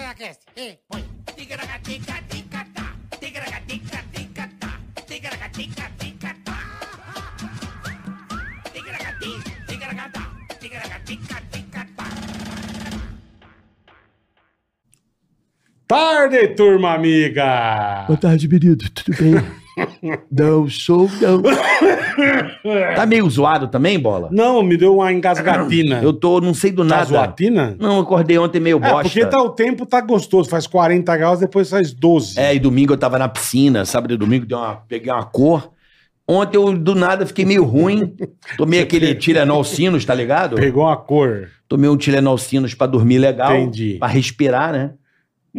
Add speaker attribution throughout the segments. Speaker 1: Ticaracast, e põe. Ticaracatica-ticatá, ticaracatica-ticatá, ticaracatica-ticatá. Ticaracati, ticaracatá, ticaracatica-ticatá.
Speaker 2: Tarde, turma amiga!
Speaker 3: Tá.
Speaker 4: Boa tarde, querido. Tudo bem? não sou, não.
Speaker 3: Tá meio zoado também, bola?
Speaker 2: Não, me deu uma engasgatina.
Speaker 3: Eu tô, não sei do
Speaker 2: É. tá
Speaker 3: nada.
Speaker 2: zoatina?
Speaker 3: não, eu acordei ontem meio
Speaker 2: É,
Speaker 3: bosta. É,
Speaker 2: porque tá, o tempo tá gostoso, faz 40 graus, depois faz 12.
Speaker 3: É, e domingo eu tava na piscina, sábado e domingo deu uma, peguei uma cor. Ontem eu do nada fiquei meio ruim. Tomei aquele Tilenol Sinus, tá ligado?
Speaker 2: Pegou uma cor.
Speaker 3: Tomei um Tilenol Sinus pra dormir legal.
Speaker 2: Entendi.
Speaker 3: Pra respirar, né?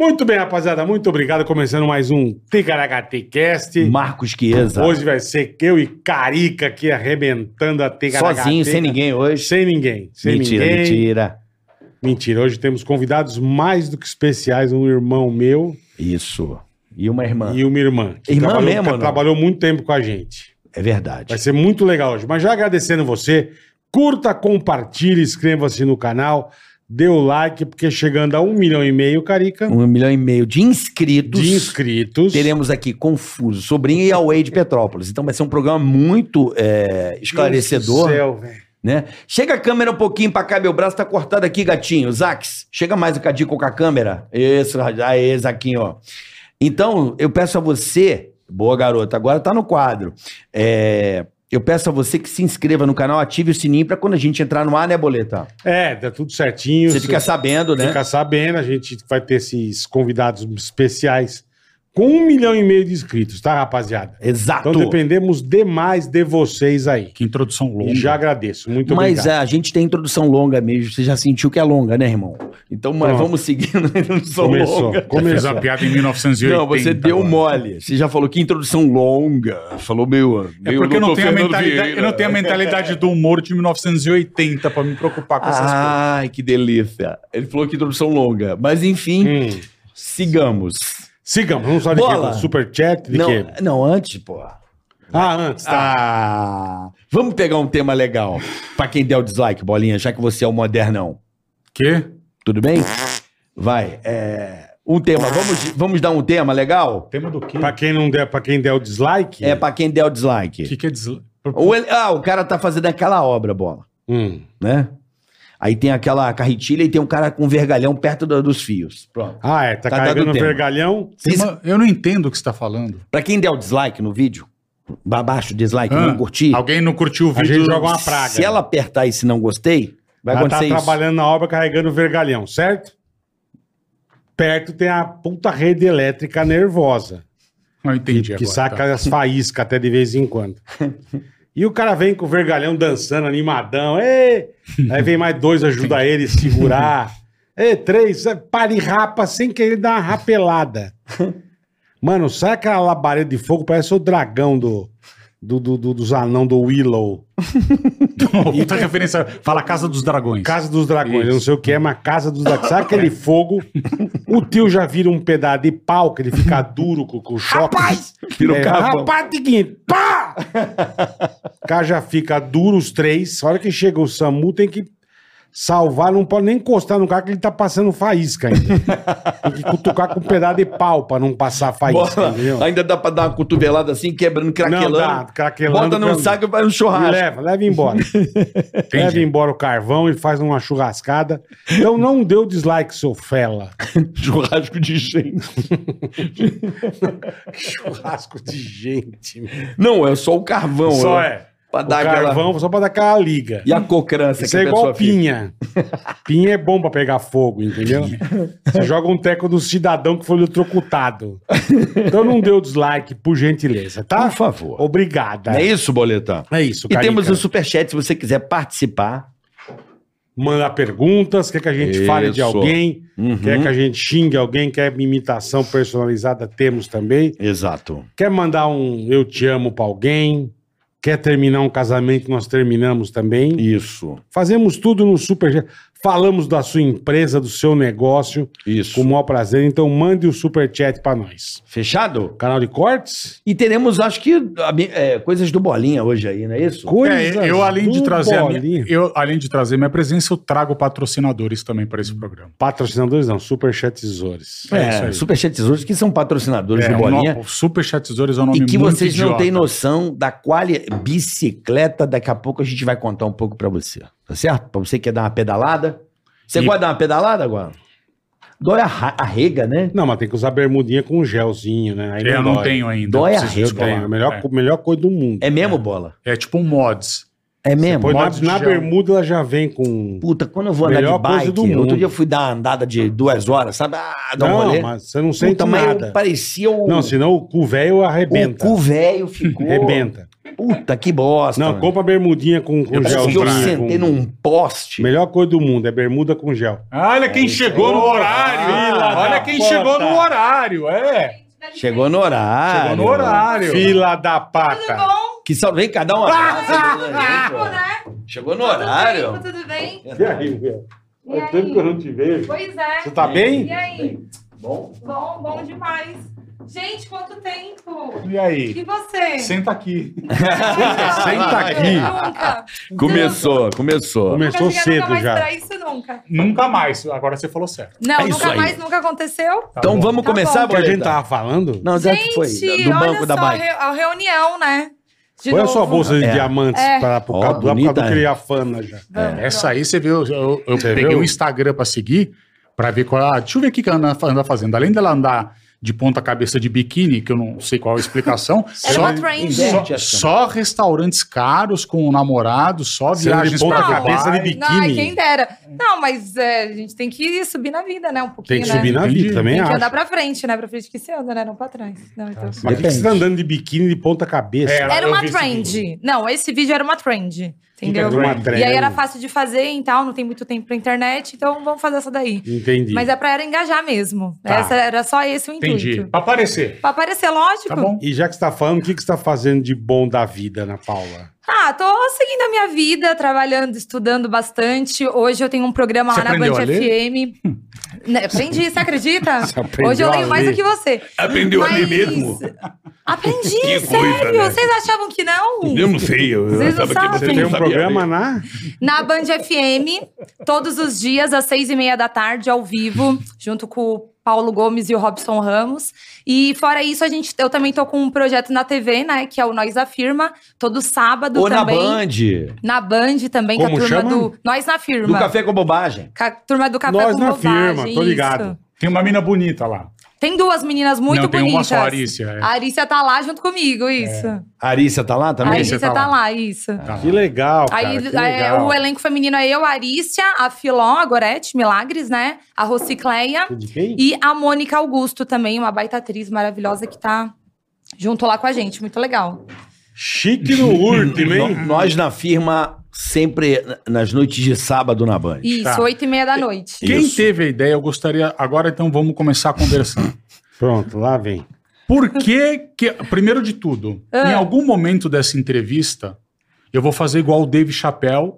Speaker 2: Muito bem, rapaziada, muito obrigado. Começando mais um Ticaracaticast.
Speaker 3: Marcos Chiesa.
Speaker 2: Hoje vai ser eu e Carica aqui arrebentando a Ticaracateca.
Speaker 3: sozinho, sem ninguém hoje.
Speaker 2: Sem ninguém. Sem
Speaker 3: mentira,
Speaker 2: ninguém.
Speaker 3: mentira.
Speaker 2: Mentira, hoje temos convidados mais do que especiais, um irmão meu
Speaker 3: Isso. E uma irmã.
Speaker 2: e uma irmã. que
Speaker 3: Ah. Irmã
Speaker 2: trabalhou,
Speaker 3: mesmo,
Speaker 2: que
Speaker 3: não?
Speaker 2: trabalhou muito tempo com a gente.
Speaker 3: É verdade.
Speaker 2: Vai ser muito legal hoje. Mas já agradecendo você, curta, compartilhe, inscreva-se no canal, dê o like, porque chegando a um milhão e meio, Carica,
Speaker 3: Um milhão e meio de inscritos.
Speaker 2: de inscritos.
Speaker 3: Teremos aqui Confuso, Sobrinho e Away de Petrópolis. Então vai ser um programa muito é,
Speaker 2: Deus do
Speaker 3: esclarecedor,
Speaker 2: céu, velho.
Speaker 3: né? Chega a câmera um pouquinho pra cá, meu braço tá cortado aqui, gatinho. Zax, chega mais o Cadico com a câmera. Isso, aê, Zaquinho, ó. Então, eu peço a você, boa garota, agora tá no quadro. É, eu peço a você que se inscreva no canal, ative o sininho pra quando a gente entrar no ar, né, Boleta?
Speaker 2: É, dá tudo certinho.
Speaker 3: Você fica sabendo, né?
Speaker 2: fica sabendo, a gente vai ter esses convidados especiais com um milhão e meio de inscritos, tá, rapaziada?
Speaker 3: Exato.
Speaker 2: Então dependemos demais de vocês aí.
Speaker 5: Que introdução longa.
Speaker 2: E já agradeço. Muito
Speaker 3: Mas
Speaker 2: obrigado.
Speaker 3: a gente tem introdução longa mesmo. Você já sentiu que é longa, né, irmão? Então, mas
Speaker 2: Pronto.
Speaker 3: vamos seguindo a introdução
Speaker 2: Começou.
Speaker 3: longa.
Speaker 5: Fez
Speaker 2: Começou.
Speaker 5: a piada em 1980.
Speaker 3: Não, você deu
Speaker 5: agora.
Speaker 3: mole. Você já falou que introdução longa. Falou meio.
Speaker 5: É porque eu não, tenho a mentalidade, eu não tenho a mentalidade do humor de 1980 pra me preocupar com essas coisas.
Speaker 3: Ai, que delícia. Ele falou que introdução longa. Mas enfim,
Speaker 2: Hum.
Speaker 3: sigamos.
Speaker 2: Sigamos, vamos falar de
Speaker 3: Bola.
Speaker 2: quê? Superchat, de
Speaker 3: não,
Speaker 2: quê?
Speaker 3: não, antes,
Speaker 5: Tá.
Speaker 3: porra.
Speaker 2: Ah, antes, tá.
Speaker 3: Ah, vamos pegar um tema legal. Pra quem der o dislike, bolinha, já que você é o modernão.
Speaker 5: Quê?
Speaker 3: Tudo bem? Vai. é, um tema. Vamos, vamos dar um tema legal?
Speaker 5: Tema do quê?
Speaker 2: Pra quem não der, para quem der o dislike.
Speaker 3: É pra quem der o
Speaker 5: O
Speaker 3: dislike.
Speaker 5: que, que é desla...
Speaker 3: O ele- ah, o cara tá fazendo aquela obra, bola,
Speaker 2: Hum.
Speaker 3: né? Aí tem aquela carretilha e tem um cara com um vergalhão perto do- dos fios. Pronto.
Speaker 2: Ah, é, tá,
Speaker 3: Tá
Speaker 2: carregando
Speaker 3: dado
Speaker 2: o
Speaker 3: tempo.
Speaker 2: vergalhão.
Speaker 5: Tem uma- Eu não entendo o que você tá falando.
Speaker 3: Pra quem der o dislike no vídeo, abaixo o dislike,
Speaker 5: Ah,
Speaker 3: não curtir.
Speaker 5: Alguém não curtiu o
Speaker 2: A gente
Speaker 5: vídeo.
Speaker 2: joga uma praga.
Speaker 3: Se ela apertar esse não gostei, vai
Speaker 2: ela tá
Speaker 3: acontecer isso.
Speaker 2: trabalhando na obra carregando o vergalhão, certo? Perto tem a puta rede elétrica nervosa,
Speaker 5: Não
Speaker 2: que,
Speaker 5: entendi
Speaker 2: que
Speaker 5: agora,
Speaker 2: saca
Speaker 5: tá.
Speaker 2: as faíscas até de vez em quando. E o cara vem com o vergalhão dançando, animadão. Ê! Aí vem mais dois, ajuda ele a segurar. Ê, três, é, para e rapa sem querer dar uma rapelada. Mano, sai aquela labareda de fogo, parece o dragão do, do, do- do- dos anão do Willow.
Speaker 5: tá. Outra referência. Fala Casa dos Dragões.
Speaker 2: Casa dos Dragões,
Speaker 5: Isso.
Speaker 2: eu não sei o que é, mas Casa dos Dragões. Sabe aquele fogo? O tio já vira um pedaço de pau, que ele fica duro com, com o choque. Rapaz!
Speaker 3: Vira um
Speaker 2: é,
Speaker 3: carvão.
Speaker 2: rapaz, seguinte, pá! O cara já fica duro os três. A hora que chega o SAMU, tem que salvar, não pode nem encostar no cara que ele tá passando faísca ainda. Tem que cutucar com um pedaço de pau pra não passar faísca,
Speaker 3: Bola,
Speaker 2: entendeu?
Speaker 3: ainda dá pra dar uma cotovelada assim, quebrando, craquelando.
Speaker 2: Não, dá, craquelando,
Speaker 3: bota num
Speaker 2: craquelando.
Speaker 3: saco e vai no
Speaker 2: E
Speaker 3: churrasco.
Speaker 2: leva, leva embora. leva embora o carvão e faz uma churrascada. Então não dê o dislike, seu fela.
Speaker 3: Churrasco de gente.
Speaker 2: Churrasco de gente. meu.
Speaker 3: Não, é só o carvão.
Speaker 2: Só
Speaker 3: ó,
Speaker 2: é.
Speaker 3: Pra
Speaker 2: O
Speaker 3: dar aquela...
Speaker 2: carvão só pra dar aquela liga.
Speaker 3: E a cocrança
Speaker 2: Isso é igual pinha. Pinha é bom pra pegar fogo, entendeu? Você joga um teco do cidadão que foi eletrocutado. Então não dê o dislike, por gentileza, tá?
Speaker 3: Por favor.
Speaker 5: Tá.
Speaker 2: Obrigada.
Speaker 3: É isso, Boleta?
Speaker 2: É isso,
Speaker 3: E
Speaker 2: Carica.
Speaker 3: temos o Superchat, se você quiser participar.
Speaker 2: Mandar perguntas, quer que a gente
Speaker 3: Isso.
Speaker 2: fale de alguém,
Speaker 3: Uhum.
Speaker 2: quer que a gente xingue alguém, quer imitação personalizada, temos também.
Speaker 3: Exato.
Speaker 2: Quer mandar um eu te amo pra alguém? Quer terminar um casamento? Nós terminamos também.
Speaker 3: Isso.
Speaker 2: Fazemos tudo no Superchat. Falamos da sua empresa, do seu negócio.
Speaker 3: Isso.
Speaker 2: Com o maior prazer. Então mande o superchat pra nós.
Speaker 3: Fechado?
Speaker 2: Canal de cortes?
Speaker 3: E teremos, acho que, abi- é, coisas do Bolinha hoje aí, não é isso?
Speaker 2: Coisas
Speaker 5: eu, além de
Speaker 2: do
Speaker 5: trazer a minha,
Speaker 2: Bolinha.
Speaker 5: eu, além de trazer minha presença, eu trago patrocinadores também para esse programa.
Speaker 2: Patrocinadores não, superchatzores.
Speaker 5: É, isso aí.
Speaker 3: Superchat Tesouros, que são patrocinadores
Speaker 5: É,
Speaker 3: do
Speaker 5: o
Speaker 3: Bolinha.
Speaker 5: no- o Super Chat Tesouros é um nome
Speaker 3: E que
Speaker 5: muito
Speaker 3: vocês não
Speaker 5: idiota.
Speaker 3: têm noção da quali bicicleta. Daqui a pouco a gente vai contar um pouco pra você. Tá certo? Pra você que quer dar uma pedalada. Você
Speaker 5: E-
Speaker 3: gosta de dar uma pedalada agora? Dói a, ra- a rega, né?
Speaker 2: Não, mas tem que usar bermudinha com gelzinho, né? Aí
Speaker 5: Eu É, não
Speaker 2: dói.
Speaker 5: tenho ainda.
Speaker 3: Dói a
Speaker 5: preciso
Speaker 3: rede,
Speaker 2: Tem,
Speaker 5: descolar.
Speaker 2: a melhor,
Speaker 5: É.
Speaker 2: co- melhor coisa do mundo.
Speaker 3: É mesmo, bola?
Speaker 5: É tipo um mods.
Speaker 3: É mesmo?
Speaker 2: Põe na,
Speaker 5: modo de
Speaker 2: na
Speaker 5: gel.
Speaker 2: bermuda ela já vem com.
Speaker 3: Puta, quando eu vou andar
Speaker 2: Melhor
Speaker 3: de
Speaker 2: coisa
Speaker 3: bike,
Speaker 2: do mundo.
Speaker 3: outro dia eu fui dar uma andada de duas horas, sabe? Ah, dar um
Speaker 2: Não,
Speaker 3: rolê.
Speaker 2: mas você não sente
Speaker 3: Puta, mas eu
Speaker 2: nada.
Speaker 3: parecia o,
Speaker 2: Não, senão o cu velho
Speaker 3: o
Speaker 2: arrebenta.
Speaker 3: cu velho ficou.
Speaker 2: Arrebenta.
Speaker 3: Puta, que bosta.
Speaker 2: Não,
Speaker 3: mano.
Speaker 2: compra bermudinha com, com gel.
Speaker 5: Eu
Speaker 3: Parece que eu um
Speaker 5: comprar,
Speaker 3: sentei
Speaker 2: com-
Speaker 3: num poste.
Speaker 2: Melhor coisa do mundo é bermuda com gel.
Speaker 5: Olha quem chegou no horário.
Speaker 2: fila da
Speaker 5: Olha quem
Speaker 2: puta.
Speaker 5: chegou no horário. É.
Speaker 3: Chegou no horário.
Speaker 5: Chegou no horário.
Speaker 2: Fila da
Speaker 6: Tudo
Speaker 2: pata.
Speaker 6: bom?
Speaker 3: Que salve, vem cá, dá um abraço.
Speaker 6: Ah, Tempo, né?
Speaker 3: Chegou no
Speaker 6: Tudo
Speaker 3: horário.
Speaker 6: bem? Tudo bem?
Speaker 2: E aí, velho?
Speaker 6: E aí?
Speaker 2: Faz tempo que eu não te vejo.
Speaker 6: Pois é.
Speaker 2: Você tá
Speaker 6: E
Speaker 2: bem?
Speaker 6: aí?
Speaker 3: Bom,
Speaker 6: Bom, bom demais. Gente, quanto tempo!
Speaker 5: E aí?
Speaker 6: E você?
Speaker 5: Senta aqui.
Speaker 2: Senta aqui. Ah,
Speaker 6: Nunca.
Speaker 3: começou, começou.
Speaker 6: Nunca
Speaker 2: Começou
Speaker 6: cheguei
Speaker 2: cedo
Speaker 6: a nunca mais
Speaker 2: já.
Speaker 6: pra isso nunca.
Speaker 5: Nunca mais. Agora você falou certo.
Speaker 6: Não,
Speaker 3: É isso
Speaker 6: nunca
Speaker 3: aí.
Speaker 6: mais, nunca aconteceu.
Speaker 5: Tá
Speaker 3: Então
Speaker 5: bom.
Speaker 3: vamos
Speaker 6: Tá
Speaker 3: começar,
Speaker 6: bom.
Speaker 2: O que a gente tá- tava
Speaker 3: Boleta?
Speaker 2: falando?
Speaker 3: Não, já é que
Speaker 6: Gente,
Speaker 3: foi. Do
Speaker 6: olha
Speaker 3: banco da
Speaker 6: só a,
Speaker 3: bike.
Speaker 6: re a reunião, né? De
Speaker 2: Olha
Speaker 6: novo.
Speaker 2: só a bolsa de
Speaker 3: É.
Speaker 2: diamantes
Speaker 6: É.
Speaker 2: para por
Speaker 3: Ó,
Speaker 2: causa, lá por causa do
Speaker 3: bonita, é.
Speaker 2: Criafana já.
Speaker 6: Vamos,
Speaker 5: Essa aí você viu, eu, eu
Speaker 2: Você
Speaker 5: peguei
Speaker 2: viu?
Speaker 5: o Instagram pra seguir, pra ver qual. Ah, deixa eu ver o que que ela anda, anda fazendo. Além dela andar de ponta cabeça de biquíni, que eu não sei qual a explicação.
Speaker 3: É
Speaker 5: só,
Speaker 6: Era
Speaker 2: é
Speaker 6: uma trend.
Speaker 5: só,
Speaker 3: Inverte a
Speaker 2: assim.
Speaker 5: só restaurantes caros com o namorado, só
Speaker 2: Você anda de
Speaker 5: viagens
Speaker 2: ponta
Speaker 5: pra
Speaker 2: cabeça
Speaker 5: Dubai.
Speaker 2: de biquíni.
Speaker 6: Não, ai, quem dera. Não, mas é, a gente tem que subir na vida, né? Um
Speaker 2: Tem
Speaker 6: pouquinho,
Speaker 2: que
Speaker 6: né?
Speaker 2: subir na
Speaker 5: Entendi.
Speaker 2: vida também,
Speaker 6: Tem que
Speaker 2: acho.
Speaker 6: andar pra frente, né? Pra frente que se anda, né? Não pra trás. Não, então...
Speaker 2: Mas por que você tá andando de biquíni de ponta cabeça?
Speaker 5: É,
Speaker 6: Era
Speaker 5: Eu
Speaker 6: uma
Speaker 5: vi esse
Speaker 6: trend. Não, esse vídeo era uma trend. Entendeu?
Speaker 2: Uma
Speaker 6: E
Speaker 2: trend.
Speaker 6: aí era fácil de fazer e tal, não tem muito tempo pra internet, então vamos fazer essa daí.
Speaker 2: Entendi.
Speaker 6: Mas é pra era engajar mesmo.
Speaker 5: Tá.
Speaker 6: Essa era só esse o intuito.
Speaker 5: Entendi. Pra aparecer.
Speaker 6: Pra aparecer, lógico.
Speaker 5: Tá bom.
Speaker 2: E já que você tá falando, o que, que você tá fazendo de bom da vida, Ana Paula?
Speaker 6: Ah, tô seguindo a minha vida, trabalhando, estudando bastante. Hoje eu tenho um programa
Speaker 5: Você
Speaker 6: lá na
Speaker 5: aprendeu
Speaker 6: Band
Speaker 5: a
Speaker 6: FM. Né, Aprendi, você acredita?
Speaker 2: aprendeu
Speaker 6: Hoje eu
Speaker 2: a
Speaker 6: leio mais
Speaker 2: ler.
Speaker 6: do que você.
Speaker 7: Aprendeu a ler
Speaker 6: Mas-
Speaker 7: mesmo?
Speaker 6: Aprendi,
Speaker 7: Que
Speaker 6: sério?
Speaker 7: coisa, né?
Speaker 6: Vocês achavam que não?
Speaker 7: Eu não sei, eu, é eu
Speaker 6: Vocês não
Speaker 7: achava que
Speaker 2: Você
Speaker 6: sabem.
Speaker 7: você
Speaker 6: Sim,
Speaker 2: tem um
Speaker 7: sabia
Speaker 2: programa
Speaker 7: ler.
Speaker 2: na...
Speaker 6: Na Band FM, todos os dias, às seis e meia da tarde, ao vivo, junto com o Paulo Gomes e o Robson Ramos. E fora isso, a gente, eu também tô com um projeto na TV, né? Que é o Nós Afirma, todo sábado
Speaker 3: Ou na
Speaker 6: também.
Speaker 3: Band.
Speaker 6: Na Band também,
Speaker 2: Como
Speaker 6: com a turma
Speaker 2: chama?
Speaker 6: do. Nós na
Speaker 3: Do
Speaker 6: Firma.
Speaker 3: Café com Bobagem.
Speaker 6: Ca- Turma do Café
Speaker 2: Nós
Speaker 6: com
Speaker 2: na
Speaker 6: Bobagem,
Speaker 2: Firma, tô
Speaker 6: isso.
Speaker 2: ligado.
Speaker 5: Tem uma mina bonita lá.
Speaker 6: Tem duas meninas muito
Speaker 5: Não, tem uma
Speaker 6: bonitas.
Speaker 5: só, a Arícia, é.
Speaker 6: A Arícia tá lá junto comigo, isso.
Speaker 3: A Arícia tá lá
Speaker 6: a
Speaker 3: também?
Speaker 6: Arícia
Speaker 5: tá lá.
Speaker 6: tá, lá, isso.
Speaker 2: Que legal, cara,
Speaker 6: Aí
Speaker 2: que
Speaker 6: é,
Speaker 2: legal.
Speaker 6: o elenco feminino é eu, a Arícia, a Filó, a Gorete, Milagres, né? A Rocicleia
Speaker 2: De quem?
Speaker 6: e a Mônica Augusto também, uma baita atriz maravilhosa que tá junto lá com a gente. Muito legal.
Speaker 2: Chique no último,
Speaker 3: No-
Speaker 2: hein?
Speaker 3: Nós na firma, sempre nas noites de sábado na Band.
Speaker 6: Isso,
Speaker 5: Tá.
Speaker 6: oito e meia da noite.
Speaker 5: Quem
Speaker 3: Isso.
Speaker 5: teve a ideia, eu gostaria. Agora então vamos começar a conversar.
Speaker 2: Pronto, lá vem.
Speaker 5: Por que que. Primeiro de tudo, em algum momento dessa entrevista, eu vou fazer igual o Dave Chappelle.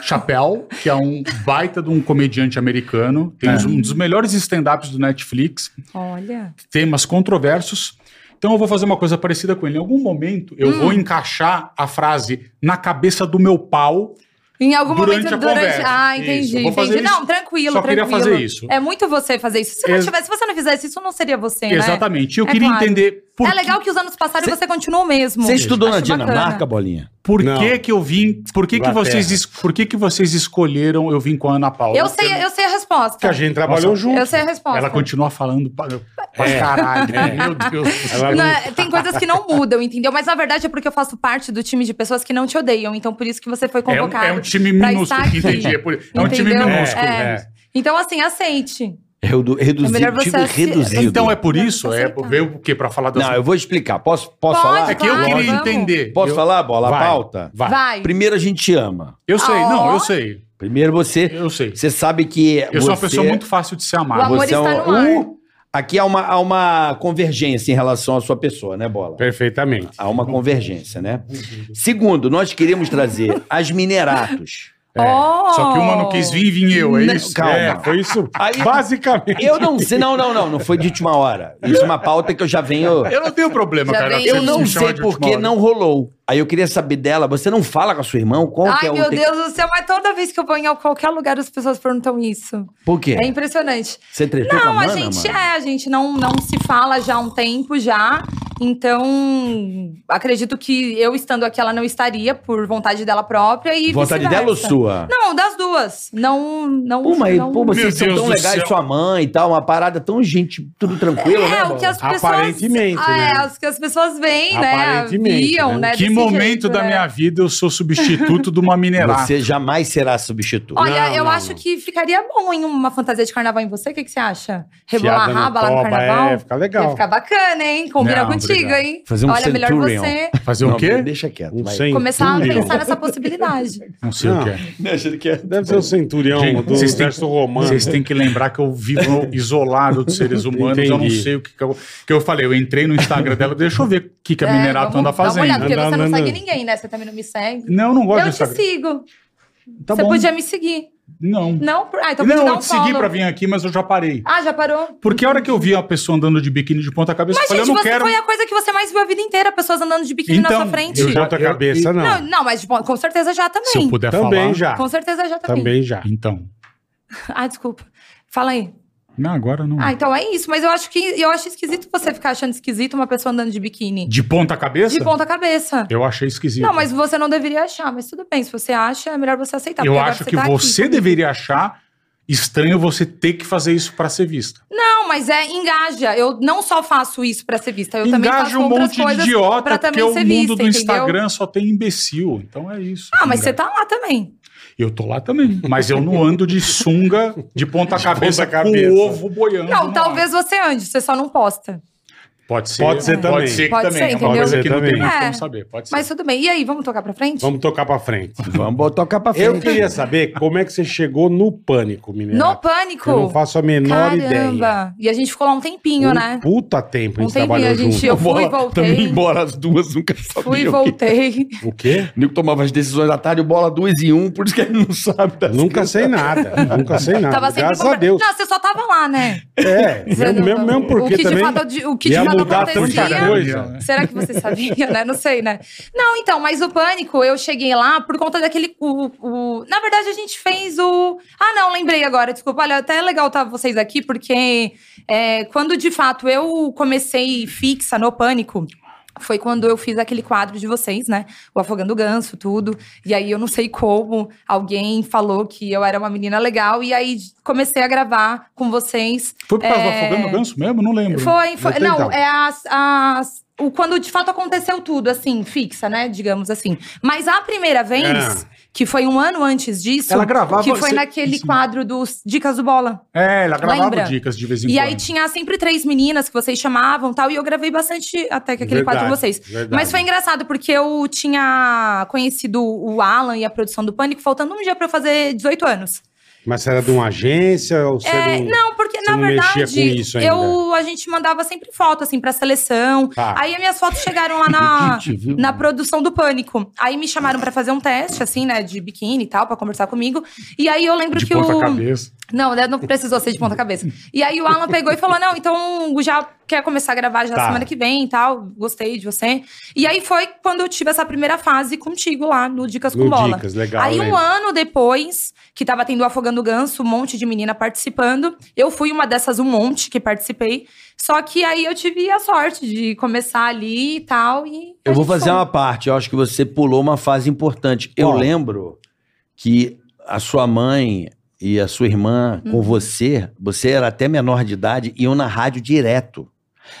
Speaker 5: Chappelle, que é um baita de um comediante americano, tem um dos- um dos melhores stand-ups do Netflix,
Speaker 6: Olha.
Speaker 5: temas controversos. Então eu vou fazer uma coisa parecida com ele. Em algum momento eu vou encaixar a frase na cabeça do meu pau.
Speaker 6: Em algum
Speaker 5: Durante
Speaker 6: momento
Speaker 5: a
Speaker 6: durante.
Speaker 5: conversa.
Speaker 6: Ah, entendi,
Speaker 5: Isso, eu vou fazer
Speaker 6: entendi.
Speaker 5: isso.
Speaker 6: Não, tranquilo,
Speaker 5: Só queria
Speaker 6: tranquilo.
Speaker 5: fazer isso.
Speaker 6: É muito você fazer isso. Se, não
Speaker 5: Ex-
Speaker 6: tivesse, se você não fizesse isso, não seria você, né?
Speaker 5: Exatamente. E eu
Speaker 6: É
Speaker 5: queria
Speaker 6: claro.
Speaker 5: entender por,
Speaker 6: É legal que os anos passaram
Speaker 3: Cê-
Speaker 6: você continua o mesmo.
Speaker 3: Você estudou na
Speaker 6: Acho bacana.
Speaker 3: Dinamarca, Bolinha?
Speaker 5: por
Speaker 2: Não.
Speaker 5: que que eu vim, por que que
Speaker 2: Inglaterra.
Speaker 5: vocês, es- por que que vocês escolheram eu vim com a Ana Paula?
Speaker 6: Eu sei, eu sei a resposta.
Speaker 2: Que a gente trabalhou
Speaker 5: Nossa,
Speaker 2: junto.
Speaker 6: Eu sei a resposta.
Speaker 5: Ela continua falando pra, pra
Speaker 3: É.
Speaker 5: caralho. Meu Deus. do céu.
Speaker 2: Ela
Speaker 6: Não,
Speaker 2: não-
Speaker 6: é, tem coisas que não mudam, entendeu? Mas na verdade é porque eu faço parte do time de pessoas que não te odeiam. Então por isso que você foi
Speaker 5: É um,
Speaker 6: convocado.
Speaker 5: é um time
Speaker 6: pra
Speaker 5: minúsculo,
Speaker 6: estar aqui.
Speaker 5: entendi. É, por- é um time
Speaker 6: Entendeu?
Speaker 5: minúsculo.
Speaker 6: É. Então assim, aceite.
Speaker 5: É,
Speaker 3: Redu reduzido,
Speaker 6: É melhor você
Speaker 3: time
Speaker 6: assi-
Speaker 3: reduzido.
Speaker 5: Então é por
Speaker 6: Não,
Speaker 5: isso? É,
Speaker 6: aceitar.
Speaker 5: veio o quê? Pra falar das...
Speaker 3: Não, eu vou explicar. Posso, posso
Speaker 6: Pode,
Speaker 3: falar?
Speaker 5: Então é que eu
Speaker 6: Claro,
Speaker 5: queria
Speaker 6: vamos.
Speaker 5: entender.
Speaker 3: Posso
Speaker 5: eu,
Speaker 3: falar, Bola?
Speaker 2: Vai.
Speaker 3: A pauta?
Speaker 2: Vai.
Speaker 6: Vai.
Speaker 3: Primeiro a gente ama.
Speaker 5: Eu sei,
Speaker 6: Ah,
Speaker 5: não,
Speaker 6: ó.
Speaker 5: eu sei.
Speaker 3: Primeiro você...
Speaker 5: Eu sei.
Speaker 3: Você sabe que
Speaker 5: Eu sou uma
Speaker 3: você-
Speaker 5: pessoa muito fácil de se
Speaker 6: O
Speaker 5: amar.
Speaker 6: amor
Speaker 3: você é
Speaker 6: está
Speaker 3: um-
Speaker 6: no ar.
Speaker 3: Uh, aqui há uma, há uma convergência em relação à sua pessoa, né, Bola?
Speaker 2: Perfeitamente.
Speaker 5: Uhum.
Speaker 3: Há uma convergência, né? Segundo, nós queremos trazer as mineratos.
Speaker 6: Oh!
Speaker 5: Só que uma não quis vir e vim eu, é
Speaker 3: Não,
Speaker 5: isso?
Speaker 3: calma.
Speaker 5: É.
Speaker 2: É, foi isso
Speaker 3: Aí-
Speaker 2: basicamente.
Speaker 3: Eu não sei, não, não, não, não foi de última hora. Isso é uma pauta que eu já venho.
Speaker 5: Eu não tenho problema,
Speaker 6: Já
Speaker 5: cara.
Speaker 6: vem-
Speaker 5: se
Speaker 3: Eu
Speaker 5: você
Speaker 3: não
Speaker 5: me chamar
Speaker 3: sei
Speaker 5: de última
Speaker 3: porque
Speaker 5: hora.
Speaker 3: não rolou. Aí eu queria saber dela. Você não fala com a sua irmã? Qual que
Speaker 6: Ai,
Speaker 3: é o
Speaker 6: meu
Speaker 3: te-
Speaker 6: Deus do céu, mas toda vez que eu vou em qualquer lugar as pessoas perguntam isso.
Speaker 3: Por quê?
Speaker 6: É impressionante.
Speaker 3: Você tretou com a
Speaker 6: Não, a
Speaker 3: mana,
Speaker 6: gente
Speaker 3: mano?
Speaker 6: é, a gente não, não se fala já há um tempo já. Então, acredito que eu estando aqui, ela não estaria por vontade dela própria é e
Speaker 3: Vontade
Speaker 6: vice-versa.
Speaker 3: dela ou sua?
Speaker 6: Não, das duas. Não, não.
Speaker 3: Pô, mas,
Speaker 6: não...
Speaker 3: pô, vocês
Speaker 5: Meu
Speaker 3: são
Speaker 5: Deus
Speaker 3: tão
Speaker 5: do
Speaker 3: legais,
Speaker 5: céu.
Speaker 3: sua mãe e tal, uma parada tão gente, tudo tranquilo, né?
Speaker 6: é, o
Speaker 3: mano?
Speaker 6: que as pessoas.
Speaker 2: Aparentemente,
Speaker 6: Ah, é,
Speaker 2: né?
Speaker 6: o que as pessoas veem, né?
Speaker 2: Aparentemente,
Speaker 6: Viam,
Speaker 2: né?
Speaker 6: né?
Speaker 5: Que
Speaker 6: desse
Speaker 5: momento
Speaker 6: jeito,
Speaker 5: da
Speaker 6: né?
Speaker 5: minha vida eu sou substituto de uma minerada?
Speaker 3: Você jamais será substituto.
Speaker 6: Olha,
Speaker 2: Não,
Speaker 6: eu
Speaker 2: não,
Speaker 6: acho
Speaker 2: não.
Speaker 6: que ficaria bom em uma fantasia de carnaval em você. O que, que você acha? Rebolar a
Speaker 2: Fiada no
Speaker 6: raba lá no
Speaker 2: toba,
Speaker 6: carnaval?
Speaker 2: é, fica legal.
Speaker 6: Ia ficar bacana, hein? Combina
Speaker 5: Não,
Speaker 6: contigo,
Speaker 5: obrigado.
Speaker 6: hein?
Speaker 3: Fazer um
Speaker 6: Olha, melhor
Speaker 3: centurion.
Speaker 6: você
Speaker 5: Fazer o
Speaker 3: Não,
Speaker 5: quê?
Speaker 3: Deixa quieto.
Speaker 2: Um
Speaker 3: vai.
Speaker 2: centurion.
Speaker 6: começar a pensar nessa possibilidade.
Speaker 5: Não sei
Speaker 2: Não.
Speaker 5: o que é.
Speaker 2: Deve ser o centurião
Speaker 5: Gente,
Speaker 2: do
Speaker 5: vocês têm-
Speaker 2: exército romano.
Speaker 5: Vocês têm que lembrar que eu vivo isolado dos seres humanos, eu não
Speaker 2: Entendi.
Speaker 5: sei o que que eu... Que eu falei, eu entrei no Instagram dela, deixa eu ver o que, que a
Speaker 6: É,
Speaker 5: Minerato
Speaker 6: vamos
Speaker 5: anda
Speaker 6: dar uma
Speaker 5: fazendo.
Speaker 6: olhada, porque
Speaker 2: Não,
Speaker 6: você não,
Speaker 2: não,
Speaker 6: segue
Speaker 2: não.
Speaker 6: ninguém, né? Você também não me segue.
Speaker 5: Não, eu não gosto
Speaker 6: eu
Speaker 5: do
Speaker 6: te
Speaker 5: Instagram.
Speaker 6: sigo.
Speaker 5: Tá
Speaker 6: você
Speaker 5: bom.
Speaker 6: podia me seguir.
Speaker 5: Não.
Speaker 6: Não? Ah, então vou te
Speaker 5: não,
Speaker 6: dar
Speaker 5: eu
Speaker 6: um
Speaker 5: te segui
Speaker 6: follow.
Speaker 5: pra vir aqui, mas eu já parei.
Speaker 6: Ah, já parou?
Speaker 5: Porque a hora que eu vi a pessoa andando de biquíni de ponta cabeça,
Speaker 6: Mas,
Speaker 5: eu falei,
Speaker 6: gente,
Speaker 5: eu não
Speaker 6: você
Speaker 5: quero...
Speaker 6: foi a coisa que você mais viu a vida inteira, pessoas andando de biquíni na
Speaker 5: Então,
Speaker 6: sua frente.
Speaker 2: Eu já
Speaker 5: Eu-
Speaker 2: cabeça, não.
Speaker 6: Não, não, mas tipo, com certeza já também.
Speaker 5: Se eu puder
Speaker 2: Também
Speaker 5: falar...
Speaker 2: já.
Speaker 6: Com certeza já também.
Speaker 2: Também já.
Speaker 5: Então.
Speaker 6: Ah, desculpa. Fala aí.
Speaker 5: Não, agora não.
Speaker 6: Ah, então é isso. Mas eu acho que eu acho esquisito você ficar achando esquisito uma pessoa andando de biquíni.
Speaker 5: De ponta cabeça?
Speaker 6: De ponta cabeça.
Speaker 5: Eu achei esquisito.
Speaker 6: Não, mas você não deveria achar. Mas tudo bem, se você acha, é melhor você aceitar.
Speaker 5: eu
Speaker 6: porque agora
Speaker 5: acho que
Speaker 6: tá aqui.
Speaker 5: você deveria achar estranho você ter que fazer isso pra ser vista.
Speaker 6: Não, mas é engaja. Eu não só faço isso pra ser vista, eu também
Speaker 5: Engaja
Speaker 6: faço
Speaker 5: um
Speaker 6: outras
Speaker 5: monte de
Speaker 6: coisas pra
Speaker 5: idiota,
Speaker 6: também
Speaker 5: porque é o
Speaker 6: ser
Speaker 5: mundo
Speaker 6: vista,
Speaker 5: do
Speaker 6: entendeu?
Speaker 5: Instagram só tem imbecil. Então é isso.
Speaker 6: Ah, mas você
Speaker 5: Engaja.
Speaker 6: tá lá também.
Speaker 5: Eu tô lá também, mas eu não ando de sunga de ponta cabeça com
Speaker 2: cabeça.
Speaker 5: o ovo boiando.
Speaker 6: Não,
Speaker 5: no
Speaker 6: talvez você ande, você só não posta.
Speaker 5: ar. Pode ser.
Speaker 2: Pode ser também.
Speaker 5: Pode ser que
Speaker 6: Pode
Speaker 5: também. é
Speaker 6: ser,
Speaker 5: uma
Speaker 6: entendeu?
Speaker 5: coisa que não tem
Speaker 2: Também.
Speaker 5: muito
Speaker 6: É.
Speaker 5: como saber. Pode ser.
Speaker 6: Mas tudo bem. E aí, vamos tocar pra frente?
Speaker 2: Vamos tocar pra frente.
Speaker 3: Vamos botar o capa frente.
Speaker 2: Eu queria saber como é que você chegou no pânico, menina.
Speaker 6: No pânico.
Speaker 2: Eu não faço a menor ideia.
Speaker 6: Caramba. E a gente ficou lá um tempinho,
Speaker 2: um
Speaker 6: né?
Speaker 2: puta tempo a
Speaker 6: Um
Speaker 2: gente
Speaker 6: tempinho,
Speaker 2: trabalhou
Speaker 6: a gente-
Speaker 2: junto.
Speaker 6: eu fui,
Speaker 3: Bola
Speaker 6: voltei.
Speaker 3: Também embora as duas, nunca sabia.
Speaker 6: Fui e
Speaker 3: o que-
Speaker 6: voltei.
Speaker 2: O quê?
Speaker 3: O Nico tomava as decisões da tarde, o bola duas e um, por isso que ele não sabe das
Speaker 2: Nunca sei nada. Nunca sei nada.
Speaker 6: Tava sempre
Speaker 2: Graças a
Speaker 6: compra-
Speaker 2: Deus.
Speaker 6: Não, você só tava lá, né?
Speaker 2: É,
Speaker 6: Você
Speaker 2: mesmo,
Speaker 6: não-
Speaker 2: mesmo, mesmo porque
Speaker 6: o que
Speaker 2: também
Speaker 6: de fato, de- o que de
Speaker 2: ia
Speaker 6: fato
Speaker 2: mudar
Speaker 6: acontecia.
Speaker 2: tanta
Speaker 5: né?
Speaker 2: coisa.
Speaker 6: Será que você sabia, né? Não sei, né? Não, então, mas o pânico, eu cheguei lá por conta daquele. O, o- Na verdade, a gente fez o. Ah, não, lembrei agora, desculpa. Olha, até é legal estar vocês aqui, porque é, quando de fato eu comecei fixa no pânico. Foi quando eu fiz aquele quadro de vocês, né? O Afogando o Ganso, tudo. E aí eu não sei como alguém falou que eu era uma menina legal. E aí comecei a gravar com vocês.
Speaker 5: Foi por causa do
Speaker 6: É.
Speaker 5: Afogando o Ganso mesmo? Não lembro.
Speaker 6: Foi, foi.
Speaker 2: Então,
Speaker 6: Não,
Speaker 2: então.
Speaker 6: é as, as- o, quando de fato aconteceu tudo, assim, fixa, né? Digamos assim. Mas a primeira vez,
Speaker 2: É.
Speaker 6: que foi um ano antes disso,
Speaker 5: Ela gravava-
Speaker 6: que foi
Speaker 5: você-
Speaker 6: naquele
Speaker 5: Sim.
Speaker 6: quadro dos Dicas do Bola.
Speaker 5: É, ela gravava
Speaker 6: Lembra?
Speaker 5: dicas de vez em
Speaker 6: E
Speaker 5: quando.
Speaker 6: aí tinha sempre três meninas que vocês chamavam tal, e eu gravei bastante até que aquele quadro com
Speaker 2: Verdade,
Speaker 6: vocês.
Speaker 2: verdade.
Speaker 6: Mas foi engraçado, porque eu tinha conhecido o Alan e a produção do Pânico, faltando um dia pra eu fazer 18 anos.
Speaker 2: Mas você era de uma agência ou um você
Speaker 6: É,
Speaker 2: não...
Speaker 6: não, porque
Speaker 2: você
Speaker 6: na
Speaker 2: não
Speaker 6: verdade
Speaker 2: mexia com isso ainda?
Speaker 6: eu a gente mandava sempre foto assim pra seleção.
Speaker 2: Tá.
Speaker 6: Aí as minhas fotos chegaram lá na, Ah, na produção do Pânico. Aí me chamaram pra fazer um teste assim, né, de biquíni e tal, pra conversar comigo. E aí eu lembro
Speaker 5: De
Speaker 6: que um-
Speaker 5: ponta
Speaker 6: o
Speaker 5: cabeça.
Speaker 6: não, né, não precisou ser de ponta cabeça. E aí o Alan pegou e falou: não, então já quer começar a gravar já
Speaker 2: Tá.
Speaker 6: semana que vem e tal. Gostei de você. E aí foi quando eu tive essa primeira fase contigo lá no Dicas com
Speaker 2: No
Speaker 6: Bola.
Speaker 2: Dicas, legal, né?
Speaker 6: aí um
Speaker 2: lembro.
Speaker 6: ano depois, que tava tendo o Afogando Ganso, um monte de menina participando. Eu fui uma dessas um monte que participei. Só que aí eu tive a sorte de começar ali e tal. E a
Speaker 3: Eu vou
Speaker 6: gente
Speaker 3: fazer
Speaker 6: foi.
Speaker 3: uma parte. Eu acho que você pulou uma fase importante. Eu
Speaker 2: Qual?
Speaker 3: lembro que a sua mãe e a sua irmã
Speaker 6: Uhum.
Speaker 3: com você, você era até menor de idade, iam na rádio direto.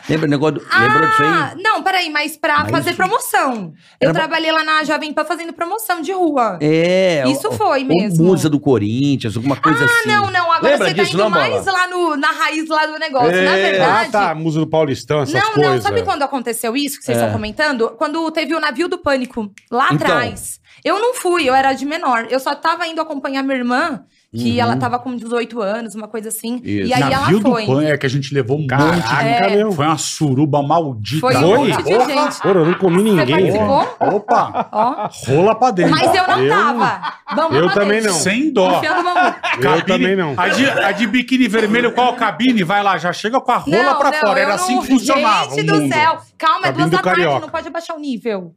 Speaker 3: Lembra o negócio? Do... Lembrou disso
Speaker 6: Ah,
Speaker 3: aí?
Speaker 6: Não, peraí, mas pra
Speaker 3: Mas
Speaker 6: fazer
Speaker 3: isso-
Speaker 6: promoção. Eu
Speaker 3: Era-
Speaker 6: trabalhei lá na Jovem Pan fazendo promoção de rua.
Speaker 3: É.
Speaker 6: Isso
Speaker 3: o-
Speaker 6: foi
Speaker 3: o
Speaker 6: mesmo. Ah,
Speaker 3: Musa do Corinthians, alguma coisa assim.
Speaker 6: Não, não, agora
Speaker 3: Lembra
Speaker 6: você tá
Speaker 3: disso,
Speaker 6: indo
Speaker 3: não, Bola?
Speaker 6: mais lá no, na raiz lá do negócio.
Speaker 3: É,
Speaker 6: na
Speaker 2: Ah,
Speaker 6: verdade.
Speaker 2: tá, Musa do Paulistão, essas
Speaker 6: Não,
Speaker 2: coisas.
Speaker 6: não, sabe quando aconteceu isso que vocês
Speaker 3: É.
Speaker 6: estão comentando? Quando teve o navio do pânico lá
Speaker 3: Então.
Speaker 6: atrás. Eu não fui, eu era de menor. Eu só tava indo acompanhar minha irmã que
Speaker 3: Uhum.
Speaker 6: ela tava com 18 anos, uma coisa assim.
Speaker 3: Isso.
Speaker 6: E aí
Speaker 5: Navio
Speaker 6: ela
Speaker 5: do
Speaker 6: foi.
Speaker 5: Pan é que a gente levou um
Speaker 2: Caraca,
Speaker 6: É.
Speaker 5: monte.
Speaker 2: meu.
Speaker 5: Foi uma suruba maldita.
Speaker 6: Foi um
Speaker 2: Foi?
Speaker 6: monte de
Speaker 2: Porra.
Speaker 6: gente.
Speaker 2: Porra, eu não comi
Speaker 6: Você
Speaker 2: ninguém. né? velho.
Speaker 6: participou?
Speaker 5: Opa,
Speaker 6: Ó.
Speaker 5: rola pra dentro.
Speaker 6: Mas eu não
Speaker 2: Eu-
Speaker 6: tava. Bambu
Speaker 2: eu
Speaker 6: na
Speaker 2: também
Speaker 6: dente.
Speaker 2: não.
Speaker 5: Sem dó.
Speaker 6: Enfiando o bambu.
Speaker 2: Eu também não.
Speaker 5: A de, a de biquíni vermelho, qual cabine? Vai lá, já chega com a rola
Speaker 6: não,
Speaker 5: pra
Speaker 6: não,
Speaker 5: fora.
Speaker 6: eu
Speaker 5: Era assim
Speaker 6: não-
Speaker 5: que funcionava.
Speaker 6: Gente
Speaker 5: o
Speaker 6: do
Speaker 5: mundo. Tá
Speaker 6: céu. Calma, é
Speaker 2: Cabine
Speaker 6: duas
Speaker 2: do
Speaker 6: da tarde,
Speaker 2: Carioca.
Speaker 6: não pode abaixar o nível.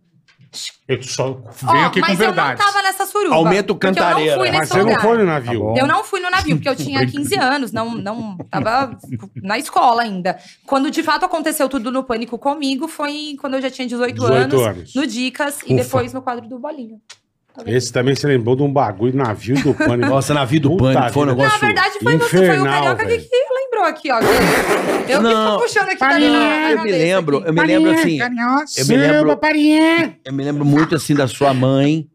Speaker 5: Eu só venho
Speaker 6: Ó,
Speaker 5: aqui com
Speaker 6: mas
Speaker 5: verdade.
Speaker 6: eu não tava nessa suruba.
Speaker 3: Aumenta o
Speaker 6: porque Eu
Speaker 3: cantareira.
Speaker 6: não fui nesse
Speaker 2: Mas você
Speaker 6: lugar.
Speaker 2: não foi no navio.
Speaker 5: Tá
Speaker 6: Eu não fui no navio, porque eu tinha 15 anos, não, não tava na escola ainda. Quando de fato aconteceu tudo no pânico comigo, foi quando eu já tinha 18,
Speaker 2: 18
Speaker 6: anos,
Speaker 2: anos.
Speaker 6: no Dicas
Speaker 2: Ufa.
Speaker 6: e depois no quadro do Bolinha. Tá vendo?
Speaker 2: Esse também se lembrou de um bagulho navio do pânico.
Speaker 3: Nossa, na vida do
Speaker 2: Puta
Speaker 3: pânico foi um
Speaker 2: vida.
Speaker 3: negócio.
Speaker 6: Na é verdade, foi você, foi o
Speaker 2: é infernal,
Speaker 6: Carioca que,
Speaker 2: velho.
Speaker 6: que lembrou aqui, ó. Eu
Speaker 3: Não.
Speaker 6: que tô puxando aqui da minha
Speaker 3: Eu me lembro, eu me lembro assim. Eu me lembro, eu me lembro muito assim da sua mãe.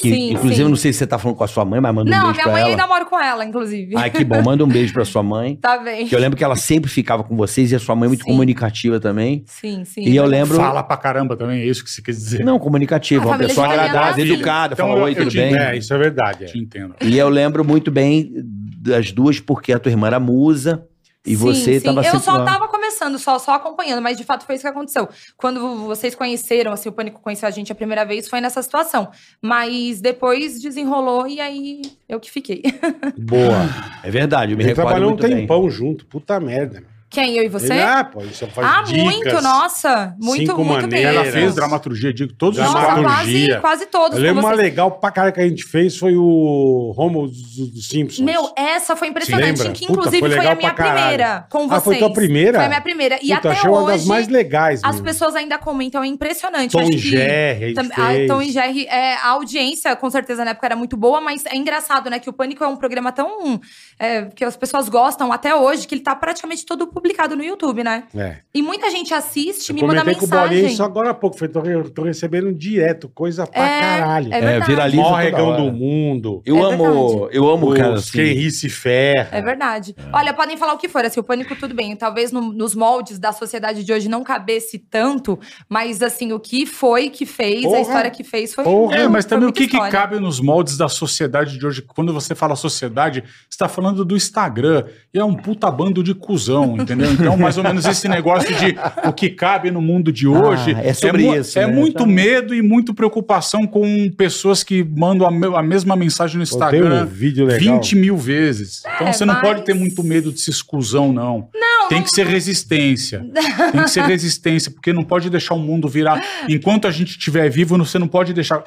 Speaker 3: Que,
Speaker 6: Sim,
Speaker 3: inclusive,
Speaker 6: sim.
Speaker 3: eu não sei se você tá falando com a sua mãe, mas manda um
Speaker 6: Não,
Speaker 3: beijo
Speaker 6: minha
Speaker 3: pra
Speaker 6: mãe
Speaker 3: ela.
Speaker 6: ainda mora com ela, inclusive.
Speaker 3: Ai, que bom, manda um beijo pra sua mãe.
Speaker 6: Tá bem.
Speaker 3: Que eu lembro que ela sempre ficava com vocês e a sua mãe é muito
Speaker 6: Sim.
Speaker 3: comunicativa também.
Speaker 6: Sim, sim.
Speaker 3: E eu lembro.
Speaker 5: Fala pra caramba também, é isso que você quis dizer.
Speaker 3: Não, comunicativa,
Speaker 6: A
Speaker 3: uma
Speaker 6: família
Speaker 3: pessoa
Speaker 6: de italiano é
Speaker 3: agradável,
Speaker 5: assim.
Speaker 3: educada,
Speaker 5: Então,
Speaker 3: fala
Speaker 5: eu-
Speaker 3: oi,
Speaker 5: eu
Speaker 3: tudo
Speaker 5: te
Speaker 3: bem.
Speaker 2: É, isso é verdade.
Speaker 5: Te
Speaker 2: é.
Speaker 5: entendo.
Speaker 3: E eu lembro muito bem das duas, porque a tua irmã era musa e
Speaker 6: Sim,
Speaker 3: você
Speaker 6: sim.
Speaker 3: estava
Speaker 6: Eu
Speaker 3: sempre.
Speaker 6: só
Speaker 3: lá.
Speaker 6: tava começando, só, só acompanhando, mas de fato foi isso que aconteceu. Quando vocês conheceram, assim, o Pânico conheceu a gente a primeira vez, foi nessa situação. Mas depois desenrolou e aí eu que fiquei.
Speaker 2: Boa.
Speaker 3: É verdade, eu me
Speaker 2: Ele
Speaker 3: recordo
Speaker 2: trabalhou um
Speaker 3: muito bem.
Speaker 2: tempão junto. Puta merda. meu.
Speaker 6: Quem? Eu e você?
Speaker 2: Ele, ah, pô, isso faz
Speaker 6: ah,
Speaker 2: dicas.
Speaker 6: muito, nossa. Muito,
Speaker 2: Cinco
Speaker 6: muito
Speaker 2: maneiras.
Speaker 5: Ela
Speaker 2: Era.
Speaker 5: fez dramaturgia, digo, todos os
Speaker 2: Nossa,
Speaker 6: Nossa,
Speaker 5: quadros.
Speaker 2: dramaturgia.
Speaker 6: quase, quase todos.
Speaker 2: Eu lembro
Speaker 6: com
Speaker 2: uma
Speaker 6: vocês.
Speaker 2: legal pra cara que a gente fez foi o Romulo dos dos Simpsons.
Speaker 6: Meu, essa foi impressionante,
Speaker 2: Lembra?
Speaker 6: que
Speaker 2: Puta,
Speaker 6: inclusive
Speaker 2: foi
Speaker 6: foi,
Speaker 2: legal
Speaker 6: a minha
Speaker 2: pra caralho.
Speaker 6: primeira com vocês.
Speaker 2: Ah, foi tua primeira?
Speaker 6: Foi a minha primeira. E
Speaker 2: Puta,
Speaker 6: até
Speaker 2: achei uma das
Speaker 6: hoje,
Speaker 2: mais legais,
Speaker 6: as
Speaker 2: meu.
Speaker 6: pessoas ainda comentam, é impressionante.
Speaker 2: Tom
Speaker 6: Acho
Speaker 2: e
Speaker 6: que-
Speaker 2: Jerry, a gente
Speaker 6: Tam- ah,
Speaker 2: fez.
Speaker 6: Tom e Jerry, é, a audiência, com certeza, na época era muito boa, mas é engraçado, né? Que o Pânico é um programa tão. é, que as pessoas gostam até hoje, que ele tá praticamente todo publicado no YouTube, né?
Speaker 2: É.
Speaker 6: E muita gente assiste,
Speaker 2: Eu
Speaker 6: me manda
Speaker 2: comentei com o Bolinha
Speaker 6: mensagem.
Speaker 2: isso agora há pouco. Falei, tô, re- tô recebendo direto, coisa pra
Speaker 6: É,
Speaker 2: caralho.
Speaker 6: é
Speaker 2: É,
Speaker 3: É,
Speaker 6: verdade.
Speaker 3: viraliza.
Speaker 2: Maior
Speaker 3: toda
Speaker 2: regão
Speaker 3: hora.
Speaker 2: do mundo.
Speaker 3: Eu
Speaker 6: É
Speaker 3: amo, eu amo, cara.
Speaker 2: Os quem
Speaker 3: Assim,
Speaker 2: ri se ferra.
Speaker 6: É verdade. Olha, podem falar o que for, assim, o pânico tudo bem. Talvez no- nos moldes da sociedade de hoje não cabesse tanto, mas assim, o que foi que fez,
Speaker 2: Porra.
Speaker 6: a história que fez foi.
Speaker 2: Porra.
Speaker 5: É, mas
Speaker 6: foi
Speaker 5: também o
Speaker 6: muita
Speaker 5: que, que
Speaker 6: história.
Speaker 5: cabe nos moldes da sociedade de hoje? Quando você fala sociedade, você está falando do Instagram e é um puta bando de cuzão, entendeu? Então, mais ou menos esse negócio de o que cabe no mundo de hoje.
Speaker 3: é sobre
Speaker 5: mu-
Speaker 3: isso,
Speaker 5: É
Speaker 3: né?
Speaker 5: muito
Speaker 3: Tá.
Speaker 5: medo e muito preocupação com pessoas que mandam a, me- a mesma mensagem no
Speaker 2: Pô, Tem um
Speaker 5: Instagram.
Speaker 2: vídeo legal.
Speaker 5: 20 mil vezes. Então
Speaker 6: É,
Speaker 5: você não
Speaker 6: mas-
Speaker 5: pode ter muito medo de ser exclusão, não.
Speaker 6: Não,
Speaker 5: Tem que ser resistência. Tem que ser resistência, porque não pode deixar o mundo virar. Enquanto a gente estiver vivo, você não pode deixar.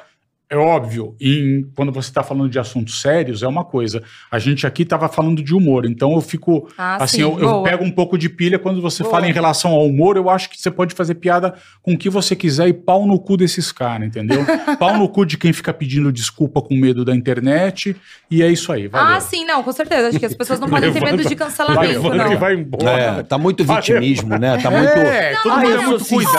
Speaker 5: É óbvio, em- quando você está falando de assuntos sérios, é uma coisa. A gente aqui estava falando de humor, então eu fico.
Speaker 6: Ah,
Speaker 5: assim,
Speaker 6: sim,
Speaker 5: eu, eu
Speaker 6: boa.
Speaker 5: pego um pouco de pilha quando você
Speaker 6: Boa.
Speaker 5: fala em relação ao humor. Eu acho que você pode fazer piada com o que você quiser e pau no cu desses caras, entendeu? pau no cu de quem fica pedindo desculpa com medo da internet. E é isso aí, valeu.
Speaker 6: Ah, sim, não, com certeza. Acho que as pessoas não podem ter medo de cancelamento,
Speaker 5: Levanta
Speaker 2: Levando que
Speaker 6: não.
Speaker 2: vai
Speaker 3: é,
Speaker 2: embora.
Speaker 3: tá muito vitimismo, né? Tá muito.
Speaker 5: É, todo
Speaker 6: Não,
Speaker 5: mundo
Speaker 6: mas assim,
Speaker 5: é
Speaker 6: eu
Speaker 5: muito
Speaker 3: sou
Speaker 5: cuidado. é,
Speaker 3: sensível demais.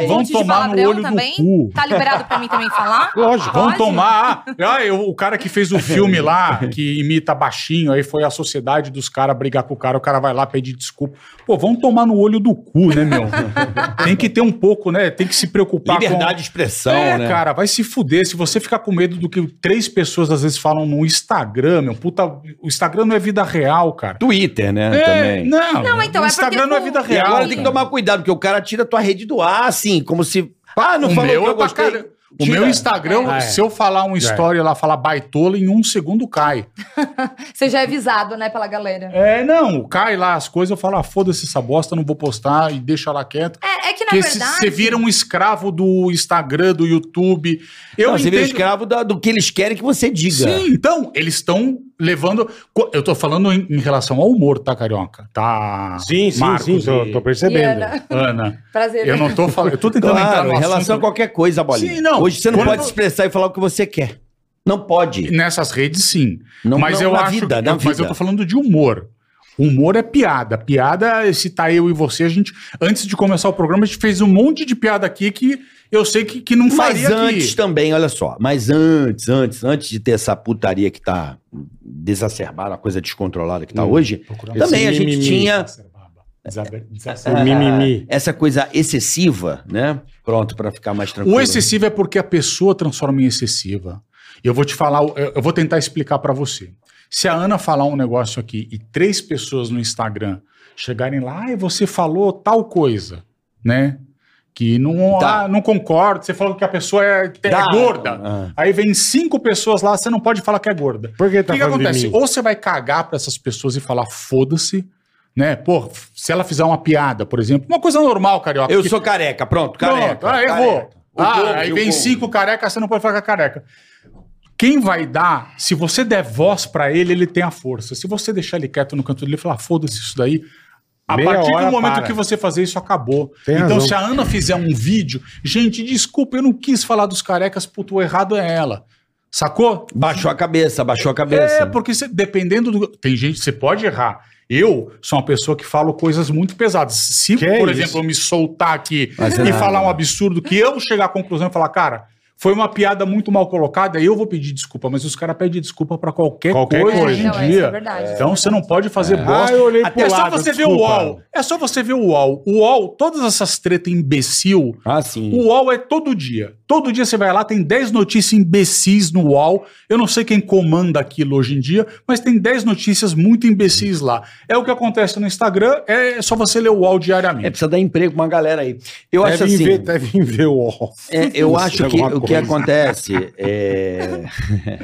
Speaker 5: vão- Vão
Speaker 6: Monte de
Speaker 5: tomar no
Speaker 6: palavrão
Speaker 5: olho do
Speaker 6: também?
Speaker 5: cu.
Speaker 6: Tá liberado pra mim também falar?
Speaker 2: Lógico,
Speaker 5: Vão
Speaker 6: Pode?
Speaker 5: tomar. Ah, eu- o cara que fez o filme lá, que imita baixinho, aí foi a sociedade dos caras brigar com o cara, o cara vai lá pedir desculpa. Pô, vão tomar no olho do cu, né, meu? Tem que ter um pouco, né? Tem que se preocupar
Speaker 3: Liberdade
Speaker 5: com.
Speaker 3: de expressão,
Speaker 5: é,
Speaker 3: né?
Speaker 5: cara, vai se fuder. Se você ficar com medo do que três pessoas às vezes falam no Instagram, meu puta, o Instagram não é vida real, cara.
Speaker 3: Twitter, né?
Speaker 5: É,
Speaker 3: também.
Speaker 5: Não,
Speaker 6: Não, então,
Speaker 5: o
Speaker 6: é
Speaker 5: Instagram
Speaker 6: porque
Speaker 5: não é
Speaker 6: o-
Speaker 5: vida
Speaker 3: E
Speaker 5: real.
Speaker 3: agora tem que tomar cuidado, porque o cara tira a tua rede do ar, assim, como se. Ah, não
Speaker 5: o
Speaker 3: falou
Speaker 5: meu
Speaker 3: que
Speaker 5: é
Speaker 3: eu
Speaker 5: pra
Speaker 3: gostei.
Speaker 5: caralho. O
Speaker 3: Tira.
Speaker 5: meu Instagram,
Speaker 2: É.
Speaker 5: se eu falar uma história lá, falar baitola, em um segundo cai.
Speaker 6: Você já é avisado, né, pela galera.
Speaker 5: É, não, cai lá as coisas, eu falo, ah, foda-se essa bosta, não vou postar e deixa lá quieto.
Speaker 6: É, é que na
Speaker 5: Porque se-
Speaker 6: verdade.
Speaker 5: você vira um escravo do Instagram, do YouTube. Eu
Speaker 3: Não, você vira
Speaker 5: entendo...
Speaker 3: escravo da- do que eles querem que você diga.
Speaker 5: Sim, então, eles estão levando... co- Eu tô falando em, em relação ao humor, tá, Carioca? Tá,
Speaker 2: Sim, sim,
Speaker 5: Marcos
Speaker 2: sim, tô,
Speaker 5: e
Speaker 2: tô percebendo.
Speaker 6: Diana.
Speaker 5: Ana?
Speaker 6: Prazer. né?
Speaker 5: Eu não tô falando... Eu tô tentando entrar
Speaker 3: Claro,
Speaker 5: tá no
Speaker 3: em relação a
Speaker 5: assunto
Speaker 3: qualquer coisa, bolinha.
Speaker 5: Sim, não.
Speaker 3: Hoje você não
Speaker 5: Quando
Speaker 3: pode
Speaker 5: eu-
Speaker 3: expressar e falar o que você quer. Não pode.
Speaker 5: Nessas redes, sim.
Speaker 3: Não-
Speaker 5: mas
Speaker 3: não,
Speaker 5: eu
Speaker 3: na
Speaker 5: acho
Speaker 3: vida,
Speaker 5: que-
Speaker 3: na
Speaker 5: mas eu
Speaker 3: vida.
Speaker 5: tô falando de humor. Humor é piada. Piada, se tá eu e você, a gente, antes de começar o programa, a gente fez um monte de piada aqui que eu sei que, que não
Speaker 3: Mas
Speaker 5: faria
Speaker 3: antes
Speaker 5: aqui.
Speaker 3: também, olha só. Mas antes, antes, antes de ter essa putaria que tá desacerbada, a coisa descontrolada que
Speaker 5: Hum.
Speaker 3: tá hoje,
Speaker 5: Procurando
Speaker 3: também
Speaker 2: esse
Speaker 3: é. a gente
Speaker 2: mimimi.
Speaker 3: tinha ah,
Speaker 5: Desaber- desacer-
Speaker 2: O mimimi.
Speaker 3: essa coisa excessiva, né? Pronto, pra ficar mais tranquilo.
Speaker 5: O excessivo é porque a pessoa transforma em excessiva. E eu vou te falar, o- eu eu vou tentar explicar pra você. Se a Ana falar um negócio aqui e três pessoas no Instagram chegarem lá, ai, você falou tal coisa, né? Que não,
Speaker 3: Tá.
Speaker 5: ah, não concordo, você falou que a pessoa é, é
Speaker 3: Tá.
Speaker 5: gorda.
Speaker 3: Ah.
Speaker 5: Aí vem cinco pessoas lá, você não pode falar que é gorda.
Speaker 2: Por que
Speaker 5: O
Speaker 2: tá
Speaker 5: que, que
Speaker 2: falando de
Speaker 5: acontece?
Speaker 2: mim?
Speaker 5: Ou você vai cagar pra essas pessoas e falar foda-se, né? Pô, se ela fizer uma piada, por exemplo, uma coisa normal, carioca.
Speaker 3: Eu
Speaker 5: que-
Speaker 3: sou careca, pronto,
Speaker 5: Pronto,
Speaker 3: careca.
Speaker 5: ah, errou.
Speaker 3: careca. O
Speaker 5: Ah,
Speaker 3: povo,
Speaker 5: aí
Speaker 3: o
Speaker 5: vem
Speaker 3: povo.
Speaker 5: cinco carecas, você não pode falar que é careca. Quem vai dar, se você der voz pra ele, ele tem a força. Se você deixar ele quieto no canto dele e falar, foda-se isso daí, a
Speaker 2: Meia
Speaker 5: partir
Speaker 2: hora
Speaker 5: do momento
Speaker 2: para.
Speaker 5: que você fazer isso, acabou.
Speaker 2: Tem
Speaker 5: então,
Speaker 2: razão.
Speaker 5: se a Ana fizer um vídeo, gente, desculpa, eu não quis falar dos carecas, puto, o errado é ela. Sacou?
Speaker 3: Baixou a cabeça, baixou a cabeça.
Speaker 5: É, porque você- dependendo do. Tem gente, você pode errar. Eu sou uma pessoa que falo coisas muito pesadas. Se,
Speaker 2: Que
Speaker 5: por
Speaker 2: isso?
Speaker 5: exemplo, eu me soltar aqui
Speaker 3: Mas é
Speaker 5: e
Speaker 3: nada.
Speaker 5: falar um absurdo, que eu chegar à conclusão e falar, cara, foi uma piada muito mal colocada, aí eu vou pedir desculpa. Mas os caras pedem desculpa pra qualquer,
Speaker 2: Qualquer
Speaker 5: coisa
Speaker 2: coisa.
Speaker 5: hoje em
Speaker 6: Não, é,
Speaker 5: dia.
Speaker 6: isso é verdade.
Speaker 5: Então você não pode fazer bosta.
Speaker 2: Ah, eu olhei
Speaker 5: Até
Speaker 2: pro
Speaker 5: é só
Speaker 2: lado,
Speaker 5: você ver o
Speaker 2: desculpa.
Speaker 5: UOL. É só você ver o UOL. O UOL, todas essas tretas imbecil,
Speaker 3: Ah, sim.
Speaker 5: o UOL é todo dia. Todo dia você vai lá, tem 10 notícias imbecis no UOL. Eu não sei quem comanda aquilo hoje em dia, mas tem 10 notícias muito imbecis lá. É o que acontece no Instagram, é só você ler o UOL
Speaker 3: É,
Speaker 5: diariamente.
Speaker 3: precisa dar emprego pra uma galera aí. Eu acho
Speaker 2: Devem
Speaker 3: assim.
Speaker 2: ver, devem ver o off.
Speaker 3: É, eu
Speaker 2: Isso,
Speaker 3: acho que
Speaker 2: alguma
Speaker 3: o que
Speaker 2: coisa.
Speaker 3: acontece é.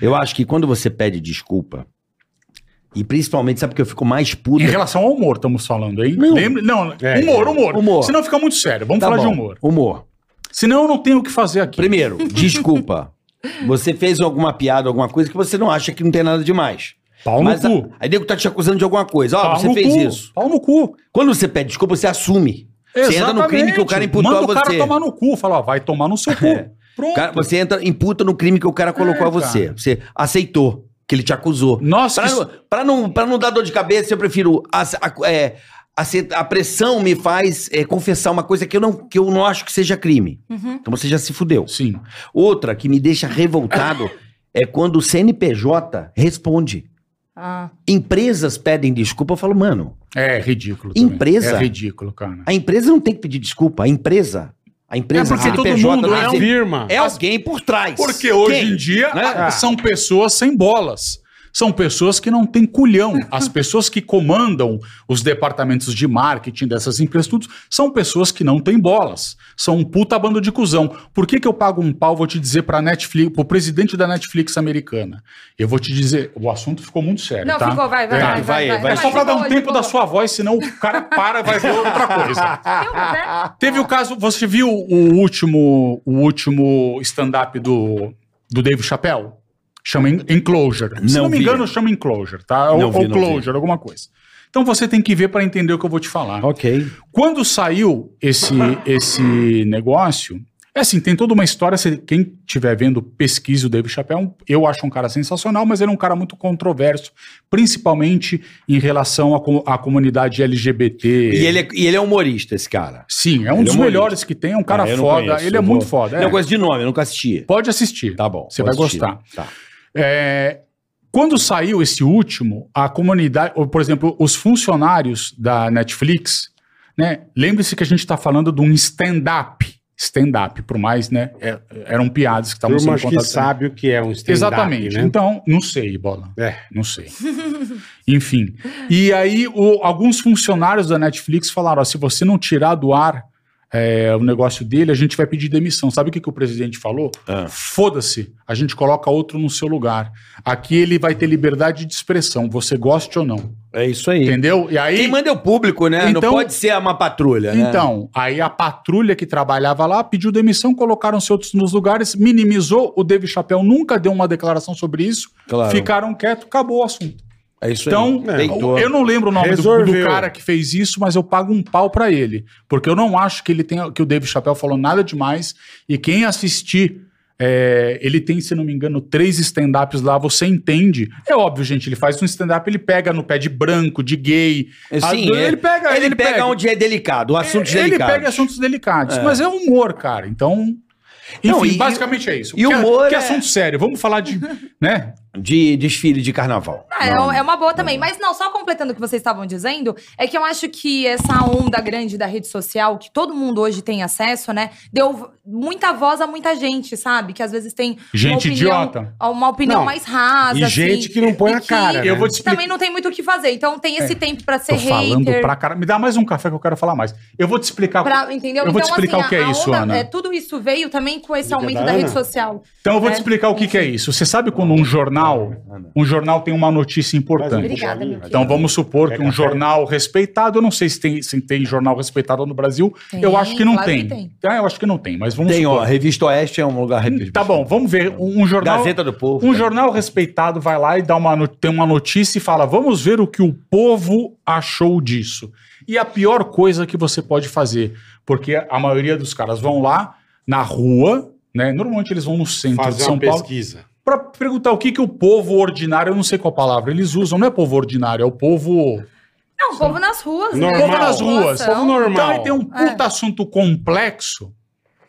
Speaker 3: eu acho que quando você pede desculpa, e principalmente, sabe que eu fico mais puto?
Speaker 5: Em relação ao humor, estamos falando, hein?
Speaker 3: Meu.
Speaker 5: Lembra? Não,
Speaker 2: É,
Speaker 5: humor, humor,
Speaker 3: humor.
Speaker 5: Senão fica muito sério. Vamos
Speaker 3: Tá
Speaker 5: falar
Speaker 3: bom,
Speaker 5: de humor.
Speaker 3: Humor.
Speaker 5: Senão eu não tenho o que fazer aqui.
Speaker 3: Primeiro, desculpa. Você fez alguma piada, alguma coisa que você não acha que não tem nada demais.
Speaker 5: Pau no
Speaker 3: Mas a-
Speaker 5: cu.
Speaker 3: aí nego tá te acusando de alguma coisa. Ó,
Speaker 5: Pau
Speaker 3: você
Speaker 5: no
Speaker 3: fez
Speaker 5: cu.
Speaker 3: isso.
Speaker 5: Pau no cu.
Speaker 3: Quando você pede desculpa, você assume. Você entra no crime que o cara imputou
Speaker 5: Manda
Speaker 3: a
Speaker 5: o cara
Speaker 3: você.
Speaker 5: tomar no cu. Fala, ó, vai tomar no seu cu. Pronto.
Speaker 3: O cara- você entra, imputa no crime que o cara colocou
Speaker 5: É,
Speaker 3: a você. Você aceitou, que ele te acusou.
Speaker 5: Nossa,
Speaker 3: Pra,
Speaker 5: que-
Speaker 3: não- pra não, pra não dar dor de cabeça, eu prefiro. A, a- é, aceitar- a pressão me faz é, confessar uma coisa que eu, não, que eu não acho que seja crime. Então você já se fudeu.
Speaker 5: Sim.
Speaker 3: Outra que me deixa revoltado é quando o CNPJ responde.
Speaker 6: Ah,
Speaker 3: Empresas pedem desculpa, eu falo, mano,
Speaker 5: É ridículo. também.
Speaker 3: Empresa?
Speaker 5: É ridículo, cara.
Speaker 3: a empresa não tem que pedir desculpa, a empresa. A empresa
Speaker 5: É porque todo mundo
Speaker 3: não
Speaker 5: é
Speaker 3: tem
Speaker 5: um
Speaker 3: que-
Speaker 2: Firma.
Speaker 3: é alguém por trás.
Speaker 5: Porque hoje
Speaker 3: Quem?
Speaker 5: em dia
Speaker 3: Né?
Speaker 5: ah, são pessoas sem bolas. São pessoas que não têm culhão. As pessoas que comandam os departamentos de marketing dessas empresas, tudo, são pessoas que não têm bolas. São um puta bando de cuzão. Por que, que eu pago um pau, vou te dizer, pra Netflix, pro presidente da Netflix americana? Eu vou te dizer, o assunto ficou muito sério.
Speaker 6: Não,
Speaker 5: tá?
Speaker 6: ficou, vai, vai,
Speaker 5: Tá,
Speaker 6: vai, vai,
Speaker 3: vai,
Speaker 6: vai,
Speaker 3: vai.
Speaker 5: É só pra dar um
Speaker 6: Ficou,
Speaker 5: tempo da
Speaker 6: ficou.
Speaker 5: sua voz, senão o cara para e vai ver outra coisa.
Speaker 6: Tem um café?
Speaker 5: Teve o caso, você viu o último, o último stand-up do, do Dave Chappelle? Chama En- Enclosure. Se
Speaker 3: Não
Speaker 5: não, me
Speaker 3: vi.
Speaker 5: engano, chama Enclosure, tá?
Speaker 3: Não
Speaker 5: ou
Speaker 3: vi,
Speaker 5: ou
Speaker 3: não vi.
Speaker 5: Closure, alguma coisa. Então você tem que ver pra entender o que eu vou te falar.
Speaker 3: Ok.
Speaker 5: Quando saiu esse, esse negócio, é assim, tem toda uma história. se- quem estiver vendo, pesquise o David Chappelle. Eu acho um cara sensacional, mas ele é um cara muito controverso, principalmente em relação à co- à comunidade LGBT.
Speaker 3: E ele, é, e ele é humorista, esse cara.
Speaker 5: Sim, é um
Speaker 3: Ele é
Speaker 5: dos
Speaker 3: humorista.
Speaker 5: melhores que tem, é um cara
Speaker 3: Ah, eu não
Speaker 5: foda,
Speaker 3: conheço,
Speaker 5: ele é
Speaker 3: eu
Speaker 5: muito
Speaker 3: vou-
Speaker 5: foda. é.
Speaker 3: Não, eu conheço de nome, eu nunca assisti.
Speaker 5: Pode assistir.
Speaker 3: Tá bom.
Speaker 5: Você
Speaker 3: vou
Speaker 5: vai
Speaker 3: assistir.
Speaker 5: gostar.
Speaker 3: Tá.
Speaker 5: É, quando saiu esse último, a comunidade, ou, por exemplo, os funcionários da Netflix, né? Lembre-se que a gente está falando de um stand-up. Stand-up, por mais, né? é- eram piadas que estavam
Speaker 2: Turma
Speaker 5: sendo
Speaker 2: acho que
Speaker 5: contadas.
Speaker 2: sabe o que é um stand-up,
Speaker 5: Exatamente.
Speaker 2: né?
Speaker 5: Então, não sei, bola.
Speaker 2: É.
Speaker 5: Não sei. Enfim. E aí, o- alguns funcionários da Netflix falaram: ó, se você não tirar do ar é, o negócio dele, a gente vai pedir demissão. Sabe o que, que o presidente falou?
Speaker 3: Ah.
Speaker 5: Foda-se, a gente coloca outro no seu lugar. Aqui ele vai ter liberdade de expressão, você goste ou não.
Speaker 3: É isso aí.
Speaker 5: Entendeu? E aí.
Speaker 3: Quem manda é o público, né? Não
Speaker 5: Então-
Speaker 3: pode ser uma patrulha, né?
Speaker 5: Então, aí a patrulha que trabalhava lá pediu demissão, colocaram-se outros nos lugares, minimizou. O David Chapéu nunca deu uma declaração sobre isso.
Speaker 3: Claro.
Speaker 5: Ficaram quietos, acabou o assunto.
Speaker 3: É isso
Speaker 5: Então,
Speaker 3: aí. Deitou.
Speaker 5: eu não lembro o nome do,
Speaker 2: Resolveu.
Speaker 5: do cara que fez isso, mas eu pago um pau pra ele. Porque eu não acho que ele tenha, que o David Chappelle falou nada demais. E quem assistir, é, ele tem, se não me engano, três stand-ups lá, você entende. É óbvio, gente, ele faz um stand-up, ele pega no pé de branco, de gay.
Speaker 3: É, Sim,
Speaker 5: A- ele pega.
Speaker 3: Assim, Ele, pega, onde é delicado, assuntos
Speaker 5: ele
Speaker 3: delicados.
Speaker 5: pega assuntos delicados.
Speaker 3: É.
Speaker 5: Mas é humor, cara. Então. Enfim,
Speaker 3: Não, e-
Speaker 5: basicamente é isso.
Speaker 3: e
Speaker 5: Que-
Speaker 3: humor
Speaker 5: Que
Speaker 3: é-
Speaker 5: assunto sério. Vamos falar de. né?
Speaker 3: de desfile de carnaval.
Speaker 6: Ah, é, é uma boa também. Mas não, só completando o que vocês estavam dizendo, é que eu acho que essa onda grande da rede social, que todo mundo hoje tem acesso, né? Deu muita voz a muita gente, sabe? Que às vezes tem. uma
Speaker 5: Gente
Speaker 6: opinião,
Speaker 5: idiota.
Speaker 6: Uma opinião
Speaker 2: Não,
Speaker 6: mais rasa. assim.
Speaker 2: e gente que não põe
Speaker 6: e
Speaker 2: a cara, né?
Speaker 5: assim, Eu vou te
Speaker 6: que
Speaker 5: explicar.
Speaker 6: também não tem muito o que fazer. Então tem esse tempo pra ser
Speaker 5: Tô falando
Speaker 6: hater.
Speaker 5: pra caralho. Me dá mais um café que eu quero falar mais. Eu vou te explicar.
Speaker 6: pra- entendeu?
Speaker 5: Eu vou te explicar
Speaker 6: assim,
Speaker 5: o que é
Speaker 6: a- a
Speaker 5: isso,
Speaker 6: onda,
Speaker 5: Ana.
Speaker 6: é, tudo isso veio também com esse
Speaker 2: Diga
Speaker 6: aumento
Speaker 2: da
Speaker 6: da rede
Speaker 2: Ana.
Speaker 6: social.
Speaker 5: Então eu vou te
Speaker 6: né?
Speaker 5: explicar o que, que é isso. Você sabe quando um jornal, um jornal tem uma notícia importante.
Speaker 2: Mas-
Speaker 6: Obrigada, meu querido.
Speaker 5: Então vamos supor que
Speaker 2: Pega
Speaker 5: um
Speaker 2: café.
Speaker 5: jornal respeitado, eu não sei se tem, se tem jornal respeitado no Brasil,
Speaker 6: Tem,
Speaker 5: eu acho que não
Speaker 6: claro
Speaker 5: tem.
Speaker 6: que tem.
Speaker 5: Ah, eu acho que não tem, mas vamos
Speaker 3: Tem, ó,
Speaker 5: supor.
Speaker 3: Revista Oeste é um lugar respeitado.
Speaker 5: Tá bom, vamos ver um, um jornal.
Speaker 3: Gazeta do Povo.
Speaker 5: Um
Speaker 3: tá?
Speaker 5: jornal respeitado vai lá e dá uma no- tem uma notícia e fala: vamos ver o que o povo achou disso. E a pior coisa que você pode fazer, porque a maioria dos caras vão lá na rua, né? Normalmente eles vão no centro de
Speaker 2: Fazer
Speaker 5: São
Speaker 2: uma
Speaker 5: Paulo
Speaker 2: pesquisa.
Speaker 5: para perguntar o que, que o povo ordinário, eu não sei qual palavra eles usam, não é povo ordinário, é o povo.
Speaker 6: Não, o povo nas ruas.
Speaker 2: Normal.
Speaker 6: Né?
Speaker 5: Povo nas ruas.
Speaker 6: População.
Speaker 2: Povo normal.
Speaker 5: Então ele tem um puta assunto complexo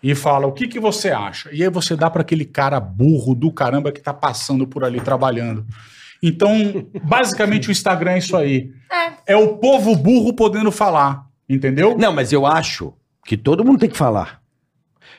Speaker 5: e fala o que, que você acha. E aí você dá para aquele cara burro do caramba que tá passando por ali trabalhando. Então, basicamente, o Instagram é isso aí. É. o povo burro podendo falar. Entendeu?
Speaker 3: Não, mas eu acho que todo mundo tem que falar.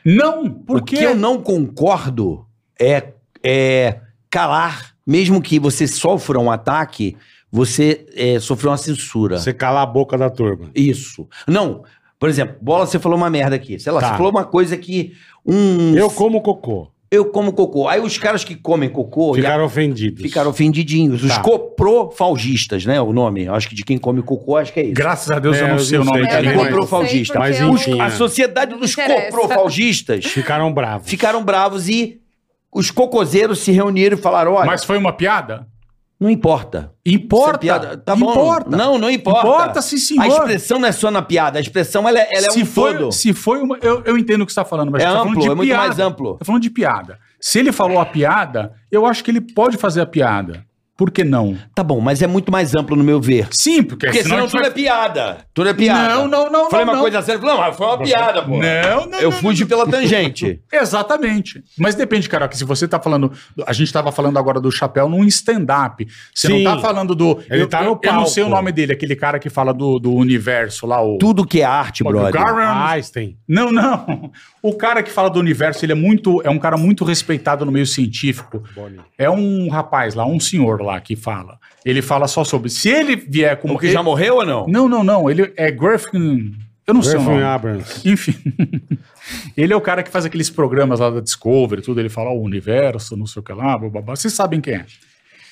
Speaker 5: Não,
Speaker 3: O
Speaker 5: porque.
Speaker 3: que eu não concordo é, é calar. Mesmo que você sofra um ataque, você é, sofreu uma censura.
Speaker 2: Você calar a boca da turma.
Speaker 3: Isso. Não. Por exemplo, bola, você falou uma merda aqui. Sei lá,
Speaker 2: Tá.
Speaker 3: você falou uma coisa que. Um.
Speaker 2: Eu como cocô.
Speaker 3: eu como cocô. Aí os caras que comem cocô já
Speaker 2: Ficaram ofendidos.
Speaker 3: ficaram ofendidinhos. Os
Speaker 2: Tá.
Speaker 3: coprofalgistas, né? O nome. Acho que de quem come cocô, acho que é isso.
Speaker 5: Graças a Deus
Speaker 2: É,
Speaker 5: eu não
Speaker 2: eu
Speaker 5: sei o
Speaker 2: não
Speaker 5: nome
Speaker 2: sei
Speaker 6: É, eu
Speaker 5: dele.
Speaker 6: também
Speaker 5: mas-
Speaker 6: não sei
Speaker 3: Coprofalgista.
Speaker 6: porque
Speaker 2: Mas
Speaker 6: eu não-
Speaker 2: enfim.
Speaker 3: A sociedade
Speaker 6: Não
Speaker 3: dos
Speaker 6: interessa.
Speaker 3: coprofalgistas
Speaker 2: Ficaram bravos.
Speaker 3: ficaram bravos e os cocozeiros se reuniram e falaram: olha,
Speaker 5: Mas foi uma piada?
Speaker 3: não importa. Essa
Speaker 5: Importa.
Speaker 3: é piada- tá bom.
Speaker 5: importa.
Speaker 3: Não, não importa.
Speaker 5: Importa, sim, senhor.
Speaker 3: A expressão não é só na piada, a expressão ela, é- ela é
Speaker 5: se
Speaker 3: um
Speaker 5: foi,
Speaker 3: todo.
Speaker 5: Se foi uma. Eu, eu entendo o que você está falando, mas
Speaker 3: É
Speaker 5: você tá
Speaker 3: amplo,
Speaker 5: falando de
Speaker 3: é muito
Speaker 5: piada.
Speaker 3: mais amplo.
Speaker 5: Tá falando de piada. Se ele falou a piada, eu acho que ele pode fazer a piada. Por que não?
Speaker 3: Tá bom, mas é muito mais amplo no meu ver.
Speaker 5: Sim, porque,
Speaker 3: Porque
Speaker 5: É, senão,
Speaker 3: senão
Speaker 5: a gente
Speaker 3: tudo
Speaker 5: vai...
Speaker 3: é piada. Tudo é piada.
Speaker 5: Não, não, não,
Speaker 3: Falei
Speaker 5: não,
Speaker 3: uma
Speaker 5: não.
Speaker 3: coisa séria. Não, mas foi uma piada, pô.
Speaker 5: Não, não,
Speaker 3: Eu
Speaker 5: não,
Speaker 3: fugi pela tangente.
Speaker 5: Exatamente. Mas depende, cara, que se você tá falando. A gente tava falando agora do chapéu num stand-up. Você
Speaker 2: Sim.
Speaker 5: não tá falando do.
Speaker 2: Ele
Speaker 5: eu,
Speaker 2: tá no
Speaker 5: eu, eu não sei o
Speaker 2: palco.
Speaker 5: nome dele, aquele cara que fala do, do universo lá, o.
Speaker 3: Tudo que é arte,
Speaker 5: Pô,
Speaker 3: brother.
Speaker 5: Garra-
Speaker 2: Ah, Einstein.
Speaker 5: Não, não. O cara que fala do universo, ele é muito, é um cara muito respeitado no meio científico. É um rapaz lá, um senhor lá que fala. Ele fala só sobre. Se ele vier com
Speaker 3: É O que já morreu ou não?
Speaker 5: Não, não, não. Ele é Griffin. Eu não sei o
Speaker 2: Griffin
Speaker 5: nome.
Speaker 2: Abrams.
Speaker 5: Enfim. ele é o cara que faz aqueles programas lá da Discovery, tudo. Ele fala "Ó, o universo, não sei o que lá, bababá. Vocês sabem quem é.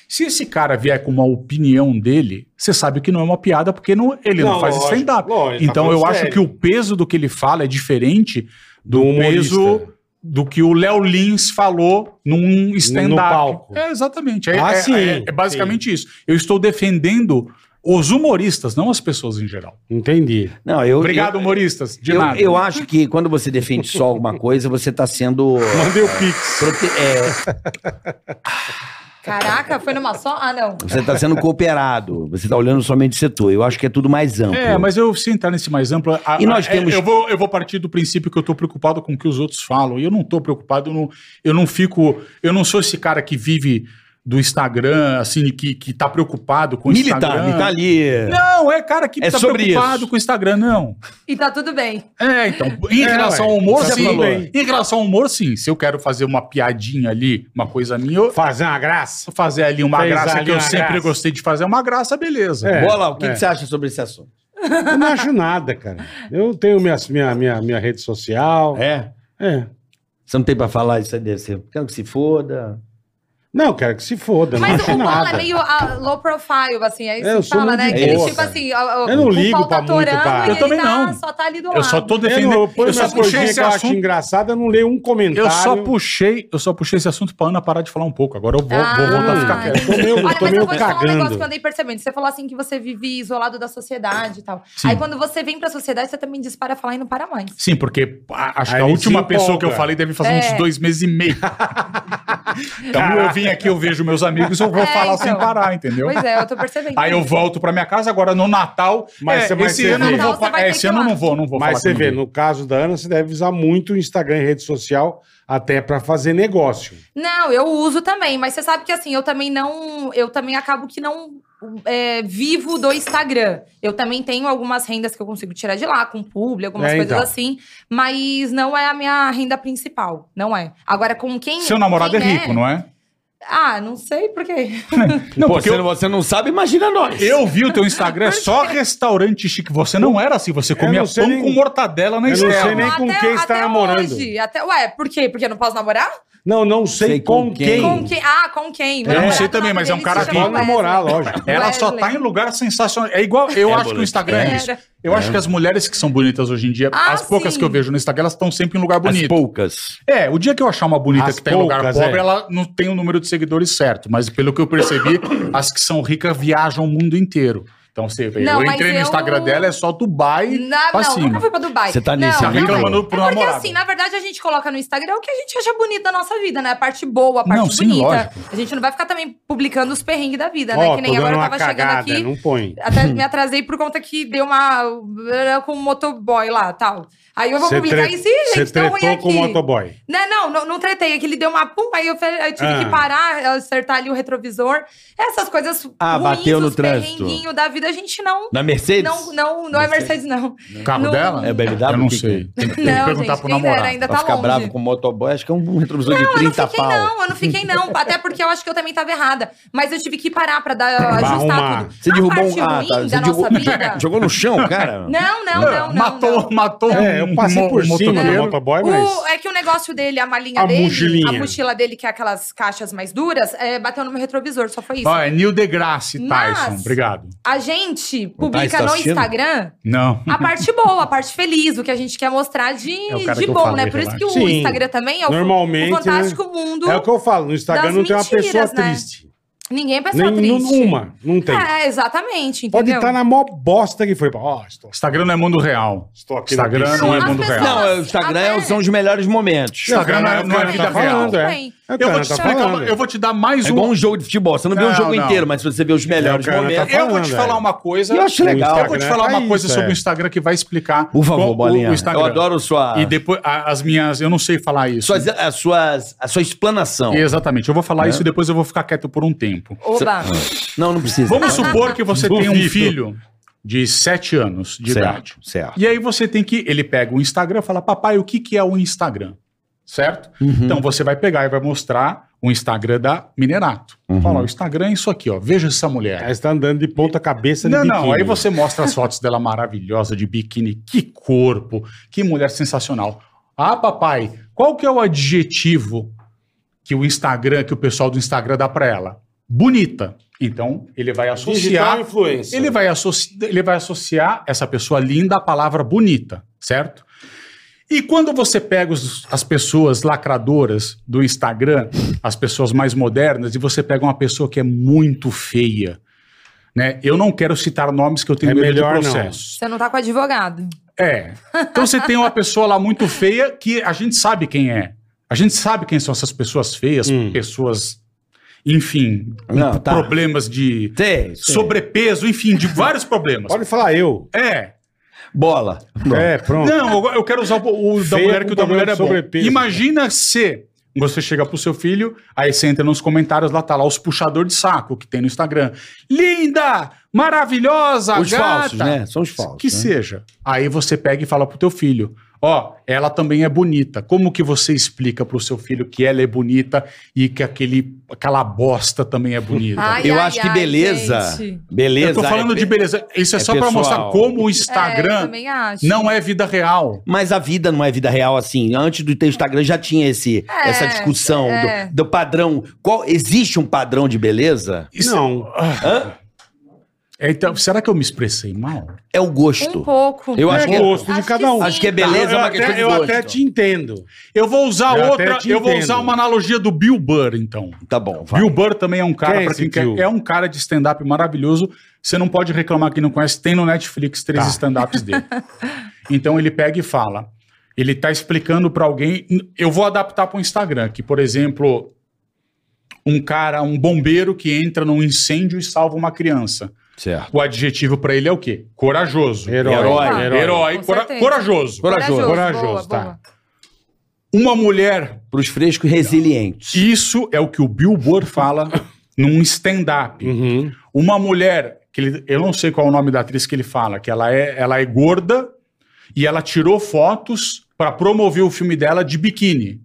Speaker 5: Se esse cara vier com uma opinião dele, você sabe que não é uma piada, porque não, ele não,
Speaker 2: Não,
Speaker 5: faz
Speaker 2: lógico,
Speaker 5: stand-up.
Speaker 2: lógico, ele tá
Speaker 5: então
Speaker 2: falando
Speaker 5: eu acho
Speaker 2: sério.
Speaker 5: que o peso do que ele fala é diferente do,
Speaker 2: Do humorista.
Speaker 5: peso do que o Léo Lins falou num
Speaker 2: No
Speaker 5: stand-up.
Speaker 2: palco.
Speaker 5: É, exatamente. É,
Speaker 2: Ah,
Speaker 5: é-
Speaker 2: sim,
Speaker 5: é- é basicamente isso. Eu estou defendendo os humoristas, não as pessoas em geral.
Speaker 2: Entendi.
Speaker 3: Não, eu.
Speaker 5: Obrigado, humoristas. De
Speaker 3: Eu, eu,
Speaker 5: nada.
Speaker 3: eu acho que quando você defende só alguma coisa, você tá sendo.
Speaker 2: Mandei o Pix.
Speaker 3: prote- é,
Speaker 6: Caraca, foi numa só? Ah, não.
Speaker 3: você tá sendo cooperado. Você tá olhando somente o setor. Eu acho que é tudo mais amplo.
Speaker 5: É, mas eu se entrar nesse mais amplo. a-
Speaker 3: E nós
Speaker 5: a- é,
Speaker 3: temos-
Speaker 5: Eu vou, eu vou partir do princípio que eu tô preocupado com o que os outros falam. E eu não tô preocupado, eu não, eu não fico. Eu não sou esse cara que vive do Instagram, assim, que, que tá preocupado com o
Speaker 3: militar,
Speaker 5: Instagram.
Speaker 3: militar ali.
Speaker 5: Não, é cara que
Speaker 3: É
Speaker 5: tá
Speaker 3: sobre
Speaker 5: preocupado
Speaker 3: isso.
Speaker 5: com o Instagram, não.
Speaker 6: E tá tudo bem.
Speaker 5: É, então, em
Speaker 2: É,
Speaker 5: relação
Speaker 2: ué,
Speaker 5: ao humor,
Speaker 3: você
Speaker 5: sim.
Speaker 3: falou.
Speaker 5: Em relação ao humor, sim. Se eu quero fazer uma piadinha ali, uma coisa minha, eu
Speaker 2: Fazer uma graça.
Speaker 5: fazer ali uma
Speaker 2: Fez
Speaker 5: graça
Speaker 2: ali
Speaker 5: que eu
Speaker 2: uma
Speaker 5: sempre
Speaker 2: graça.
Speaker 5: gostei de fazer, uma graça, beleza.
Speaker 2: É.
Speaker 3: Bola, o que,
Speaker 2: é.
Speaker 3: que você acha sobre esse assunto?
Speaker 2: Eu não acho nada, cara. Eu tenho minhas, minha, minha, minha rede social.
Speaker 3: É?
Speaker 2: É.
Speaker 3: Você não tem pra falar isso aí desse. Quero que se foda.
Speaker 2: Não, quero que se foda. não
Speaker 6: Mas
Speaker 2: acho
Speaker 6: o Bola é
Speaker 2: nada.
Speaker 6: meio ah, low profile, assim, é isso
Speaker 2: É, eu
Speaker 6: que
Speaker 2: sou
Speaker 6: fala,
Speaker 2: muito
Speaker 6: né?
Speaker 2: de
Speaker 6: Que ele,
Speaker 3: boa,
Speaker 6: tipo
Speaker 2: cara.
Speaker 6: assim, a- a-
Speaker 2: Eu não
Speaker 6: o
Speaker 2: ligo
Speaker 6: pau tá
Speaker 2: pra muito,
Speaker 6: atorando
Speaker 2: cara.
Speaker 6: e
Speaker 5: Eu
Speaker 6: ele
Speaker 5: também
Speaker 6: tá-
Speaker 5: não.
Speaker 6: só tá ali do lado.
Speaker 5: Eu só tô
Speaker 2: Eu, não, eu
Speaker 5: defendendo.
Speaker 2: ponho
Speaker 5: eu só
Speaker 2: umas
Speaker 5: puxei
Speaker 2: coisinhas
Speaker 5: esse
Speaker 2: que eu acho
Speaker 5: assunto
Speaker 2: engraçada, eu não leio um comentário.
Speaker 5: Eu só puxei, eu só puxei esse assunto pra Ana parar de falar um pouco. Agora eu vou, vou voltar a ficar
Speaker 6: Ah,
Speaker 5: quieto.
Speaker 2: Tô meio-
Speaker 6: Olha,
Speaker 2: tô
Speaker 6: mas
Speaker 2: meio
Speaker 6: eu vou te falar um
Speaker 2: cagando.
Speaker 6: negócio que eu andei percebendo. Você falou assim que você vivia isolado da sociedade e tal.
Speaker 5: Sim.
Speaker 6: Aí quando você vem pra sociedade, você também dispara a falar e não para mais.
Speaker 5: Sim, porque a- acho
Speaker 2: Aí
Speaker 5: que a
Speaker 2: ele
Speaker 5: última
Speaker 2: se
Speaker 5: pessoa
Speaker 2: empolga.
Speaker 5: que eu falei deve fazer
Speaker 6: É.
Speaker 5: uns dois meses e meio. Então eu vim aqui, eu vejo meus amigos, eu vou
Speaker 6: É,
Speaker 5: falar
Speaker 6: então.
Speaker 5: sem parar, entendeu?
Speaker 6: Pois é, eu tô percebendo.
Speaker 5: Aí eu volto pra minha casa agora no Natal.
Speaker 2: Mas
Speaker 5: é,
Speaker 2: você- mas
Speaker 5: esse
Speaker 2: você
Speaker 5: ano
Speaker 2: vê.
Speaker 5: eu não vou.
Speaker 6: Natal você
Speaker 5: fa-
Speaker 6: vai
Speaker 5: é,
Speaker 6: ter
Speaker 5: Esse
Speaker 6: que ir
Speaker 5: ano eu
Speaker 6: lá.
Speaker 5: não vou, não vou falar
Speaker 2: Mas você
Speaker 5: com
Speaker 2: vê,
Speaker 5: ninguém.
Speaker 2: no caso da Ana, você deve usar muito o Instagram e rede social até pra fazer negócio.
Speaker 6: Não, eu uso também, mas você sabe que assim, eu também não. Eu também acabo que não é, vivo do Instagram. Eu também tenho algumas rendas que eu consigo tirar de lá, com publi, algumas
Speaker 2: É,
Speaker 6: coisas
Speaker 2: então.
Speaker 6: assim. Mas não é a minha renda principal. Não é. Agora, com quem.
Speaker 5: Seu namorado é
Speaker 6: quem
Speaker 5: rico, não é?
Speaker 6: Ah, não sei por quê.
Speaker 5: Não,
Speaker 3: Pô,
Speaker 5: porque
Speaker 3: você,
Speaker 5: eu,
Speaker 3: não- você não sabe, imagina nós.
Speaker 5: eu vi o teu Instagram, é só restaurante chique. Você não era assim, você comia
Speaker 2: não sei
Speaker 5: pão
Speaker 2: nem-
Speaker 5: com mortadela na
Speaker 2: Eu não
Speaker 5: estrela.
Speaker 2: sei nem com quem está namorando.
Speaker 6: Hoje, até, ué, por quê? Porque eu não posso namorar?
Speaker 2: Não, não sei,
Speaker 3: Sei com
Speaker 2: com,
Speaker 3: quem.
Speaker 2: quem.
Speaker 6: Com quem? Ah, com quem? Meu
Speaker 5: Eu não
Speaker 6: namorado,
Speaker 5: sei também,
Speaker 6: o nome
Speaker 5: mas é um
Speaker 6: dele
Speaker 5: cara
Speaker 6: se chama
Speaker 2: Pode
Speaker 5: rico.
Speaker 6: Wesley.
Speaker 2: namorar, lógico.
Speaker 5: Ela só tá em
Speaker 6: Wesley.
Speaker 5: lugar sensacional. É igual, eu
Speaker 3: É,
Speaker 5: acho que
Speaker 3: Boleto.
Speaker 5: o Instagram é isso.
Speaker 6: Era.
Speaker 5: Eu acho que as mulheres que são bonitas hoje em dia,
Speaker 6: Ah,
Speaker 5: as poucas
Speaker 6: sim.
Speaker 5: que eu vejo no Instagram, elas estão sempre em lugar
Speaker 3: As
Speaker 5: bonito.
Speaker 3: poucas.
Speaker 5: É, o dia que eu achar uma bonita
Speaker 2: As
Speaker 5: que tá em lugar
Speaker 2: poucas,
Speaker 5: pobre,
Speaker 2: é.
Speaker 5: ela não tem o número de seguidores certo. Mas pelo que eu percebi, as que são ricas viajam o mundo inteiro. Então você vê,
Speaker 6: Não,
Speaker 5: eu
Speaker 6: mas
Speaker 5: entrei no
Speaker 6: eu-
Speaker 5: Instagram dela, é só Dubai
Speaker 6: Na-
Speaker 5: pra
Speaker 6: não,
Speaker 5: cima.
Speaker 6: nunca fui pra Dubai.
Speaker 3: Você tá nisso,
Speaker 5: Tá
Speaker 6: não,
Speaker 3: né?
Speaker 6: nunca fui.
Speaker 5: reclamando pro
Speaker 6: É porque
Speaker 5: namorado.
Speaker 6: assim, na verdade, a gente coloca no Instagram o que a gente acha bonito da nossa vida, né? A parte boa, a parte
Speaker 5: Não, sim,
Speaker 6: bonita.
Speaker 5: lógico.
Speaker 6: A gente não vai ficar também publicando os perrengues da vida, né?
Speaker 2: Ó, tô
Speaker 6: que nem
Speaker 2: dando
Speaker 6: agora eu
Speaker 2: uma
Speaker 6: tava
Speaker 2: cagada,
Speaker 6: chegando aqui.
Speaker 2: não põe.
Speaker 6: Até me atrasei por conta que deu uma. com um motoboy lá tal. Aí eu vou
Speaker 2: Você
Speaker 6: publicar
Speaker 2: tre-
Speaker 6: isso, Ih,
Speaker 2: você
Speaker 6: gente, tão ruim
Speaker 2: tretou
Speaker 6: aqui.
Speaker 2: com o motoboy.
Speaker 6: Não, Né? não, não, não tretei. É que ele deu uma pum, aí eu, fe- eu tive
Speaker 2: Ah.
Speaker 6: que parar, acertar ali o retrovisor. Essas coisas
Speaker 3: Ah,
Speaker 6: ruins,
Speaker 3: bateu no
Speaker 6: os
Speaker 3: trânsito.
Speaker 6: perrenguinhos da vida, a gente não.
Speaker 3: Na Mercedes?
Speaker 6: Não, não, não é Mercedes, não.
Speaker 5: O carro
Speaker 6: Não-
Speaker 5: dela?
Speaker 3: É BMW?
Speaker 5: Eu não
Speaker 3: que que
Speaker 5: sei. Tem que
Speaker 6: Não,
Speaker 5: perguntar
Speaker 6: gente,
Speaker 5: pro
Speaker 6: quem
Speaker 5: namorado.
Speaker 6: dera, ainda
Speaker 3: Pra
Speaker 6: tá
Speaker 3: ficar
Speaker 6: longe.
Speaker 3: bravo com o motoboy, acho que é um retrovisor de
Speaker 6: Não, eu não
Speaker 3: 30
Speaker 6: fiquei
Speaker 3: pau.
Speaker 6: não, eu não fiquei não. Até porque eu acho que eu também tava errada. Mas eu tive que parar pra dar, ajustar
Speaker 2: arrumar.
Speaker 6: tudo.
Speaker 3: Você
Speaker 6: A
Speaker 3: derrubou
Speaker 6: parte
Speaker 3: um. Ah,
Speaker 6: ruim
Speaker 3: tá.
Speaker 6: da
Speaker 3: Você
Speaker 6: nossa
Speaker 3: derrubou-
Speaker 6: vida...
Speaker 3: jogou no chão, cara?
Speaker 6: Não, não, não, não.
Speaker 5: matou,
Speaker 6: não.
Speaker 5: matou. um
Speaker 2: É, eu passei
Speaker 5: mo-
Speaker 2: por cima do
Speaker 5: motoqueiro.
Speaker 2: motoboy, mas...
Speaker 6: O- é que o negócio dele, a malinha
Speaker 2: A
Speaker 6: dele,
Speaker 2: mochilinha.
Speaker 6: a mochila dele, que é aquelas caixas mais duras, é, bateu no meu retrovisor, só foi isso.
Speaker 5: Ó, é Neil deGrasse Tyson,
Speaker 6: Mas-
Speaker 5: obrigado.
Speaker 6: A gente
Speaker 3: Tyson
Speaker 6: publica
Speaker 3: tá
Speaker 6: no
Speaker 3: assistindo?
Speaker 6: Instagram
Speaker 5: Não.
Speaker 6: a parte boa, a parte feliz, o que a gente quer mostrar de,
Speaker 5: É o cara
Speaker 6: de
Speaker 5: que eu
Speaker 6: bom,
Speaker 5: falei,
Speaker 6: né? Por isso que o
Speaker 2: relaxa. Sim.
Speaker 6: Instagram também é o,
Speaker 2: Normalmente,
Speaker 6: o fantástico mundo.
Speaker 2: É o que eu falo, no Instagram
Speaker 6: das
Speaker 2: não tem uma
Speaker 6: mentiras,
Speaker 2: pessoa
Speaker 6: né?
Speaker 2: triste.
Speaker 6: Ninguém é pessoa
Speaker 2: Nem
Speaker 6: triste.
Speaker 2: uma, não tem.
Speaker 6: É, exatamente, entendeu?
Speaker 2: Pode estar na maior bosta que foi. Ó, estou,
Speaker 5: Instagram não é mundo real.
Speaker 2: estou aqui
Speaker 5: Instagram
Speaker 2: na
Speaker 5: não é
Speaker 2: piscina.
Speaker 5: mundo
Speaker 6: As pessoas-
Speaker 5: real.
Speaker 3: Não, é, o Instagram é- são os melhores momentos.
Speaker 5: Não, Instagram não é- não é
Speaker 3: tá
Speaker 5: vida real.
Speaker 2: falando, é.
Speaker 6: Bem,
Speaker 2: É o que
Speaker 5: Eu
Speaker 2: a
Speaker 5: vou
Speaker 2: Ana
Speaker 5: te
Speaker 2: tá
Speaker 5: explicar,
Speaker 2: falando.
Speaker 5: uma- eu vou te dar mais
Speaker 3: É
Speaker 5: um.
Speaker 3: igual um jogo de futebol. Você não, vê o
Speaker 5: Não,
Speaker 3: jogo
Speaker 5: não.
Speaker 3: inteiro, mas você vê os melhores
Speaker 2: É, o cara
Speaker 3: momentos.
Speaker 2: tá
Speaker 5: Eu vou
Speaker 2: falando,
Speaker 5: te
Speaker 2: é.
Speaker 5: falar uma coisa.
Speaker 3: Eu acho legal. né?
Speaker 5: Eu vou te
Speaker 2: Instagram
Speaker 5: falar
Speaker 2: é
Speaker 5: uma
Speaker 2: pra
Speaker 5: coisa
Speaker 2: isso, é.
Speaker 5: sobre o Instagram que vai explicar. com
Speaker 3: Por favor,
Speaker 5: o-
Speaker 3: Bolinha.
Speaker 5: O Instagram.
Speaker 3: Eu adoro sua,
Speaker 5: E depois, a- as minhas. Eu não sei falar isso.
Speaker 3: suas, a, suas, a sua explanação.
Speaker 5: Exatamente. Eu vou
Speaker 3: É.
Speaker 5: falar isso e depois eu vou ficar quieto por um tempo.
Speaker 6: Oba.
Speaker 3: Não, não precisa.
Speaker 5: Vamos supor que você
Speaker 2: Duvido.
Speaker 5: tem um filho de 7 anos de idade.
Speaker 3: Certo, certo.
Speaker 5: E aí você tem que. Ele pega o Instagram e fala: Papai, o que, que é o Instagram? Certo?
Speaker 2: Uhum.
Speaker 5: Então você vai pegar e vai mostrar o Instagram da Minerato.
Speaker 2: Uhum.
Speaker 5: Fala: "Ó, o Instagram é isso aqui, ó. Veja essa mulher.
Speaker 2: Ela está andando de ponta cabeça de
Speaker 5: Não, não,
Speaker 2: biquíni.
Speaker 5: aí você mostra as fotos dela maravilhosa de biquíni, que corpo, que mulher sensacional. Ah, papai, qual que é o adjetivo que o Instagram, que o pessoal do Instagram dá pra ela? Bonita. Então, ele vai
Speaker 2: Digital
Speaker 5: associar,
Speaker 2: influencer.
Speaker 5: ele vai associar, ele vai associar essa pessoa linda à palavra bonita, certo? E quando você pega os- as pessoas lacradoras do Instagram, as pessoas mais modernas, e você pega uma pessoa que é muito feia, né? Eu não quero citar nomes que eu tenho
Speaker 2: É
Speaker 5: medo
Speaker 2: melhor não.
Speaker 5: de processos.
Speaker 6: Você não tá com advogado.
Speaker 5: É. Então você tem uma pessoa lá muito feia que a gente sabe quem é. A gente sabe quem são essas pessoas feias,
Speaker 2: Hum.
Speaker 5: pessoas, enfim,
Speaker 3: Não,
Speaker 5: com
Speaker 3: tá.
Speaker 5: problemas de
Speaker 3: Tem, tem.
Speaker 5: sobrepeso, enfim, de vários problemas.
Speaker 2: Pode falar eu.
Speaker 5: É.
Speaker 3: Bola.
Speaker 2: É, pronto.
Speaker 5: Não, eu- eu quero usar o, o da
Speaker 2: Feia
Speaker 5: mulher
Speaker 2: com
Speaker 5: que o da
Speaker 2: problema
Speaker 5: mulher
Speaker 2: de
Speaker 5: é bom.
Speaker 2: sobrepeso.
Speaker 3: né?
Speaker 5: Imagina se você chega pro seu filho, aí você entra nos comentários, lá tá lá os puxador de saco que tem no Instagram. Linda! Maravilhosa!
Speaker 3: Os
Speaker 5: gata!
Speaker 3: falsos, né? São os falsos.
Speaker 5: Que
Speaker 3: né?
Speaker 5: seja. Aí você pega e fala pro teu filho, ó, ela também é bonita. Como que você explica pro seu filho que ela é bonita e que aquele, aquela bosta também é bonita?
Speaker 6: Ai,
Speaker 3: Eu
Speaker 6: ai,
Speaker 3: acho que
Speaker 6: ai,
Speaker 3: beleza.
Speaker 6: gente.
Speaker 3: Beleza.
Speaker 5: Eu tô falando
Speaker 3: é-
Speaker 5: de beleza. Isso é,
Speaker 3: é
Speaker 5: só pra
Speaker 3: pessoal.
Speaker 5: mostrar como o
Speaker 6: É, eu
Speaker 5: Instagram
Speaker 6: também acho.
Speaker 5: não é vida real.
Speaker 3: Mas a vida não é vida real assim. Antes do ter Instagram já tinha esse,
Speaker 6: É,
Speaker 3: essa discussão
Speaker 6: é.
Speaker 3: do, do padrão. Qual existe um padrão de beleza?
Speaker 2: Não.
Speaker 3: Hã?
Speaker 5: É, Então, será que eu me expressei mal?
Speaker 3: É o gosto.
Speaker 6: Um pouco.
Speaker 3: Eu
Speaker 2: É
Speaker 3: acho que
Speaker 2: gosto de
Speaker 6: Acho
Speaker 2: cada
Speaker 6: que
Speaker 2: um.
Speaker 6: sim. tá.
Speaker 3: acho que é
Speaker 2: Eu,
Speaker 3: beleza, é uma questão
Speaker 2: até,
Speaker 3: de
Speaker 2: eu
Speaker 3: gosto.
Speaker 2: até te entendo.
Speaker 5: Eu vou
Speaker 2: Eu
Speaker 5: usar
Speaker 2: até
Speaker 5: outra,
Speaker 2: te
Speaker 5: eu vou
Speaker 2: entendo.
Speaker 5: usar uma analogia do Bill Burr, então.
Speaker 3: Tá bom, vai.
Speaker 5: Bill Burr também é um cara,
Speaker 2: Quem é
Speaker 5: pra
Speaker 2: esse
Speaker 5: quem quer,
Speaker 2: Bill?
Speaker 5: é um cara de stand-up maravilhoso. Você não pode reclamar que não conhece, tem no Netflix três
Speaker 2: Tá.
Speaker 5: stand-ups dele. Então ele pega e fala. Ele tá explicando pra alguém. Eu vou adaptar pro Instagram, que, por exemplo, um cara, um bombeiro que entra num incêndio e salva uma criança.
Speaker 3: Certo.
Speaker 5: O adjetivo pra ele é o quê? Corajoso.
Speaker 2: Herói.
Speaker 5: Herói.
Speaker 6: Herói.
Speaker 5: Herói,
Speaker 6: Com
Speaker 5: cora-
Speaker 6: certeza.
Speaker 5: corajoso.
Speaker 2: Corajoso,
Speaker 6: boa,
Speaker 2: corajoso, tá.
Speaker 6: boa.
Speaker 5: Uma mulher
Speaker 3: Pros frescos resilientes.
Speaker 5: Isso é o que o Billboard fala num stand-up.
Speaker 2: Uhum.
Speaker 5: Uma mulher, que ele- eu não sei qual é o nome da atriz que ele fala, que ela é, ela é gorda e ela tirou fotos para promover o filme dela de biquíni.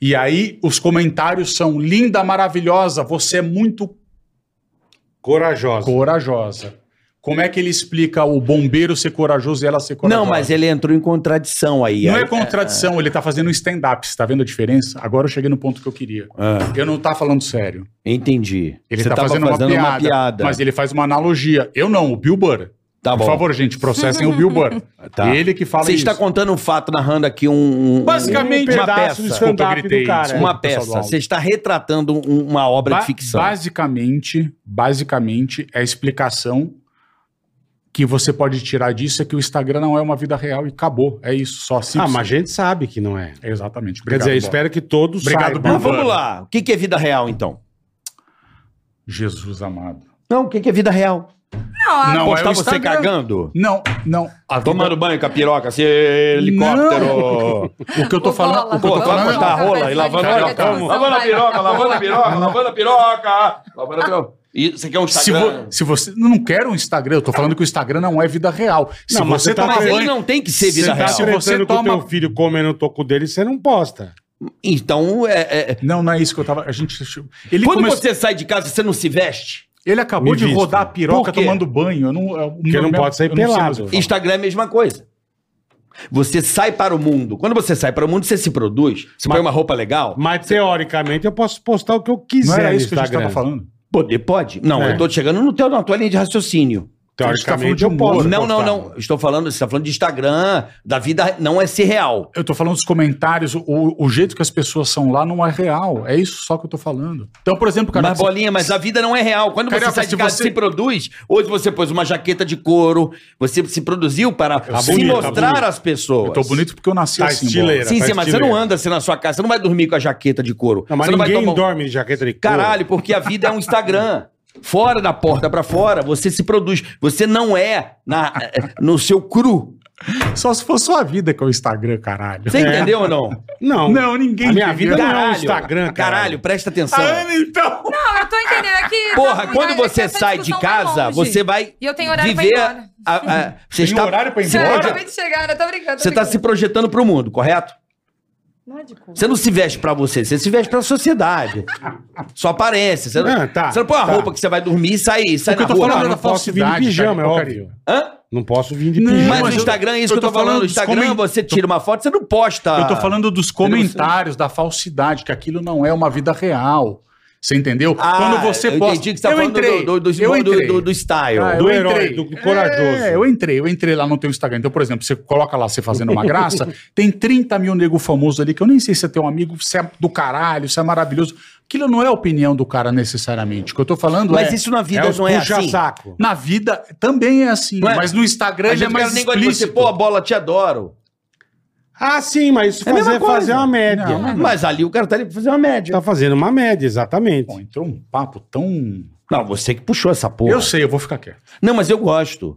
Speaker 5: E aí os comentários são: linda, maravilhosa, você é muito
Speaker 2: Corajosa.
Speaker 5: corajosa. Como é que ele explica o bombeiro ser corajoso e ela ser corajosa?
Speaker 3: Não, mas ele entrou em contradição aí.
Speaker 5: Não
Speaker 3: Aí-
Speaker 5: é contradição, ele tá fazendo um stand-up, você tá vendo a diferença? Agora eu cheguei no ponto que eu queria.
Speaker 3: Ah,
Speaker 5: Eu não tá falando sério.
Speaker 3: entendi.
Speaker 5: Ele
Speaker 3: Você
Speaker 5: tá
Speaker 3: tava
Speaker 5: fazendo, uma, piada, Mas
Speaker 3: Mas...
Speaker 5: ele faz uma analogia. Eu não, o Bill Burr.
Speaker 3: Tá
Speaker 5: Por
Speaker 3: bom.
Speaker 5: favor, gente, processem o Bill Burr.
Speaker 3: Tá.
Speaker 5: Ele que fala
Speaker 3: Você
Speaker 5: isso.
Speaker 3: está contando um fato, narrando aqui um. um-
Speaker 5: Basicamente,
Speaker 3: um
Speaker 5: um
Speaker 3: uma
Speaker 2: pedaço do
Speaker 3: peça.
Speaker 2: seu-
Speaker 5: Desculpa, eu
Speaker 2: stand-up
Speaker 5: gritei.
Speaker 2: do cara.
Speaker 5: desculpa,
Speaker 3: Uma
Speaker 5: pessoal do
Speaker 3: peça.
Speaker 5: áudio.
Speaker 3: Você está retratando um- uma obra
Speaker 5: Ba-
Speaker 3: de ficção.
Speaker 5: Basicamente, basicamente, a explicação que você pode tirar disso é que o Instagram não é uma vida real e acabou. É isso, só assim.
Speaker 2: Ah, mas a gente sabe que não é.
Speaker 5: Exatamente.
Speaker 2: Quer
Speaker 5: Obrigado,
Speaker 2: dizer,
Speaker 5: Bob.
Speaker 2: espero que todos
Speaker 5: Obrigado,
Speaker 2: saibam.
Speaker 3: Mas
Speaker 5: Bill.
Speaker 3: vamos lá. O que, que é vida real, então?
Speaker 5: Jesus amado.
Speaker 3: Não, o que, que é vida real?
Speaker 6: Não, a-
Speaker 5: Não,
Speaker 3: Pô,
Speaker 5: é
Speaker 3: tá
Speaker 5: o
Speaker 3: você
Speaker 5: Instagram.
Speaker 3: cagando?
Speaker 5: Não, não. A vida-
Speaker 3: Tomando banho com a piroca, assim, helicóptero.
Speaker 5: O que eu tô
Speaker 6: Ô,
Speaker 5: falando.
Speaker 6: Bola,
Speaker 5: O que eu
Speaker 3: Pô,
Speaker 5: tô
Speaker 3: vai
Speaker 6: Bola,
Speaker 5: falando. é
Speaker 3: cortar a rola e
Speaker 6: Vai, vai,
Speaker 3: lavando
Speaker 6: vai,
Speaker 3: a
Speaker 6: vai,
Speaker 3: piroca.
Speaker 6: vai, vai,
Speaker 3: Lavando a
Speaker 6: vai.
Speaker 3: piroca, lavando a piroca, lavando a piroca. Lavando a piroca. Isso aqui é um
Speaker 5: Se,
Speaker 3: Instagram.
Speaker 5: vo- se você não quer um Instagram, eu tô falando que o Instagram não é vida real. Se
Speaker 2: Não, mas
Speaker 5: você
Speaker 2: você tá
Speaker 5: toma
Speaker 3: Mas ele
Speaker 5: banho,
Speaker 3: não tem que ser
Speaker 5: Você
Speaker 3: vida
Speaker 5: tá
Speaker 3: real.
Speaker 2: Se
Speaker 5: Se
Speaker 2: você
Speaker 5: você
Speaker 2: com o
Speaker 5: toma-
Speaker 2: teu filho comendo o toco dele, você não posta.
Speaker 3: Então, é- é-
Speaker 5: Não, não é isso que eu tava. A gente. Ele,
Speaker 3: quando
Speaker 5: começou-
Speaker 3: você sai de casa, você não se veste?
Speaker 5: ele acabou
Speaker 2: Me
Speaker 5: de
Speaker 2: visto.
Speaker 5: rodar a piroca
Speaker 3: Por quê?
Speaker 5: tomando banho. Eu não, eu-
Speaker 2: Porque
Speaker 5: eu
Speaker 2: não
Speaker 5: mesmo-
Speaker 2: pode sair
Speaker 5: eu não sei
Speaker 2: pelado.
Speaker 5: mais o que eu falo.
Speaker 3: Instagram é a mesma coisa. Você sai para o mundo. Quando você sai para o mundo, você se produz. Você
Speaker 2: Mas-
Speaker 3: põe uma roupa legal.
Speaker 2: Mas, teoricamente, eu posso postar o que eu quiser
Speaker 5: Não era
Speaker 2: no
Speaker 5: isso que a gente
Speaker 2: Instagram.
Speaker 5: tava falando.
Speaker 3: Poder pode? Não,
Speaker 2: É.
Speaker 3: eu tô chegando no teu, na tua linha de raciocínio.
Speaker 2: Teoricamente, eu
Speaker 5: A gente tá falando
Speaker 2: posso.
Speaker 5: de
Speaker 3: não, não,
Speaker 2: postar.
Speaker 3: não. Estou falando, você está falando de Instagram, da vida, não é ser real.
Speaker 5: Eu tô falando dos comentários, o, o jeito que as pessoas são lá não é real. É isso só que eu tô falando. Então, por exemplo, cara.
Speaker 3: mas bolinha, mas a vida não é real. Quando
Speaker 5: Carioca,
Speaker 3: você sai
Speaker 5: se
Speaker 3: de casa e
Speaker 5: você-
Speaker 3: se produz, hoje você pôs uma jaqueta de couro, você se produziu para se
Speaker 2: bonito, tá
Speaker 3: mostrar
Speaker 2: bonito.
Speaker 3: às pessoas.
Speaker 5: eu tô bonito porque eu nasci
Speaker 2: Tá
Speaker 5: assim.
Speaker 2: estileira.
Speaker 5: bola.
Speaker 3: Sim,
Speaker 2: tá
Speaker 3: sim, mas você
Speaker 2: estileiro.
Speaker 3: não anda assim na sua casa, você não vai dormir com a jaqueta de couro.
Speaker 2: Não, mas
Speaker 3: você não vai
Speaker 2: ninguém
Speaker 3: tomar um-
Speaker 2: dorme é de jaqueta de couro.
Speaker 3: Caralho, porque a vida é um Instagram. Fora da porta pra fora, você se produz. Você não é na, no seu cru.
Speaker 5: Só se fosse sua vida que é o Instagram, caralho.
Speaker 3: Você entendeu ou não?
Speaker 2: Não.
Speaker 5: É. Não, ninguém
Speaker 2: A minha
Speaker 5: entendeu.
Speaker 2: vida não é um Instagram,
Speaker 3: caralho, presta atenção.
Speaker 5: Ah, então.
Speaker 6: Não, eu tô entendendo aqui. tá
Speaker 3: Porra, quando você sai de casa, você vai
Speaker 6: E eu tenho horário pra ir
Speaker 3: viver.
Speaker 6: embora.
Speaker 3: a- a- você
Speaker 5: Tem
Speaker 3: está,
Speaker 5: horário pra ir
Speaker 3: você
Speaker 6: Você
Speaker 5: embora?
Speaker 3: proje-
Speaker 6: acabei de chegar, eu tô brincando. tô
Speaker 3: Você está
Speaker 6: brincando.
Speaker 3: se projetando pro mundo, correto?
Speaker 6: Não é de cu.
Speaker 3: Você não se veste pra você, você se veste pra sociedade. Sua aparência. Você não,
Speaker 2: Ah, tá,
Speaker 3: você não põe a
Speaker 2: tá.
Speaker 3: roupa que você vai dormir e sai, sai
Speaker 5: O que
Speaker 3: na
Speaker 5: eu tô
Speaker 3: rua.
Speaker 2: Eu
Speaker 5: falando é
Speaker 2: não
Speaker 5: da
Speaker 2: posso vir de
Speaker 5: falsidade,
Speaker 2: pijama, é
Speaker 5: cara,
Speaker 2: óbvio.
Speaker 3: Hã?
Speaker 2: Não posso vir de
Speaker 5: Não,
Speaker 2: pijama.
Speaker 3: Mas
Speaker 5: mas
Speaker 3: o
Speaker 5: eu-
Speaker 3: Instagram é isso
Speaker 5: eu
Speaker 3: que eu
Speaker 5: tô
Speaker 3: tô, falando.
Speaker 5: falando
Speaker 3: O
Speaker 5: dos
Speaker 3: Instagram,
Speaker 5: comen-
Speaker 3: você tira uma foto, você não posta.
Speaker 5: Eu tô falando dos comentários, da falsidade, que aquilo não é uma vida real. Você entendeu?
Speaker 3: Ah,
Speaker 5: Quando você
Speaker 3: eu
Speaker 5: posta.
Speaker 3: entendi que você tá falando do, do, do,
Speaker 5: eu
Speaker 3: do-
Speaker 5: entrei.
Speaker 3: do- do style.
Speaker 5: Ah,
Speaker 2: Do
Speaker 5: eu
Speaker 2: herói,
Speaker 5: entrei.
Speaker 2: do corajoso.
Speaker 5: É, eu entrei, eu entrei lá no teu Instagram. Então, por exemplo, você coloca lá você fazendo uma graça, tem 30 mil nego famoso ali, que eu nem sei se é teu amigo, se é do caralho, se é maravilhoso. Aquilo não é a opinião do cara necessariamente. O que eu tô falando
Speaker 3: Mas
Speaker 5: é.
Speaker 3: isso na vida
Speaker 2: É os
Speaker 3: não é assim.
Speaker 2: puxa-saco.
Speaker 5: Na vida também é assim,
Speaker 3: Não é?
Speaker 5: mas no Instagram
Speaker 3: A
Speaker 5: ele é
Speaker 3: gente
Speaker 5: mais
Speaker 3: mais nem gosta de você,
Speaker 5: explícito.
Speaker 3: pô, a bola, te adoro.
Speaker 2: Ah, sim, mas isso
Speaker 3: É a mesma
Speaker 2: fazer,
Speaker 3: coisa.
Speaker 2: fazer uma média.
Speaker 5: Não, não.
Speaker 3: Mas ali o cara tá ali pra fazer uma média.
Speaker 2: Tá fazendo uma média, exatamente.
Speaker 5: Pô, entrou um papo tão.
Speaker 3: Não, você que puxou essa porra.
Speaker 5: Eu sei, eu vou ficar quieto.
Speaker 3: Não, mas eu gosto.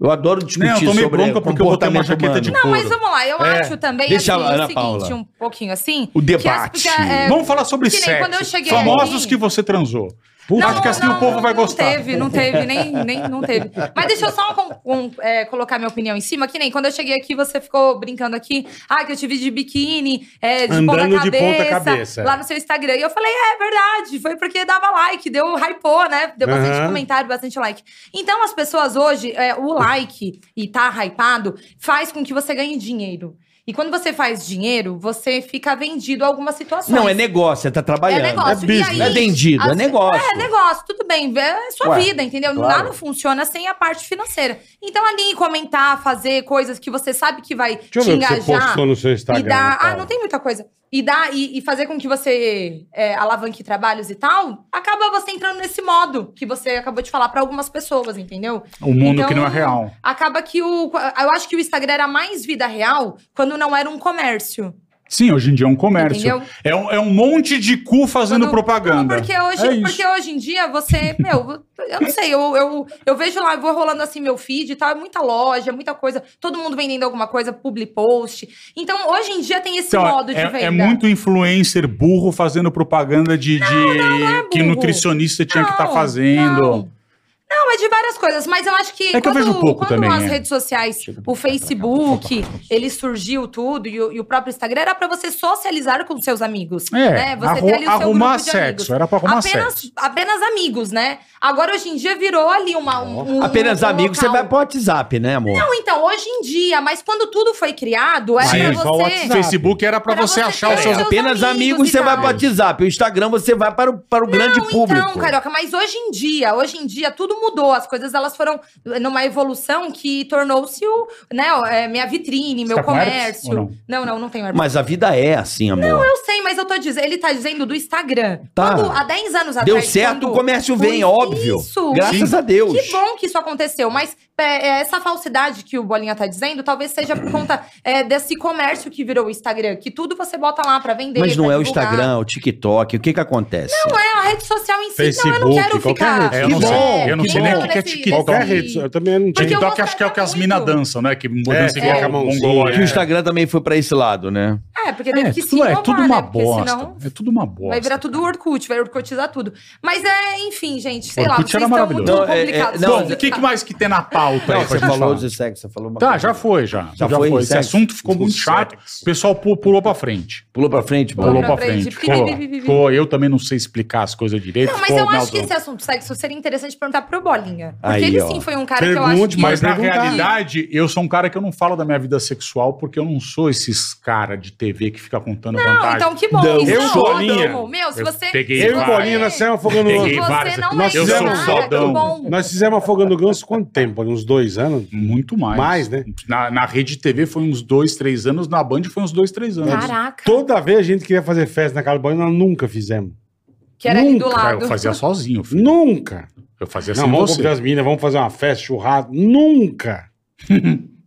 Speaker 3: Eu adoro
Speaker 5: Não, eu
Speaker 3: discutir
Speaker 5: tomei
Speaker 3: sobre
Speaker 5: bronca porque eu botei uma
Speaker 3: comportamento
Speaker 5: jaqueta
Speaker 3: humano.
Speaker 5: de
Speaker 6: Não,
Speaker 5: couro.
Speaker 6: mas vamos lá, eu acho também
Speaker 3: É. Deixa
Speaker 6: assim,
Speaker 3: a Ana
Speaker 6: o seguinte,
Speaker 3: Paula.
Speaker 6: um pouquinho assim.
Speaker 3: O
Speaker 6: que as-
Speaker 3: debate.
Speaker 6: porque, é,
Speaker 5: Vamos falar sobre
Speaker 6: que nem
Speaker 5: sexo.
Speaker 6: quando eu cheguei
Speaker 5: Famosos
Speaker 6: aqui-
Speaker 5: que você transou. Puta,
Speaker 6: Não,
Speaker 5: acho que assim
Speaker 6: não,
Speaker 5: o povo vai
Speaker 6: não
Speaker 5: gostar.
Speaker 6: teve, não teve, nem, nem não teve. Mas deixa eu só com- com, é, colocar minha opinião em cima, que nem quando eu cheguei aqui, você ficou brincando aqui, ah, que eu te vi de biquíni, é, de, ponta
Speaker 2: Andando
Speaker 6: cabeça,
Speaker 2: de ponta cabeça.
Speaker 6: lá no seu Instagram. E eu falei, é verdade, foi porque dava like, deu hypou, né? Deu bastante
Speaker 2: Aham.
Speaker 6: comentário, bastante like. Então as pessoas hoje, é, o like e tá hypado, faz com que você ganhe dinheiro. E quando você faz dinheiro, você fica vendido a algumas situações.
Speaker 3: Não, é negócio, você tá trabalhando.
Speaker 6: É negócio.
Speaker 2: É business.
Speaker 6: E
Speaker 3: Não é
Speaker 6: aí,
Speaker 3: vendido, é
Speaker 6: as-
Speaker 3: negócio.
Speaker 6: É negócio, tudo bem. É sua
Speaker 3: Ué,
Speaker 6: vida, entendeu?
Speaker 3: claro.
Speaker 6: Nada funciona sem a parte financeira. Então, ali, comentar, fazer coisas que você sabe que vai
Speaker 2: Deixa eu
Speaker 6: te
Speaker 2: ver o que
Speaker 6: engajar.
Speaker 2: você postou no seu Instagram.
Speaker 6: e dar. Ah,
Speaker 2: Paula.
Speaker 6: não tem muita coisa. E dar e, e fazer com que você é, alavanque trabalhos e tal, acaba você entrando nesse modo que você acabou de falar pra algumas pessoas, entendeu?
Speaker 5: O mundo
Speaker 6: Então,
Speaker 5: que não é real.
Speaker 6: Acaba que o. Eu acho que o Instagram era mais vida real quando não era um comércio.
Speaker 5: Sim, hoje em dia é um comércio.
Speaker 6: Entendeu?
Speaker 5: É um, é um monte de cu fazendo
Speaker 6: Quando-
Speaker 5: propaganda.
Speaker 6: Porque hoje,
Speaker 5: É isso.
Speaker 6: porque hoje em dia você, meu, eu não sei, eu, eu, eu vejo lá, eu vou rolando assim meu feed e tal, é muita loja, muita coisa, todo mundo vendendo alguma coisa, public post. Então, hoje em dia tem esse
Speaker 5: Então,
Speaker 6: modo de
Speaker 5: é,
Speaker 6: venda.
Speaker 5: é muito influencer burro fazendo propaganda de, de
Speaker 6: é
Speaker 5: que
Speaker 6: burro.
Speaker 5: nutricionista tinha que estar
Speaker 6: Não,
Speaker 5: fazendo.
Speaker 6: não. Não, é de várias coisas, mas eu acho que
Speaker 5: É que eu
Speaker 6: quando,
Speaker 5: vejo pouco
Speaker 6: quando
Speaker 5: também,
Speaker 6: as
Speaker 5: é.
Speaker 6: redes sociais, o Facebook, ele surgiu tudo, e o, e o próprio Instagram, era pra você socializar com seus amigos.
Speaker 5: É,
Speaker 6: né? Você
Speaker 5: arru-
Speaker 6: ter ali o seu
Speaker 5: arrumar
Speaker 6: grupo de
Speaker 5: sexo,
Speaker 6: amigos.
Speaker 5: era pra arrumar
Speaker 6: apenas,
Speaker 5: sexo.
Speaker 6: Apenas amigos, né? Agora, hoje em dia, virou ali uma... Um, um-
Speaker 3: É Apenas
Speaker 6: um
Speaker 3: amigos, você
Speaker 6: local.
Speaker 3: vai pro WhatsApp, né, amor?
Speaker 6: Não, então, hoje em dia, mas quando tudo foi criado, era
Speaker 5: Sim,
Speaker 3: é
Speaker 6: pra
Speaker 2: só o
Speaker 6: você...
Speaker 2: WhatsApp.
Speaker 5: Facebook era pra
Speaker 6: Pra
Speaker 5: você
Speaker 6: você
Speaker 5: achar
Speaker 6: ter
Speaker 5: os seus.
Speaker 6: seus-
Speaker 3: Apenas
Speaker 6: amigos
Speaker 3: amigos,
Speaker 6: e
Speaker 3: você vai
Speaker 6: tal.
Speaker 3: pro WhatsApp. O Instagram você vai para o, para o grande público.
Speaker 6: Então, Carioca, mas hoje em dia, hoje em dia, tudo mudou. As coisas, elas foram numa evolução que tornou-se o, né, ó, é, minha vitrine, meu
Speaker 5: tá com herpes
Speaker 6: comércio.
Speaker 5: ou não?
Speaker 6: não, não, não tenho herpes.
Speaker 3: Mas a vida é assim, amor.
Speaker 6: Eu sei, mas eu tô dizendo, ele tá dizendo do Instagram.
Speaker 3: Tá.
Speaker 6: Quando, há 10 anos atrás.
Speaker 3: Deu certo, o
Speaker 6: quando
Speaker 3: comércio
Speaker 6: foi
Speaker 3: vem, óbvio.
Speaker 6: Isso.
Speaker 3: Graças a Deus.
Speaker 6: Que bom que isso aconteceu, mas é, é, essa falsidade que o Bolinha tá dizendo, talvez seja por conta é, desse comércio que virou o Instagram, que tudo você bota lá pra vender.
Speaker 3: Mas não
Speaker 6: pra
Speaker 3: é o
Speaker 6: divulgar.
Speaker 3: Instagram, é o TikTok. O que que acontece?
Speaker 6: Não é a rede social em si, não, eu
Speaker 2: Facebook,
Speaker 6: não
Speaker 2: qualquer
Speaker 6: quero ficar.
Speaker 2: rede
Speaker 5: É, eu
Speaker 3: Que
Speaker 5: não
Speaker 3: bom,
Speaker 5: sei, eu não
Speaker 3: que
Speaker 5: sei nem
Speaker 3: bom.
Speaker 5: o que que é
Speaker 6: Nesse-
Speaker 5: TikTok.
Speaker 2: Qualquer
Speaker 6: Esse-
Speaker 2: rede, eu também não tinha.
Speaker 6: Porque eu
Speaker 5: TikTok acho que é o que as minas
Speaker 6: muito.
Speaker 5: dançam, né? Que
Speaker 2: É,
Speaker 5: dança igual
Speaker 2: é.
Speaker 5: a
Speaker 3: Que o
Speaker 5: mongoloide.
Speaker 3: Instagram também foi pra esse lado, né?
Speaker 6: É, porque
Speaker 5: É,
Speaker 6: teve que se
Speaker 5: tudo, é
Speaker 6: inovar,
Speaker 5: tudo uma
Speaker 6: né? Porque
Speaker 5: bosta.
Speaker 6: senão
Speaker 5: É tudo uma bosta.
Speaker 6: vai virar tudo Orkut, vai Orkutizar tudo. Mas é, enfim, gente, sei
Speaker 5: Orkut
Speaker 6: lá,
Speaker 5: era
Speaker 6: vocês estão muito
Speaker 5: maravilhoso.
Speaker 3: Não, é- é-
Speaker 6: complicados.
Speaker 3: não,
Speaker 5: Bom, o que, que mais que tem na pauta aí
Speaker 3: Não,
Speaker 5: pra
Speaker 3: você
Speaker 5: gente
Speaker 3: falou
Speaker 5: falar?
Speaker 3: de sexo, você falou uma
Speaker 5: Tá,
Speaker 3: coisa.
Speaker 5: já foi, já.
Speaker 3: Já foi,
Speaker 5: Esse
Speaker 3: sexo.
Speaker 5: assunto ficou muito
Speaker 2: Sexo.
Speaker 5: chato. O pessoal pu- pulou pra frente.
Speaker 3: Pulou pra frente,
Speaker 6: Pulou
Speaker 5: Pulou
Speaker 3: Bola?
Speaker 5: pra
Speaker 6: pra
Speaker 5: frente.
Speaker 6: frente.
Speaker 5: Ficou,
Speaker 6: Pi, pi, pi, pi, pi.
Speaker 5: ficou. Eu também não sei explicar as coisas direito.
Speaker 6: Não, mas
Speaker 5: ficou
Speaker 6: eu acho
Speaker 5: Naldo.
Speaker 6: que esse é assunto sexo seria interessante perguntar pro Bolinha. Porque
Speaker 3: Aí,
Speaker 6: ele
Speaker 3: ó.
Speaker 6: sim foi um cara que eu acho
Speaker 2: Pergunte,
Speaker 6: que...
Speaker 5: Mas na
Speaker 2: Perguntar.
Speaker 5: realidade, eu sou um cara que eu não falo da minha vida sexual porque eu não sou esses cara de TV que fica contando
Speaker 6: Não,
Speaker 5: vantagem.
Speaker 6: então que bom.
Speaker 2: Não,
Speaker 6: isso
Speaker 2: eu,
Speaker 6: é
Speaker 2: Bolinha,
Speaker 6: ótimo. Meu, se
Speaker 5: um eu
Speaker 6: você...
Speaker 5: peguei
Speaker 6: se
Speaker 2: Eu e
Speaker 5: vai.
Speaker 2: Bolinha, nós fizemos afogando
Speaker 5: Peguei
Speaker 6: Se
Speaker 2: o
Speaker 5: vai. vários
Speaker 6: você
Speaker 5: aqui.
Speaker 6: não
Speaker 2: Nós
Speaker 6: nós é
Speaker 5: um
Speaker 2: fizemos
Speaker 6: nada,
Speaker 5: fodão.
Speaker 6: que bom.
Speaker 2: Nós fizemos afogando ganso quanto tempo? Uns dois anos?
Speaker 5: Muito mais.
Speaker 2: Mais, né?
Speaker 5: Na, na rede TV foi uns dois, três anos, na Band foi uns dois, três anos.
Speaker 6: Caraca,
Speaker 2: Toda vez a gente queria fazer festa na casa do Bolinha, nós nunca fizemos.
Speaker 6: que era ali do
Speaker 2: nunca,
Speaker 5: Cara,
Speaker 6: lado.
Speaker 5: eu fazia sozinho, filho.
Speaker 2: Nunca!
Speaker 5: Eu fazia
Speaker 2: Não,
Speaker 5: sem
Speaker 2: vamos
Speaker 5: Assim você.
Speaker 2: convidar as meninas, vamos fazer uma festa, churrasco. Nunca!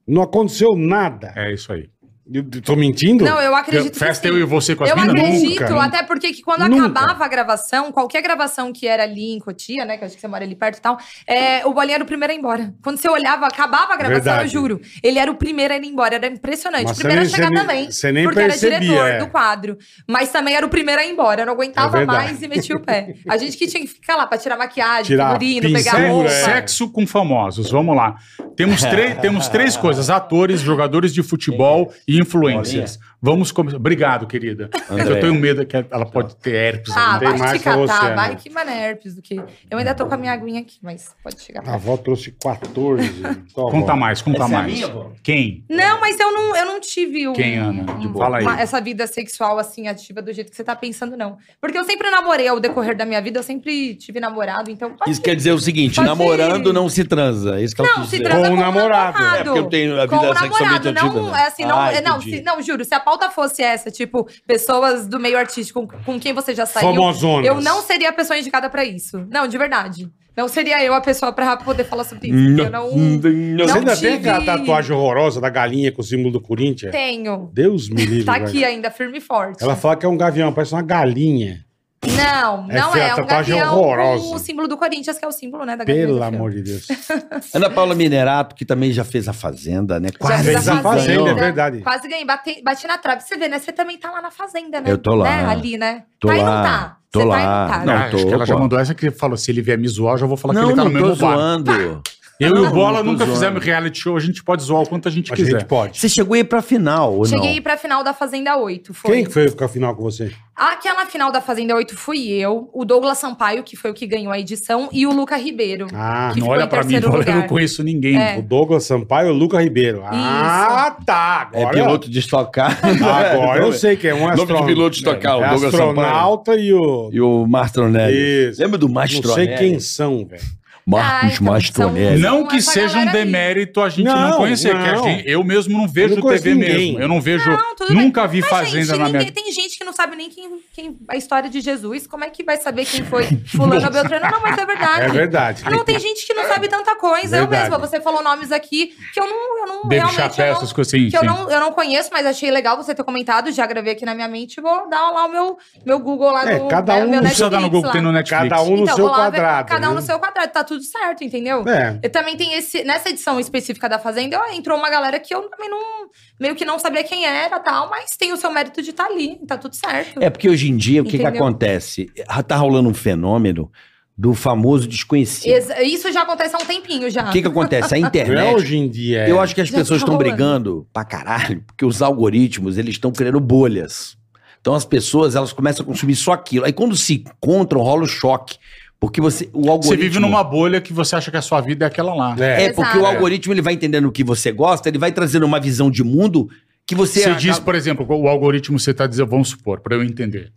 Speaker 2: não aconteceu nada.
Speaker 5: É isso aí.
Speaker 2: Eu, eu tô mentindo?
Speaker 6: Não, eu acredito
Speaker 5: Eu- festa
Speaker 6: que sim.
Speaker 5: eu e você com as
Speaker 6: eu
Speaker 5: minas?
Speaker 6: acredito,
Speaker 2: Nunca.
Speaker 6: até porque que quando
Speaker 2: Nunca.
Speaker 6: acabava a gravação, qualquer gravação que era ali em Cotia, né? Que eu acho que você mora ali perto e tal, é, o Bolinha era o primeiro a ir embora. Quando você olhava, acabava a gravação,
Speaker 2: É Verdade.
Speaker 6: eu juro. Ele era o primeiro a ir embora, era impressionante.
Speaker 2: Mas
Speaker 6: o primeiro a
Speaker 2: você
Speaker 6: chegar
Speaker 2: nem-
Speaker 6: também.
Speaker 2: você nem
Speaker 6: porque
Speaker 2: percebia,
Speaker 6: era diretor
Speaker 2: é.
Speaker 6: do quadro. Mas também era o primeiro a ir embora. Eu não
Speaker 2: É
Speaker 6: aguentava
Speaker 2: verdade.
Speaker 6: mais e metia o pé. A gente que tinha que ficar lá pra tirar maquiagem,
Speaker 2: Tirar é.
Speaker 6: figurino,
Speaker 2: pincel,
Speaker 6: pegar roupa.
Speaker 5: Sexo, sexo com famosos, vamos lá. Temos, três- temos três coisas: atores, jogadores de futebol e influencers. Vamos começar. Obrigado, querida.
Speaker 3: Andréia.
Speaker 5: Eu tenho medo que ela pode ter herpes.
Speaker 6: Ah,
Speaker 2: tem
Speaker 6: vai te
Speaker 2: mais pra
Speaker 6: catar,
Speaker 2: você,
Speaker 5: é.
Speaker 2: né?
Speaker 6: vai que manerpes do que. Eu ainda tô com a minha aguinha aqui, mas pode chegar.
Speaker 2: A avó trouxe 14. Tua avó.
Speaker 5: Conta mais, conta
Speaker 3: Essa é a
Speaker 5: mais.
Speaker 3: minha, vó?
Speaker 5: Quem?
Speaker 6: Não, mas eu não, eu não tive um,
Speaker 5: Quem, Ana? De
Speaker 3: Tipo,
Speaker 6: um-
Speaker 5: boa. Fala aí.
Speaker 6: uma- essa vida sexual assim ativa do jeito que você tá pensando não. Porque eu sempre namorei ao decorrer da minha vida, eu sempre tive namorado, então pode-
Speaker 3: Isso quer dizer o seguinte,
Speaker 6: Pode ir.
Speaker 3: namorando não se transa. É isso que ela
Speaker 6: não,
Speaker 3: quis
Speaker 6: se
Speaker 3: dizer.
Speaker 6: transa
Speaker 2: Com
Speaker 6: com
Speaker 2: o
Speaker 6: o
Speaker 2: namorado.
Speaker 3: É, porque eu tenho a
Speaker 6: com
Speaker 3: vida
Speaker 6: o
Speaker 3: sexualmente
Speaker 6: namorado,
Speaker 3: ativa.
Speaker 6: não, é assim, não,
Speaker 3: Ah,
Speaker 6: é, não,
Speaker 3: entendi.
Speaker 6: se- não, juro, se a pauta fosse essa, tipo, pessoas do meio artístico com, com quem você já saiu,
Speaker 2: Famosonas.
Speaker 6: eu não seria a pessoa indicada pra isso. Não, de verdade. Não seria eu a pessoa pra poder falar sobre isso. porque Eu não
Speaker 2: Você
Speaker 6: Não
Speaker 2: ainda tem
Speaker 6: tive.
Speaker 2: aquela tatuagem horrorosa da galinha com o símbolo do Corinthians?
Speaker 6: tenho.
Speaker 2: Deus me livre.
Speaker 6: Tá
Speaker 2: velho.
Speaker 6: aqui ainda, firme e forte.
Speaker 2: Ela fala que é um gavião, parece uma galinha.
Speaker 6: Não,
Speaker 2: É
Speaker 6: não
Speaker 2: feia,
Speaker 6: é. É um
Speaker 2: tatuagem
Speaker 6: gavião
Speaker 2: horrorosa.
Speaker 6: com o símbolo do Corinthians, que é o símbolo, né? Da
Speaker 2: Pelo
Speaker 6: gaviões do
Speaker 2: amor de Deus.
Speaker 3: Ana Paula Minerato, que também já fez a Fazenda, né?
Speaker 6: Fiel. Já
Speaker 3: Quase
Speaker 2: fez a
Speaker 3: ganhou.
Speaker 2: Fazenda, é verdade.
Speaker 6: Quase ganhei, bati, bati na trave. Você vê, né? Você também tá lá na fazenda, né?
Speaker 3: Eu tô lá.
Speaker 6: Né? Ali, né?
Speaker 3: Tô
Speaker 6: tá e
Speaker 3: lá.
Speaker 6: não tá.
Speaker 3: Tô
Speaker 6: você
Speaker 3: lá.
Speaker 6: tá
Speaker 5: Não,
Speaker 6: e não tá.
Speaker 3: Não,
Speaker 5: acho
Speaker 3: tô,
Speaker 5: que ela já
Speaker 3: pô.
Speaker 5: mandou essa que ele falou: se ele vier me zoar, eu já vou falar que
Speaker 3: Não,
Speaker 5: ele tá
Speaker 3: não
Speaker 5: no mesmo
Speaker 3: tô
Speaker 5: bar.
Speaker 3: zoando.
Speaker 6: Tá.
Speaker 5: Eu e o
Speaker 3: Não,
Speaker 5: Bola
Speaker 3: não tô
Speaker 5: nunca
Speaker 3: zoando.
Speaker 5: fizemos reality show, a gente pode zoar o quanto a gente
Speaker 2: A
Speaker 5: quiser.
Speaker 2: gente pode.
Speaker 3: Você chegou a ir pra final, ou
Speaker 6: Cheguei
Speaker 3: não?
Speaker 6: pra final da Fazenda 8, foi.
Speaker 2: Quem que foi ficar final com você?
Speaker 6: Aquela final da Fazenda 8 fui eu, o Douglas Sampaio, que foi o que ganhou a edição, e o Luca Ribeiro.
Speaker 2: Ah,
Speaker 6: Que
Speaker 5: Não
Speaker 6: ficou
Speaker 5: olha
Speaker 6: em
Speaker 5: pra mim,
Speaker 6: terceiro
Speaker 5: Bola, eu não
Speaker 6: lugar. É.
Speaker 5: conheço ninguém.
Speaker 2: o Douglas Sampaio e o Luca Ribeiro. Ah, tá.
Speaker 3: É
Speaker 2: Agora,
Speaker 3: piloto de estocar.
Speaker 2: agora eu sei que é um
Speaker 3: Nome de
Speaker 2: astronauta.
Speaker 3: piloto de tocar, o
Speaker 2: é
Speaker 3: Douglas
Speaker 2: astronauta e o...
Speaker 3: E o Mastronelli.
Speaker 2: Isso.
Speaker 3: Lembra do
Speaker 2: Não
Speaker 3: Mastronelli?
Speaker 2: sei quem são, velho.
Speaker 6: Ah,
Speaker 3: Marcos
Speaker 6: então,
Speaker 3: Mastronelli.
Speaker 6: são-
Speaker 5: Não
Speaker 6: Então,
Speaker 5: que
Speaker 6: essa
Speaker 5: seja um
Speaker 6: galera aí.
Speaker 5: demérito a gente não,
Speaker 2: Não,
Speaker 5: conhecer, que a
Speaker 2: não.
Speaker 5: gente- eu mesmo não vejo
Speaker 2: Eu não conheço
Speaker 5: TV
Speaker 2: ninguém.
Speaker 5: mesmo. Eu não vejo.
Speaker 6: Não, tudo
Speaker 5: nunca vi
Speaker 6: bem. Mas,
Speaker 5: Fazenda
Speaker 6: gente,
Speaker 5: na minha
Speaker 6: ninguém- Tem gente que não sabe nem quem, quem a história de Jesus. Como é que vai saber quem foi fulano ou beltrano? Não, mas é verdade.
Speaker 2: É verdade.
Speaker 6: Não, tem gente que não sabe tanta coisa. Eu
Speaker 2: Verdade.
Speaker 6: mesma, você falou nomes aqui que eu não, eu não não.
Speaker 5: Dave
Speaker 6: realmente
Speaker 5: Chappelle,
Speaker 6: eu não-
Speaker 5: essas coisas assim.
Speaker 6: que eu
Speaker 5: sim.
Speaker 6: não, eu não conheço, mas achei legal você ter comentado, já gravei aqui na minha mente, vou dar lá o meu, meu Google lá
Speaker 2: É,
Speaker 6: no
Speaker 2: cada
Speaker 6: né,
Speaker 2: um-
Speaker 6: meu
Speaker 5: Não precisa dar no Google,
Speaker 6: lá.
Speaker 5: tem no Netflix.
Speaker 2: Cada um no
Speaker 6: Então,
Speaker 2: seu
Speaker 6: vou lá ver
Speaker 2: quadrado.
Speaker 6: Cada um
Speaker 2: né?
Speaker 6: no seu quadrado, tá tudo certo, entendeu?
Speaker 2: É.
Speaker 6: Eu também tem esse. Nessa edição específica da Fazenda, ó, entrou uma galera que eu também não. meio que não sabia quem era tal, mas tem o seu mérito de estar ali, tá tudo certo.
Speaker 3: É porque hoje em dia, o que, que
Speaker 6: Entendeu?
Speaker 3: acontece? Tá rolando um fenômeno do famoso desconhecido.
Speaker 6: Exa- Isso já acontece há um tempinho já.
Speaker 3: O que, que acontece? A
Speaker 2: Não é
Speaker 3: internet.
Speaker 2: hoje em dia. é.
Speaker 3: Eu acho que as
Speaker 6: Já
Speaker 3: pessoas
Speaker 6: tá
Speaker 3: estão
Speaker 6: rolando.
Speaker 3: brigando pra caralho, porque os algoritmos, eles estão criando bolhas. Então as pessoas, elas começam a consumir só aquilo. Aí quando se encontram, rola o choque. Porque você, o algoritmo...
Speaker 5: Você vive numa bolha que você acha que a sua vida é aquela lá.
Speaker 2: É.
Speaker 3: É,
Speaker 6: Exato.
Speaker 3: porque o algoritmo, ele vai entendendo o que você gosta, ele vai trazendo uma visão de mundo que você...
Speaker 5: Você diz, por exemplo, o algoritmo você está dizendo, vamos supor, para eu entender.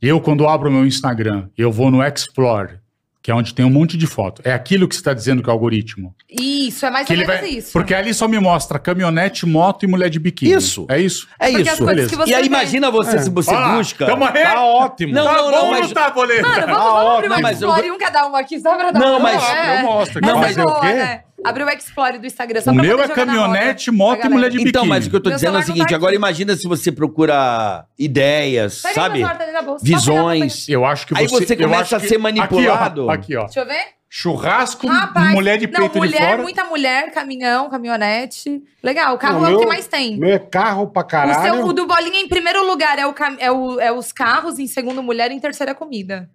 Speaker 5: Eu, quando abro meu Instagram, eu vou no Explore, que é onde tem um monte de foto. É aquilo que você está dizendo que é o algoritmo.
Speaker 6: Isso, é mais
Speaker 5: Que
Speaker 6: ou
Speaker 5: ele
Speaker 6: menos
Speaker 5: vai...
Speaker 6: isso.
Speaker 5: Porque ali só me mostra caminhonete, moto e mulher de biquíni.
Speaker 3: Isso.
Speaker 5: É isso.
Speaker 3: É
Speaker 6: Porque as
Speaker 3: isso.
Speaker 6: coisas que
Speaker 3: E
Speaker 6: você
Speaker 3: aí
Speaker 6: vê-
Speaker 3: imagina você, se você
Speaker 5: É. Olha lá,
Speaker 3: busca...
Speaker 5: Tamo aí.
Speaker 2: Tá ótimo.
Speaker 3: Não,
Speaker 5: Tá
Speaker 3: não,
Speaker 5: bom
Speaker 3: não,
Speaker 5: ou
Speaker 3: mas...
Speaker 5: não tá, boleta?
Speaker 6: Mano,
Speaker 2: Ah,
Speaker 6: vamos, vamos
Speaker 2: ótimo.
Speaker 6: abrir
Speaker 3: Não,
Speaker 6: um
Speaker 3: mas eu-
Speaker 6: Explore, um cada um aqui, só pra dar
Speaker 3: Não,
Speaker 6: uma
Speaker 3: mas-
Speaker 6: É.
Speaker 2: Eu mostro.
Speaker 6: Essa
Speaker 2: Não,
Speaker 6: é
Speaker 2: mas eu-
Speaker 6: boa,
Speaker 2: o quê?
Speaker 6: né? Abrir o Explore do Instagram. Só
Speaker 5: O
Speaker 6: pra
Speaker 5: meu
Speaker 6: poder
Speaker 5: é
Speaker 6: jogar na roda
Speaker 5: caminhonete,
Speaker 6: pra
Speaker 5: moto e
Speaker 6: galera.
Speaker 5: mulher de biquíni.
Speaker 3: Então, mas o que eu tô
Speaker 6: Meu
Speaker 3: dizendo é o
Speaker 6: celular não
Speaker 3: seguinte,
Speaker 6: tá
Speaker 3: agora
Speaker 6: aqui.
Speaker 3: imagina se você procura ideias,
Speaker 6: Pega
Speaker 3: sabe?
Speaker 6: meu celular, tá ali na bolsa.
Speaker 3: Visões.
Speaker 5: Eu acho que você...
Speaker 3: Aí você
Speaker 5: eu
Speaker 3: começa
Speaker 5: acho
Speaker 3: a ser manipulado.
Speaker 5: Aqui, ó. Aqui, ó.
Speaker 6: Deixa eu ver.
Speaker 5: Churrasco,
Speaker 6: Rapaz,
Speaker 5: mulher de
Speaker 6: não,
Speaker 5: peito
Speaker 6: mulher, é
Speaker 5: de fora.
Speaker 6: muita mulher, caminhão, caminhonete. Legal, o carro
Speaker 2: Não,
Speaker 6: é o que
Speaker 2: meu-
Speaker 6: mais tem.
Speaker 2: Meu é carro pra
Speaker 6: O,
Speaker 2: caralho.
Speaker 6: seu, o do Bolinha em primeiro lugar é, o, cam- é, o- é os carros, em segundo mulher, em terceiro é comida.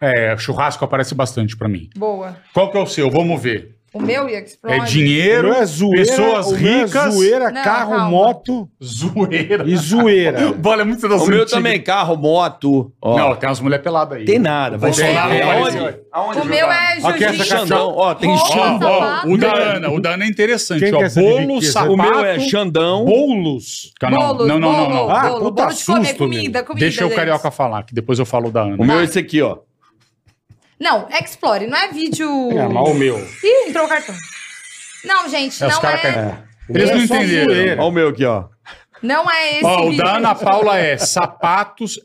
Speaker 5: É, churrasco aparece bastante pra mim.
Speaker 6: Boa.
Speaker 5: Qual que é o seu? Vamos ver.
Speaker 6: O meu ia explode.
Speaker 5: É dinheiro,
Speaker 2: O meu é zoeira,
Speaker 5: pessoas
Speaker 2: o meu é
Speaker 5: ricas.
Speaker 2: zoeira,
Speaker 6: Não,
Speaker 2: carro,
Speaker 6: calma.
Speaker 2: moto
Speaker 5: Zoeira.
Speaker 2: e zoeira.
Speaker 5: Olha, muito da
Speaker 3: O meu também, carro, moto. Ó,
Speaker 5: Não, tem umas mulheres peladas aí.
Speaker 3: tem nada. Vai
Speaker 5: Bolsonaro
Speaker 3: ser- é
Speaker 5: não
Speaker 3: aonde?
Speaker 5: apareceu.
Speaker 3: Aonde?
Speaker 6: O meu é
Speaker 2: Aqui, essa
Speaker 6: jiu-jitsu.
Speaker 3: Xandão. Ó, tem
Speaker 6: roupa,
Speaker 5: Ó, ó,
Speaker 6: sapato.
Speaker 5: o da Ana. O da Ana é interessante.
Speaker 2: Quem
Speaker 5: ó,
Speaker 2: que é essa de
Speaker 5: bolo,
Speaker 2: riqueza?
Speaker 5: sapato.
Speaker 3: O meu é Xandão.
Speaker 2: Boulos.
Speaker 5: Não,
Speaker 6: Bolo,
Speaker 5: não, não, não, não.
Speaker 6: bolo,
Speaker 2: Ah,
Speaker 6: bolo,
Speaker 2: puta
Speaker 6: bolo de comer,
Speaker 2: susto,
Speaker 6: comida, comida.
Speaker 5: Deixa o
Speaker 6: gente.
Speaker 5: Carioca falar, que depois eu falo da Ana.
Speaker 3: O meu é esse aqui, ó.
Speaker 6: Não, explore, não é vídeo.
Speaker 2: É, mas o meu.
Speaker 6: Ih, entrou o cartão. Não, gente,
Speaker 5: É, os
Speaker 6: não
Speaker 5: caras
Speaker 6: é,
Speaker 5: caem. Eles não
Speaker 2: É só
Speaker 5: entenderam.
Speaker 2: zoeira.
Speaker 3: Ó o meu aqui, ó.
Speaker 6: não é esse
Speaker 5: Ó, o
Speaker 6: vídeo.
Speaker 5: da Ana Paula é sapatos,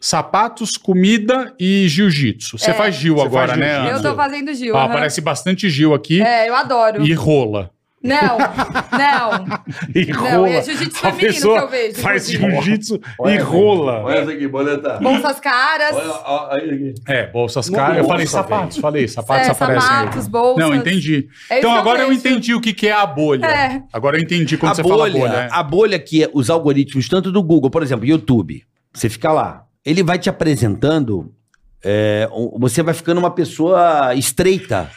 Speaker 5: sapatos, comida e jiu-jitsu. Você faz Gil
Speaker 2: Você
Speaker 5: agora,
Speaker 2: faz
Speaker 5: né,
Speaker 2: jiu-jitsu.
Speaker 5: Ana?
Speaker 6: É. Eu tô fazendo Gil.
Speaker 5: Ó,
Speaker 6: aham.
Speaker 5: aparece bastante Gil aqui
Speaker 6: É, eu adoro.
Speaker 5: Ah, e rola.
Speaker 6: Não, não.
Speaker 2: E
Speaker 6: Não,
Speaker 2: rola.
Speaker 6: é jiu-jitsu
Speaker 2: A
Speaker 6: feminino
Speaker 2: pessoa
Speaker 6: que eu vejo,
Speaker 2: Faz
Speaker 6: inclusive.
Speaker 2: jiu-jitsu e rola.
Speaker 3: essa aqui, boleta.
Speaker 6: Bolsas caras,
Speaker 5: É, bolsas
Speaker 2: Nossa,
Speaker 5: caras. Eu falei
Speaker 2: velho.
Speaker 5: sapatos, falei, sapatos
Speaker 6: é,
Speaker 5: aparecem. aí.
Speaker 6: sapatos, bolsas.
Speaker 5: Não, entendi.
Speaker 6: É isso
Speaker 5: então
Speaker 6: que eu
Speaker 5: agora eu
Speaker 6: vejo.
Speaker 5: entendi o que, que é a bolha.
Speaker 6: É.
Speaker 5: Agora eu entendi quando
Speaker 3: a
Speaker 5: você
Speaker 3: bolha,
Speaker 5: fala bolha. é.
Speaker 3: a bolha que os algoritmos, tanto do Google, por exemplo, YouTube, você fica lá, ele vai te apresentando, é, um- você vai ficando uma pessoa estreita,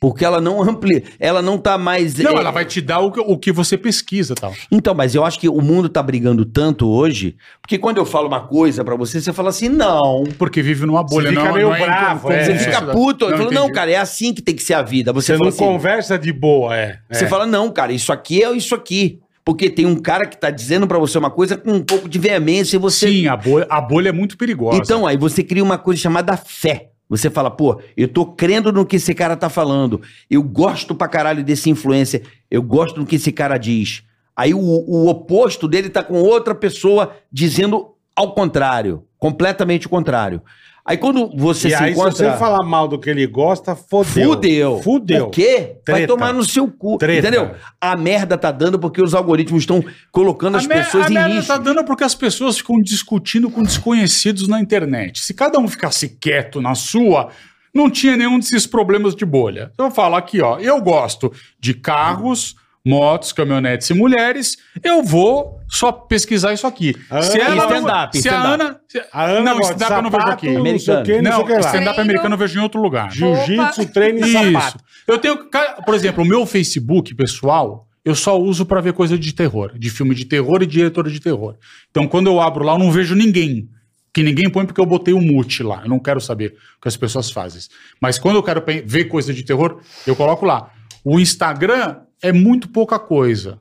Speaker 3: porque ela não amplia, ela não tá mais...
Speaker 5: Não,
Speaker 3: é,
Speaker 5: ela vai te dar o que, o que você pesquisa e tal.
Speaker 3: Então, mas eu acho que o mundo tá brigando tanto hoje, porque quando eu falo uma coisa pra você, você fala assim, não...
Speaker 5: Porque vive numa bolha.
Speaker 2: fica
Speaker 5: não,
Speaker 2: meio
Speaker 5: não é
Speaker 2: bravo,
Speaker 5: como-
Speaker 2: é.
Speaker 5: como
Speaker 3: Você fica
Speaker 5: sociedade.
Speaker 3: puto, eu falo, não,
Speaker 5: entendi.
Speaker 3: cara, é assim que tem que ser a vida.
Speaker 2: Você
Speaker 3: Você, fala
Speaker 2: não
Speaker 3: assim,
Speaker 2: conversa de boa, é.
Speaker 3: Você
Speaker 2: É.
Speaker 3: fala, não, cara, isso aqui é isso aqui. Porque tem um cara que tá dizendo pra você uma coisa com um pouco de veemência e você.
Speaker 5: Sim, a bolha, a bolha é muito perigosa.
Speaker 3: então, aí você cria uma coisa chamada fé. Você fala, pô, eu tô crendo no que esse cara tá falando. Eu gosto pra caralho desse influencer. Eu gosto do que esse cara diz. Aí o, o oposto dele tá com outra pessoa dizendo ao contrário. Completamente o contrário. Aí quando você
Speaker 2: e
Speaker 3: se
Speaker 2: aí, se
Speaker 3: encontra...
Speaker 2: você falar mal do que ele gosta, fodeu.
Speaker 3: assim, Fudeu.
Speaker 2: Fudeu.
Speaker 3: O quê? Vai
Speaker 2: Treta.
Speaker 3: tomar no seu cu.
Speaker 2: Treta.
Speaker 3: Entendeu? A merda tá dando porque os algoritmos estão colocando as
Speaker 5: a mer-
Speaker 3: pessoas
Speaker 5: a
Speaker 3: em
Speaker 5: merda
Speaker 3: risco.
Speaker 5: tá dando porque as pessoas ficam discutindo com desconhecidos na internet. Se cada um ficasse quieto na sua, não tinha nenhum desses problemas de bolha. Então, Eu falo aqui, ó, eu gosto de carros, motos, caminhonetes e mulheres, eu vou só pesquisar isso aqui.
Speaker 2: Ah,
Speaker 5: ela não-
Speaker 3: stand-up,
Speaker 5: se a
Speaker 3: stand-up.
Speaker 5: Ana... se-
Speaker 2: A Ana
Speaker 5: não,
Speaker 2: gosta de
Speaker 5: stand-up eu não vejo
Speaker 2: sapato,
Speaker 5: aqui.
Speaker 2: Não sei o que, não, sei o
Speaker 5: Não,
Speaker 2: que lá.
Speaker 5: stand-up
Speaker 6: Treino.
Speaker 5: americano eu vejo em outro lugar.
Speaker 2: Jiu-jitsu, treino e
Speaker 5: Isso.
Speaker 2: sapato.
Speaker 5: Eu tenho. ca- Por exemplo, o meu Facebook pessoal, eu só uso pra ver coisa de terror, de filme de terror e diretor de terror. Então, quando eu abro lá, eu não vejo ninguém. Que ninguém põe porque eu botei o mute lá. Eu não quero saber o que as pessoas fazem. Mas quando eu quero pe- ver coisa de terror, eu coloco lá. O Instagram é muito pouca coisa.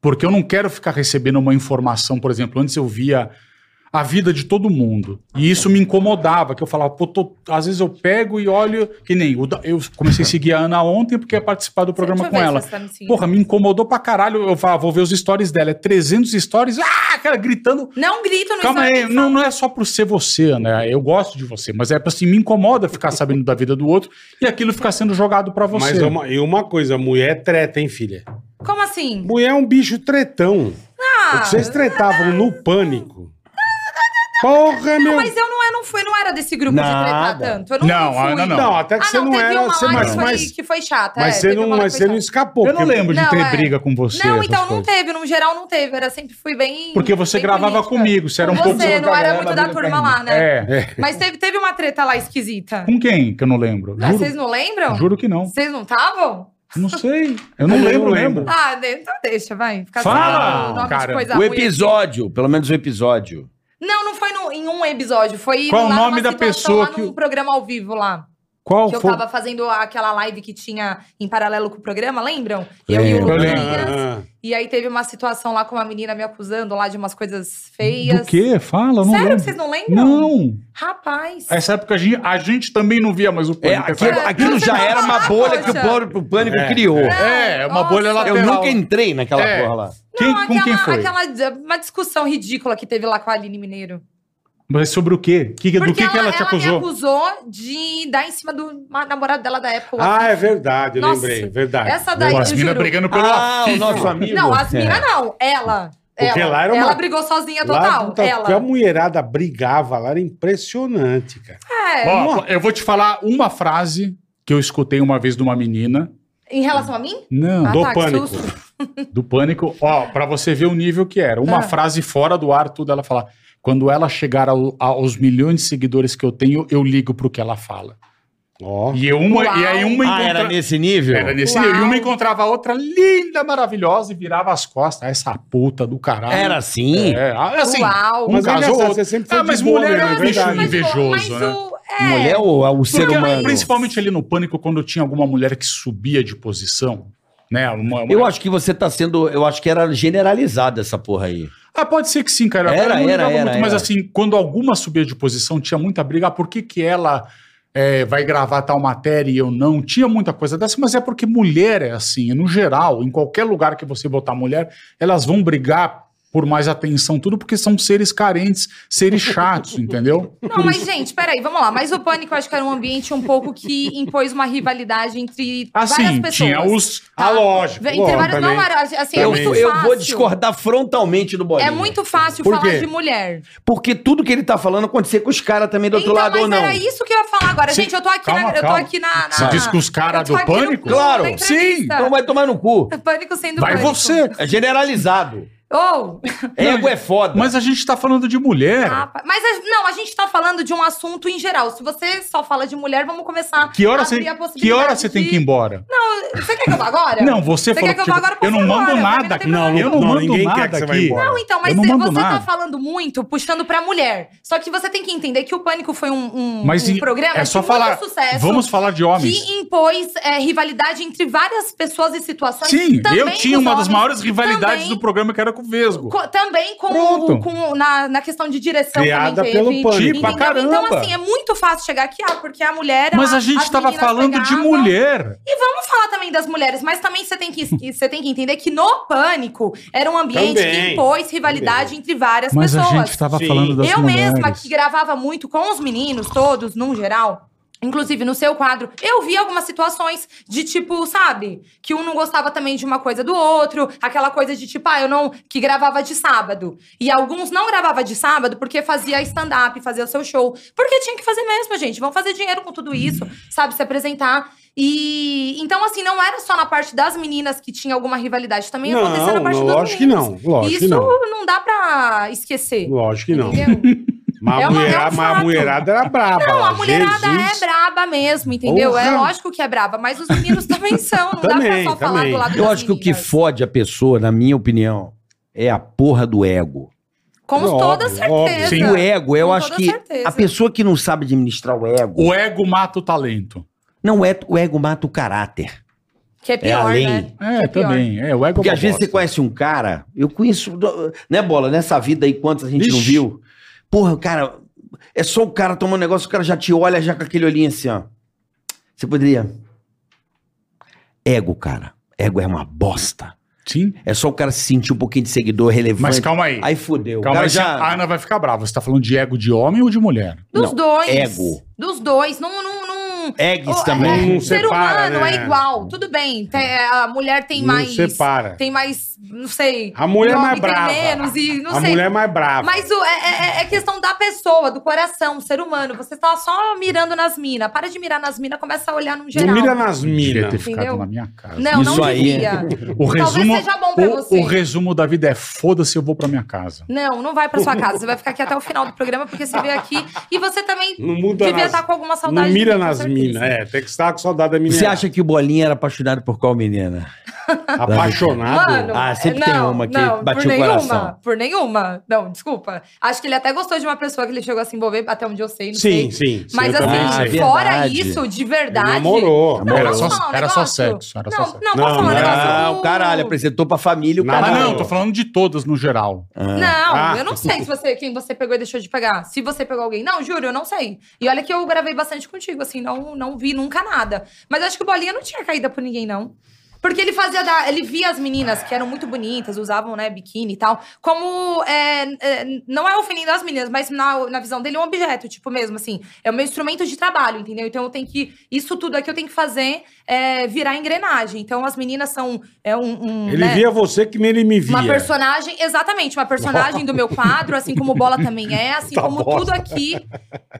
Speaker 5: Porque eu não quero ficar recebendo uma informação, por exemplo, antes eu via a vida de todo mundo. E isso me incomodava, que eu falava, pô, tô- às vezes eu pego e olho, que nem, o da- eu comecei a seguir a Ana ontem porque ia participar do programa
Speaker 6: Deixa eu
Speaker 5: com
Speaker 6: ver se
Speaker 5: ela.
Speaker 6: você tá me seguindo.
Speaker 5: Porra, me incomodou pra caralho, eu falava, vou ver os stories dela, é 300 stories, ah, cara, gritando.
Speaker 6: Não grito no
Speaker 5: Calma aí,
Speaker 6: Instagram,
Speaker 5: não, não é só por ser você, né? Eu gosto de você, mas é assim, me incomoda ficar sabendo da vida do outro e aquilo ficar sendo jogado pra você.
Speaker 2: Mas é uma, e uma coisa, mulher é treta, hein, filha?
Speaker 6: Como assim?
Speaker 2: Mulher é um bicho tretão.
Speaker 6: Ah,
Speaker 2: O que vocês tretavam no pânico. Porra, meu.
Speaker 6: mas eu não, eu não fui, não era desse grupo de tretar
Speaker 3: Nada.
Speaker 6: tanto. Eu não,
Speaker 5: Não,
Speaker 6: fui.
Speaker 5: ainda
Speaker 2: não.
Speaker 5: não.
Speaker 2: até que
Speaker 6: Ah,
Speaker 2: você não,
Speaker 6: teve
Speaker 2: era.
Speaker 6: uma
Speaker 2: Você,
Speaker 6: lá
Speaker 2: mas
Speaker 6: que, foi,
Speaker 2: mas,
Speaker 6: que foi chata.
Speaker 2: mas
Speaker 6: é,
Speaker 2: você,
Speaker 6: teve
Speaker 2: não,
Speaker 6: uma lá
Speaker 2: mas
Speaker 6: que foi
Speaker 2: você não
Speaker 6: chata.
Speaker 2: escapou.
Speaker 5: Eu não
Speaker 2: porque-
Speaker 5: lembro de
Speaker 6: Não,
Speaker 5: ter
Speaker 6: é.
Speaker 5: briga com você.
Speaker 6: Não,
Speaker 5: essas
Speaker 6: então não
Speaker 5: coisas.
Speaker 6: teve, no geral não teve. Era sempre fui bem.
Speaker 5: Porque você
Speaker 6: bem
Speaker 5: gravava
Speaker 6: política.
Speaker 5: comigo, você era um
Speaker 6: Com
Speaker 5: pouco
Speaker 6: Você
Speaker 5: da
Speaker 6: não era
Speaker 3: galera
Speaker 6: muito
Speaker 3: da
Speaker 6: da
Speaker 3: briga
Speaker 6: turma
Speaker 3: pra
Speaker 6: lá, né?
Speaker 5: É.
Speaker 6: Mas teve, teve uma treta lá esquisita.
Speaker 5: Com quem que eu não lembro?
Speaker 6: Ah,
Speaker 5: Juro,
Speaker 6: vocês não lembram?
Speaker 5: juro que não.
Speaker 6: Vocês não estavam?
Speaker 5: Não sei. Eu não lembro, lembro.
Speaker 6: Ah, de- então deixa, vai. Fica
Speaker 5: Fala,
Speaker 6: sabendo o nome
Speaker 5: cara.
Speaker 6: de coisa
Speaker 3: O
Speaker 6: ruim.
Speaker 3: episódio, pelo menos o episódio.
Speaker 6: Não, não foi no- em um episódio. Foi
Speaker 5: Qual o
Speaker 6: lá numa
Speaker 5: nome da
Speaker 6: situação,
Speaker 5: pessoa
Speaker 6: lá
Speaker 5: que
Speaker 6: num
Speaker 5: o-
Speaker 6: programa ao vivo lá.
Speaker 2: Qual
Speaker 6: Que eu
Speaker 2: foi?
Speaker 6: tava fazendo aquela live que tinha em paralelo com o programa, lembram? Eu e o
Speaker 3: Lembro.
Speaker 2: Eu lembro.
Speaker 6: Lucas.
Speaker 2: Ah,
Speaker 6: E aí teve uma situação lá com uma menina me acusando lá de umas coisas feias.
Speaker 5: Do quê? Fala, eu não
Speaker 6: assim. Sério que
Speaker 5: lembro.
Speaker 6: vocês não lembram?
Speaker 5: Não.
Speaker 6: Rapaz.
Speaker 5: Essa época a gente, a gente também não via mais o
Speaker 3: É,
Speaker 5: pânico.
Speaker 3: aquilo,
Speaker 5: cara.
Speaker 3: aquilo
Speaker 6: Você
Speaker 3: já
Speaker 6: tava
Speaker 3: era uma
Speaker 6: lá,
Speaker 3: bolha que o
Speaker 6: poxa.
Speaker 3: próprio pânico
Speaker 2: É.
Speaker 3: criou.
Speaker 5: É, uma
Speaker 6: Nossa.
Speaker 5: bolha lateral.
Speaker 3: Eu nunca entrei naquela
Speaker 5: É.
Speaker 3: porra lá.
Speaker 5: Quem-
Speaker 6: não,
Speaker 5: com quem
Speaker 6: aquela-
Speaker 5: foi?
Speaker 6: aquela d- uma discussão ridícula que teve lá com a Aline Mineiro.
Speaker 5: Mas é sobre o quê? Que, do
Speaker 6: Porque
Speaker 5: que, que ela te
Speaker 6: me
Speaker 5: acusou?
Speaker 6: acusou de dar em cima do ma- namorado dela da época. o
Speaker 2: ah,
Speaker 6: Afonso.
Speaker 2: é verdade, eu
Speaker 6: Nossa.
Speaker 2: lembrei. é Verdade.
Speaker 6: Essa daí,
Speaker 5: Pô, as
Speaker 6: eu
Speaker 5: minas
Speaker 6: juro.
Speaker 5: brigando pelo
Speaker 3: ah, o nosso amigo.
Speaker 6: Não, as
Speaker 5: É.
Speaker 6: minas não. Ela.
Speaker 2: Porque
Speaker 6: ela
Speaker 2: lá era
Speaker 6: ela
Speaker 2: uma-
Speaker 6: brigou sozinha
Speaker 2: Lá,
Speaker 6: total.
Speaker 5: tá
Speaker 2: puta,
Speaker 6: ela.
Speaker 2: que
Speaker 5: um.
Speaker 2: a mulherada brigava lá, era impressionante, cara.
Speaker 6: É,
Speaker 5: Ó, eu vou te falar uma frase que eu escutei uma vez de uma menina.
Speaker 6: em relação a mim?
Speaker 5: Não.
Speaker 6: Ah,
Speaker 2: Do
Speaker 6: tá, que
Speaker 2: pânico.
Speaker 6: susto.
Speaker 5: Do pânico. Ó, pra você ver o nível que era. Uma
Speaker 6: Ah.
Speaker 5: frase fora do ar, tudo ela falar. Quando ela chegar ao- aos milhões de seguidores que eu tenho, eu ligo pro que ela fala.
Speaker 2: Ó.
Speaker 5: E, eu uma,
Speaker 6: Uau.
Speaker 5: e aí uma
Speaker 3: Ah, era
Speaker 5: encontra-
Speaker 3: nesse nível?
Speaker 5: Era nesse
Speaker 6: Uau.
Speaker 5: nível. E uma encontrava a outra linda, maravilhosa e virava as costas. Ah, Essa puta do caralho.
Speaker 3: Era assim?
Speaker 5: É, ah, assim.
Speaker 6: Uau.
Speaker 5: Um
Speaker 2: Mas
Speaker 5: caso
Speaker 2: olha
Speaker 5: ou
Speaker 2: só,
Speaker 5: outro.
Speaker 2: você sempre foi
Speaker 5: Ah,
Speaker 2: de
Speaker 5: mas
Speaker 2: boa,
Speaker 5: mulher
Speaker 2: né?
Speaker 5: é um bicho
Speaker 2: Verdade.
Speaker 5: invejoso, né?
Speaker 6: o... É.
Speaker 3: Mulher ou ou o ser
Speaker 5: Porque,
Speaker 3: humano?
Speaker 5: Principalmente ali no pânico, quando tinha alguma mulher que subia de posição, né? Uma, uma-
Speaker 3: Eu acho que você tá sendo. Eu acho que era generalizada essa porra aí.
Speaker 5: Ah, pode ser que sim, cara.
Speaker 3: Era,
Speaker 5: Eu não
Speaker 3: era,
Speaker 5: ligava
Speaker 3: era,
Speaker 5: Mas
Speaker 3: era.
Speaker 5: assim, quando alguma subia de posição, tinha muita briga. Ah, por que que ela é, vai gravar tal matéria e eu não? Tinha muita coisa dessa, mas é porque mulher é assim. No geral, em qualquer lugar que você botar mulher, elas vão brigar por mais atenção, tudo porque são seres carentes, seres chatos, entendeu?
Speaker 6: Não, mas gente, peraí, vamos lá. Mas o Pânico eu acho que era um ambiente um pouco que impôs uma rivalidade entre várias
Speaker 5: Assim,
Speaker 6: pessoas.
Speaker 5: tinha os...
Speaker 2: Ah, lógico.
Speaker 6: Entre
Speaker 2: lógico,
Speaker 6: várias, não
Speaker 2: também.
Speaker 6: era, assim, é
Speaker 3: Eu,
Speaker 6: muito
Speaker 3: eu
Speaker 6: fácil.
Speaker 3: vou discordar frontalmente do Bolinha.
Speaker 6: É muito fácil
Speaker 2: Por
Speaker 6: falar
Speaker 2: quê?
Speaker 6: de mulher.
Speaker 3: Porque tudo que ele tá falando acontecia com os caras também do outro
Speaker 6: Então,
Speaker 3: lado
Speaker 6: mas
Speaker 3: ou não.
Speaker 6: era isso que eu ia falar agora.
Speaker 5: Sim,
Speaker 6: Gente, eu tô aqui
Speaker 5: calma,
Speaker 6: na. Eu tô
Speaker 5: calma.
Speaker 6: aqui na. na
Speaker 5: Você diz que os cara
Speaker 6: eu tô
Speaker 5: do
Speaker 6: aqui no
Speaker 5: Pânico?
Speaker 6: club da
Speaker 3: Claro,
Speaker 6: entrevista.
Speaker 5: sim,
Speaker 3: Então vai tomar no cu.
Speaker 6: Pânico sendo
Speaker 5: Vai
Speaker 6: pânico.
Speaker 5: você!
Speaker 3: É generalizado.
Speaker 6: Ou.
Speaker 3: Ego é foda.
Speaker 5: Mas a gente tá falando de mulher.
Speaker 6: Rapaz, Mas a- não, a gente tá falando de um assunto em geral. Se você só fala de mulher, vamos começar.
Speaker 5: Que hora
Speaker 6: a
Speaker 5: você
Speaker 6: abrir a
Speaker 5: que
Speaker 6: possibilidade
Speaker 5: hora você tem
Speaker 6: de-
Speaker 5: que ir embora?
Speaker 6: Não, você quer que eu vá agora?
Speaker 5: Não, você,
Speaker 6: Você
Speaker 5: falou
Speaker 6: quer que eu
Speaker 5: que,
Speaker 6: vá
Speaker 5: tipo,
Speaker 6: agora? Eu
Speaker 5: eu não
Speaker 6: posso
Speaker 5: mando
Speaker 6: agora, pra mim
Speaker 5: nada.
Speaker 6: tem problema.
Speaker 5: eu não
Speaker 2: Não,
Speaker 5: mando
Speaker 2: ninguém quer
Speaker 5: nada
Speaker 2: que você vá
Speaker 5: aqui.
Speaker 2: embora.
Speaker 6: Não, então, mas
Speaker 5: eu não
Speaker 6: cê-
Speaker 5: mando
Speaker 6: você
Speaker 5: nada.
Speaker 6: tá falando muito, puxando pra mulher. Só que você tem que entender que o Pânico foi um, um-
Speaker 5: Mas
Speaker 6: um
Speaker 5: e-
Speaker 6: programa
Speaker 5: é
Speaker 6: de
Speaker 5: só
Speaker 6: muito
Speaker 5: falar.
Speaker 6: sucesso.
Speaker 5: Vamos falar de homens.
Speaker 6: Que impôs é, rivalidade entre várias pessoas e situações.
Speaker 5: Sim,
Speaker 6: também
Speaker 5: eu tinha
Speaker 6: com os
Speaker 5: uma das
Speaker 6: homens,
Speaker 5: maiores rivalidades
Speaker 6: também
Speaker 5: do programa que era com o Vesgo.
Speaker 6: Co- também com,
Speaker 5: Pronto. Tipo
Speaker 6: o- com- na, na questão de direção
Speaker 2: Criada
Speaker 6: também teve.
Speaker 2: pelo Pânico.
Speaker 6: Entendeu?
Speaker 5: Pra caramba.
Speaker 6: Então, assim, é muito fácil chegar aqui, ah, porque a mulher.
Speaker 5: Mas a
Speaker 6: as
Speaker 5: gente tava
Speaker 6: meninas
Speaker 5: falando de
Speaker 6: pegavam.
Speaker 5: mulher.
Speaker 6: E vamos falar também das mulheres, mas também você tem que, você tem que entender que no pânico era um ambiente
Speaker 2: Também.
Speaker 6: que impôs rivalidade entre várias
Speaker 5: Mas a
Speaker 6: pessoas.
Speaker 5: gente tá tava
Speaker 2: Sim.
Speaker 5: falando das
Speaker 6: Eu
Speaker 5: mulheres.
Speaker 6: mesma que gravava muito com os meninos todos, num geral. Inclusive, no seu quadro, eu vi algumas situações de tipo, sabe? Que um não gostava também de uma coisa do outro, aquela coisa de tipo, ah, eu não. que gravava de sábado. E alguns não gravava de sábado porque fazia stand-up, fazia o seu show. Porque tinha que fazer mesmo, gente. Vão fazer dinheiro com tudo isso, sabe? Se apresentar. E. Então, assim, não era só na parte das meninas que tinha alguma rivalidade. Também
Speaker 2: Não,
Speaker 6: acontecia na parte
Speaker 2: não,
Speaker 6: dos
Speaker 2: lógico que
Speaker 6: meninos.
Speaker 2: não, lógico que
Speaker 6: isso
Speaker 2: não.
Speaker 6: dá pra esquecer.
Speaker 2: Lógico que não.
Speaker 6: Entendeu?
Speaker 2: Mas
Speaker 6: É
Speaker 2: a,
Speaker 6: uma-
Speaker 2: mulher,
Speaker 6: é um
Speaker 2: mas a
Speaker 6: fato.
Speaker 2: mulherada era braba.
Speaker 6: Não,
Speaker 2: lá.
Speaker 6: a mulherada
Speaker 2: Jesus.
Speaker 6: é braba mesmo, entendeu? É
Speaker 2: Porra.
Speaker 6: lógico que é braba, mas os meninos também são. Não
Speaker 2: Também,
Speaker 6: dá pra só falar
Speaker 2: também.
Speaker 6: do lado
Speaker 3: Eu
Speaker 6: das
Speaker 3: acho que o que
Speaker 6: meninas.
Speaker 3: fode a pessoa, na minha opinião, é a porra do ego.
Speaker 6: Com
Speaker 2: Óbvio,
Speaker 6: toda
Speaker 2: óbvio.
Speaker 6: certeza.
Speaker 5: Sim.
Speaker 3: O ego, eu
Speaker 6: Ah, Com
Speaker 3: acho
Speaker 6: toda
Speaker 3: que
Speaker 6: certeza.
Speaker 3: a pessoa que não sabe administrar o ego,
Speaker 5: O ego mata o talento.
Speaker 3: não é o ego mata o caráter.
Speaker 6: Que é pior,
Speaker 3: além.
Speaker 6: né?
Speaker 5: É,
Speaker 6: Que pior.
Speaker 5: também. É, o ego
Speaker 3: Porque
Speaker 5: é uma
Speaker 3: às vezes você
Speaker 5: bosta.
Speaker 3: conhece um cara, eu conheço, né, bola, nessa vida aí quantas a gente não
Speaker 2: Ixi.
Speaker 3: viu. Porra, cara, é só o cara tomar um negócio, o cara já te olha já com aquele olhinho assim, ó. Você poderia Ego, cara. Ego é uma bosta.
Speaker 5: Sim.
Speaker 3: É só o cara se sentir um pouquinho de seguidor relevante.
Speaker 5: Mas calma aí.
Speaker 3: Aí fudeu.
Speaker 5: Calma
Speaker 3: o cara
Speaker 5: aí, Ah,
Speaker 3: já...
Speaker 5: a Ana vai ficar brava. Você tá falando de ego de homem ou de mulher?
Speaker 6: Dos
Speaker 3: Não,
Speaker 6: dois.
Speaker 3: ego.
Speaker 6: Dos dois. Não, não, não, não.
Speaker 3: Eggs
Speaker 6: O-
Speaker 3: também.
Speaker 6: é,
Speaker 2: Não
Speaker 6: ser
Speaker 2: separa,
Speaker 6: humano
Speaker 2: né?
Speaker 6: é igual, tudo bem. tem- é, a mulher tem
Speaker 2: Não
Speaker 6: mais.
Speaker 2: separa.
Speaker 6: Tem mais, não sei.
Speaker 2: A mulher é
Speaker 6: nome
Speaker 2: mais
Speaker 6: tem
Speaker 2: brava.
Speaker 6: menos e não
Speaker 2: a
Speaker 6: sei.
Speaker 2: mulher é mais brava.
Speaker 6: Mas o- é, é- é questão da pessoa, do coração, ser humano. Você tá só mirando nas minas. Para de mirar nas minas, começa a olhar no geral.
Speaker 2: não mira nas
Speaker 5: Devia ter
Speaker 2: minas.
Speaker 5: ficado
Speaker 6: Entendeu?
Speaker 5: na minha casa.
Speaker 6: Não,
Speaker 3: Isso
Speaker 6: não
Speaker 3: aí.
Speaker 6: devia.
Speaker 5: O
Speaker 6: Talvez
Speaker 5: resumo,
Speaker 6: seja bom pra
Speaker 5: o-
Speaker 6: você.
Speaker 5: o resumo da vida é foda-se, eu vou pra minha casa.
Speaker 6: Não, não vai pra sua casa. Você vai ficar aqui até o final do programa, porque você veio aqui. E você também
Speaker 2: Não muda
Speaker 6: devia
Speaker 2: nas...
Speaker 6: estar com alguma
Speaker 2: Não
Speaker 6: saudade. de
Speaker 2: mira
Speaker 6: mim, com
Speaker 2: nas
Speaker 6: certeza.
Speaker 2: minas. É, tem que estar com saudade da menina.
Speaker 3: Você acha que o Bolinha era apaixonado por qual menina?
Speaker 2: Apaixonado.
Speaker 6: Mano,
Speaker 3: Ah, sempre tem uma que bate
Speaker 6: por
Speaker 3: o
Speaker 6: nenhuma,
Speaker 3: coração.
Speaker 6: Por nenhuma. Não, desculpa. Acho que ele até gostou de uma pessoa que ele chegou a se envolver, até onde eu sei, não
Speaker 2: sim,
Speaker 6: sei.
Speaker 2: sim.
Speaker 6: Mas
Speaker 2: eu também
Speaker 6: assim,
Speaker 2: sei.
Speaker 3: sei.
Speaker 6: fora
Speaker 3: Verdade.
Speaker 6: isso, de verdade.
Speaker 2: Ele namorou.
Speaker 3: Não,
Speaker 5: É Era
Speaker 6: posso
Speaker 5: só,
Speaker 6: falar um
Speaker 5: era só
Speaker 6: negócio?
Speaker 5: sexo. Era só
Speaker 6: Não,
Speaker 5: sexo.
Speaker 6: não,
Speaker 2: Não,
Speaker 6: posso falar um
Speaker 2: não.
Speaker 6: negócio?
Speaker 3: Ah, o caralho, apresentou pra família o
Speaker 2: Nada,
Speaker 5: Mas
Speaker 3: caralho.
Speaker 5: Ah, não, tô falando de todas no geral.
Speaker 6: Não,
Speaker 2: Ah.
Speaker 6: eu não sei se você, quem você pegou e deixou de pegar. Se você pegou alguém. Não, juro, eu não sei. E olha que eu gravei bastante contigo, assim, não, não vi nunca nada. Mas eu acho que o Bolinha não tinha caída por ninguém, não. Porque ele fazia da. Ele via as meninas que eram muito bonitas, usavam, né, biquíni e tal, como. é, é, não é ofendendo as meninas, mas na, na visão dele é um objeto, tipo mesmo, assim. É o meu instrumento de trabalho, entendeu? Então eu tenho que. Isso tudo aqui eu tenho que fazer é, virar engrenagem. Então as meninas são. É um. um,
Speaker 2: Ele
Speaker 6: né,
Speaker 2: via você que nem ele me via.
Speaker 6: uma personagem, exatamente, uma personagem do meu quadro, assim como bola também é, assim
Speaker 2: Tá
Speaker 6: como
Speaker 2: bosta.
Speaker 6: tudo aqui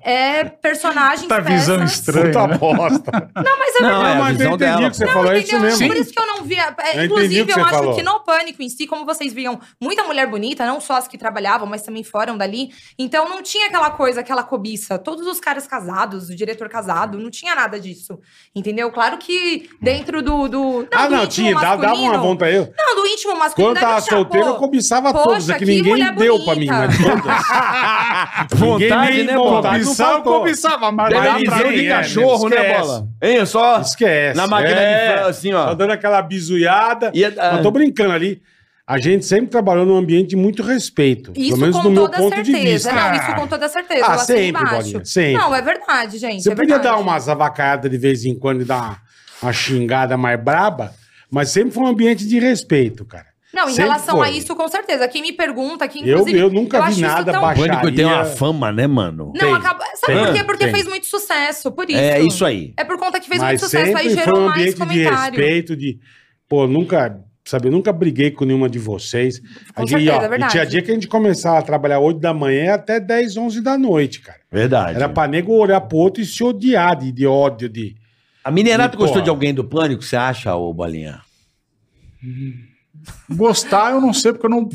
Speaker 6: é personagens.
Speaker 5: Tá visão
Speaker 6: peças.
Speaker 5: estranha.
Speaker 2: Puta
Speaker 5: né?
Speaker 2: bosta.
Speaker 6: Não, mas é
Speaker 3: Não, é
Speaker 6: verdade.
Speaker 3: a
Speaker 2: mas eu
Speaker 3: visão
Speaker 2: entendi
Speaker 3: dela,
Speaker 2: o que você
Speaker 3: pô.
Speaker 2: falou, é isso
Speaker 6: Entendeu?
Speaker 2: mesmo.
Speaker 6: Por isso que eu não via. é,
Speaker 2: Eu entendi o
Speaker 6: inclusive,
Speaker 2: que
Speaker 6: eu
Speaker 2: você
Speaker 6: acho
Speaker 2: falou.
Speaker 6: que no pânico em si, como vocês viam muita mulher bonita, não só as que trabalhavam, mas também foram dali. Então não tinha aquela coisa, aquela cobiça. Todos os caras casados, o diretor casado, não tinha nada disso. Entendeu? Claro que dentro do. do não,
Speaker 2: Ah,
Speaker 6: do
Speaker 2: não,
Speaker 6: íntimo
Speaker 2: tinha. Dá, dava uma
Speaker 6: masculino-
Speaker 2: vontade. Eu,
Speaker 6: Não, do íntimo masculino.
Speaker 2: quando tava
Speaker 6: deve achar,
Speaker 2: solteiro,
Speaker 6: pô,
Speaker 2: eu cobiçava
Speaker 6: poxa,
Speaker 2: todas. É que
Speaker 6: que
Speaker 2: ninguém
Speaker 6: mulher
Speaker 2: deu
Speaker 6: bonita.
Speaker 2: pra mim, mas todas.
Speaker 3: Vontade,
Speaker 2: Ninguém nem
Speaker 3: né,
Speaker 2: vontade.
Speaker 3: Bola?
Speaker 2: não
Speaker 5: Cobiçava,
Speaker 2: faltou.
Speaker 5: cobiçava, mas
Speaker 2: Deve
Speaker 5: lá
Speaker 2: dizer
Speaker 5: atrás-
Speaker 3: Televisão
Speaker 2: aí,
Speaker 3: de
Speaker 2: é,
Speaker 3: cachorro,
Speaker 2: meu,
Speaker 3: né,
Speaker 2: esquece.
Speaker 3: Bola? Hein, só...
Speaker 2: Esquece.
Speaker 3: Na máquina
Speaker 2: É.
Speaker 3: de frango, assim,
Speaker 2: Só
Speaker 3: ó.
Speaker 2: dando aquela bizuiada.
Speaker 3: E ah. a-
Speaker 2: Mas tô brincando ali. A gente sempre trabalhou num ambiente de muito respeito.
Speaker 6: Isso
Speaker 2: pelo menos
Speaker 6: com
Speaker 2: do meu
Speaker 6: toda
Speaker 2: ponto
Speaker 6: certeza.
Speaker 2: de vista.
Speaker 6: Não,
Speaker 2: Ah,
Speaker 6: isso com toda certeza.
Speaker 2: Ah,
Speaker 6: eu assino
Speaker 2: sempre,
Speaker 6: embaixo.
Speaker 2: Bolinha, sempre.
Speaker 6: Não, é verdade, gente.
Speaker 2: Você
Speaker 6: é
Speaker 2: podia
Speaker 6: verdade.
Speaker 2: dar umas avacadas de vez em quando e dar uma, uma xingada mais braba, mas sempre foi um ambiente de respeito, cara.
Speaker 6: Não, em
Speaker 2: Sempre
Speaker 6: relação
Speaker 2: foi.
Speaker 6: a isso, com certeza. Quem me pergunta, quem
Speaker 2: Eu-
Speaker 6: inclusive.
Speaker 2: eu nunca vi
Speaker 6: acho isso
Speaker 2: nada
Speaker 6: tão-
Speaker 2: baixo.
Speaker 3: Pânico tem uma
Speaker 2: Baixaria.
Speaker 3: fama, né, mano?
Speaker 6: Não,
Speaker 2: Tem,
Speaker 6: acaba. Sabe
Speaker 2: tem,
Speaker 6: por quê? Porque
Speaker 2: tem.
Speaker 6: fez muito sucesso, por isso.
Speaker 3: É isso aí.
Speaker 6: É por conta que fez
Speaker 2: mas
Speaker 6: muito sucesso,
Speaker 2: sempre
Speaker 6: aí
Speaker 2: foi
Speaker 6: gerou
Speaker 2: um
Speaker 6: mais
Speaker 2: ambiente de
Speaker 6: comentário.
Speaker 2: respeito, de. Pô, nunca. Sabe, eu nunca briguei com nenhuma de vocês.
Speaker 6: Com
Speaker 2: A gente,
Speaker 6: certeza,
Speaker 2: ó,
Speaker 6: é
Speaker 2: e
Speaker 6: verdade.
Speaker 2: tinha dia que a gente começava a trabalhar 8 da manhã até 10, 11 da noite, cara.
Speaker 3: Verdade.
Speaker 2: Era pra nego olhar pro outro e se odiar de, de ódio, de.
Speaker 3: A Minerato
Speaker 2: E,
Speaker 3: gostou
Speaker 2: porra.
Speaker 3: de alguém do Pânico, você acha, ô Bolinha?
Speaker 5: Gostar, eu não sei, porque eu não.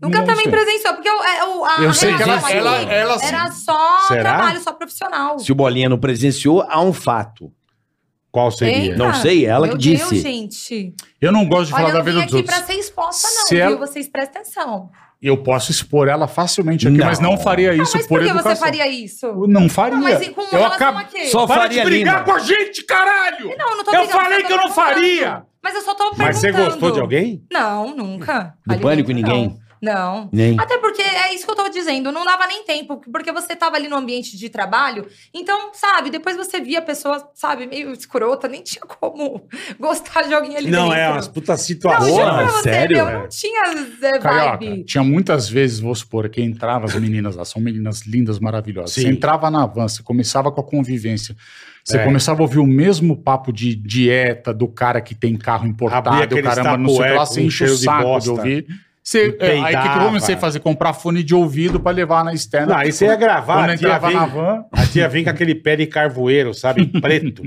Speaker 6: Nunca
Speaker 5: não
Speaker 6: também
Speaker 5: sei.
Speaker 6: presenciou, porque eu, é, o- a
Speaker 5: Eu sei que ela-
Speaker 6: relação
Speaker 5: ela-
Speaker 6: aqui
Speaker 5: ela- assim,
Speaker 6: era só
Speaker 2: Será?
Speaker 6: trabalho, só profissional.
Speaker 3: Se o Bolinha não presenciou, há um fato.
Speaker 2: Qual seria?
Speaker 6: Eita.
Speaker 3: Não sei, ela
Speaker 6: Ah, Meu
Speaker 3: que disse.
Speaker 6: Deus, gente.
Speaker 5: Eu não gosto de
Speaker 6: Olha,
Speaker 5: falar
Speaker 6: eu
Speaker 5: da
Speaker 6: não vim
Speaker 5: vida
Speaker 6: aqui
Speaker 5: dos outros.
Speaker 6: pra ser exposta, não,
Speaker 5: Se
Speaker 6: viu?
Speaker 5: ela-
Speaker 6: Vocês prestem atenção.
Speaker 5: Eu posso expor ela facilmente aqui,
Speaker 3: Não.
Speaker 5: mas não faria isso
Speaker 6: Ah, Mas
Speaker 5: por
Speaker 6: por que
Speaker 5: educação.
Speaker 6: você faria isso?
Speaker 5: Eu não faria.
Speaker 6: Não, mas e com
Speaker 5: eu
Speaker 6: relação a
Speaker 5: acabo...
Speaker 6: quê?
Speaker 3: Só
Speaker 5: Para
Speaker 3: Faria
Speaker 5: de brigar
Speaker 3: Lima.
Speaker 5: com a gente, caralho!
Speaker 6: Não, eu não tô
Speaker 5: Eu
Speaker 6: brigando,
Speaker 5: falei
Speaker 6: só tô
Speaker 5: que eu não
Speaker 6: perguntando.
Speaker 5: faria.
Speaker 6: Mas eu só tô perguntando.
Speaker 2: Mas você gostou de alguém?
Speaker 6: Não, nunca.
Speaker 3: Do
Speaker 6: Ali
Speaker 3: pânico,
Speaker 6: dentro,
Speaker 3: ninguém?
Speaker 6: Não. não.
Speaker 3: Nem.
Speaker 6: Até porque é isso que eu tô dizendo, não dava nem tempo, porque você tava ali no ambiente de trabalho, então, sabe, depois você via a pessoa, sabe, meio escrota, nem tinha como gostar de alguém ali
Speaker 2: Não,
Speaker 6: dentro.
Speaker 2: é umas puta
Speaker 6: Não, eu
Speaker 2: situação.
Speaker 6: juro
Speaker 3: Porra,
Speaker 6: pra você,
Speaker 3: sério,
Speaker 6: meu,
Speaker 3: velho?
Speaker 6: não tinha é,
Speaker 5: Carioca,
Speaker 6: vibe.
Speaker 5: tinha muitas vezes, vou supor, que entrava as meninas lá, são meninas lindas, maravilhosas.
Speaker 2: Sim.
Speaker 5: Você entrava na van, você começava com a convivência. Você
Speaker 2: É.
Speaker 5: começava a ouvir o mesmo papo de dieta do cara que tem carro
Speaker 2: Abria
Speaker 5: importado,
Speaker 2: aquele
Speaker 5: o caramba, não sei o que
Speaker 2: Tupperware
Speaker 5: lá,
Speaker 2: com
Speaker 5: você enche o
Speaker 2: cheiro de
Speaker 5: saco de,
Speaker 2: bosta.
Speaker 5: ouvir. Você,
Speaker 2: E
Speaker 5: é, aí o que que eu comecei a
Speaker 2: peidava.
Speaker 5: fazer? Comprar fone de ouvido pra levar na externa.
Speaker 2: Não, aí você ia gravar,
Speaker 5: Quando
Speaker 2: a tia,
Speaker 5: entrava
Speaker 2: vem,
Speaker 5: na van...
Speaker 2: a tia vem com aquele pé de carvoeiro, sabe? Preto.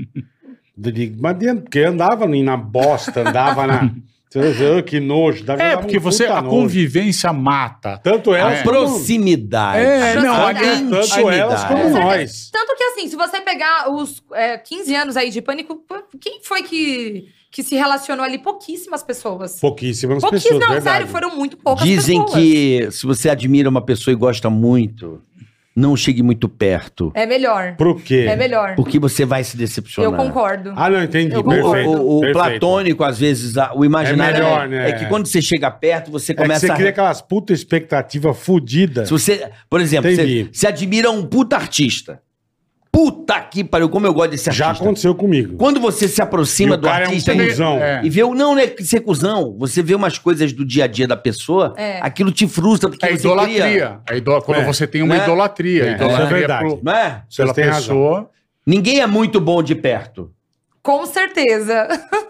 Speaker 2: De- de- Mas dentro, porque andava em- na bosta, andava na. Ah, Que nojo. dava-
Speaker 5: É,
Speaker 2: dava um
Speaker 5: porque você,
Speaker 2: puta
Speaker 5: a
Speaker 2: nojo.
Speaker 5: convivência mata.
Speaker 2: Tanto
Speaker 3: A
Speaker 2: elas
Speaker 6: É.
Speaker 2: como,
Speaker 3: É proximidade.
Speaker 5: É,
Speaker 6: não,
Speaker 3: a
Speaker 6: olha, tanto
Speaker 2: tanto elas como
Speaker 3: intimidade.
Speaker 2: nós.
Speaker 6: Tanto que, assim, se você pegar os é, 15 anos aí de pânico, pô, quem foi que, que se relacionou ali? Pouquíssimas pessoas.
Speaker 2: Pouquíssimas
Speaker 6: Pouquíssimas,
Speaker 2: pessoas,
Speaker 6: não,
Speaker 2: verdade.
Speaker 6: sério, foram muito poucas
Speaker 3: Dizem
Speaker 6: pessoas.
Speaker 3: que se você admira uma pessoa e gosta muito, não chegue muito perto,
Speaker 6: É melhor.
Speaker 2: Pro quê?
Speaker 6: É melhor.
Speaker 3: porque você vai se decepcionar.
Speaker 6: Eu concordo.
Speaker 2: Ah, não, entendi.
Speaker 6: Eu
Speaker 3: O-
Speaker 6: concordo.
Speaker 2: Perfeito.
Speaker 3: o, o
Speaker 2: perfeito.
Speaker 3: platônico, às vezes, a- o imaginário
Speaker 2: É melhor, né?
Speaker 3: é que quando você chega perto, você
Speaker 2: É que
Speaker 3: começa
Speaker 2: você
Speaker 3: a
Speaker 2: cria aquelas puta expectativa fodida.
Speaker 3: Se você, por exemplo, você,
Speaker 2: Entendi.
Speaker 3: você admira um puta artista. Puta que pariu, como eu gosto desse
Speaker 2: Já
Speaker 3: artista.
Speaker 2: aconteceu comigo.
Speaker 3: Quando você se
Speaker 2: E
Speaker 3: aproxima
Speaker 2: o
Speaker 3: do
Speaker 2: cara é um
Speaker 3: artista e-
Speaker 2: cuzão.
Speaker 5: É.
Speaker 3: e vê o não, né, que ser cuzão, você vê umas coisas do dia a dia da pessoa,
Speaker 6: É.
Speaker 3: aquilo te frustra porque
Speaker 5: É
Speaker 3: você
Speaker 5: idolatria.
Speaker 3: cria,
Speaker 5: É idol... Quando
Speaker 2: É.
Speaker 5: você tem uma
Speaker 3: Né?
Speaker 5: idolatria.
Speaker 2: É,
Speaker 5: idolatria
Speaker 2: isso é verdade.
Speaker 5: pro-
Speaker 3: não é?
Speaker 2: Vocês
Speaker 5: pela
Speaker 2: têm razão.
Speaker 5: pessoa.
Speaker 3: Ninguém é muito bom de perto.
Speaker 6: Com certeza.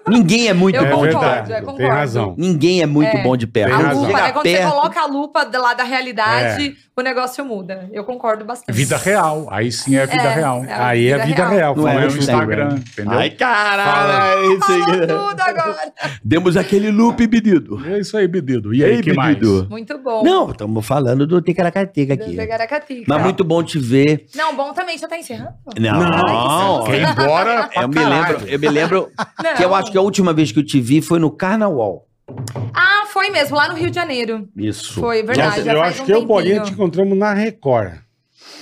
Speaker 3: Ninguém é muito
Speaker 6: Eu
Speaker 3: bom
Speaker 6: concordo,
Speaker 3: de perto.
Speaker 6: eu
Speaker 2: tem
Speaker 6: concordo.
Speaker 2: razão.
Speaker 3: Ninguém é muito
Speaker 6: É.
Speaker 3: bom de perto.
Speaker 2: Tem
Speaker 6: a
Speaker 2: razão.
Speaker 6: lupa,
Speaker 3: Chegar
Speaker 6: né? Quando
Speaker 3: perto-
Speaker 6: você coloca a lupa de lá da realidade, o negócio muda. Eu concordo bastante.
Speaker 5: Vida real. Aí sim é vida
Speaker 6: É,
Speaker 5: real.
Speaker 6: é.
Speaker 2: Aí é vida real.
Speaker 3: Não
Speaker 5: Não é o
Speaker 3: isso daí,
Speaker 5: Instagram, entendeu?
Speaker 3: Ai, caralho. é isso aí.
Speaker 6: Fala tudo agora.
Speaker 3: Demos aquele loop, pedido.
Speaker 5: É isso aí, Bebido. E aí, que mais?
Speaker 6: Muito bom. é
Speaker 3: Não, estamos falando do Ticaracateca aqui.
Speaker 6: Não,
Speaker 3: Mas muito bom te ver.
Speaker 6: Não, bom também. Já tá encerrando?
Speaker 3: Não,
Speaker 6: tá. Não,
Speaker 5: Quer ir embora? pra
Speaker 3: É, eu me
Speaker 5: caralho.
Speaker 3: lembro, eu me lembro
Speaker 6: Não.
Speaker 3: que eu acho que a última vez que eu te vi foi no Carnaval.
Speaker 6: Ah, foi mesmo, lá no Rio de Janeiro.
Speaker 3: Isso.
Speaker 6: Foi, verdade.
Speaker 2: Nossa,
Speaker 6: já
Speaker 2: eu
Speaker 6: faz
Speaker 2: acho
Speaker 6: um
Speaker 2: que eu e o
Speaker 6: tempinho.
Speaker 2: Bolinha te encontramos na Record.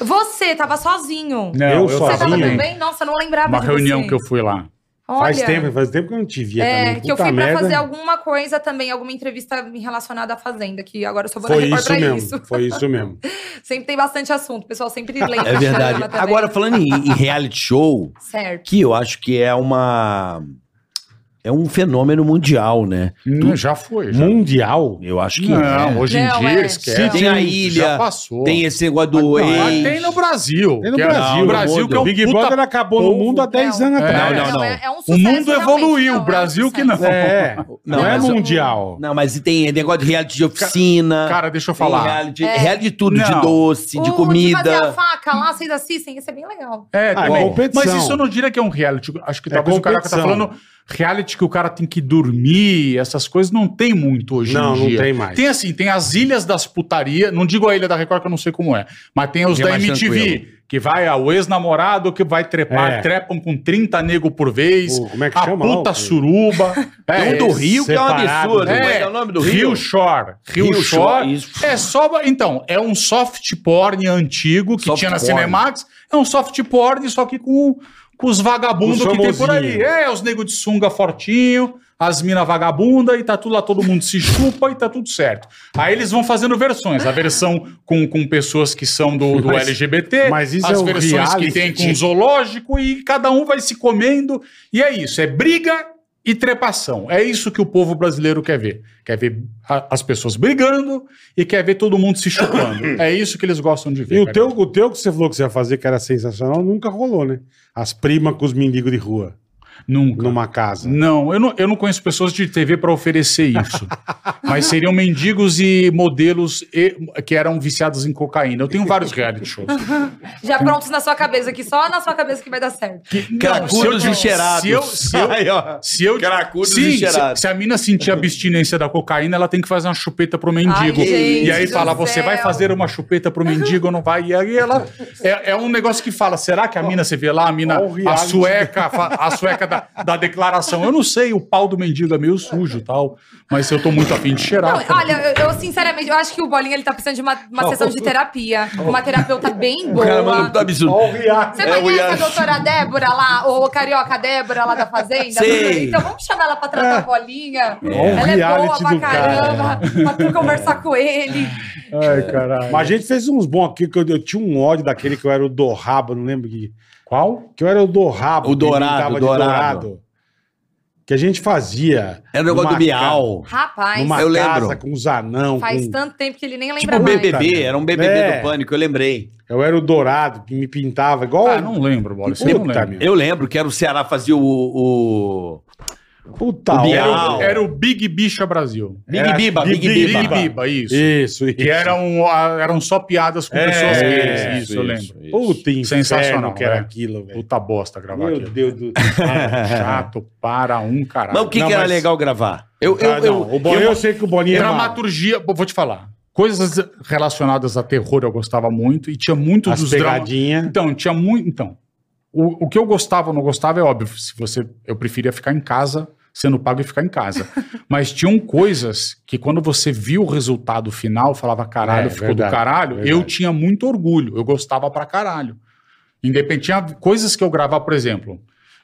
Speaker 6: Você tava sozinho.
Speaker 5: Não,
Speaker 2: Eu
Speaker 5: eu,
Speaker 2: sozinho.
Speaker 6: Você tava
Speaker 5: sozinho.
Speaker 6: também? Nossa, eu não lembrava
Speaker 5: Uma
Speaker 6: de
Speaker 5: reunião
Speaker 3: assim.
Speaker 6: você.
Speaker 5: que eu fui lá.
Speaker 6: Olha,
Speaker 2: Faz tempo, faz tempo que eu não te via
Speaker 6: É,
Speaker 2: também.
Speaker 6: que eu
Speaker 2: Puta
Speaker 6: fui pra
Speaker 2: merda.
Speaker 6: fazer alguma coisa também, alguma entrevista relacionada à Fazenda, que agora eu só vou na
Speaker 2: Foi
Speaker 6: Record
Speaker 2: isso
Speaker 6: pra
Speaker 2: mesmo,
Speaker 6: isso.
Speaker 2: foi isso mesmo.
Speaker 6: Sempre tem bastante assunto, o pessoal sempre lembra.
Speaker 3: É verdade. Agora, falando em, em reality show,
Speaker 6: Certo.
Speaker 3: que eu acho que é uma. É um fenômeno mundial, né?
Speaker 5: Não, já foi. Já.
Speaker 2: Mundial?
Speaker 3: Eu acho que.
Speaker 5: Não,
Speaker 3: é.
Speaker 5: hoje em
Speaker 6: Não,
Speaker 5: dia
Speaker 6: é.
Speaker 5: esquece.
Speaker 3: Tem a
Speaker 5: Já
Speaker 3: ilha,
Speaker 5: passou.
Speaker 3: Tem esse negócio do
Speaker 5: Não, mas
Speaker 3: ex.
Speaker 5: tem no Brasil.
Speaker 2: Tem no
Speaker 5: que é-
Speaker 2: Brasil.
Speaker 5: o Brasil que é um
Speaker 2: Big
Speaker 5: puta-
Speaker 2: Brother acabou no
Speaker 5: povo.
Speaker 2: mundo há 10 anos
Speaker 5: É.
Speaker 2: atrás.
Speaker 3: Não, não, não.
Speaker 6: É, é um
Speaker 5: O
Speaker 6: sucesso,
Speaker 5: mundo
Speaker 6: realmente,
Speaker 5: evoluiu,
Speaker 6: não, um
Speaker 5: o Brasil que
Speaker 6: sucesso.
Speaker 5: não.
Speaker 2: É,
Speaker 3: Não,
Speaker 2: não, é
Speaker 3: mas-
Speaker 2: mundial.
Speaker 3: Não, mas e tem negócio de reality de oficina.
Speaker 5: Cara, deixa eu
Speaker 3: tem
Speaker 5: falar. É.
Speaker 3: reality, reality de tudo, de
Speaker 5: Não.
Speaker 3: doce, de
Speaker 6: O De fazer a
Speaker 3: comida.
Speaker 6: faca lá, vocês assistem, isso é bem legal.
Speaker 5: É,
Speaker 2: Ah, é
Speaker 5: também.
Speaker 2: competição.
Speaker 5: Mas isso eu não diria que é um reality. Acho que
Speaker 2: É
Speaker 5: talvez o cara que tá
Speaker 2: competição.
Speaker 5: falando reality que o cara tem que dormir, essas coisas, não tem muito hoje
Speaker 2: Não,
Speaker 5: em
Speaker 2: não
Speaker 5: dia.
Speaker 2: tem mais.
Speaker 5: Tem assim, tem as ilhas das putaria, não digo a ilha da Record que eu não sei como é, mas tem os
Speaker 3: Que é
Speaker 5: da
Speaker 3: mais
Speaker 5: MTV,
Speaker 3: tranquilo.
Speaker 5: que vai ah, o ex-namorado que vai trepar,
Speaker 2: É.
Speaker 5: trepam com 30 nego por vez,
Speaker 2: O- como é que
Speaker 5: a
Speaker 2: chama lá,
Speaker 5: puta
Speaker 2: o-
Speaker 5: suruba.
Speaker 3: Tem um do Rio, que é um
Speaker 2: separado,
Speaker 3: absurdo.
Speaker 2: né?
Speaker 3: Mas é o nome do Rio?
Speaker 5: Rio Shore. Rio, Shore.
Speaker 3: Rio Shore, isso.
Speaker 5: É só. Então, é um soft porn antigo que
Speaker 3: Soft
Speaker 5: tinha na
Speaker 3: porn.
Speaker 5: Cinemax. É um soft porn, só que com, com os vagabundos
Speaker 2: Os
Speaker 5: que tem por aí.
Speaker 2: famosinhos.
Speaker 5: É, os negros de sunga fortinho, as minas vagabunda e tá tudo lá, todo mundo se chupa e tá tudo certo. Aí eles vão fazendo versões. A versão com, com pessoas que são do, do
Speaker 2: Mas-
Speaker 5: LGBT,
Speaker 2: mas isso é
Speaker 5: as
Speaker 2: um
Speaker 5: versões que
Speaker 2: reality.
Speaker 5: tem com zoológico e cada um vai se comendo. E é isso, é briga e trepação. É isso que o povo brasileiro quer ver. Quer ver a- as pessoas brigando e quer ver todo mundo se chupando. é isso que eles gostam de ver.
Speaker 2: E o
Speaker 5: cara.
Speaker 2: teu, o teu que você falou que você ia fazer, que era sensacional, nunca rolou, né? As primas com os mendigos de rua,
Speaker 5: Nunca.
Speaker 2: numa casa.
Speaker 5: Não, eu não, eu não conheço pessoas de TV para oferecer isso. Mas seriam mendigos e modelos e- que eram viciados em cocaína. Eu tenho vários reality shows.
Speaker 6: Já prontos na sua cabeça aqui, só na sua cabeça que vai dar certo.
Speaker 3: Cracudos
Speaker 5: Não,
Speaker 3: e cheirados.
Speaker 5: Se eu, se eu,
Speaker 3: Aí, ó.
Speaker 5: se eu
Speaker 3: Cracudos
Speaker 5: Sim,
Speaker 3: e
Speaker 5: se,
Speaker 3: cheirados.
Speaker 5: se a mina sentir a abstinência da cocaína, ela tem que fazer uma chupeta pro mendigo.
Speaker 6: Ai, gente
Speaker 5: e aí
Speaker 6: do
Speaker 5: fala, você
Speaker 6: céu.
Speaker 5: vai fazer uma chupeta pro mendigo ou não vai? E aí ela... É, é um negócio que fala, será que a mina, você vê lá, a mina,
Speaker 2: Ó, o
Speaker 5: a
Speaker 2: reality.
Speaker 5: sueca, fa- a sueca da, da declaração. Eu não sei, o pau do mendigo é meio sujo e tal, mas eu tô muito afim de cheirar.
Speaker 6: Não, olha, eu, eu, sinceramente, eu acho que o Bolinha ele tá precisando de uma, uma sessão de terapia. Uma terapeuta bem boa.
Speaker 3: O cara manda um absurdo.
Speaker 6: Você
Speaker 3: É, o
Speaker 6: conhece a
Speaker 3: Iago.
Speaker 6: doutora Débora lá, ou o carioca Débora lá da Fazenda?
Speaker 3: Sei.
Speaker 6: Então vamos chamar ela pra tratar
Speaker 3: É.
Speaker 6: a bolinha.
Speaker 2: Olha o
Speaker 6: Ela é boa
Speaker 2: reality
Speaker 6: pra
Speaker 2: do cara.
Speaker 6: caramba, pra tu conversar com ele.
Speaker 5: Ai, caralho.
Speaker 2: É. Mas a gente fez uns bons aqui, que eu, eu tinha um ódio daquele que eu era o do rabo, não lembro que.
Speaker 5: Qual?
Speaker 2: Que eu era o do rabo.
Speaker 3: O
Speaker 2: que
Speaker 3: dourado,
Speaker 2: brincava de
Speaker 3: dourado.
Speaker 2: Que a gente fazia.
Speaker 3: Era o negócio
Speaker 2: numa
Speaker 3: do Miau.
Speaker 2: ca-
Speaker 6: Rapaz,
Speaker 2: Numa
Speaker 3: Eu
Speaker 2: casa
Speaker 3: lembro.
Speaker 2: com os anão.
Speaker 6: faz
Speaker 5: um.
Speaker 2: com-
Speaker 6: tanto tempo que ele nem
Speaker 3: Tipo
Speaker 6: lembra
Speaker 3: um
Speaker 6: mais.
Speaker 3: BBB, era um BBB
Speaker 2: É.
Speaker 3: do Pânico, eu lembrei.
Speaker 2: Eu era o dourado que me pintava igual.
Speaker 5: Ah, não lembro, Bola. Isso eu não
Speaker 2: Puta,
Speaker 5: lembro.
Speaker 2: meu.
Speaker 3: Eu lembro que era o Ceará fazia o... o...
Speaker 2: Puta,
Speaker 3: O
Speaker 2: era-
Speaker 3: Bial.
Speaker 5: Era, era o Big Bicha Brasil.
Speaker 3: Big
Speaker 2: Era-
Speaker 3: Biba,
Speaker 2: Big
Speaker 3: Big, Biba.
Speaker 5: Big Biba, isso.
Speaker 2: Isso, isso.
Speaker 5: Que eram, ah, eram só piadas com
Speaker 2: É,
Speaker 5: pessoas gays.
Speaker 2: é,
Speaker 5: Isso, eu lembro.
Speaker 2: Puta, inferno
Speaker 5: Sensacional,
Speaker 2: que era
Speaker 5: é.
Speaker 2: aquilo, velho.
Speaker 5: Puta bosta gravar
Speaker 2: Meu
Speaker 5: aquilo.
Speaker 2: Deus do
Speaker 5: Cara, Chato para um caralho.
Speaker 3: Mas o que,
Speaker 2: Não,
Speaker 3: que era
Speaker 2: mas-
Speaker 3: legal gravar? Eu, eu,
Speaker 2: Ah,
Speaker 3: eu,
Speaker 2: não, o Bolinha, eu, sei que o é Bolinha era
Speaker 5: Dramaturgia, bom, vou te falar. Coisas relacionadas a terror eu gostava muito e tinha muitos
Speaker 2: as
Speaker 5: dos dramas.
Speaker 2: pegadinhas.
Speaker 5: Então, tinha muito. Então, o, o que eu gostava ou não gostava é óbvio. Se você, eu preferia ficar em casa, sendo pago e ficar em casa. Mas tinham coisas que quando você viu o resultado final, falava caralho,
Speaker 2: É,
Speaker 5: ficou
Speaker 2: verdade,
Speaker 5: do caralho.
Speaker 2: verdade.
Speaker 5: Eu tinha muito orgulho, eu gostava pra caralho. Independente, tinha coisas que eu gravava, por exemplo.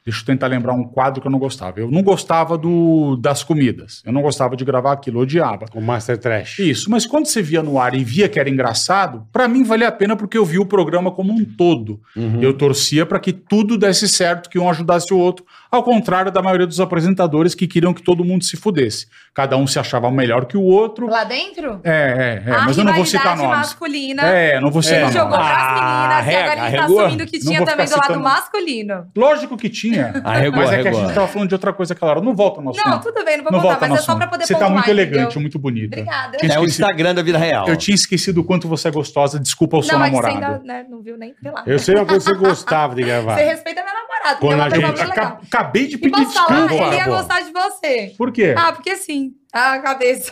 Speaker 5: Deixa eu tentar lembrar um quadro que eu não gostava. Eu não gostava do, das comidas. Eu não gostava de gravar aquilo, eu odiava.
Speaker 2: O Master Trash.
Speaker 5: Isso, mas quando você via no ar e via que era engraçado, pra mim valia a pena porque eu vi o programa como um todo. Eu torcia pra que tudo desse certo, que um ajudasse o outro ao contrário da maioria dos apresentadores que queriam que todo mundo se fudesse. Cada um se achava melhor que o outro.
Speaker 6: Lá dentro?
Speaker 5: É, é, é.
Speaker 6: a
Speaker 5: Mas eu não vou citar
Speaker 6: rivalidade
Speaker 5: nomes.
Speaker 6: masculina.
Speaker 5: É, não vou
Speaker 6: Ele
Speaker 5: citar
Speaker 6: jogou
Speaker 5: nomes.
Speaker 6: pras
Speaker 3: Ah,
Speaker 6: meninas e agora ele tá
Speaker 3: arregou.
Speaker 6: assumindo que
Speaker 5: Não
Speaker 6: tinha
Speaker 5: vou ficar
Speaker 6: também do lado
Speaker 5: citando.
Speaker 6: masculino.
Speaker 5: Lógico que tinha.
Speaker 3: Arregou,
Speaker 5: mas é que a
Speaker 3: arregou.
Speaker 5: gente tava falando de outra coisa aquela hora. Não volta ao nosso
Speaker 6: Não,
Speaker 5: assunto.
Speaker 6: tudo bem, não vou
Speaker 5: Não
Speaker 6: contar,
Speaker 5: volta ao
Speaker 6: mas é
Speaker 5: nosso
Speaker 6: só
Speaker 5: assunto.
Speaker 6: pra poder
Speaker 5: Você tá
Speaker 6: pontuar,
Speaker 5: muito
Speaker 6: entendeu?
Speaker 5: elegante, muito bonita.
Speaker 6: Obrigada.
Speaker 5: Quem-
Speaker 3: É o
Speaker 5: esqueci.
Speaker 3: Instagram da vida real.
Speaker 5: Eu tinha esquecido o quanto você é gostosa. Desculpa o seu
Speaker 6: Não, é que você
Speaker 5: namorado.
Speaker 6: ainda né, não viu nem, sei lá.
Speaker 2: Eu sei uma coisa que você gostava de gravar.
Speaker 6: Você respeita meu
Speaker 2: Quando
Speaker 6: namorado, porque
Speaker 2: a
Speaker 6: é uma
Speaker 2: gente-
Speaker 6: coisa muito
Speaker 5: Aca-
Speaker 6: legal.
Speaker 5: Acabei de
Speaker 6: E
Speaker 5: pedir
Speaker 6: posso falar?
Speaker 5: desculpa.
Speaker 6: Ele é ia
Speaker 5: pô.
Speaker 6: gostar de você.
Speaker 5: Por
Speaker 2: É.
Speaker 5: quê?
Speaker 6: Ah, porque sim. Ah, a cabeça.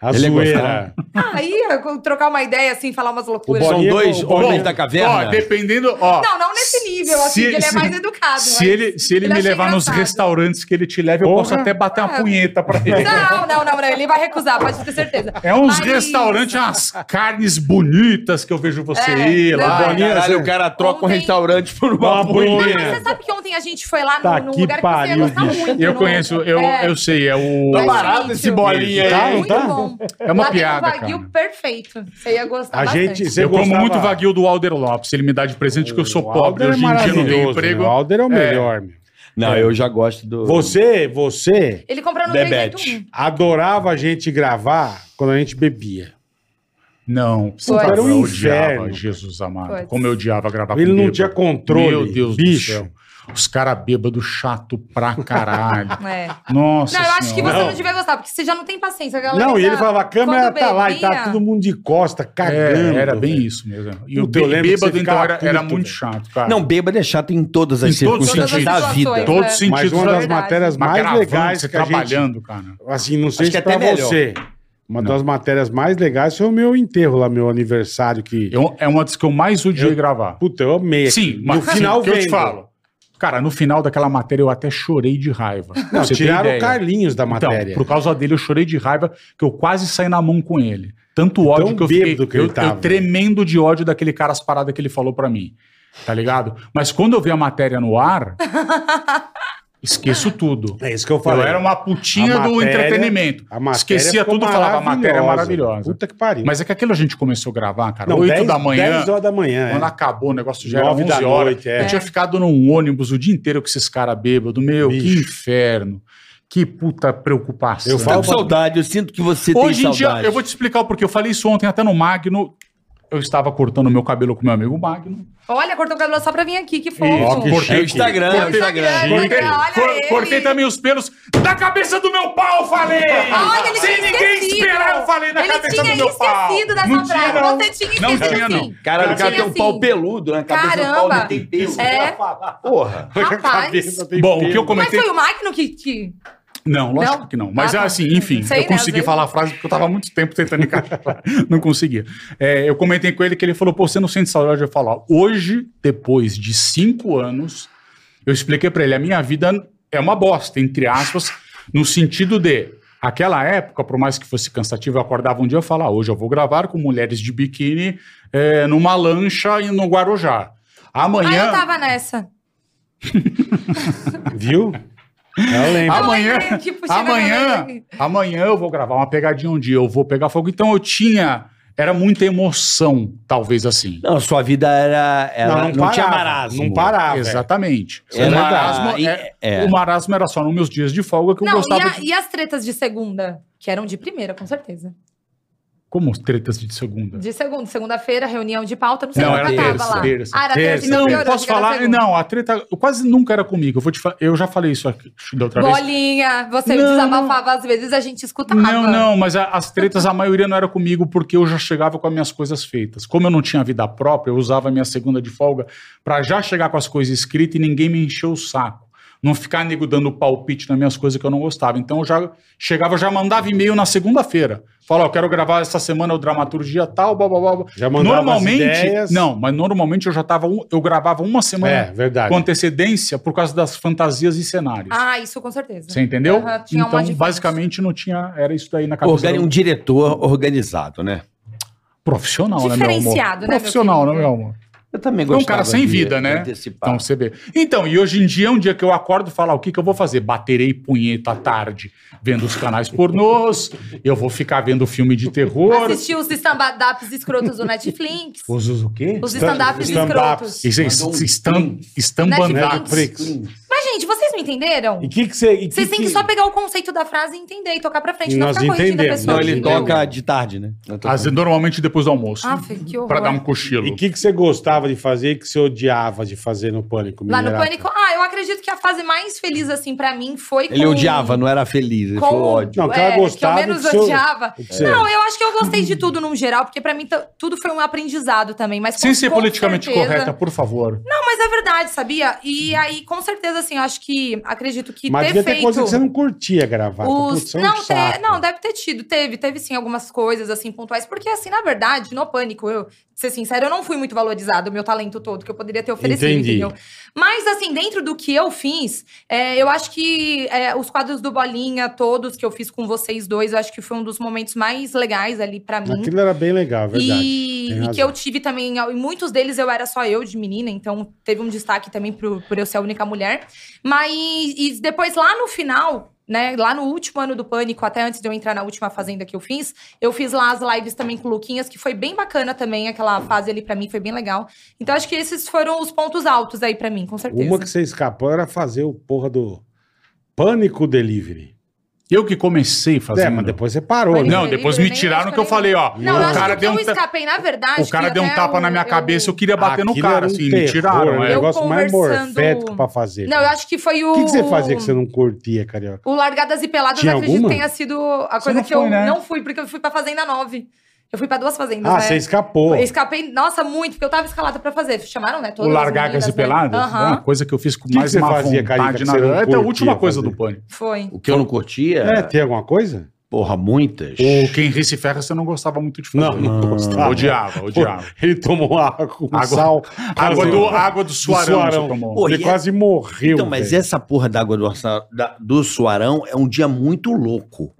Speaker 2: A
Speaker 3: Ele é
Speaker 2: zoeira.
Speaker 6: Ah, ia trocar uma ideia assim, falar umas loucuras.
Speaker 2: Boninho-
Speaker 3: São dois
Speaker 2: Boninho- Boninho-
Speaker 3: homens da caverna.
Speaker 5: Ó, dependendo. Ó,
Speaker 6: Não, não nesse nível, assim,
Speaker 5: Se-
Speaker 6: que ele é
Speaker 5: se-
Speaker 6: mais educado.
Speaker 5: se
Speaker 6: mas-
Speaker 5: ele, se ele,
Speaker 6: ele
Speaker 5: me
Speaker 6: acha
Speaker 5: levar nos
Speaker 6: engraçado. É.
Speaker 5: restaurantes que ele te leva, eu
Speaker 2: Porra.
Speaker 5: posso até bater uma punheta pra
Speaker 2: é.
Speaker 5: ele.
Speaker 6: Não, não, não, não, ele vai recusar, pode ter certeza.
Speaker 5: É uns
Speaker 6: Mas-
Speaker 5: restaurantes, umas carnes bonitas que eu vejo você
Speaker 6: É,
Speaker 5: ir lá.
Speaker 6: não, é.
Speaker 5: Boninho,
Speaker 3: Caralho,
Speaker 5: assim,
Speaker 3: o cara troca um
Speaker 6: Ontem-
Speaker 3: restaurante por uma,
Speaker 2: Uma
Speaker 3: punheta.
Speaker 2: punheta.
Speaker 6: Mas você sabe que ontem a gente foi lá
Speaker 2: Tá
Speaker 6: num, num
Speaker 2: que
Speaker 6: lugar que você ia
Speaker 2: pariu,
Speaker 6: gostar
Speaker 2: bicho.
Speaker 6: muito.
Speaker 5: Eu
Speaker 6: não?
Speaker 5: conheço, eu,
Speaker 6: É.
Speaker 5: eu sei, é o.
Speaker 3: Tá
Speaker 6: Mas,
Speaker 3: barato
Speaker 6: gente,
Speaker 3: esse bolinho aí.
Speaker 2: Tá, não
Speaker 6: Muito
Speaker 2: tá?
Speaker 6: bom.
Speaker 5: É uma
Speaker 6: Lá tem
Speaker 5: piada,
Speaker 6: Um wagyu
Speaker 5: cara.
Speaker 6: perfeito. Você ia gostar
Speaker 2: A
Speaker 6: bastante.
Speaker 2: gente. Você
Speaker 5: Eu como
Speaker 2: gostava-
Speaker 5: muito vaguio do Alder Lopes. Ele me dá de presente que eu sou
Speaker 2: O
Speaker 5: pobre.
Speaker 2: Alder é
Speaker 5: Hoje em dia não tenho
Speaker 2: maravilhoso,
Speaker 5: emprego.
Speaker 2: né? O Alder é o
Speaker 5: É.
Speaker 2: melhor, meu.
Speaker 3: Não, eu já gosto do.
Speaker 2: Você, você
Speaker 6: Ele comprou no
Speaker 3: Debete.
Speaker 6: 381.
Speaker 2: adorava a gente gravar quando a gente bebia.
Speaker 5: Não,
Speaker 6: Foi.
Speaker 5: eu
Speaker 6: Era um
Speaker 2: inferno,
Speaker 5: odiava
Speaker 2: cara.
Speaker 5: Jesus amado.
Speaker 6: Foi.
Speaker 5: Como eu odiava gravar
Speaker 2: Ele
Speaker 5: Tá com
Speaker 2: não
Speaker 5: bêbado.
Speaker 2: tinha controle,
Speaker 5: Meu Deus
Speaker 2: bicho.
Speaker 5: do céu. Os caras bêbados chato pra caralho.
Speaker 6: É.
Speaker 5: Nossa
Speaker 6: Não, eu acho que você
Speaker 5: Senhora.
Speaker 6: não.
Speaker 2: Não.
Speaker 6: devia gostar, porque você já não tem paciência, a galera.
Speaker 2: Não, e
Speaker 6: já-
Speaker 2: ele falava, a câmera
Speaker 6: quando
Speaker 2: tá lá e
Speaker 6: bebia-
Speaker 2: tá todo mundo de costa, cagando.
Speaker 5: É, era bem
Speaker 2: velho.
Speaker 5: isso mesmo. E o
Speaker 2: Puta, eu
Speaker 5: bê-
Speaker 2: lembro que você
Speaker 5: bêbado, então,
Speaker 2: ficava
Speaker 5: era, era
Speaker 2: puto,
Speaker 5: muito
Speaker 2: velho.
Speaker 5: chato, cara.
Speaker 3: Não, bêbado é chato em todas as
Speaker 5: Em todos os sentidos.
Speaker 3: circunstâncias da vida.
Speaker 6: Situações.
Speaker 5: todos os
Speaker 6: é.
Speaker 2: Mas
Speaker 5: sentidos.
Speaker 2: uma das
Speaker 5: né?
Speaker 6: verdade.
Speaker 2: matérias
Speaker 5: Mas
Speaker 2: mais
Speaker 5: gravando,
Speaker 2: legais
Speaker 5: você
Speaker 2: que a gente...
Speaker 5: trabalhando, cara.
Speaker 2: Assim, não sei
Speaker 3: Acho
Speaker 2: se
Speaker 3: que
Speaker 2: pra
Speaker 3: até melhor.
Speaker 2: você. Uma
Speaker 5: Não.
Speaker 2: das matérias mais legais foi o meu enterro lá, meu aniversário, que...
Speaker 5: Eu- é uma das que eu mais odiei gravar.
Speaker 2: Puta, eu amei.
Speaker 5: Sim,
Speaker 2: aquilo.
Speaker 5: mas
Speaker 2: No final
Speaker 5: que eu te
Speaker 2: vendo.
Speaker 5: falo. Cara, no final daquela matéria eu até chorei de raiva.
Speaker 2: Não,
Speaker 5: Você tem
Speaker 2: tiraram o
Speaker 5: ideia?
Speaker 2: Carlinhos da
Speaker 5: Então,
Speaker 2: matéria.
Speaker 5: por causa dele eu chorei de raiva que eu quase saí na mão com ele. Tanto ódio
Speaker 2: tão
Speaker 5: que eu fiquei,
Speaker 2: bêbado que
Speaker 5: eu,
Speaker 2: ele tava.
Speaker 5: eu tremendo de ódio daquele cara as paradas que ele falou pra mim. Tá ligado? Mas quando eu vi a matéria no ar, esqueço tudo.
Speaker 2: É isso que eu
Speaker 5: Eu
Speaker 2: falei.
Speaker 5: era uma putinha
Speaker 2: A
Speaker 5: do
Speaker 2: matéria-
Speaker 5: entretenimento.
Speaker 2: A matéria
Speaker 5: Esquecia
Speaker 2: ficou
Speaker 5: tudo, falava a matéria é maravilhosa.
Speaker 2: Puta que pariu.
Speaker 5: Mas é que aquilo a gente começou a gravar, cara,
Speaker 2: Não,
Speaker 5: 8
Speaker 2: 10
Speaker 5: da manhã.
Speaker 2: 10 horas da manhã,
Speaker 5: Quando
Speaker 2: é.
Speaker 5: acabou, o negócio já era
Speaker 2: Nove
Speaker 5: 11
Speaker 2: da
Speaker 5: horas.
Speaker 2: noite, é.
Speaker 5: Eu tinha ficado num ônibus o dia inteiro com esses caras bêbados. Meu, que
Speaker 2: Bicho.
Speaker 5: inferno. Que puta preocupação.
Speaker 2: Eu
Speaker 3: Tá com
Speaker 2: falo-
Speaker 3: saudade, eu sinto que você
Speaker 5: Hoje
Speaker 3: tem
Speaker 5: em
Speaker 3: saudade.
Speaker 5: dia, eu vou te explicar o porquê. Eu falei isso ontem até no Magno. Eu estava cortando meu cabelo com meu amigo Magno.
Speaker 6: Olha, cortou o cabelo só pra vir aqui, que fofo.
Speaker 2: Ó, que
Speaker 5: Cortei
Speaker 3: É o
Speaker 2: chique.
Speaker 3: Instagram, é o
Speaker 6: Cortei-
Speaker 3: Instagram.
Speaker 6: Cortei-
Speaker 5: Cortei,
Speaker 6: Olha
Speaker 5: cor-
Speaker 6: ele.
Speaker 5: cortei também os pelos da cabeça do meu pau, falei!
Speaker 6: Olha, ele
Speaker 5: Sem
Speaker 6: tinha
Speaker 5: ninguém
Speaker 6: esquecido.
Speaker 5: esperar, eu falei na
Speaker 6: ele
Speaker 5: cabeça
Speaker 6: tinha
Speaker 5: do meu pau.
Speaker 6: esquecido dessa
Speaker 5: Não
Speaker 6: frase.
Speaker 5: tinha, não.
Speaker 6: Você tinha
Speaker 5: Não
Speaker 6: esquecido
Speaker 5: tinha,
Speaker 6: sim.
Speaker 5: não.
Speaker 3: Caralho, o cara tem um
Speaker 6: assim.
Speaker 3: pau peludo, né? A cabeça do pau
Speaker 6: Caramba.
Speaker 3: não tem pelo.
Speaker 6: É.
Speaker 3: Porra.
Speaker 6: Rapaz.
Speaker 5: Bom, o é que eu
Speaker 6: Mas
Speaker 5: comentei...
Speaker 6: foi o Magno que... que...
Speaker 5: Não, lógico
Speaker 6: Não?
Speaker 5: que não. Mas
Speaker 6: Ah, tá.
Speaker 5: assim, enfim,
Speaker 6: Sei,
Speaker 5: eu
Speaker 6: né, às
Speaker 5: consegui
Speaker 6: vezes.
Speaker 5: falar a frase porque eu tava há muito tempo tentando encaixar. não conseguia. É, eu comentei com ele que ele falou: pô, você não sente saudade? Eu falo: ó, hoje, depois de cinco anos, eu expliquei pra ele: a minha vida é uma bosta, entre aspas, no sentido de. Aquela época, por mais que fosse cansativo, eu acordava um dia e falava: "Ah, hoje eu vou gravar com mulheres de biquíni é, numa lancha e no Guarujá.
Speaker 6: Ah,
Speaker 5: Amanhã.
Speaker 6: eu tava nessa.
Speaker 2: Viu? Eu lembro.
Speaker 5: Amanhã,
Speaker 6: Eu lembrei, tipo, chega na
Speaker 5: amanhã,
Speaker 6: noite.
Speaker 5: amanhã eu vou gravar uma pegadinha um dia, eu vou pegar fogo. Então eu tinha, era muita emoção, talvez assim.
Speaker 3: Não, sua vida era. era- não, tinha marasmo.
Speaker 2: Não parava.
Speaker 5: Exatamente.
Speaker 3: Ah, É
Speaker 5: o,
Speaker 3: verdade.
Speaker 5: marasmo, é-
Speaker 3: É.
Speaker 5: o marasmo era só nos meus dias de folga que eu
Speaker 6: Não,
Speaker 5: gostava
Speaker 6: e, a-
Speaker 5: de.
Speaker 6: e as tretas de segunda? Que eram de primeira, com certeza.
Speaker 5: Como os tretas de segunda?
Speaker 6: De segunda. Segunda-feira, reunião de pauta. Não sei
Speaker 5: Não,
Speaker 6: quando
Speaker 5: era
Speaker 6: eu tava
Speaker 5: terça,
Speaker 6: lá.
Speaker 5: terça.
Speaker 6: Ah, era terça.
Speaker 2: Terça,
Speaker 6: então
Speaker 5: Não,
Speaker 6: piorou,
Speaker 5: posso
Speaker 6: porque era
Speaker 5: falar.
Speaker 6: segunda.
Speaker 5: Não, a treta quase nunca era comigo. Eu, vou te fa- eu já falei isso aqui da outra vez.
Speaker 6: Bolinha, você
Speaker 5: Não,
Speaker 6: desabafava às vezes, a gente escutava.
Speaker 5: Não, não, mas a- as tretas, a maioria não era comigo, porque eu já chegava com as minhas coisas feitas. Como eu não tinha vida própria, eu usava a minha segunda de folga pra já chegar com as coisas escritas e ninguém me encheu o saco. Não ficar nego dando palpite nas minhas coisas que eu não gostava. Então eu já chegava, eu já mandava e-mail na segunda-feira. Falava, ó, quero gravar essa semana o dramaturgia tal, blá blá blá. blá.
Speaker 2: Já mandava as ideias.
Speaker 5: Não, mas normalmente eu já tava. um- eu gravava uma semana
Speaker 2: É, verdade.
Speaker 5: com antecedência por causa das fantasias e cenários.
Speaker 6: Ah, isso com certeza.
Speaker 5: Você entendeu?
Speaker 6: Aham, tinha uma
Speaker 5: então,
Speaker 6: diferença.
Speaker 5: basicamente, não tinha. Era isso daí na cabeça.
Speaker 3: Organi-
Speaker 5: do-
Speaker 3: um diretor organizado, né?
Speaker 5: Profissional, né, meu amor?
Speaker 6: Diferenciado, né, meu
Speaker 5: Profissional, né,
Speaker 6: querido?
Speaker 5: meu amor?
Speaker 3: Eu também
Speaker 5: É um
Speaker 3: gostava.
Speaker 5: cara sem
Speaker 3: de
Speaker 5: vida, né?
Speaker 3: antecipar.
Speaker 5: Então, você vê. Então, e hoje em dia é um dia que eu acordo e falo: "Ah, o que, que eu vou fazer? Baterei punheta à tarde vendo os canais pornôs, eu vou ficar vendo filme de terror.
Speaker 6: Assistiu os stand-ups escrotos do Netflix.
Speaker 5: Os, os o quê?
Speaker 6: Os
Speaker 2: stand-ups.
Speaker 6: stand-ups escrotos.
Speaker 5: Isso é est-
Speaker 3: Mandou um
Speaker 5: estam-
Speaker 3: print.
Speaker 5: estambandados.
Speaker 6: Netflix.
Speaker 2: Netflix.
Speaker 6: Mas gente, vocês me entenderam?
Speaker 2: E o que que você... e
Speaker 6: Vocês
Speaker 2: que
Speaker 6: têm que só pegar o conceito da frase e entender e tocar pra frente, não
Speaker 2: Nós
Speaker 6: ficar corrigindo a
Speaker 2: entendemos.
Speaker 6: pessoa.
Speaker 3: Não, ele
Speaker 6: Então, entendeu?
Speaker 3: toca de tarde, né?
Speaker 5: Às vezes, normalmente depois do almoço.
Speaker 6: Aff, Ah, que horror.
Speaker 5: pra dar um cochilo.
Speaker 2: E o que, que você gostava de fazer e que você odiava de fazer no
Speaker 5: um
Speaker 2: Pânico?
Speaker 6: Lá no
Speaker 2: Minerata?
Speaker 6: Pânico, ah, eu acredito que a fase mais feliz, assim, pra mim foi com...
Speaker 3: Ele odiava, não era feliz. Ele
Speaker 6: com... é,
Speaker 3: foi ódio.
Speaker 2: Não, que ela gostava
Speaker 6: Que eu menos
Speaker 2: do seu-
Speaker 6: odiava.
Speaker 2: do seu-
Speaker 6: Não, é eu acho que eu gostei de tudo num geral, porque pra mim t- tudo foi um aprendizado também. Mas
Speaker 5: Sem
Speaker 6: com-
Speaker 5: ser
Speaker 6: com
Speaker 5: politicamente
Speaker 6: certeza-
Speaker 5: correta, por favor.
Speaker 6: Não, mas é verdade, sabia? E aí, com certeza, assim, eu acho que... Acredito que
Speaker 2: Uhum. Mas
Speaker 6: ter
Speaker 2: devia
Speaker 6: feito...
Speaker 2: ter coisa que você não curtia gravar.
Speaker 6: Os-
Speaker 2: Putz, é um
Speaker 6: não, te-
Speaker 2: saco.
Speaker 6: não, deve ter tido. Teve, teve sim algumas coisas assim pontuais, porque assim, na verdade, no pânico, eu, pra ser sincero, eu não fui muito valorizado o meu talento todo que eu poderia ter oferecido,
Speaker 2: Entendi.
Speaker 6: entendeu? Mas assim, dentro do que eu fiz, é, eu acho que é, os quadros do Bolinha, todos que eu fiz com vocês dois, eu acho que foi um dos momentos mais legais ali pra mim.
Speaker 2: Aquilo era bem legal, é verdade.
Speaker 6: E,
Speaker 2: tem
Speaker 6: e
Speaker 2: razão.
Speaker 6: que eu tive também, em muitos deles eu era só eu de menina, então teve um destaque também pro- por eu ser a única mulher. Mas e depois lá no final, né, lá no último ano do Pânico, até antes de eu entrar na última fazenda que eu fiz, eu fiz lá as lives também com o Luquinhas, que foi bem bacana também, aquela fase ali pra mim foi bem legal. Então acho que esses foram os pontos altos aí pra mim, com certeza.
Speaker 2: Uma que você escapou era fazer o porra do Pânico Delivery.
Speaker 5: Eu que comecei fazendo.
Speaker 2: É, mas depois você parou, né?
Speaker 5: Não, depois me tiraram que eu falei, ó.
Speaker 6: Não, eu
Speaker 5: o
Speaker 6: acho
Speaker 5: cara
Speaker 6: que
Speaker 5: deu
Speaker 6: eu
Speaker 5: um, ta-
Speaker 6: escapei, na verdade.
Speaker 5: o cara
Speaker 6: que
Speaker 5: deu um
Speaker 6: até
Speaker 5: tapa na minha
Speaker 6: eu-
Speaker 5: cabeça, eu queria bater no
Speaker 2: Aquilo
Speaker 5: cara,
Speaker 2: era um
Speaker 5: assim,
Speaker 2: terror,
Speaker 5: me tiraram.
Speaker 2: era
Speaker 5: é.
Speaker 2: um negócio mais
Speaker 6: conversando-
Speaker 2: morfético pra fazer.
Speaker 6: Não, eu acho que foi o.
Speaker 2: O que, que você fazia que você não curtia, Carioca?
Speaker 6: O Largadas e Peladas,
Speaker 2: Tinha
Speaker 6: eu acredito
Speaker 2: alguma?
Speaker 6: que tenha sido a coisa
Speaker 5: não
Speaker 6: que eu
Speaker 5: foi, né?
Speaker 6: não fui, porque eu fui pra Fazenda 9. Eu fui pra duas fazendas,
Speaker 2: Ah,
Speaker 6: né?
Speaker 2: você escapou.
Speaker 6: Eu escapei, nossa, muito, porque eu tava escalada pra fazer. Chamaram, né?
Speaker 5: O
Speaker 6: Todas as
Speaker 5: largacas e
Speaker 6: meninas, né?
Speaker 5: peladas,
Speaker 6: Aham,
Speaker 5: uma coisa que eu fiz com
Speaker 2: que
Speaker 5: mais
Speaker 2: que você
Speaker 5: má
Speaker 2: fazia, Carica,
Speaker 5: vontade
Speaker 2: que
Speaker 5: na
Speaker 2: você não
Speaker 5: vida. É a
Speaker 2: curtia
Speaker 5: última coisa
Speaker 2: fazer?
Speaker 5: do pânico.
Speaker 6: foi.
Speaker 3: O que eu não curtia,
Speaker 2: É, tem alguma coisa?
Speaker 3: porra, muitas.
Speaker 5: O Quem Ri se ferra, você não gostava muito de fazer.
Speaker 2: Não, não gostava.
Speaker 5: Odiava, odiava.
Speaker 2: Ele tomou água com
Speaker 5: Água-
Speaker 2: sal.
Speaker 5: Água
Speaker 2: quase-
Speaker 5: do, água do suarão,
Speaker 2: suarão.
Speaker 5: você tomou.
Speaker 3: Pô,
Speaker 2: Ele
Speaker 3: e é-
Speaker 2: quase morreu.
Speaker 3: Então, mas
Speaker 2: velho.
Speaker 3: essa porra d'água do, orça- da- do Suarão é um dia muito louco.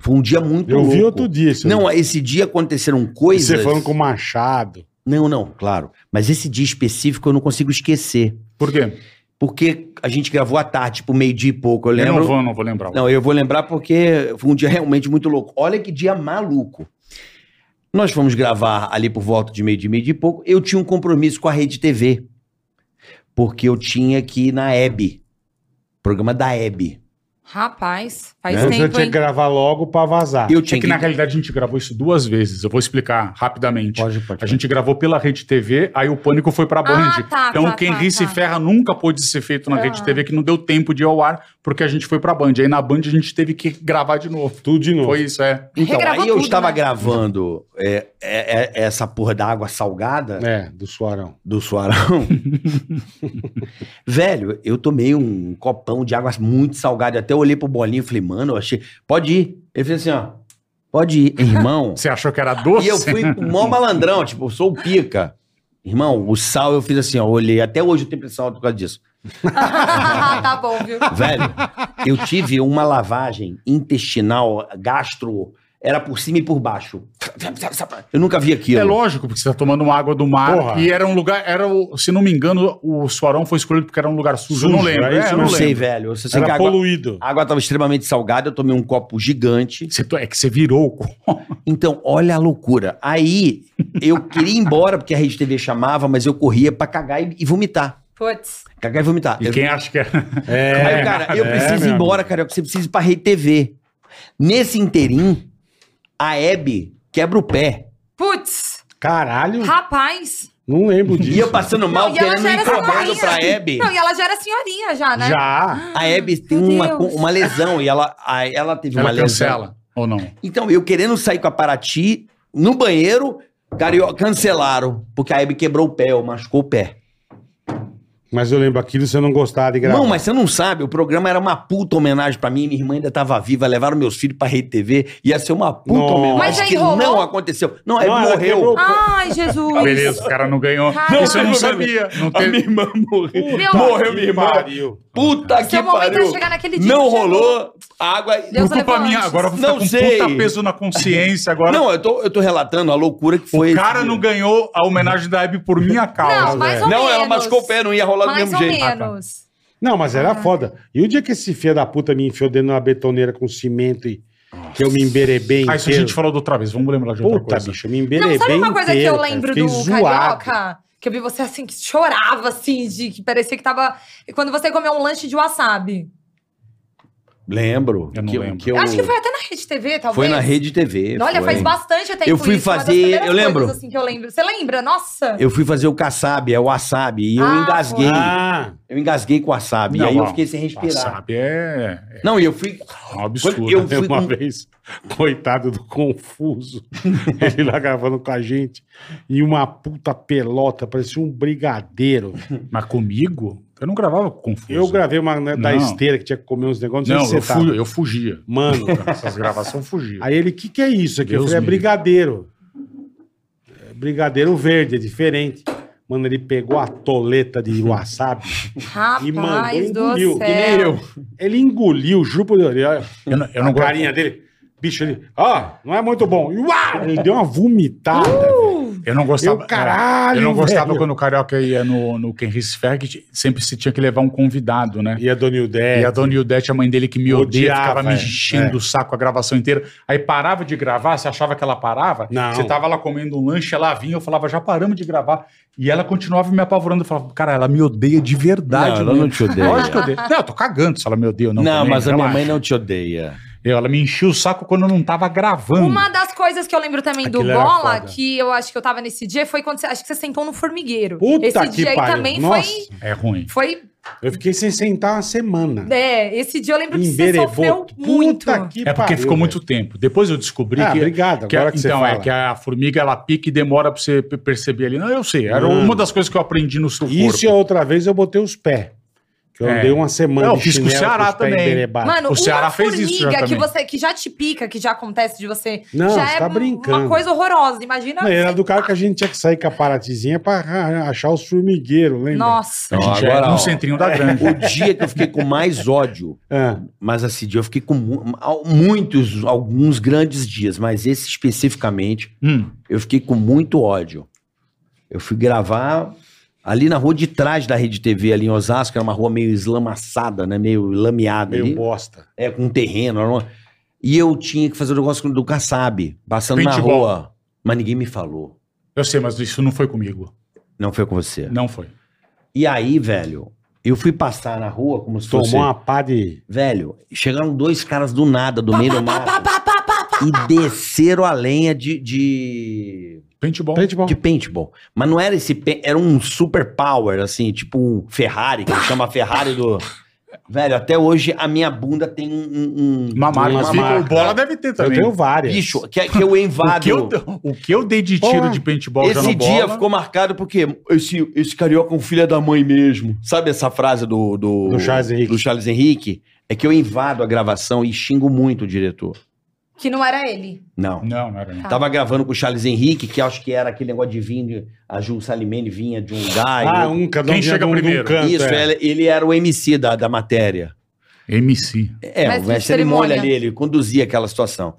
Speaker 3: Foi um dia muito
Speaker 2: Eu
Speaker 3: louco.
Speaker 2: vi outro dia isso.
Speaker 3: Não, é esse dia aconteceram
Speaker 2: E
Speaker 3: coisas.
Speaker 2: Você falando com o Machado.
Speaker 3: Não, não, claro. Mas esse dia específico eu não consigo esquecer.
Speaker 5: Por quê?
Speaker 3: Porque a gente gravou à tarde, tipo, meio-dia e pouco, eu
Speaker 5: Eu
Speaker 3: lembro.
Speaker 5: não vou, não vou lembrar.
Speaker 3: Não, eu vou lembrar porque foi um dia realmente muito louco. Olha que dia maluco. Nós fomos gravar ali por volta de meio de meio de pouco. Eu tinha um compromisso com a Rede TV. Porque eu tinha que ir na Hebe. Programa da Hebe.
Speaker 6: Rapaz, faz
Speaker 2: Né? Você
Speaker 6: tempo,
Speaker 2: tinha que
Speaker 6: hein?
Speaker 2: gravar logo pra vazar.
Speaker 3: Eu
Speaker 5: É
Speaker 3: tinha
Speaker 5: que na realidade a gente gravou isso duas vezes. Eu vou explicar rapidamente.
Speaker 3: Pode, pode.
Speaker 5: A gente gravou pela Rede TV, aí o pânico foi pra Band.
Speaker 6: Ah, tá,
Speaker 5: então,
Speaker 6: tá,
Speaker 5: quem
Speaker 6: tá,
Speaker 5: ri se
Speaker 6: tá.
Speaker 5: ferra nunca pôde ser feito na
Speaker 6: Ah.
Speaker 5: Rede TV, que não deu tempo de ir ao ar, porque a gente foi pra Band. Aí na Band a gente teve que gravar de novo.
Speaker 2: Tudo de novo.
Speaker 5: Foi isso, é.
Speaker 3: Então,
Speaker 6: Regravou
Speaker 3: aí eu
Speaker 6: tudo,
Speaker 3: estava
Speaker 6: né?
Speaker 3: gravando é, é, é, essa porra da água salgada
Speaker 2: É, do Suarão.
Speaker 3: do Suarão. Velho, eu tomei um copão de água muito salgada. Eu Até olhei pro bolinho e falei, mano, eu achei. Pode ir. Ele fez assim, ó. Pode ir, irmão.
Speaker 5: Você é achou que era doce?
Speaker 3: E eu fui o maior malandrão, tipo, eu sou o pica. Irmão, o sal eu fiz assim, ó, olhei. Até hoje eu tenho pressão alta por causa disso.
Speaker 6: tá bom, viu?
Speaker 3: Velho, eu tive uma lavagem intestinal, gastro, era por cima e por baixo. Eu nunca vi aquilo.
Speaker 5: É lógico, porque você tá tomando uma água do mar.
Speaker 2: Porra.
Speaker 5: E era um lugar, era o- se não me engano, o Suarão foi escolhido porque era um lugar sujo. eu não
Speaker 2: Sujo,
Speaker 5: lembro.
Speaker 2: é isso
Speaker 5: eu
Speaker 3: Eu não
Speaker 2: mesmo.
Speaker 5: lembro.
Speaker 3: sei, velho. Eu só sei que a
Speaker 2: Era
Speaker 3: água,
Speaker 2: poluído.
Speaker 3: a água tava extremamente salgada, eu tomei um copo gigante.
Speaker 5: Você to- É que você virou o copo.
Speaker 3: Então, olha a loucura. Aí, eu queria ir embora, porque a Rede TV chamava, mas eu corria pra cagar e, e vomitar.
Speaker 6: Putz.
Speaker 3: Cagar e vomitar.
Speaker 5: E
Speaker 3: Eu-
Speaker 5: quem acha que era.
Speaker 3: Aí, cara, eu
Speaker 2: é,
Speaker 3: preciso ir
Speaker 2: meu
Speaker 3: embora, Carioca. Você precisa ir pra Rede TV. Nesse inteirinho, a Hebe quebra o pé.
Speaker 6: Putz.
Speaker 2: Caralho,
Speaker 6: Rapaz.
Speaker 2: não lembro disso.
Speaker 3: Ia passando mal,
Speaker 6: Não, e ela
Speaker 3: querendo
Speaker 6: já
Speaker 3: ir
Speaker 6: era
Speaker 3: trabalho
Speaker 6: senhorinha.
Speaker 3: pra Hebe.
Speaker 6: Não, e ela já era senhorinha já, né?
Speaker 2: Já.
Speaker 3: A Hebe tem
Speaker 6: Meu
Speaker 3: uma,
Speaker 6: Deus.
Speaker 3: uma lesão e ela, a- ela teve
Speaker 5: Ela
Speaker 3: uma lesão.
Speaker 5: cancela. Ou não?
Speaker 3: Então, eu querendo sair com a Paraty no banheiro, Carioca, cancelaram, porque a Hebe quebrou o pé, ou machucou o pé.
Speaker 2: Mas eu lembro aquilo, você não gostava de gravar.
Speaker 3: Não, mas você não sabe, o programa era uma puta homenagem pra mim, minha irmã ainda tava viva, levaram meus filhos pra Rede TV, ia ser uma puta
Speaker 2: Nossa.
Speaker 3: homenagem
Speaker 6: Mas já
Speaker 3: que
Speaker 6: enrolou?
Speaker 3: não aconteceu. Não, a Hebe
Speaker 2: Não, ela quebrou
Speaker 3: morreu.
Speaker 2: o pé.
Speaker 6: Ai, Jesus.
Speaker 5: Ah, Beleza, o cara não ganhou.
Speaker 6: Caralho.
Speaker 5: Isso eu não
Speaker 3: Não,
Speaker 5: sabia. Não
Speaker 3: A
Speaker 5: teve-
Speaker 3: minha irmã morreu.
Speaker 6: Meu
Speaker 3: Morreu minha irmã.
Speaker 2: Pariu.
Speaker 3: Puta que
Speaker 6: Seu momento
Speaker 3: pariu.
Speaker 6: ia chegar naquele dia.
Speaker 3: Não
Speaker 6: chegou.
Speaker 3: rolou, água...
Speaker 6: Deus
Speaker 5: Por culpa
Speaker 6: levou
Speaker 5: minha,
Speaker 6: antes.
Speaker 5: agora eu vou ficar
Speaker 3: Não
Speaker 5: com
Speaker 3: sei.
Speaker 5: puta peso na consciência agora.
Speaker 3: Não, eu tô, eu tô relatando a loucura que foi.
Speaker 5: o
Speaker 3: esse
Speaker 5: cara
Speaker 3: dia.
Speaker 5: não ganhou a homenagem da Hebe por minha causa.
Speaker 6: Não, mais
Speaker 5: velho.
Speaker 6: ou menos.
Speaker 3: Não, ela machucou o pé, não ia rolar do
Speaker 6: Mais
Speaker 3: mesmo
Speaker 6: ou
Speaker 3: jeito.
Speaker 6: menos.
Speaker 2: Não, mas
Speaker 6: Ah.
Speaker 2: era foda. E o dia que esse filho da puta me enfiou dentro de uma betoneira com cimento e que eu me emberebei
Speaker 5: Ah,
Speaker 2: inteiro.
Speaker 5: isso a gente falou da outra vez. Vamos lembrar de outra
Speaker 2: Puta,
Speaker 5: coisa.
Speaker 2: bicho, eu me
Speaker 6: Não,
Speaker 2: emberebei
Speaker 6: sabe uma coisa que
Speaker 2: é inteiro,
Speaker 6: eu
Speaker 2: cara.
Speaker 6: lembro
Speaker 2: Fiquei
Speaker 6: do
Speaker 2: zoado.
Speaker 6: Carioca? Que Que eu vi você assim, que chorava, assim, de que parecia que tava. Quando você comeu um lanche de wasabi.
Speaker 3: Lembro.
Speaker 5: Eu não lembro.
Speaker 3: eu-
Speaker 6: Eu acho que foi até na Rede TV, talvez.
Speaker 3: Foi na Rede TV.
Speaker 6: Olha,
Speaker 3: foi.
Speaker 6: faz bastante tempo
Speaker 3: Eu fui
Speaker 6: isso, uma das
Speaker 3: fazer-
Speaker 6: primeiras
Speaker 3: eu lembro.
Speaker 6: coisas, assim, que eu lembro. Você lembra? Nossa!
Speaker 3: Eu fui fazer o Kassab, é o Wasabi, e eu
Speaker 6: Ah,
Speaker 3: engasguei.
Speaker 2: Ah,
Speaker 3: Eu engasguei com o Wasabi.
Speaker 5: Não,
Speaker 3: e aí eu
Speaker 5: ó,
Speaker 3: fiquei sem respirar.
Speaker 5: Wasabi Ah, é,
Speaker 3: Não, e eu fui.
Speaker 5: é um absurdo.
Speaker 3: Eu fui
Speaker 2: teve uma
Speaker 3: com-
Speaker 2: vez, coitado do Confuso, ele lá gravando com a gente, e uma puta pelota, parecia um brigadeiro.
Speaker 5: Mas comigo, eu não gravava com confuso.
Speaker 2: Eu gravei uma né, da
Speaker 5: Não.
Speaker 2: esteira que tinha que comer uns negócios, não
Speaker 5: Não,
Speaker 2: sei
Speaker 5: eu,
Speaker 2: se você tava.
Speaker 5: fui, eu fugia.
Speaker 2: Mano,
Speaker 5: Essas gravações eu fugia.
Speaker 2: aí ele, o que que é isso aqui? eu
Speaker 5: Deus
Speaker 2: falei, é
Speaker 5: me
Speaker 2: brigadeiro. É brigadeiro verde, é diferente. Mano, ele pegou a toleta de wasabi e mandou,
Speaker 6: Rapaz do
Speaker 2: engoliu.
Speaker 6: céu.
Speaker 2: Que nem eu. Ele engoliu, juro por Deus. Ele, olha,
Speaker 5: Eu não, eu
Speaker 2: a
Speaker 5: não gosto-
Speaker 2: carinha dele. Bicho, ele. Ó, não é muito bom. E uau, Uh! ele deu uma vomitada. velho.
Speaker 5: Eu não gostava.
Speaker 2: Eu, caralho,
Speaker 5: é, eu não gostava
Speaker 2: velho.
Speaker 5: quando o Carioca ia no, no Ken Risfer, que t- sempre se tinha que levar um convidado, né?
Speaker 2: E a Dona Ildete.
Speaker 5: E a dona Ildete, a mãe dele que me odeia,
Speaker 2: É, Odiava,
Speaker 5: ficava me
Speaker 2: é.
Speaker 5: enchendo o saco a gravação inteira. Aí parava de gravar, você achava que ela parava?
Speaker 2: Não.
Speaker 5: Você tava lá comendo um lanche, ela vinha, eu falava, já paramos de gravar. E ela continuava me apavorando. Eu falava, cara, ela me odeia de verdade.
Speaker 3: Não, ela
Speaker 5: mesmo.
Speaker 3: não te odeia.
Speaker 5: Lógico que eu odeio. Não, eu tô cagando se ela me odeia ou não.
Speaker 3: Não,
Speaker 5: também,
Speaker 3: mas a minha
Speaker 5: relaxa.
Speaker 3: mãe não te odeia.
Speaker 5: Eu, ela me enchia o saco quando eu não tava gravando.
Speaker 6: Uma das coisas que eu lembro também do
Speaker 2: Aquilo era
Speaker 6: Bola,
Speaker 2: foda.
Speaker 6: que eu acho que eu tava nesse dia, foi quando você. Acho que você sentou no formigueiro.
Speaker 2: Puta
Speaker 6: esse
Speaker 2: que
Speaker 6: dia aí
Speaker 2: pariu.
Speaker 6: também
Speaker 2: Nossa.
Speaker 5: É ruim.
Speaker 6: foi.
Speaker 2: Eu fiquei sem sentar uma semana.
Speaker 6: Foi. É, esse dia eu lembro que você
Speaker 2: Emberevou.
Speaker 6: sofreu
Speaker 2: Puta
Speaker 6: muito.
Speaker 2: que
Speaker 5: É porque
Speaker 2: pariu,
Speaker 5: ficou muito
Speaker 2: velho.
Speaker 5: tempo. Depois eu descobri
Speaker 2: Ah,
Speaker 5: que.
Speaker 2: obrigado,
Speaker 5: que
Speaker 2: agora
Speaker 5: a,
Speaker 2: que você
Speaker 5: então, é
Speaker 2: fala.
Speaker 5: que a formiga ela pica e demora pra você pe- perceber ali. Não, eu sei. Era
Speaker 2: Hum.
Speaker 5: uma das coisas que eu aprendi no seu
Speaker 2: Isso e a
Speaker 5: corpo.
Speaker 2: outra vez eu botei os pés. Que eu
Speaker 5: É.
Speaker 2: andei uma semana.
Speaker 5: Não,
Speaker 2: de
Speaker 5: fiz com o
Speaker 2: chinelo,
Speaker 5: Ceará
Speaker 2: os pés
Speaker 5: também.
Speaker 2: emberebados.
Speaker 6: Mano,
Speaker 5: O Ceará
Speaker 6: uma
Speaker 5: fez
Speaker 6: formiga
Speaker 5: isso já
Speaker 6: que
Speaker 5: também.
Speaker 6: você que já te pica, que já acontece de você,
Speaker 2: Não,
Speaker 6: já
Speaker 2: você
Speaker 6: é
Speaker 2: tá
Speaker 6: um-
Speaker 2: brincando.
Speaker 6: uma coisa horrorosa. Imagina.
Speaker 2: Não, era
Speaker 6: você-
Speaker 2: do cara que a gente tinha que sair com a paratizinha pra ra- achar os formigueiros, lembra?
Speaker 6: Nossa.
Speaker 5: A gente
Speaker 3: Então,
Speaker 5: é
Speaker 3: agora,
Speaker 5: no
Speaker 3: ó.
Speaker 5: centrinho da grande.
Speaker 3: O dia que eu fiquei com mais ódio,
Speaker 2: Ah,
Speaker 3: mas esse dia eu fiquei com mu- al- muitos, alguns grandes dias, mas esse especificamente,
Speaker 5: Hum.
Speaker 3: eu fiquei com muito ódio. Eu fui gravar ali na rua de trás da Rede TV, ali em Osasco, era uma rua meio eslamaçada, né? Meio lameada
Speaker 2: meio
Speaker 3: ali.
Speaker 2: bosta.
Speaker 3: É, com terreno. era uma- E eu tinha que fazer o negócio do Kassab, passando na
Speaker 5: Paintball.
Speaker 3: rua. Mas ninguém me falou.
Speaker 5: Eu sei, mas isso não foi comigo.
Speaker 3: Não foi com você.
Speaker 5: Não foi.
Speaker 3: E aí, velho, eu fui passar na rua como se
Speaker 2: Tomou
Speaker 3: fosse...
Speaker 2: uma pá de.
Speaker 3: Velho, chegaram dois caras do nada, do meio do
Speaker 6: Pá, pá,
Speaker 3: mato,
Speaker 6: pá, pá, pá, pá.
Speaker 3: e desceram a lenha de, de,
Speaker 5: Paintball.
Speaker 2: Paintball.
Speaker 3: de paintball. Mas não era esse... pen- Era um super power, assim, tipo um Ferrari, que chama Ferrari do... Velho, até hoje a minha bunda tem um... um, um-
Speaker 5: Uma marca.
Speaker 2: Uma
Speaker 5: Mas
Speaker 2: marca.
Speaker 5: bola deve ter
Speaker 2: Eu
Speaker 5: também.
Speaker 2: tenho várias.
Speaker 3: Bicho, que, é, que eu
Speaker 5: o,
Speaker 3: invado...
Speaker 5: que eu, o que eu dei de tiro
Speaker 2: Porra.
Speaker 5: de paintball já
Speaker 3: Esse
Speaker 5: no
Speaker 3: dia
Speaker 5: bola,
Speaker 3: ficou marcado porque esse, esse carioca é um filho da mãe mesmo. Sabe essa frase do, do,
Speaker 2: Do Charles Henrique.
Speaker 3: do Charles Henrique? É que eu invado a gravação e xingo muito o diretor.
Speaker 6: Que não era ele.
Speaker 3: Não.
Speaker 5: Não, não era.
Speaker 6: Tá.
Speaker 5: não.
Speaker 3: Tava gravando com o Charles Henrique, que acho que era aquele negócio de vir, de- a Ju Salimene vinha de um lugar. e
Speaker 2: Ah,
Speaker 3: outro-
Speaker 2: um cada um
Speaker 5: Quem
Speaker 2: tinha
Speaker 5: chega
Speaker 2: de um- de um
Speaker 5: primeiro?
Speaker 2: canto,
Speaker 3: Isso,
Speaker 2: é.
Speaker 3: ele, ele era o MC da, da matéria.
Speaker 5: MC.
Speaker 3: É, o
Speaker 6: Mestre de
Speaker 3: mestre de cerimônia
Speaker 6: cerimônia.
Speaker 3: ali, ele conduzia aquela situação.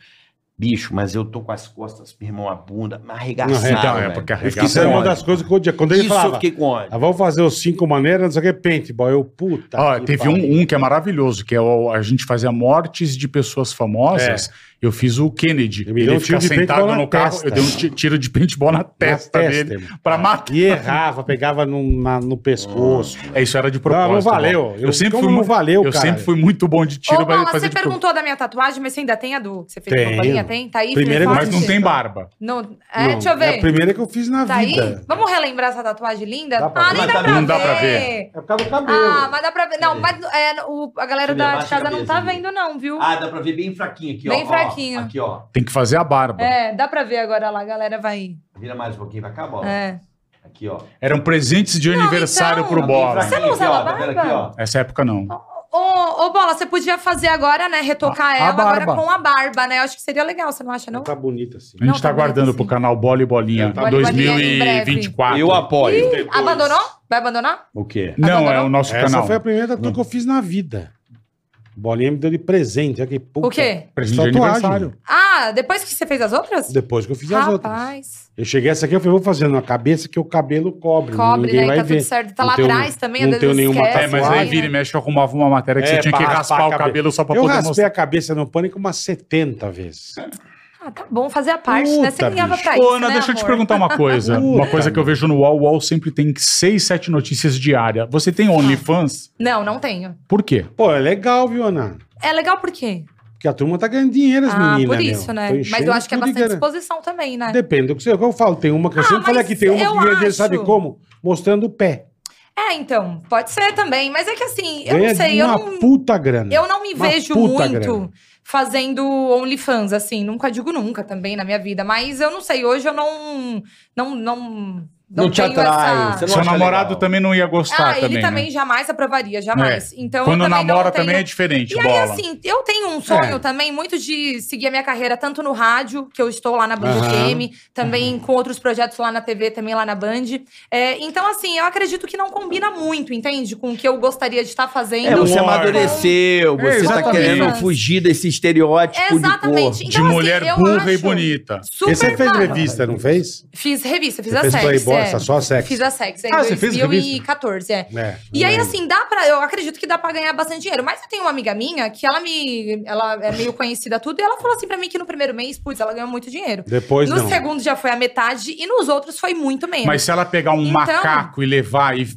Speaker 3: Bicho, mas eu tô com as costas, meu irmão, a bunda, arregaçada.
Speaker 2: Não, é,
Speaker 5: então, é,
Speaker 3: velho.
Speaker 5: porque
Speaker 3: Eu fiquei
Speaker 2: Isso
Speaker 5: arregaçou.
Speaker 2: era
Speaker 3: com
Speaker 2: uma
Speaker 3: ódio.
Speaker 2: das coisas que eu odia. Quando ele
Speaker 3: Isso eu
Speaker 2: falava,
Speaker 3: fiquei com ódio.
Speaker 2: ah, vamos fazer os cinco maneiras, não sei o que, paintball. Eu, puta.
Speaker 5: Ó,
Speaker 2: que
Speaker 5: teve
Speaker 2: pariu.
Speaker 5: um, um que é maravilhoso, que é o- a gente fazia mortes de pessoas famosas. Eu fiz o Kennedy.
Speaker 2: É. Eu me dei
Speaker 5: Ele
Speaker 2: um tiro
Speaker 5: fica
Speaker 2: de
Speaker 5: sentado
Speaker 2: paintball na
Speaker 5: no carro,
Speaker 2: testa.
Speaker 5: eu dei um ti- tiro de paintball na testa,
Speaker 2: testa,
Speaker 5: dele
Speaker 2: irmão.
Speaker 5: pra matar.
Speaker 2: E errava, pegava no, na- no pescoço.
Speaker 5: É, isso era de
Speaker 2: Ah, Não,
Speaker 5: propósito.
Speaker 2: não valeu.
Speaker 5: Bola. Eu,
Speaker 2: Eu-
Speaker 5: sempre
Speaker 2: como
Speaker 5: fui
Speaker 2: não
Speaker 5: muito,
Speaker 2: valeu,
Speaker 5: Eu
Speaker 2: cara?
Speaker 5: sempre fui muito bom de tiro,
Speaker 6: Ô,
Speaker 5: mas
Speaker 6: Bola,
Speaker 5: fazer
Speaker 6: você
Speaker 5: de propósito.
Speaker 6: perguntou da minha tatuagem, mas você ainda tem a do que você fez
Speaker 2: Tenho.
Speaker 6: com a bolinha? Tem? Tá aí?
Speaker 2: Primeiro, um
Speaker 6: firme e
Speaker 5: Mas não
Speaker 6: forte?
Speaker 5: tem barba.
Speaker 6: Não, é,
Speaker 2: Não,
Speaker 6: deixa eu
Speaker 2: É
Speaker 6: ver.
Speaker 2: a primeira que eu fiz na
Speaker 6: Tá aí?
Speaker 2: vida.
Speaker 6: Vamos relembrar essa tatuagem linda?
Speaker 2: Dá pra
Speaker 6: ah,
Speaker 2: ver.
Speaker 6: nem
Speaker 3: Mas
Speaker 6: dá
Speaker 3: tá-
Speaker 6: pra,
Speaker 5: não dá pra
Speaker 6: ver.
Speaker 2: É por causa do cabelo.
Speaker 6: Ah, mas dá pra ver. Não, mas é, o- a
Speaker 3: Deixa eu
Speaker 6: galera da
Speaker 3: levar
Speaker 6: de
Speaker 3: essa
Speaker 6: casa não
Speaker 3: cabeça
Speaker 6: tá
Speaker 3: aqui.
Speaker 6: vendo, não, viu?
Speaker 3: Ah, dá pra ver bem fraquinho aqui, ó.
Speaker 6: Bem
Speaker 3: Ó,
Speaker 6: fraquinho.
Speaker 3: Aqui, ó.
Speaker 5: Tem que fazer a barba.
Speaker 6: É, dá pra ver agora lá, a galera vai.
Speaker 3: Vira mais um pouquinho pra cá, bola.
Speaker 6: É.
Speaker 3: Aqui, ó.
Speaker 5: Eram presentes de aniversário
Speaker 6: então.
Speaker 5: pro Bola.
Speaker 6: Você não usava
Speaker 3: Tá vendo
Speaker 6: barba?
Speaker 3: aqui, ó?
Speaker 5: Essa época não.
Speaker 6: Ô, ô, Bola, você podia fazer agora, né? Retocar
Speaker 5: A- a
Speaker 6: ela agora
Speaker 5: barba.
Speaker 6: com a barba, né? Eu acho que seria legal, você não acha, não?
Speaker 2: Tá bonito assim.
Speaker 5: A gente
Speaker 6: Não,
Speaker 5: tá
Speaker 6: tá
Speaker 5: aguardando
Speaker 6: bonito,
Speaker 5: pro
Speaker 6: sim.
Speaker 5: canal Bola e Bolinha
Speaker 2: Bola
Speaker 6: e Bolinha, em breve.
Speaker 5: 2024.
Speaker 3: Eu apoio.
Speaker 6: Abandonou? Vai abandonar?
Speaker 3: O quê?
Speaker 5: Não, é
Speaker 6: Abandonou?
Speaker 5: o nosso
Speaker 2: Essa
Speaker 5: canal.
Speaker 2: foi a primeira tatuagem que eu fiz na vida. Bolinha me deu de presente. Olha que puta.
Speaker 6: O quê?
Speaker 5: Presente de
Speaker 2: Tatuagem.
Speaker 5: aniversário.
Speaker 6: Ah, depois que você fez as outras?
Speaker 2: Depois que eu fiz as outras.
Speaker 6: Rapaz,
Speaker 2: Eu cheguei essa aqui, eu falei, vou fazer na cabeça que o cabelo cobre.
Speaker 6: cobre,
Speaker 2: ninguém
Speaker 6: né?
Speaker 2: vai
Speaker 6: E tá
Speaker 2: ver.
Speaker 6: tudo certo. Tá
Speaker 2: Não
Speaker 6: lá
Speaker 2: tenho-
Speaker 6: atrás também,
Speaker 2: não
Speaker 6: às vezes
Speaker 2: tenho nenhuma
Speaker 6: esquece,
Speaker 5: É, mas aí
Speaker 2: tatuagem.
Speaker 5: vira e mexe, eu arrumava uma matéria que
Speaker 2: É,
Speaker 5: você tinha que
Speaker 2: pra
Speaker 5: raspar,
Speaker 2: raspar a
Speaker 5: o
Speaker 2: cabeça.
Speaker 5: cabelo só pra
Speaker 2: Eu
Speaker 5: poder
Speaker 2: raspei
Speaker 5: mostrar.
Speaker 2: a cabeça no pânico umas 70 vezes.
Speaker 6: Ah, tá bom, fazer a parte, né? Você
Speaker 2: Puta,
Speaker 6: ligava pra isso,
Speaker 5: Ô, Ana,
Speaker 6: né,
Speaker 5: deixa eu te
Speaker 6: amor?
Speaker 5: perguntar uma coisa. uma
Speaker 2: Puta,
Speaker 5: coisa que eu vejo no UOL. O UOL sempre tem seis, sete notícias diárias. Você
Speaker 6: Ah.
Speaker 5: tem OnlyFans?
Speaker 6: Não, não tenho.
Speaker 5: Por quê?
Speaker 2: Pô, é legal, viu, Ana?
Speaker 6: É legal por quê?
Speaker 2: Porque a turma tá ganhando dinheiro, as
Speaker 6: Ah,
Speaker 2: meninas.
Speaker 6: por isso,
Speaker 2: meu.
Speaker 6: né?
Speaker 2: Tô
Speaker 6: Mas
Speaker 2: enchendo
Speaker 6: eu acho que é
Speaker 2: tudo de
Speaker 6: bastante
Speaker 2: grana.
Speaker 6: exposição também, né?
Speaker 2: Depende do que você que eu falo. Tem uma que eu
Speaker 6: Ah,
Speaker 2: sempre falei
Speaker 6: mas
Speaker 2: aqui, tem uma
Speaker 6: eu
Speaker 2: que ganha dinheiro,
Speaker 6: acho.
Speaker 2: sabe como? Mostrando o pé.
Speaker 6: É, então, pode ser também. Mas é que assim, eu
Speaker 2: Ganha
Speaker 6: não sei, eu
Speaker 2: uma
Speaker 6: não,
Speaker 2: puta grana.
Speaker 6: eu não me
Speaker 2: uma
Speaker 6: vejo
Speaker 2: puta
Speaker 6: muito
Speaker 2: grana.
Speaker 6: fazendo OnlyFans, assim. Nunca digo nunca também na minha vida. Mas eu não sei, hoje eu não. Não, não, não,
Speaker 3: Não, te
Speaker 6: tenho
Speaker 3: atrai. você não
Speaker 5: Seu
Speaker 3: acha
Speaker 5: namorado
Speaker 3: legal.
Speaker 5: também não ia gostar
Speaker 6: Ah,
Speaker 5: também.
Speaker 6: ele também
Speaker 5: né? É.
Speaker 6: jamais aprovaria, jamais. Então,
Speaker 5: Quando
Speaker 6: eu também
Speaker 5: namora
Speaker 6: não tenho...
Speaker 5: também é diferente,
Speaker 6: E aí,
Speaker 5: bola.
Speaker 6: assim, eu tenho um sonho
Speaker 2: É.
Speaker 6: também muito de seguir a minha carreira, tanto no rádio, que eu estou lá na Band
Speaker 2: Aham.
Speaker 6: FM, também com outros projetos lá na TV, também lá na Band. É, então, assim, eu acredito que não combina muito, entende? Com o que eu gostaria de estar fazendo.
Speaker 3: É, você
Speaker 5: Não,
Speaker 3: amadureceu,
Speaker 5: É,
Speaker 3: você tá
Speaker 5: exatamente.
Speaker 3: querendo fugir desse estereótipo
Speaker 6: Exatamente.
Speaker 5: Tipo, De
Speaker 3: de
Speaker 6: Então, assim,
Speaker 5: mulher
Speaker 6: eu
Speaker 5: burra e
Speaker 6: acho
Speaker 5: bonita.
Speaker 6: Super
Speaker 2: E você fez
Speaker 6: válido.
Speaker 2: revista, não fez?
Speaker 6: Fiz revista, fiz
Speaker 2: Você
Speaker 6: a
Speaker 2: fez
Speaker 6: sexy.
Speaker 2: Playboy,
Speaker 6: é.
Speaker 2: essa só a sexy?
Speaker 6: Fiz a sexy, em
Speaker 2: Ah, você fez
Speaker 6: 2014, é.
Speaker 2: É,
Speaker 6: E
Speaker 2: eu
Speaker 6: aí,
Speaker 2: lembro.
Speaker 6: assim, dá pra. Eu acredito que dá pra ganhar bastante dinheiro. Mas eu tenho uma amiga minha que ela me. Ela é meio conhecida tudo, e ela falou assim pra mim que no primeiro mês, putz, ela ganhou muito dinheiro.
Speaker 2: Depois
Speaker 6: no
Speaker 2: não.
Speaker 6: segundo já foi a metade, e nos outros foi muito menos.
Speaker 5: Mas se ela pegar um
Speaker 6: Então-
Speaker 5: macaco e levar e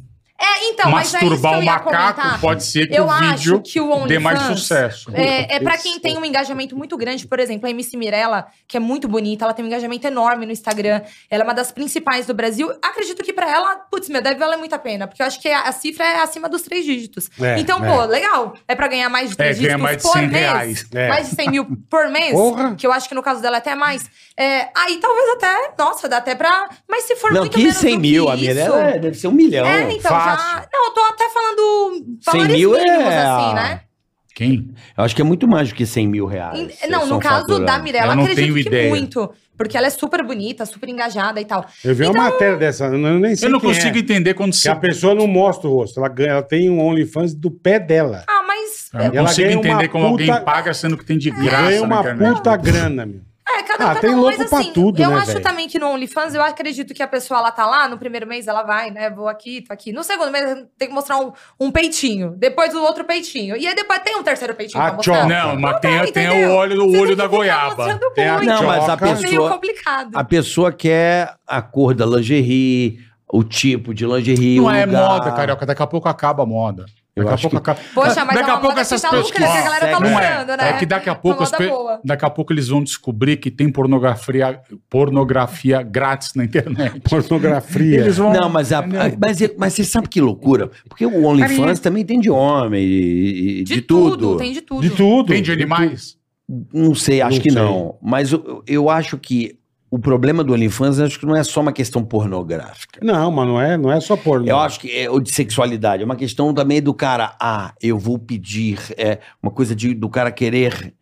Speaker 6: é, então, mas é isso que
Speaker 5: masturbar
Speaker 6: eu
Speaker 5: o
Speaker 6: ia
Speaker 5: macaco,
Speaker 6: comentar.
Speaker 5: pode ser que
Speaker 6: Eu
Speaker 5: o
Speaker 6: acho
Speaker 5: vídeo
Speaker 6: que o
Speaker 5: dê mais
Speaker 6: OnlyFans-
Speaker 5: sucesso.
Speaker 6: É, é para quem tem um engajamento muito grande, por exemplo, a MC Mirella, que é muito bonita, ela tem um engajamento enorme no Instagram, ela é uma das principais do Brasil. Acredito que pra ela, putz, meu, deve valer muito a pena, porque eu acho que a, a cifra é acima dos três dígitos.
Speaker 2: É,
Speaker 6: então,
Speaker 2: é.
Speaker 6: pô, legal. É pra ganhar mais de três
Speaker 5: É, ganha
Speaker 6: dígitos
Speaker 5: mais de
Speaker 6: por
Speaker 5: 100
Speaker 6: mês.
Speaker 5: reais,
Speaker 2: é.
Speaker 6: Mais de 100 mil por mês,
Speaker 2: Porra.
Speaker 6: que eu acho que no caso dela é até mais. É, aí talvez até, nossa, dá até pra. Mas se for
Speaker 3: Não,
Speaker 6: muito
Speaker 3: que
Speaker 6: menos
Speaker 3: 100
Speaker 6: do
Speaker 3: mil,
Speaker 6: que
Speaker 3: a minha
Speaker 6: isso-
Speaker 3: dela é- deve ser um milhão.
Speaker 6: É, então já.
Speaker 5: fácil.
Speaker 6: Não, eu tô até falando
Speaker 3: 100
Speaker 6: valores
Speaker 3: mil é-
Speaker 6: mínimos, assim, né?
Speaker 5: Quem?
Speaker 3: Eu acho que é muito mais do que 100 mil reais.
Speaker 6: Em- Não, no caso da
Speaker 5: Eu
Speaker 6: Mirella,
Speaker 5: não
Speaker 6: acredito
Speaker 5: tenho
Speaker 6: que
Speaker 5: ideia.
Speaker 6: muito. Porque ela é super bonita, super engajada e tal. Então,
Speaker 2: Eu vi uma matéria dessa, eu não- nem sei
Speaker 5: Eu não
Speaker 2: quem é.
Speaker 5: consigo entender quando
Speaker 2: Que
Speaker 5: você.
Speaker 2: a pessoa não mostra o rosto. Ela, ganha, ela tem um OnlyFans do pé dela.
Speaker 6: Ah, mas.
Speaker 5: Eu
Speaker 2: Ela
Speaker 5: não consigo
Speaker 2: ganha uma
Speaker 5: entender como
Speaker 2: puta-
Speaker 5: alguém paga sendo que tem
Speaker 6: Ah.
Speaker 5: de
Speaker 2: E
Speaker 5: graça.
Speaker 2: ganha
Speaker 5: na
Speaker 2: uma
Speaker 5: internet.
Speaker 2: puta grana, meu.
Speaker 6: É, cada,
Speaker 2: Ah,
Speaker 6: cada
Speaker 2: tem
Speaker 6: um,
Speaker 2: louco
Speaker 6: mas
Speaker 2: pra
Speaker 6: assim,
Speaker 2: tudo,
Speaker 6: eu
Speaker 2: né,
Speaker 6: acho
Speaker 2: velho?
Speaker 6: também que no OnlyFans, eu acredito que a pessoa lá tá lá, no primeiro mês ela vai, né? Vou aqui, tô aqui. No segundo mês tem que mostrar um, um peitinho, depois o outro peitinho. E aí depois tem um terceiro peitinho
Speaker 2: A
Speaker 6: pra
Speaker 2: tchau.
Speaker 6: mostrar.
Speaker 5: Não, mas tem, tem
Speaker 6: entendeu?
Speaker 5: o olho, o
Speaker 6: Você
Speaker 5: olho da
Speaker 6: tem que ficar
Speaker 5: goiaba.
Speaker 6: mostrando
Speaker 2: Tem a
Speaker 6: muito.
Speaker 3: Não, mas a
Speaker 2: Joca.
Speaker 6: É meio
Speaker 3: pessoa,
Speaker 6: complicado.
Speaker 3: a pessoa quer a cor da lingerie, o tipo de lingerie, o
Speaker 5: Não é
Speaker 3: lugar.
Speaker 5: moda, carioca. Daqui a pouco acaba a moda.
Speaker 3: Eu
Speaker 5: Daqui a
Speaker 3: acho
Speaker 5: pouco
Speaker 3: que-
Speaker 5: acaba.
Speaker 6: Poxa, mas
Speaker 5: daqui
Speaker 6: é
Speaker 5: a
Speaker 6: uma
Speaker 5: pouco
Speaker 6: moda
Speaker 5: essas
Speaker 6: que tá lucrando, que a
Speaker 5: pessoas.
Speaker 6: galera tá
Speaker 3: Não é.
Speaker 6: lucrando, né?
Speaker 5: É que daqui a
Speaker 6: Uma
Speaker 5: pouco as
Speaker 6: moda
Speaker 5: pe-
Speaker 6: boa.
Speaker 5: daqui a pouco eles vão descobrir que tem pornografia, pornografia grátis na internet.
Speaker 2: Pornografia.
Speaker 5: Eles vão.
Speaker 3: Não, mas, a-
Speaker 5: Entendeu?
Speaker 3: mas, é- mas você sabe que loucura? Porque o OnlyFans também tem de homem, e- e de, tudo.
Speaker 6: Tem de tudo.
Speaker 2: De tudo.
Speaker 5: Tem de animais?
Speaker 3: Não sei, acho
Speaker 2: Não
Speaker 3: que
Speaker 2: sei.
Speaker 3: não. Mas eu, eu acho que o problema do OnlyFans acho que não é só uma questão pornográfica.
Speaker 2: Não, mas não é, não é só pornô.
Speaker 3: Eu acho que é ou de sexualidade. É uma questão também do cara. Ah, eu vou pedir. É uma coisa de, do cara querer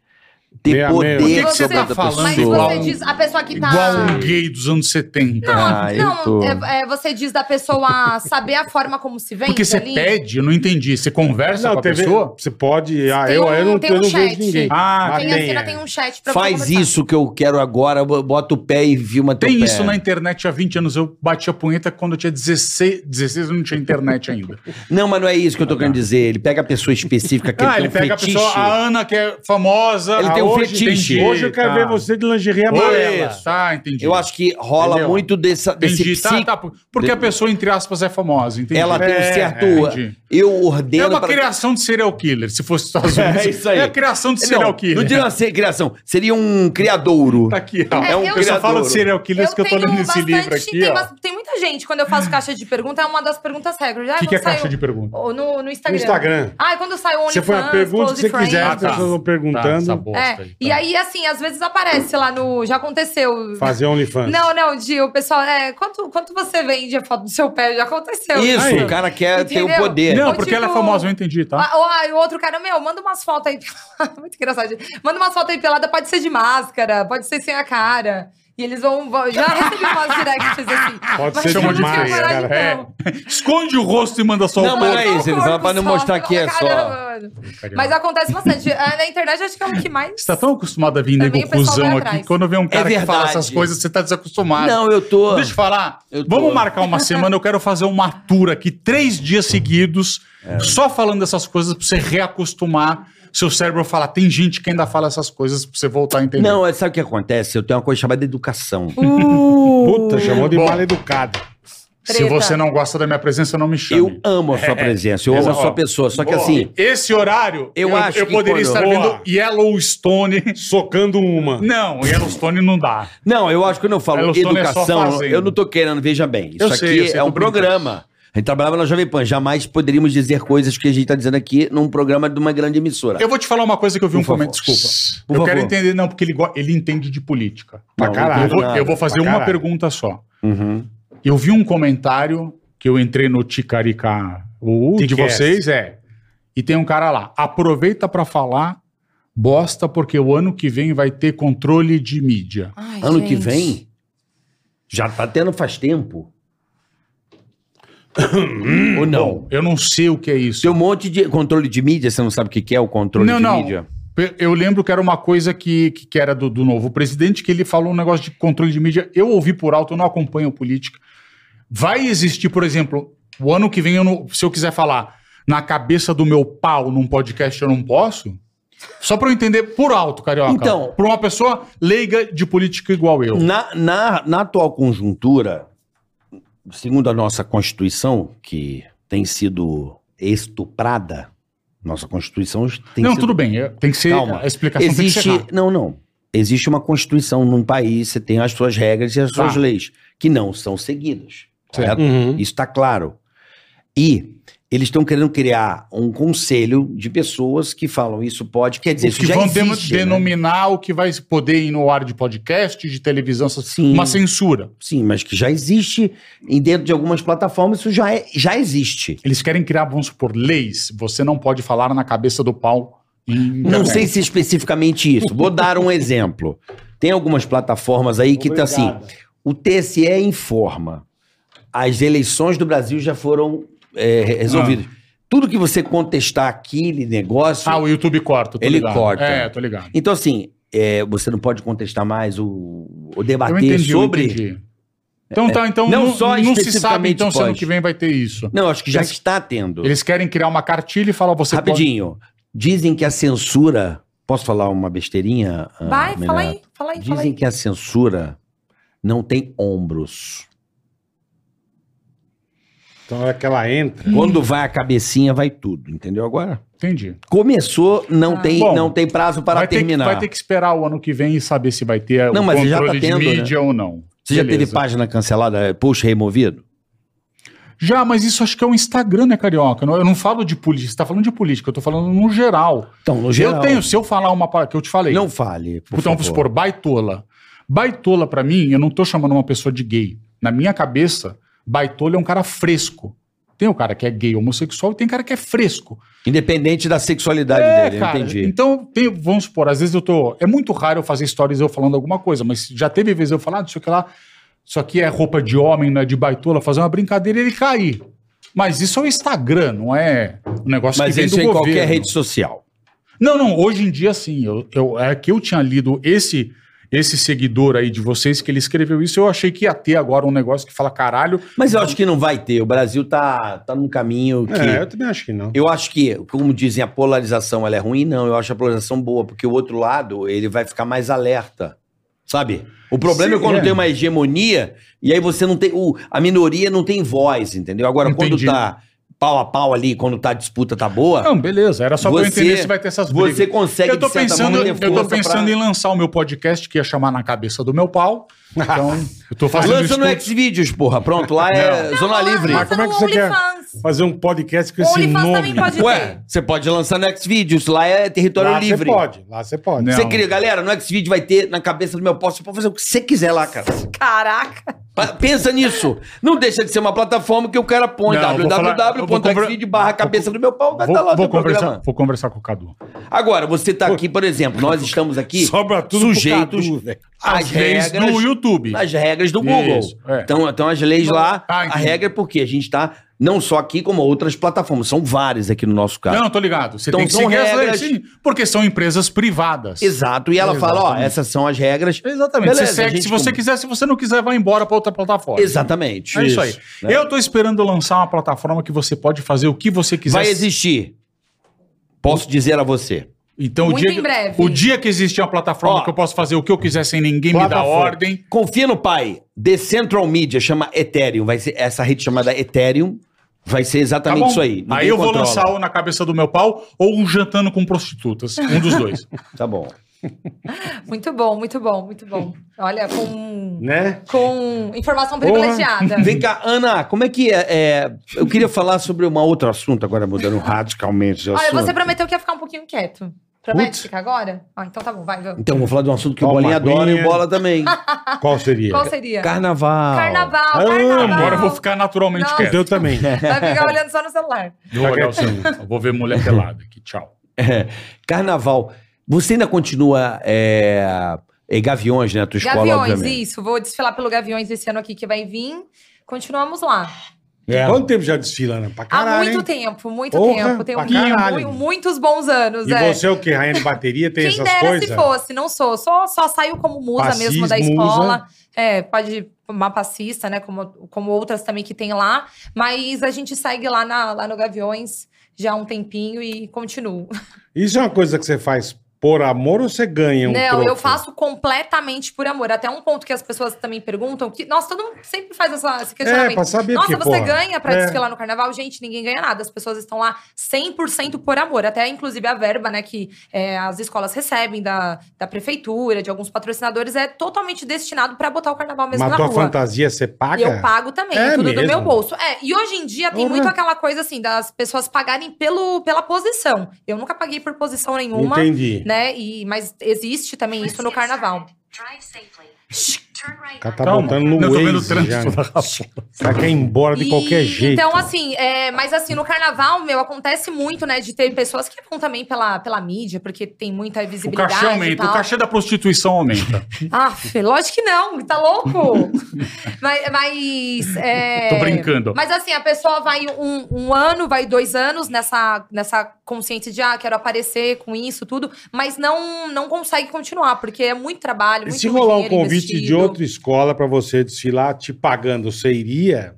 Speaker 3: ter
Speaker 2: Meia, meia.
Speaker 3: poder
Speaker 5: Por que que você
Speaker 3: sobre
Speaker 5: tá
Speaker 3: outra
Speaker 5: falando
Speaker 6: Mas
Speaker 3: pessoa.
Speaker 5: igual-
Speaker 6: você diz, a pessoa que tá.
Speaker 5: Igual um gay dos anos 70.
Speaker 6: Não,
Speaker 3: Ah, eu
Speaker 6: não,
Speaker 3: tô-
Speaker 6: é- é, você diz da pessoa saber a forma como se vende
Speaker 5: Porque você
Speaker 6: ali.
Speaker 5: pede, eu não entendi. Você conversa
Speaker 2: Não,
Speaker 5: é com a
Speaker 2: TV
Speaker 5: pessoa?
Speaker 2: Você pode. Ah,
Speaker 6: Tem
Speaker 2: eu,
Speaker 6: um-
Speaker 2: eu não,
Speaker 6: tem
Speaker 2: eu
Speaker 6: um
Speaker 2: não vejo
Speaker 6: chat.
Speaker 2: ninguém.
Speaker 5: Ah,
Speaker 6: Tem,
Speaker 2: Mas
Speaker 6: a cena
Speaker 2: é.
Speaker 6: tem um chat pra
Speaker 3: Faz
Speaker 6: você conversar.
Speaker 3: isso que eu quero agora, bo- bota o pé e vi uma
Speaker 5: Tem isso na internet há 20 anos. Eu bati a punheta quando eu tinha 16, 16 eu não tinha internet ainda.
Speaker 3: Não, mas não é isso que eu tô querendo dizer. Ele pega a pessoa específica que
Speaker 5: tá. ah,
Speaker 3: ele
Speaker 5: ele
Speaker 3: tem um
Speaker 5: pega
Speaker 3: fetiche.
Speaker 5: a pessoa, a Ana, que é famosa.
Speaker 3: Ele
Speaker 5: Ah,
Speaker 3: tem um
Speaker 5: hoje
Speaker 3: fetiche.
Speaker 5: entendi,
Speaker 2: Hoje eu quero
Speaker 5: tá.
Speaker 2: ver você de lingerie
Speaker 5: Oi,
Speaker 2: amarela.
Speaker 5: Tá, entendi.
Speaker 3: Eu acho que rola
Speaker 2: Entendeu?
Speaker 3: muito dessa, desse
Speaker 5: Entendi, tá,
Speaker 3: psico-
Speaker 5: tá, por- porque a pessoa, entre aspas, é famosa, entendi.
Speaker 3: Ela tem um
Speaker 5: É,
Speaker 3: certo.
Speaker 5: é, entendi.
Speaker 3: eu ordeno.
Speaker 5: É uma
Speaker 3: pra-
Speaker 5: criação de serial killer, se fosse Estados Unidos.
Speaker 3: É isso aí.
Speaker 5: É a criação de serial
Speaker 3: Não,
Speaker 5: killer.
Speaker 3: não diria uma ser- criação. Seria um criadouro.
Speaker 5: Tá aqui, ó.
Speaker 6: É,
Speaker 3: É um
Speaker 6: eu-
Speaker 5: Eu só
Speaker 3: criadouro.
Speaker 5: falo de serial killers
Speaker 6: Eu
Speaker 5: que eu tô
Speaker 6: tenho
Speaker 5: lendo esse
Speaker 6: bastante-
Speaker 5: livro aqui,
Speaker 6: tem,
Speaker 5: ó.
Speaker 6: bas- tem muita gente, quando eu faço caixa de pergunta, é uma das perguntas regras. Ah,
Speaker 5: O que, que é
Speaker 6: quando saiu-
Speaker 5: caixa de pergunta?
Speaker 6: ou No, no Instagram.
Speaker 2: No Instagram.
Speaker 6: Ah, quando sai o OnlyFans,
Speaker 2: Você põe a pergunta que
Speaker 6: Close
Speaker 2: você quiser, as
Speaker 6: Friends.
Speaker 2: pessoas vão perguntando.
Speaker 5: Ah, Tá, essa bosta
Speaker 6: É,
Speaker 5: aí,
Speaker 6: e
Speaker 5: tá.
Speaker 6: aí, assim, às vezes aparece lá no... Já aconteceu.
Speaker 2: Fazer OnlyFans.
Speaker 6: Não, não, Gil, o pessoal, é, quanto, quanto você vende a foto do seu pé? Já aconteceu.
Speaker 3: Isso,
Speaker 2: Aí.
Speaker 3: o cara quer ter o
Speaker 6: Entendeu?
Speaker 3: poder.
Speaker 5: Não,
Speaker 6: Ou
Speaker 5: porque
Speaker 6: tipo-
Speaker 5: ela é famosa, eu entendi, tá?
Speaker 6: Ah, ou- ah, e o outro cara, meu, manda umas fotos aí. pelada. Muito engraçado. gente. Manda umas fotos aí pelada, pode ser de máscara, pode ser sem a cara. E eles vão. vão- Já recebi umas directs assim.
Speaker 2: Pode
Speaker 6: Mas
Speaker 2: ser
Speaker 6: eu
Speaker 5: Chama
Speaker 6: não
Speaker 5: de
Speaker 6: tinha
Speaker 2: demais,
Speaker 5: feia,
Speaker 6: coragem,
Speaker 5: cara. É.
Speaker 6: não.
Speaker 5: Esconde o rosto e manda só
Speaker 3: Não,
Speaker 5: o
Speaker 3: mas
Speaker 5: corpo.
Speaker 3: é isso, ele
Speaker 6: corpo
Speaker 3: fala pra não
Speaker 6: só,
Speaker 3: mostrar
Speaker 6: fala,
Speaker 3: que é só.
Speaker 6: "Caramba, mano." Mas acontece bastante. Ah, Na internet acho que é o que mais.
Speaker 5: Você tá tão acostumado a vir
Speaker 6: Também
Speaker 5: nego
Speaker 6: o pessoal vai
Speaker 5: cuzão
Speaker 6: atrás.
Speaker 5: aqui. Quando vê um cara que fala
Speaker 3: É verdade.
Speaker 5: essas coisas, você tá desacostumado.
Speaker 3: Ah, Não, eu tô.
Speaker 5: Deixa eu falar.
Speaker 3: Eu tô.
Speaker 5: Vamos marcar uma semana. Eu quero fazer uma
Speaker 3: É.
Speaker 5: tour aqui, três dias seguidos, só falando dessas coisas pra você reacostumar. seu cérebro falar, tem gente que ainda fala essas coisas pra você voltar a entender.
Speaker 3: Não, é- sabe o que acontece? Eu tenho uma coisa chamada educação.
Speaker 2: Puta, chamou de
Speaker 5: Bom.
Speaker 2: mal educado.
Speaker 5: Se
Speaker 6: Treta.
Speaker 5: você não gosta da minha presença, não me
Speaker 3: Eu
Speaker 5: chame.
Speaker 3: amo a sua presença, eu amo a
Speaker 5: Exato.
Speaker 3: sua pessoa. Só que
Speaker 5: É, Boa.
Speaker 3: assim,
Speaker 5: Esse horário,
Speaker 3: Eu acho
Speaker 5: eu
Speaker 3: que
Speaker 5: poderia
Speaker 3: quando-
Speaker 5: estar
Speaker 2: Boa.
Speaker 5: vendo Yellowstone.
Speaker 2: Socando uma.
Speaker 5: Não, Yellowstone não dá.
Speaker 3: não, eu acho que quando eu falo
Speaker 5: Ela só não é só
Speaker 3: educação,
Speaker 5: fazenda.
Speaker 3: eu não tô querendo, veja bem. Isso
Speaker 5: Eu
Speaker 3: aqui
Speaker 5: sei, eu sei,
Speaker 3: é
Speaker 5: tô
Speaker 3: um
Speaker 5: brincando.
Speaker 3: programa. A gente trabalhava na Jovem Pan, jamais poderíamos dizer coisas que a gente tá dizendo aqui num programa de uma grande emissora.
Speaker 5: Eu vou te falar uma coisa que eu vi
Speaker 3: Por
Speaker 5: um comentário,
Speaker 3: favor.
Speaker 5: desculpa.
Speaker 3: Por
Speaker 5: eu
Speaker 3: favor.
Speaker 5: quero entender, não, porque ele, go- ele entende de política.
Speaker 3: Não,
Speaker 2: Pra
Speaker 3: não
Speaker 2: caralho.
Speaker 5: eu,
Speaker 3: entendo
Speaker 5: vou,
Speaker 3: nada.
Speaker 5: eu vou fazer
Speaker 2: pra
Speaker 5: uma
Speaker 2: caralho.
Speaker 5: pergunta só.
Speaker 3: Uhum.
Speaker 5: Eu vi um comentário que eu entrei no Ticarica o de
Speaker 2: Ticast.
Speaker 5: vocês, é. E tem um cara lá. Aproveita pra falar bosta, porque o ano que vem vai ter controle de mídia.
Speaker 6: Ai,
Speaker 3: Ano que
Speaker 6: gente.
Speaker 3: vem? Já tá tendo faz tempo? Ou não?
Speaker 5: Eu não sei o que é isso.
Speaker 3: Tem um monte de controle de mídia, você não sabe o que que é o controle
Speaker 5: Não,
Speaker 3: de
Speaker 5: não.
Speaker 3: mídia?
Speaker 5: Pe- Eu lembro que era uma coisa que, que, que era do, do novo presidente, que ele falou um negócio de controle de mídia. Eu ouvi por alto, eu não acompanho política. Vai existir, por exemplo, o ano que vem, eu não- se eu quiser falar na cabeça do meu pau num podcast, eu não posso? Só pra eu entender por alto, Carioca.
Speaker 3: Então- Hum,
Speaker 5: Pra uma pessoa leiga de política igual eu.
Speaker 3: Na, na, na atual conjuntura, segundo a nossa Constituição, que tem sido estuprada, nossa Constituição tem
Speaker 5: não,
Speaker 3: sido...
Speaker 5: tudo bem. é- Tem que ser...
Speaker 3: Calma.
Speaker 5: A explicação
Speaker 3: Existe...
Speaker 5: tem que ser rápida.
Speaker 3: Não, não. Existe uma Constituição num país, você tem as suas regras e as suas
Speaker 5: Tá.
Speaker 3: leis, que não são seguidas. Correto?
Speaker 2: Uhum.
Speaker 3: Isso está claro. E eles estão querendo criar um conselho de pessoas que falam isso pode, quer dizer,
Speaker 5: Os
Speaker 3: isso
Speaker 5: que
Speaker 3: já
Speaker 5: vão dem-
Speaker 3: existe, né?
Speaker 5: denominar o que vai poder ir no ar de podcast, de televisão, essas-
Speaker 3: Sim.
Speaker 5: uma censura.
Speaker 3: Sim, mas que já existe e dentro de algumas plataformas isso já, é, já existe.
Speaker 5: Eles querem criar, vamos supor, leis. Você não pode falar na cabeça do pau. em
Speaker 3: Não
Speaker 5: internet.
Speaker 3: sei se é especificamente isso. Vou dar um exemplo. Tem algumas plataformas aí que tá assim,
Speaker 2: Obrigado.
Speaker 3: o TSE informa. As eleições do Brasil já foram é,
Speaker 5: Ah.
Speaker 3: re- resolvidas. Tudo que você contestar aquele negócio,
Speaker 5: Ah, o YouTube corta. tô
Speaker 3: Ele
Speaker 5: ligado.
Speaker 3: corta.
Speaker 5: É, tô ligado.
Speaker 3: Então, assim, é, você não pode contestar mais o, o debater sobre. É,
Speaker 5: eu entendi. Então tá, então
Speaker 3: Não
Speaker 5: não,
Speaker 3: só
Speaker 5: não se sabe
Speaker 3: especificamente
Speaker 5: então se ano
Speaker 3: pode.
Speaker 5: que vem vai ter isso.
Speaker 3: Não, acho que já
Speaker 5: Eles-
Speaker 3: está tendo.
Speaker 5: Eles querem criar uma cartilha e falar você
Speaker 3: Rapidinho. Dizem que a censura. Posso falar uma besteirinha? ah,
Speaker 6: Vai, fala
Speaker 3: Menato?
Speaker 6: aí, fala aí, fala
Speaker 3: Dizem
Speaker 6: aí.
Speaker 3: que a censura não tem ombros.
Speaker 2: Então é que ela entra.
Speaker 3: Quando vai a cabecinha, vai tudo. Entendeu agora?
Speaker 5: pode... Entendi.
Speaker 3: Começou, não,
Speaker 6: Ah.
Speaker 3: tem,
Speaker 5: Bom,
Speaker 3: não tem prazo para
Speaker 5: vai ter que-
Speaker 3: terminar.
Speaker 5: vai ter que esperar o ano que vem e saber se vai ter
Speaker 3: Não,
Speaker 5: o
Speaker 3: mas já tá
Speaker 5: controle
Speaker 3: tendo,
Speaker 5: de
Speaker 3: né?
Speaker 5: mídia ou não.
Speaker 3: Você já teve página cancelada, post removido?
Speaker 5: Já, mas isso acho que é o Instagram, né, Carioca? Não- Eu não falo de política, você tá falando de política, eu tô falando no geral.
Speaker 3: Então, no geral.
Speaker 5: Eu tenho, se eu falar uma parada que eu te falei.
Speaker 3: Não fale. Por
Speaker 5: então, vamos
Speaker 3: favor.
Speaker 5: supor, baitola. Baitola, pra mim, eu não tô chamando uma pessoa de gay. Na minha cabeça, baitola é um cara fresco. Tem o cara que é gay homossexual e tem cara que é fresco.
Speaker 3: Independente da sexualidade
Speaker 5: É,
Speaker 3: dele, eu
Speaker 5: cara.
Speaker 3: entendi.
Speaker 5: Então, tem- vamos supor, às vezes eu tô. É muito raro eu fazer stories eu falando alguma coisa, mas já teve vezes eu falar, ah, não sei o que lá. Isso aqui é roupa de homem, não é de baitola, fazer uma brincadeira e ele cair. Mas isso é o Instagram, não é um negócio
Speaker 3: Mas
Speaker 5: que vem
Speaker 3: isso
Speaker 5: do
Speaker 3: é em
Speaker 5: governo.
Speaker 3: qualquer rede social.
Speaker 5: Não, não, hoje em dia sim. Eu, eu- é que eu tinha lido esse esse seguidor aí de vocês que ele escreveu isso, eu achei que ia ter agora um negócio que fala caralho.
Speaker 3: Mas eu acho que não vai ter. O Brasil tá, tá num caminho que.
Speaker 2: É, eu também acho que não.
Speaker 3: Eu acho que, como dizem, a polarização ela é ruim, não. Eu acho a polarização boa, porque o outro lado ele vai ficar mais alerta. Sabe? O problema
Speaker 5: Sim,
Speaker 3: é quando
Speaker 5: é.
Speaker 3: tem uma hegemonia e aí você não tem. o- a minoria não tem voz, entendeu? Agora,
Speaker 5: Entendi.
Speaker 3: quando tá pau a pau ali, quando tá a disputa tá boa,
Speaker 5: Não, beleza, era só pra eu
Speaker 3: Você-
Speaker 5: entender se vai ter essas brigas.
Speaker 3: você consegue
Speaker 5: eu tô
Speaker 3: de certa
Speaker 5: pensando,
Speaker 3: maneira,
Speaker 5: eu tô
Speaker 3: força
Speaker 5: pensando
Speaker 3: pra-
Speaker 5: em lançar o meu podcast que ia chamar na cabeça do meu pau. Então, eu tô fazendo
Speaker 3: Lança no
Speaker 5: estudo.
Speaker 3: Xvideos, porra. Pronto, lá é Zona Livre.
Speaker 2: Mas como é que você quer fazer um podcast com
Speaker 6: O
Speaker 2: esse
Speaker 6: OnlyFans
Speaker 2: nome?
Speaker 6: também pode
Speaker 3: Ué,
Speaker 6: ter.
Speaker 3: você pode lançar no Xvideos, lá é território
Speaker 2: lá você
Speaker 3: livre.
Speaker 2: pode, lá você pode.
Speaker 5: Não.
Speaker 3: Você queria, galera, é no Xvideos vai ter na cabeça do meu posto, você pode fazer o que você quiser lá, cara.
Speaker 6: Caraca.
Speaker 3: Pa- Pensa nisso. Não deixa de ser uma plataforma que o cara põe
Speaker 5: Não, eu vou falar- eu vou
Speaker 3: www.xvideo
Speaker 5: conver-
Speaker 3: barra cabeça do meu pau, vai estar
Speaker 5: Vou,
Speaker 3: lá o
Speaker 5: vou
Speaker 3: teu
Speaker 5: conversar,
Speaker 3: programa.
Speaker 5: vou conversar com o Cadu.
Speaker 3: Agora, você tá aqui, por exemplo, nós estamos aqui
Speaker 2: Sobra tudo pro
Speaker 3: sujeitos
Speaker 2: Cadu, velho.
Speaker 3: às
Speaker 5: leis
Speaker 3: regras,
Speaker 5: do YouTube.
Speaker 3: às regras do Google.
Speaker 5: Isso, é.
Speaker 3: Então, então as leis lá,
Speaker 5: Ah,
Speaker 3: a
Speaker 5: entendi.
Speaker 3: regra é porque a gente tá não só aqui, como outras plataformas. São várias aqui no nosso caso.
Speaker 5: Não, tô ligado. Você
Speaker 3: Então
Speaker 5: tem que
Speaker 3: são
Speaker 5: seguir as leis,
Speaker 3: regras.
Speaker 5: sim, porque são empresas privadas.
Speaker 3: Exato. E ela fala, ó, essas são as regras.
Speaker 5: Exatamente.
Speaker 3: Beleza,
Speaker 5: você segue
Speaker 3: gente,
Speaker 5: se você
Speaker 3: como-
Speaker 5: quiser, se você não quiser, vai embora pra outra plataforma.
Speaker 3: Exatamente.
Speaker 5: É isso, aí.
Speaker 3: né?
Speaker 5: Eu tô esperando lançar uma plataforma que você pode fazer o que você quiser.
Speaker 3: Vai existir. Posso dizer a você.
Speaker 5: Então, o
Speaker 6: Muito
Speaker 5: dia,
Speaker 6: em
Speaker 5: que-
Speaker 6: breve.
Speaker 5: o dia que existir uma plataforma
Speaker 3: Ó.
Speaker 5: que eu posso fazer o que eu quiser sem ninguém me dar
Speaker 2: Plataforma.
Speaker 5: ordem. tá
Speaker 3: Confia no pai. The Central Media chama Ethereum. Vai ser essa rede chamada Ethereum. Vai ser
Speaker 5: Tá
Speaker 3: exatamente
Speaker 5: bom?
Speaker 3: isso aí.
Speaker 5: aí
Speaker 3: Ninguém
Speaker 5: eu vou
Speaker 3: controla.
Speaker 5: lançar o na cabeça do meu pau ou um jantando com prostitutas. Um dos dois.
Speaker 3: Tá bom.
Speaker 6: Muito bom, muito bom, muito bom. Olha, com, um
Speaker 2: Né?
Speaker 6: com informação privilegiada.
Speaker 3: Vem cá, Ana, como é que é, é, Eu queria falar sobre um outro assunto agora, mudando radicalmente de
Speaker 6: Olha,
Speaker 3: assunto.
Speaker 6: você prometeu que ia ficar um pouquinho quieto. Promete
Speaker 5: Putz.
Speaker 6: ficar agora? Ah, então tá bom, vai, vamos.
Speaker 3: Então, vou falar de um assunto que o
Speaker 2: Toma
Speaker 3: Bolinha
Speaker 2: aguinha.
Speaker 3: adora e o Bola também.
Speaker 2: Qual seria?
Speaker 6: Ah, Qual seria?
Speaker 3: Carnaval.
Speaker 6: Carnaval,
Speaker 2: Ah,
Speaker 6: carnaval.
Speaker 5: Agora eu vou ficar naturalmente
Speaker 6: Não.
Speaker 5: quieto.
Speaker 2: Eu também.
Speaker 3: É.
Speaker 6: Vai ficar olhando só no celular.
Speaker 5: Vou olhar o seu. Eu Vou ver mulher pelada aqui. Tchau.
Speaker 3: É, Carnaval. Você ainda continua. É, é, Gaviões, né? A tua escola,
Speaker 6: Gaviões,
Speaker 3: obviamente.
Speaker 6: isso. Vou desfilar pelo Gaviões esse ano aqui que vai vir. Continuamos lá.
Speaker 3: É.
Speaker 2: Quanto tempo já desfila, Ana? Pra
Speaker 6: Há
Speaker 2: caralho,
Speaker 6: muito
Speaker 2: hein?
Speaker 6: tempo, muito
Speaker 2: Porra,
Speaker 6: tempo. Tem
Speaker 2: pra
Speaker 6: um-
Speaker 2: caralho.
Speaker 6: mu- muitos bons anos,
Speaker 2: E
Speaker 6: é.
Speaker 2: você é o que? Rainha de bateria? Tem
Speaker 6: Quem
Speaker 2: essas
Speaker 6: dera
Speaker 2: coisas?
Speaker 6: se fosse, não sou. Só, só saio como musa
Speaker 2: Passis,
Speaker 6: mesmo da
Speaker 2: musa.
Speaker 6: escola. É, pode uma passista, né? Como, como outras também que tem lá. Mas a gente segue lá, na, lá no Gaviões já há um tempinho e continuo.
Speaker 2: Isso é uma coisa que você faz por amor ou você ganha um
Speaker 6: não,
Speaker 2: troco?
Speaker 6: Né, eu faço completamente por amor. Até um ponto que as pessoas também perguntam. Que, nossa, todo mundo sempre faz essa, esse
Speaker 2: É,
Speaker 6: questionamento.
Speaker 2: pra saber
Speaker 6: Nossa,
Speaker 2: porque,
Speaker 6: você
Speaker 2: porra,
Speaker 6: ganha pra
Speaker 2: É.
Speaker 6: desfilar no carnaval? Gente, ninguém ganha nada. As pessoas estão lá 100% por amor. Até, inclusive, a verba né, que é, as escolas recebem da, da prefeitura, de alguns patrocinadores, é totalmente destinado pra botar o carnaval mesmo
Speaker 2: Mas
Speaker 6: na
Speaker 2: tua
Speaker 6: rua.
Speaker 2: fantasia você
Speaker 6: E
Speaker 2: paga?
Speaker 6: eu pago também,
Speaker 2: É
Speaker 6: tudo do
Speaker 2: mesmo?
Speaker 6: meu bolso. É, e hoje em dia tem
Speaker 2: Porra.
Speaker 6: muito aquela coisa assim, das pessoas pagarem pelo, pela posição. Eu nunca paguei por posição nenhuma,
Speaker 2: Entendi.
Speaker 6: né? E, mas existe também isso é no carnaval.
Speaker 2: O cara tá
Speaker 5: Calma.
Speaker 2: botando no
Speaker 5: Não, eu tô vendo o
Speaker 2: Waze já.
Speaker 5: trânsito
Speaker 2: né?
Speaker 5: da rua.
Speaker 2: O cara quer ir embora de
Speaker 6: E-
Speaker 2: qualquer jeito.
Speaker 6: Então, assim, é, mas assim, no carnaval, meu, acontece muito, né, de ter pessoas que vão também pela, pela mídia, porque tem muita
Speaker 5: O
Speaker 6: visibilidade.
Speaker 5: cachê
Speaker 6: e
Speaker 5: aumenta,
Speaker 6: tal.
Speaker 5: o cachê da prostituição aumenta.
Speaker 6: Ah, lógico que não, tá louco? mas. mas, é,
Speaker 5: Tô brincando.
Speaker 6: Mas assim, a pessoa vai um, um ano, vai dois anos nessa, nessa consciência de, ah, quero aparecer com isso, tudo, mas não, não consegue continuar, porque é muito trabalho.
Speaker 2: E
Speaker 6: Muito
Speaker 2: se rolar um
Speaker 6: dinheiro
Speaker 2: convite de
Speaker 6: investido.
Speaker 2: outra escola pra você desfilar, te pagando, você iria?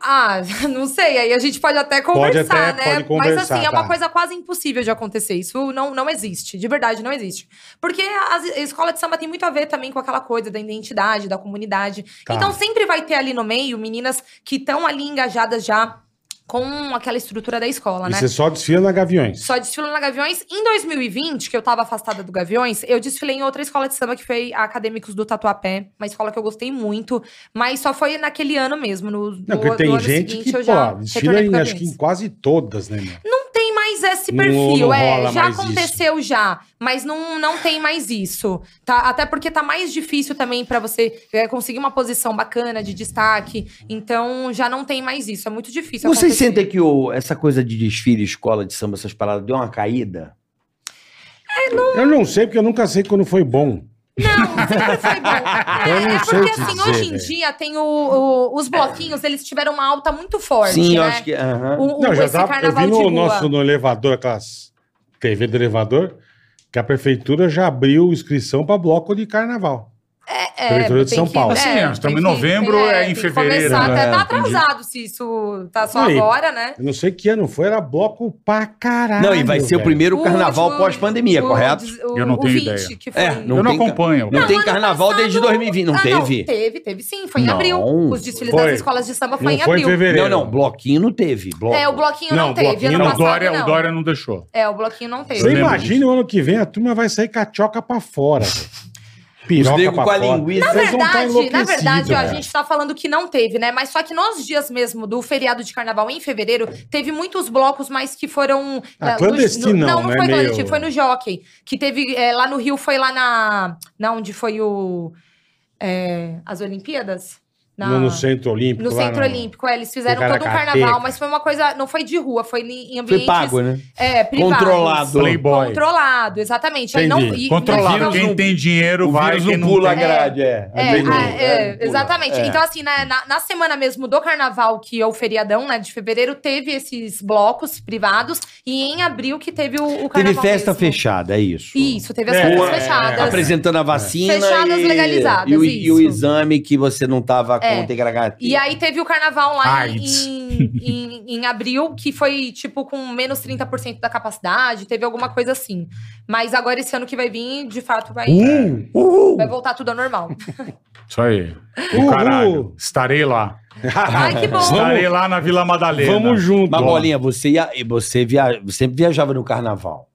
Speaker 6: Ah, não sei. Aí a gente pode até
Speaker 2: Pode
Speaker 6: conversar,
Speaker 2: até-
Speaker 6: né?
Speaker 2: pode conversar,
Speaker 6: Mas assim, é
Speaker 2: tá.
Speaker 6: uma coisa quase impossível de acontecer. Isso não, não existe. De verdade, não existe. Porque as- a escola de samba tem muito a ver também com aquela coisa da identidade, da comunidade.
Speaker 2: Tá.
Speaker 6: Então sempre vai ter ali no meio meninas que estão ali engajadas já com aquela estrutura da escola,
Speaker 2: E
Speaker 6: né?
Speaker 2: você só desfila na Gaviões.
Speaker 6: Só desfilo na Gaviões. Em 2020, que eu tava afastada do Gaviões, eu desfilei em outra escola de samba que foi a Acadêmicos do Tatuapé, uma escola que eu gostei muito, mas só foi naquele ano mesmo. No,
Speaker 2: Não,
Speaker 6: no-
Speaker 2: porque
Speaker 6: no
Speaker 2: tem
Speaker 6: ano
Speaker 2: gente
Speaker 6: seguinte
Speaker 2: que,
Speaker 6: eu já
Speaker 2: pô, desfila
Speaker 6: retornei
Speaker 2: em,
Speaker 6: pro
Speaker 2: acho que
Speaker 6: Gaviões.
Speaker 2: em quase todas, né, meu?
Speaker 6: Não tem mais esse
Speaker 2: Não-
Speaker 6: perfil,
Speaker 2: não
Speaker 6: é.
Speaker 2: rola
Speaker 6: Já
Speaker 2: mais isso.
Speaker 6: aconteceu já, mas não, não tem mais isso. Tá? Até porque tá mais difícil também pra você é, conseguir uma posição bacana de destaque. Então já não tem mais isso. É muito difícil.
Speaker 3: Vocês
Speaker 6: acontecer.
Speaker 3: sentem que o- essa coisa de desfile, escola de samba, essas paradas, deu uma caída?
Speaker 2: Eu não sei, porque eu nunca sei quando foi bom.
Speaker 6: Não, sempre foi bom. É,
Speaker 2: Eu não
Speaker 6: é
Speaker 2: sei
Speaker 6: porque,
Speaker 2: o que
Speaker 6: assim,
Speaker 2: dizer,
Speaker 6: hoje em
Speaker 2: velho.
Speaker 6: dia tem o- o- os bloquinhos, eles tiveram uma alta muito forte.
Speaker 3: Sim, eu
Speaker 6: né?
Speaker 3: acho que. aham.
Speaker 6: O, o-
Speaker 2: não, já
Speaker 6: esse
Speaker 2: tava, eu
Speaker 6: carnaval
Speaker 2: vi
Speaker 6: de
Speaker 2: no
Speaker 6: rua.
Speaker 2: nosso no elevador, aquelas TV do elevador, que a prefeitura já abriu inscrição pra bloco de carnaval.
Speaker 6: É,
Speaker 2: Prefeitura de
Speaker 6: tem
Speaker 2: São
Speaker 6: que-
Speaker 2: Paulo.
Speaker 5: Assim,
Speaker 6: tem
Speaker 5: estamos em
Speaker 6: que-
Speaker 5: novembro, é em
Speaker 6: tem que
Speaker 5: fevereiro,
Speaker 6: Começar,
Speaker 3: né?
Speaker 6: até tá
Speaker 3: Entendi.
Speaker 6: atrasado se isso tá só
Speaker 2: Aí.
Speaker 6: agora, né?
Speaker 2: Eu não sei que ano foi, era bloco pra caralho.
Speaker 3: não, e vai ser o
Speaker 2: velho.
Speaker 3: primeiro carnaval
Speaker 6: último-
Speaker 3: pós-pandemia,
Speaker 6: o
Speaker 3: correto?
Speaker 6: des- o-
Speaker 5: Eu não
Speaker 6: o
Speaker 5: tenho
Speaker 6: 20,
Speaker 5: ideia.
Speaker 6: Que foi...
Speaker 3: É, não
Speaker 5: eu não
Speaker 3: tem ca-
Speaker 5: acompanho.
Speaker 3: Não tem
Speaker 6: ano
Speaker 3: carnaval
Speaker 6: passado-
Speaker 3: desde 2020. Não
Speaker 6: Ah,
Speaker 3: teve?
Speaker 6: teve, teve sim, foi em
Speaker 3: Não.
Speaker 6: abril. Os desfiles
Speaker 2: Foi.
Speaker 6: das escolas de samba foi
Speaker 2: Não
Speaker 6: em
Speaker 2: foi em
Speaker 6: abril.
Speaker 2: fevereiro.
Speaker 3: Não, não, bloquinho não teve. Bloco.
Speaker 6: é, o bloquinho não,
Speaker 2: Não,
Speaker 6: teve.
Speaker 2: bloquinho
Speaker 6: ano
Speaker 2: não.
Speaker 5: O
Speaker 6: passado,
Speaker 5: Dória,
Speaker 6: não.
Speaker 5: o Dória não deixou.
Speaker 6: É, o bloquinho não teve.
Speaker 2: Você
Speaker 5: lembro
Speaker 2: imagina o ano que vem a turma vai sair com a tioca pra fora. velho.
Speaker 3: Os
Speaker 2: Piroca
Speaker 3: nego
Speaker 2: pra
Speaker 3: com a
Speaker 2: fora.
Speaker 3: linguiça.
Speaker 6: Na
Speaker 2: Vocês vão tá né?
Speaker 6: verdade, na
Speaker 2: enlouquecidos,
Speaker 6: verdade, ó, a
Speaker 2: velho.
Speaker 6: gente tá falando que não teve, né? Mas só que nos dias mesmo do feriado de carnaval em fevereiro, teve muitos blocos, mas que foram.
Speaker 2: Ah,
Speaker 6: eh, no-
Speaker 2: clandestinão,
Speaker 6: no- Não, não
Speaker 2: né,
Speaker 6: foi
Speaker 2: meio-
Speaker 6: clandestino, foi no Jockey. Que teve. eh, lá no Rio foi lá na. Na onde foi o. eh, as Olimpíadas? Na-
Speaker 2: No, no Centro Olímpico.
Speaker 6: no
Speaker 2: lá
Speaker 6: Centro Olímpico, é, eles fizeram
Speaker 2: Pegaram
Speaker 6: todo um
Speaker 2: a
Speaker 6: carnaval,
Speaker 2: carteca.
Speaker 6: mas foi uma coisa. Não foi de rua, foi em em ambientes.
Speaker 3: Foi pago, né?
Speaker 6: É, privados.
Speaker 3: Controlado.
Speaker 5: Playboy.
Speaker 6: Controlado, exatamente. Aí não,
Speaker 2: Entendi.
Speaker 6: e- um
Speaker 5: Controlado.
Speaker 6: não-
Speaker 5: Quem tem dinheiro
Speaker 3: O
Speaker 5: vai,
Speaker 3: vírus
Speaker 5: quem
Speaker 3: não
Speaker 5: não
Speaker 3: pula a
Speaker 5: tem.
Speaker 3: grade, é.
Speaker 6: É,
Speaker 2: Entendi.
Speaker 6: ah, é,
Speaker 3: É,
Speaker 6: exatamente.
Speaker 3: é.
Speaker 6: Então, assim, né, na, na semana mesmo do carnaval, que é o feriadão, né, de fevereiro, teve esses blocos privados e em abril que teve o, o carnaval.
Speaker 3: Teve festa
Speaker 6: mesmo.
Speaker 3: fechada, é isso.
Speaker 6: Isso, teve as
Speaker 2: É,
Speaker 6: festas
Speaker 2: é,
Speaker 6: fechadas.
Speaker 3: Apresentando a vacina.
Speaker 6: Fechadas
Speaker 3: e,
Speaker 6: legalizadas,
Speaker 3: e o, e o
Speaker 6: isso. É.
Speaker 3: exame que você não estava com o Tigaragati.
Speaker 6: E aí teve o carnaval lá em,
Speaker 5: AIDS.
Speaker 6: em- em abril, que foi tipo com menos 30% da capacidade, teve alguma coisa assim. Mas agora esse ano que vai vir, de fato, vai,
Speaker 3: Uh,
Speaker 6: vai voltar tudo ao normal.
Speaker 5: Isso aí.
Speaker 2: Uhul.
Speaker 5: Do caralho. Estarei lá.
Speaker 6: Ai, que bom.
Speaker 5: Estarei lá na Vila Madalena.
Speaker 2: Vamos junto.
Speaker 3: Mas, Bolinha, você, ia, e você, via, você sempre viajava no carnaval.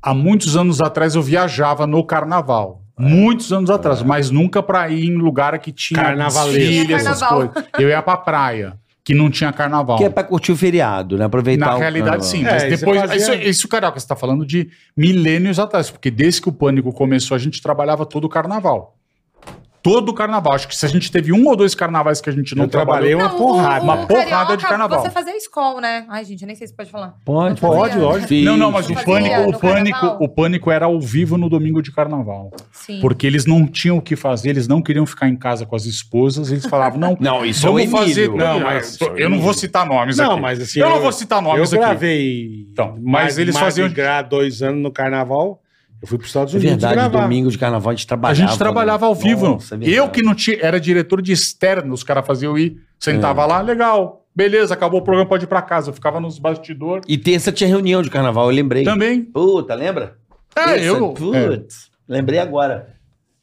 Speaker 5: Há muitos anos atrás eu viajava no carnaval. Muitos anos atrás, mas nunca pra ir em lugar que tinha
Speaker 2: Carnavalesco.
Speaker 5: desfile,
Speaker 6: Tinha
Speaker 5: essas
Speaker 6: carnaval.
Speaker 5: coisas. Eu ia pra praia, que não tinha carnaval.
Speaker 3: Que é pra curtir o feriado, né? Aproveitar
Speaker 5: Na
Speaker 3: o
Speaker 5: realidade,
Speaker 3: carnaval.
Speaker 5: sim.
Speaker 2: É,
Speaker 5: Mas
Speaker 2: isso
Speaker 5: depois.
Speaker 2: é
Speaker 5: Isso,
Speaker 2: baseado-
Speaker 5: isso, Carioca, você tá falando de milênios atrás, porque desde que o pânico começou, a gente trabalhava todo o carnaval. Todo o carnaval. Acho que se a gente teve um ou dois carnavais que a gente não
Speaker 2: Eu trabalhei
Speaker 5: trabalhou.
Speaker 2: uma porrada.
Speaker 5: uma porrada de carnaval.
Speaker 6: Você fazia escola, né? Ai, gente, eu nem sei se pode falar.
Speaker 3: Pode,
Speaker 6: Não
Speaker 2: Pode,
Speaker 6: fazia?
Speaker 2: lógico.
Speaker 5: Não, não, mas o
Speaker 6: Fazia
Speaker 5: pânico,
Speaker 6: no
Speaker 5: o pânico,
Speaker 6: carnaval?
Speaker 5: o pânico era ao vivo no domingo de carnaval.
Speaker 6: Sim.
Speaker 5: Porque eles não tinham o que fazer, eles não queriam ficar em casa com as esposas, eles falavam, não,
Speaker 3: Não, isso é o
Speaker 5: vamos
Speaker 3: Emílio.
Speaker 5: fazer.
Speaker 3: Não,
Speaker 5: Não, mas
Speaker 3: isso é o
Speaker 5: eu não vou citar nomes
Speaker 2: Não,
Speaker 5: aqui.
Speaker 2: mas assim.
Speaker 5: eu, não vou citar nomes
Speaker 2: Eu
Speaker 5: aqui.
Speaker 2: gravei.
Speaker 5: Então, mas eles faziam-
Speaker 2: Gra, dois anos no carnaval. Eu fui para os Estados
Speaker 3: É
Speaker 2: Unidos
Speaker 3: verdade,
Speaker 2: gravar.
Speaker 3: domingo de carnaval a gente
Speaker 5: A
Speaker 3: trabalhava.
Speaker 5: gente trabalhava
Speaker 3: né?
Speaker 5: ao vivo.
Speaker 3: Nossa, é verdade.
Speaker 5: eu que não tinha, era diretor de externo, os caras faziam ir,
Speaker 3: É.
Speaker 5: sentava lá, legal, beleza, acabou o programa, pode ir pra casa. Eu ficava nos bastidores.
Speaker 3: E terça tinha reunião de carnaval, eu lembrei.
Speaker 5: Também.
Speaker 3: Puta, lembra?
Speaker 5: É,
Speaker 3: Terça,
Speaker 5: eu. é.
Speaker 3: Putz, lembrei agora.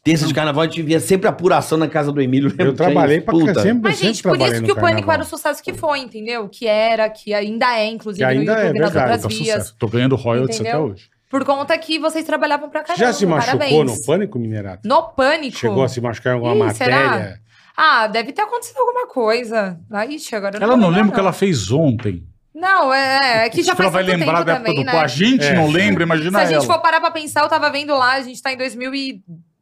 Speaker 3: Terça de carnaval a gente via sempre apuração na casa do Emílio. lembra?
Speaker 2: Eu trabalhei
Speaker 3: Tinha
Speaker 2: para
Speaker 3: isso,
Speaker 2: sempre, sempre.
Speaker 6: Mas, gente, por
Speaker 2: trabalhei
Speaker 6: isso
Speaker 2: no
Speaker 6: que o Pânico
Speaker 2: carnaval.
Speaker 6: era o sucesso que foi, entendeu? Que era, que ainda é, inclusive,
Speaker 2: Que ainda
Speaker 6: no
Speaker 2: é,
Speaker 6: YouTube, nas
Speaker 2: verdade,
Speaker 6: outras
Speaker 5: Tá
Speaker 6: vias.
Speaker 5: sucesso. Tô ganhando royalties
Speaker 6: Entendeu?
Speaker 5: até hoje.
Speaker 6: Por conta que vocês trabalhavam pra caramba.
Speaker 2: Já se machucou
Speaker 6: parabéns.
Speaker 2: no pânico, Minerato?
Speaker 6: No pânico?
Speaker 2: Chegou a se machucar em alguma
Speaker 6: Ih,
Speaker 2: matéria?
Speaker 6: será? Ah, deve ter acontecido alguma coisa. Ai, Ixi, agora eu
Speaker 5: Ela
Speaker 6: vou
Speaker 5: não
Speaker 6: lembrar,
Speaker 5: lembra o que ela fez ontem.
Speaker 6: Não, é, é que já
Speaker 5: Acho que ela vai
Speaker 6: faz tanto
Speaker 5: lembrar
Speaker 6: tempo
Speaker 5: da época
Speaker 6: também,
Speaker 5: do
Speaker 6: né?
Speaker 5: pô. A gente
Speaker 2: É.
Speaker 5: não lembra,
Speaker 6: Se
Speaker 5: imagina
Speaker 6: a
Speaker 5: ela.
Speaker 6: gente for parar pra pensar, eu tava vendo lá, a gente tá em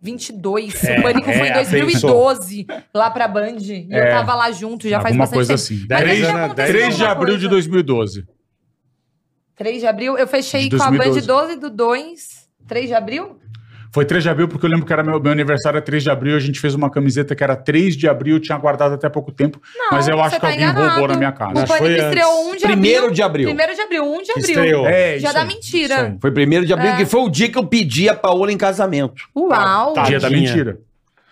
Speaker 6: 2022. o Pânico foi em
Speaker 2: é,
Speaker 6: 2012, lá pra Band. E eu tava lá junto, já faz
Speaker 5: É. Alguma
Speaker 6: bastante
Speaker 5: coisa
Speaker 6: tempo.
Speaker 5: assim.
Speaker 6: Mas
Speaker 2: Dez
Speaker 6: deve ter
Speaker 5: 3,
Speaker 2: anos-
Speaker 6: acontecido
Speaker 2: dez
Speaker 6: alguma
Speaker 5: de abril de
Speaker 6: coisa.
Speaker 5: 2012.
Speaker 6: 3 de abril, eu fechei
Speaker 5: De
Speaker 6: com a Band
Speaker 5: 2012.
Speaker 6: 12 do 2. 3 de abril?
Speaker 5: Foi 3 de abril, porque eu lembro que era meu, meu aniversário, era 3 de abril. A gente fez uma camiseta que era 3 de abril, eu tinha guardado até pouco tempo.
Speaker 6: Não,
Speaker 5: mas eu acho
Speaker 6: você
Speaker 5: que
Speaker 6: tá
Speaker 5: alguém
Speaker 6: enganado.
Speaker 5: roubou na minha
Speaker 6: O
Speaker 5: casa.
Speaker 2: Mas foi
Speaker 6: Pânico
Speaker 2: antes.
Speaker 6: estreou 1 de
Speaker 3: Primeiro
Speaker 6: abril.
Speaker 3: de abril.
Speaker 6: 1 de abril, 1 de abril.
Speaker 2: Estreou.
Speaker 5: É,
Speaker 6: Já
Speaker 5: isso
Speaker 6: dá
Speaker 5: aí. Isso
Speaker 6: mentira.
Speaker 5: aí.
Speaker 3: Foi primeiro de abril,
Speaker 6: É.
Speaker 3: que foi o dia que eu pedi a Paola em casamento.
Speaker 6: Uau!
Speaker 2: Tá, tá.
Speaker 5: Dia da
Speaker 2: Tadinha.
Speaker 5: mentira.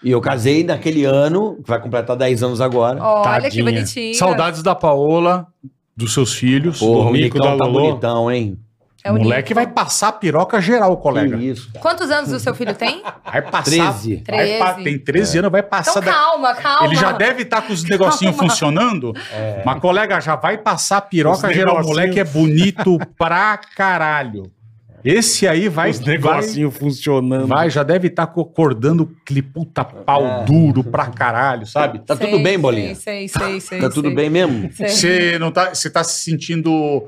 Speaker 3: E eu casei naquele ano, que vai completar 10 anos agora.
Speaker 6: Olha que
Speaker 2: Tadinha.
Speaker 6: bonitinho.
Speaker 5: Saudades da Paola, dos seus filhos.
Speaker 3: Porra, o
Speaker 2: Nico
Speaker 3: Nicão
Speaker 2: da
Speaker 3: tá
Speaker 2: Lolo.
Speaker 3: bonitão, hein?
Speaker 6: É
Speaker 5: o
Speaker 6: o
Speaker 5: moleque vai passar a piroca geral, colega.
Speaker 3: Que isso, cara.
Speaker 6: Quantos anos o seu filho tem?
Speaker 5: Vai
Speaker 3: Tá
Speaker 5: passar.
Speaker 3: 13.
Speaker 5: vai pa-
Speaker 6: 13.
Speaker 5: tem 13 anos, vai
Speaker 6: Então
Speaker 5: passar. da-
Speaker 6: calma, calma.
Speaker 5: Ele já deve estar com os negocinhos
Speaker 6: Calma.
Speaker 5: funcionando,
Speaker 3: É.
Speaker 5: mas colega já vai passar a piroca
Speaker 2: Os
Speaker 5: geral. O
Speaker 2: negocinho.
Speaker 5: moleque é bonito pra caralho. Esse aí vai.
Speaker 2: Os negocinhos funcionando.
Speaker 5: Vai, já deve estar acordando aquele puta pau
Speaker 3: É.
Speaker 5: duro pra caralho, sabe?
Speaker 3: Tá
Speaker 6: Sei,
Speaker 3: tudo bem, Bolinha?
Speaker 6: Sei, sei, sei. sei
Speaker 3: Tá tudo
Speaker 6: sei.
Speaker 3: bem mesmo?
Speaker 6: Sei.
Speaker 5: Você não tá, você tá se sentindo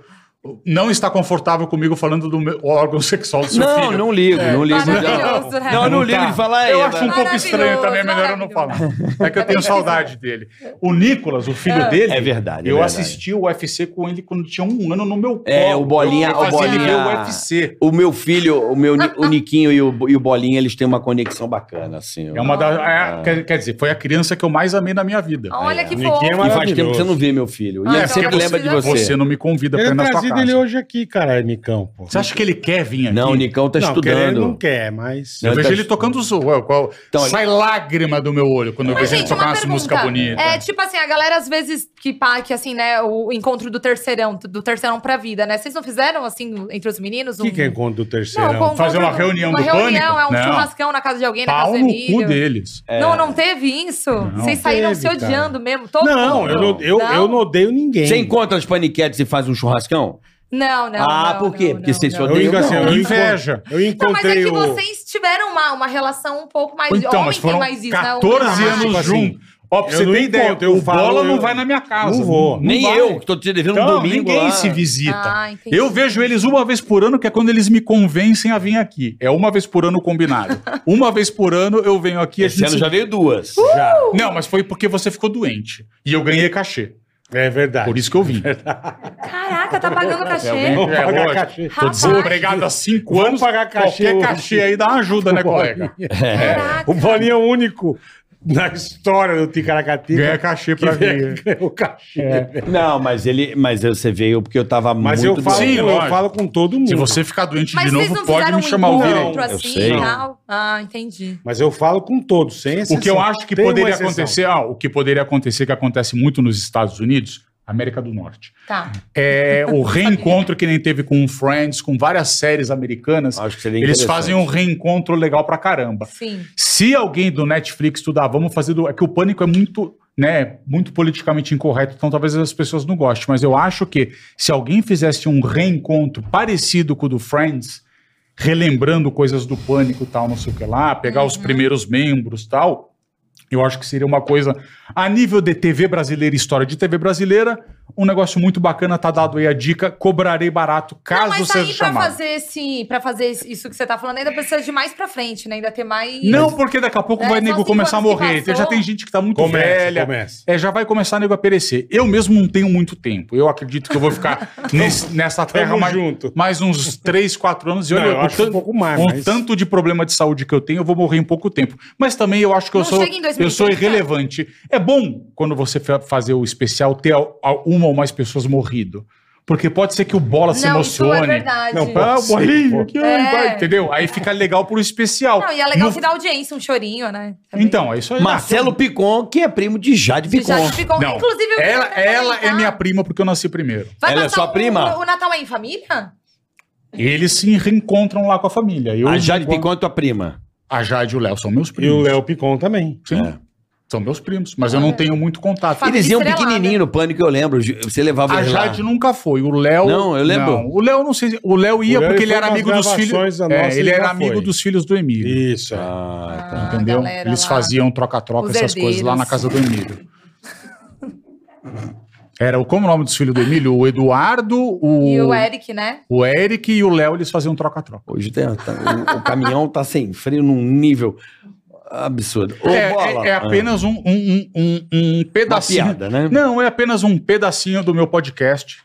Speaker 5: não está confortável comigo falando do meu órgão sexual do seu
Speaker 3: Não,
Speaker 5: filho.
Speaker 3: não ligo, não ligo.
Speaker 6: É, Maravilhoso,
Speaker 3: não,
Speaker 6: né?
Speaker 3: não, eu não
Speaker 5: Não
Speaker 3: ligo
Speaker 5: tá.
Speaker 3: de falar
Speaker 5: Eu
Speaker 3: é,
Speaker 5: acho um
Speaker 3: mas-
Speaker 5: pouco estranho também, melhor eu não falar.
Speaker 6: maravilhoso.
Speaker 5: É que eu tenho saudade dele. O Nicolas, o filho dele,
Speaker 3: É verdade, é
Speaker 5: eu
Speaker 3: verdade.
Speaker 5: assisti o UFC com ele quando tinha um ano no meu colo.
Speaker 3: É, o Bolinha-
Speaker 5: Eu fazia
Speaker 3: o
Speaker 5: ele ver
Speaker 3: Bolinha-
Speaker 5: o UFC.
Speaker 3: O meu filho, o meu Ni- o Niquinho e o, e o Bolinha, eles têm uma conexão bacana, assim. ó.
Speaker 5: É uma das. é, quer, quer dizer, foi a criança que eu mais amei na minha vida. É,
Speaker 6: Olha
Speaker 3: Aí,
Speaker 6: que
Speaker 2: ó.
Speaker 6: fofo.
Speaker 2: Ninguém é
Speaker 3: E faz
Speaker 2: maravilhoso.
Speaker 3: tempo que você não vê, meu filho. E
Speaker 6: Ah,
Speaker 3: ele
Speaker 6: então
Speaker 3: sempre
Speaker 6: eu
Speaker 3: lembra de
Speaker 6: preciso-
Speaker 3: você.
Speaker 5: Você não me convida pra
Speaker 2: Ele é
Speaker 5: ir na sua
Speaker 2: trazido
Speaker 5: casa.
Speaker 2: ele hoje aqui, caralho, Micão, pô.
Speaker 5: Você acha que ele quer vir aqui?
Speaker 3: Não, o Nicão tá
Speaker 2: não, querer ele
Speaker 3: estudando.
Speaker 2: não quer, mas...
Speaker 3: Não,
Speaker 5: Eu
Speaker 3: ele
Speaker 5: vejo
Speaker 3: tá-
Speaker 5: ele tocando os. Ué, qual-
Speaker 3: Então,
Speaker 5: Sai lágrima do meu olho quando eu
Speaker 6: Mas,
Speaker 5: vejo ele
Speaker 6: gente,
Speaker 5: tocar
Speaker 6: uma
Speaker 5: umas músicas
Speaker 6: pergunta.
Speaker 5: bonitas.
Speaker 6: É, tipo assim, a galera às vezes que pá, que assim, né, o encontro do terceirão, do terceirão pra vida, né? Vocês não fizeram, assim, entre os meninos?
Speaker 2: O que que é encontro do terceirão?
Speaker 6: com-
Speaker 5: Fazer uma
Speaker 6: com-
Speaker 5: reunião
Speaker 6: uma
Speaker 5: do
Speaker 6: reunião,
Speaker 5: Pânico?
Speaker 6: é um
Speaker 5: Não.
Speaker 6: churrascão na casa de alguém, na
Speaker 5: Pau
Speaker 6: casa do
Speaker 5: no
Speaker 6: Emílio.
Speaker 5: cu deles.
Speaker 6: Não, não teve isso? Vocês saíram
Speaker 2: Teve,
Speaker 6: se
Speaker 2: cara.
Speaker 6: odiando mesmo, todo
Speaker 2: Não,
Speaker 6: mundo.
Speaker 2: eu não, eu, eu não odeio ninguém.
Speaker 3: Você encontra as paniquetes e faz um churrascão?
Speaker 6: Não, não,
Speaker 3: Ah,
Speaker 6: não,
Speaker 3: por quê?
Speaker 6: não,
Speaker 3: Porque
Speaker 6: não,
Speaker 3: vocês se
Speaker 6: não.
Speaker 2: eu,
Speaker 3: odeiam?
Speaker 2: digo assim,
Speaker 3: Não,
Speaker 2: eu enco-
Speaker 5: inveja.
Speaker 2: Eu
Speaker 6: Não, mas é
Speaker 2: encontrei
Speaker 6: que
Speaker 2: o...
Speaker 6: vocês tiveram uma, uma relação um pouco mais...
Speaker 5: Então,
Speaker 6: homem
Speaker 5: mas foram
Speaker 6: tem mais isso, né?
Speaker 5: 14
Speaker 6: Homem-
Speaker 5: anos
Speaker 2: Tipo assim,
Speaker 5: juntos. Ó, pra
Speaker 2: eu
Speaker 5: você
Speaker 2: não
Speaker 5: ter ideia,
Speaker 2: encontro, eu
Speaker 5: o
Speaker 2: falo,
Speaker 5: Bola não
Speaker 2: eu-
Speaker 5: vai na minha casa.
Speaker 2: Não vou.
Speaker 3: Nem
Speaker 5: vai.
Speaker 3: eu, que tô te devendo um
Speaker 5: Então,
Speaker 3: domingo
Speaker 5: ninguém
Speaker 3: lá.
Speaker 5: se visita.
Speaker 6: Ah, entendi.
Speaker 5: eu vejo eles uma vez por ano, que é quando eles me convencem a vir aqui. É uma vez por ano combinado. uma vez por ano eu venho aqui. a
Speaker 3: Esse
Speaker 5: gente
Speaker 3: ano
Speaker 5: se-
Speaker 3: já veio duas.
Speaker 5: Não, mas foi porque você ficou doente. E eu ganhei cachê.
Speaker 2: É verdade.
Speaker 5: Por isso que eu vim.
Speaker 6: Caraca, tá pagando cachê.
Speaker 5: Realmente.
Speaker 2: Vamos pagar
Speaker 5: hoje.
Speaker 2: cachê.
Speaker 5: é Tô
Speaker 6: Rapaz.
Speaker 5: desempregado há cinco
Speaker 2: Vamos
Speaker 5: anos.
Speaker 2: pagar cachê
Speaker 5: Qualquer
Speaker 2: hoje.
Speaker 5: cachê aí dá uma ajuda, né, colega?
Speaker 6: Caraca.
Speaker 2: O Bolinha é o único na história do Ticaracatica.
Speaker 5: Ganha cachê pra É. vir.
Speaker 2: o cachê.
Speaker 3: Não, mas ele. Mas você veio porque eu tava
Speaker 2: Mas
Speaker 3: muito
Speaker 2: eu falo,
Speaker 5: Sim,
Speaker 2: eu
Speaker 5: lógico.
Speaker 2: falo com todo mundo.
Speaker 5: Se você ficar doente
Speaker 6: Mas
Speaker 5: de
Speaker 6: vocês
Speaker 5: novo,
Speaker 6: não
Speaker 5: pode
Speaker 6: fizeram
Speaker 5: me chamar
Speaker 6: um
Speaker 5: ao
Speaker 6: encontro
Speaker 5: vivo.
Speaker 2: direito.
Speaker 6: assim
Speaker 3: Eu sei.
Speaker 6: e tal? Ah, entendi.
Speaker 2: Mas eu falo com todos, sem exceção.
Speaker 5: O que eu acho que
Speaker 2: Tem uma
Speaker 5: poderia
Speaker 2: exceção.
Speaker 5: acontecer, ah, o que poderia acontecer, que acontece muito nos Estados Unidos, América do Norte.
Speaker 6: Tá.
Speaker 5: É o reencontro que nem teve com Friends, com várias séries americanas.
Speaker 3: Acho que seria
Speaker 5: Eles
Speaker 3: interessante.
Speaker 5: fazem um reencontro legal pra caramba.
Speaker 6: Sim.
Speaker 5: Se alguém do Netflix estudar, vamos fazer do. É que o pânico é muito, né, muito politicamente incorreto, então talvez as pessoas não gostem. Mas eu acho que se alguém fizesse um reencontro parecido com o do Friends, relembrando coisas do pânico e tal, não sei o que lá, pegar
Speaker 6: Uhum.
Speaker 5: os primeiros membros e tal, eu acho que seria uma coisa, a nível de TV brasileira, história de TV brasileira, um negócio muito bacana, tá dado aí a dica, cobrarei barato
Speaker 6: Não,
Speaker 5: caso
Speaker 6: mas tá
Speaker 5: seja
Speaker 6: aí pra
Speaker 5: chamado.
Speaker 6: fazer, esse, pra fazer esse- isso que você tá falando, ainda precisa de mais pra frente, né? Ainda ter mais.
Speaker 5: Não, porque daqui a pouco
Speaker 6: É,
Speaker 5: vai
Speaker 6: são
Speaker 5: nego
Speaker 6: cinco
Speaker 5: começar a
Speaker 6: anos que
Speaker 5: morrer. Então já
Speaker 6: passou.
Speaker 5: tem gente que tá muito
Speaker 2: Começa,
Speaker 5: velha.
Speaker 2: começa.
Speaker 5: É, já vai começar nego a perecer. Eu mesmo não tenho muito tempo. Eu acredito que eu vou ficar nesse- nessa terra
Speaker 2: Então, Tamo
Speaker 5: mais,
Speaker 2: junto.
Speaker 5: mais uns 3, 4 anos. E
Speaker 2: Não,
Speaker 5: olha,
Speaker 2: eu
Speaker 5: o
Speaker 2: acho um pouco mais,
Speaker 5: o
Speaker 2: mas-
Speaker 5: tanto de problema de saúde que eu tenho, eu vou morrer em pouco tempo. Mas também eu acho que eu
Speaker 6: Não
Speaker 5: sou
Speaker 6: chega em
Speaker 5: eu sou
Speaker 6: 2030.
Speaker 5: irrelevante. É bom quando você fa- fazer o especial ter al- al- uma ou mais pessoas morrido. Porque pode ser que o bola se
Speaker 6: Não, isso é
Speaker 5: emocione.
Speaker 6: verdade.
Speaker 2: Não,
Speaker 5: Ah,
Speaker 2: Pode
Speaker 5: o
Speaker 2: ser,
Speaker 5: bolinho,
Speaker 2: pode.
Speaker 5: que ai,
Speaker 6: É.
Speaker 5: vai, entendeu? Aí fica legal pro especial.
Speaker 6: Não, e é legal
Speaker 5: No
Speaker 6: se dar audiência, um chorinho, né? Também.
Speaker 5: então, é isso aí.
Speaker 3: Marcelo Picon, que é primo de Jade
Speaker 6: De
Speaker 3: Picon.
Speaker 6: Jade Picon.
Speaker 5: Não.
Speaker 6: Inclusive, eu
Speaker 5: ela,
Speaker 6: queria
Speaker 5: ela é
Speaker 6: aproveitar.
Speaker 5: minha prima porque eu nasci primeiro.
Speaker 3: Ela é
Speaker 6: passar
Speaker 3: sua
Speaker 6: o-
Speaker 3: prima?
Speaker 6: O, Natal é em família?
Speaker 5: Eles se reencontram lá com a família. Eu
Speaker 3: A Jade
Speaker 5: encontro-
Speaker 3: Picon é tua prima.
Speaker 5: A Jade e o Léo são meus
Speaker 2: E
Speaker 5: primos.
Speaker 2: o Léo Picon também.
Speaker 5: Sim,
Speaker 3: É.
Speaker 5: são meus primos, mas eu não tenho muito contato.
Speaker 6: É. Família
Speaker 3: Eles iam
Speaker 6: estrelada.
Speaker 3: pequenininho no pânico, eu lembro. Ju- Você levava
Speaker 5: A
Speaker 3: eles
Speaker 5: Jade
Speaker 3: lá.
Speaker 5: nunca foi. O Léo.
Speaker 3: Não, eu lembro.
Speaker 5: O Léo não sei. se- O Léo ia
Speaker 2: O Léo
Speaker 5: porque ele
Speaker 2: foi
Speaker 5: era
Speaker 2: nas
Speaker 5: amigo dos
Speaker 2: gravações
Speaker 5: filhos.
Speaker 2: da
Speaker 5: É,
Speaker 2: nossa,
Speaker 5: ele
Speaker 2: ele
Speaker 5: era
Speaker 2: já
Speaker 5: amigo
Speaker 2: foi.
Speaker 5: dos filhos do Emílio.
Speaker 2: Isso. é.
Speaker 3: Ah, tá.
Speaker 6: Ah,
Speaker 5: Entendeu?
Speaker 6: galera
Speaker 5: Eles
Speaker 6: lá.
Speaker 5: faziam troca-troca,
Speaker 6: Os
Speaker 5: essas coisas lá
Speaker 6: herdeiros.
Speaker 5: na casa do Emílio. Era o como é o nome dos filhos do Emílio? O Eduardo, o,
Speaker 6: E o Eric, né?
Speaker 5: o Eric e o Léo, eles faziam troca-troca.
Speaker 3: Hoje tem, tá- o, o caminhão tá sem freio num nível absurdo. Ô,
Speaker 5: É,
Speaker 3: bola. Ah,
Speaker 5: é- é apenas um, um, um, um- um
Speaker 3: uma
Speaker 5: pedacinho.
Speaker 3: piada, né?
Speaker 5: Não, é apenas um pedacinho do meu podcast.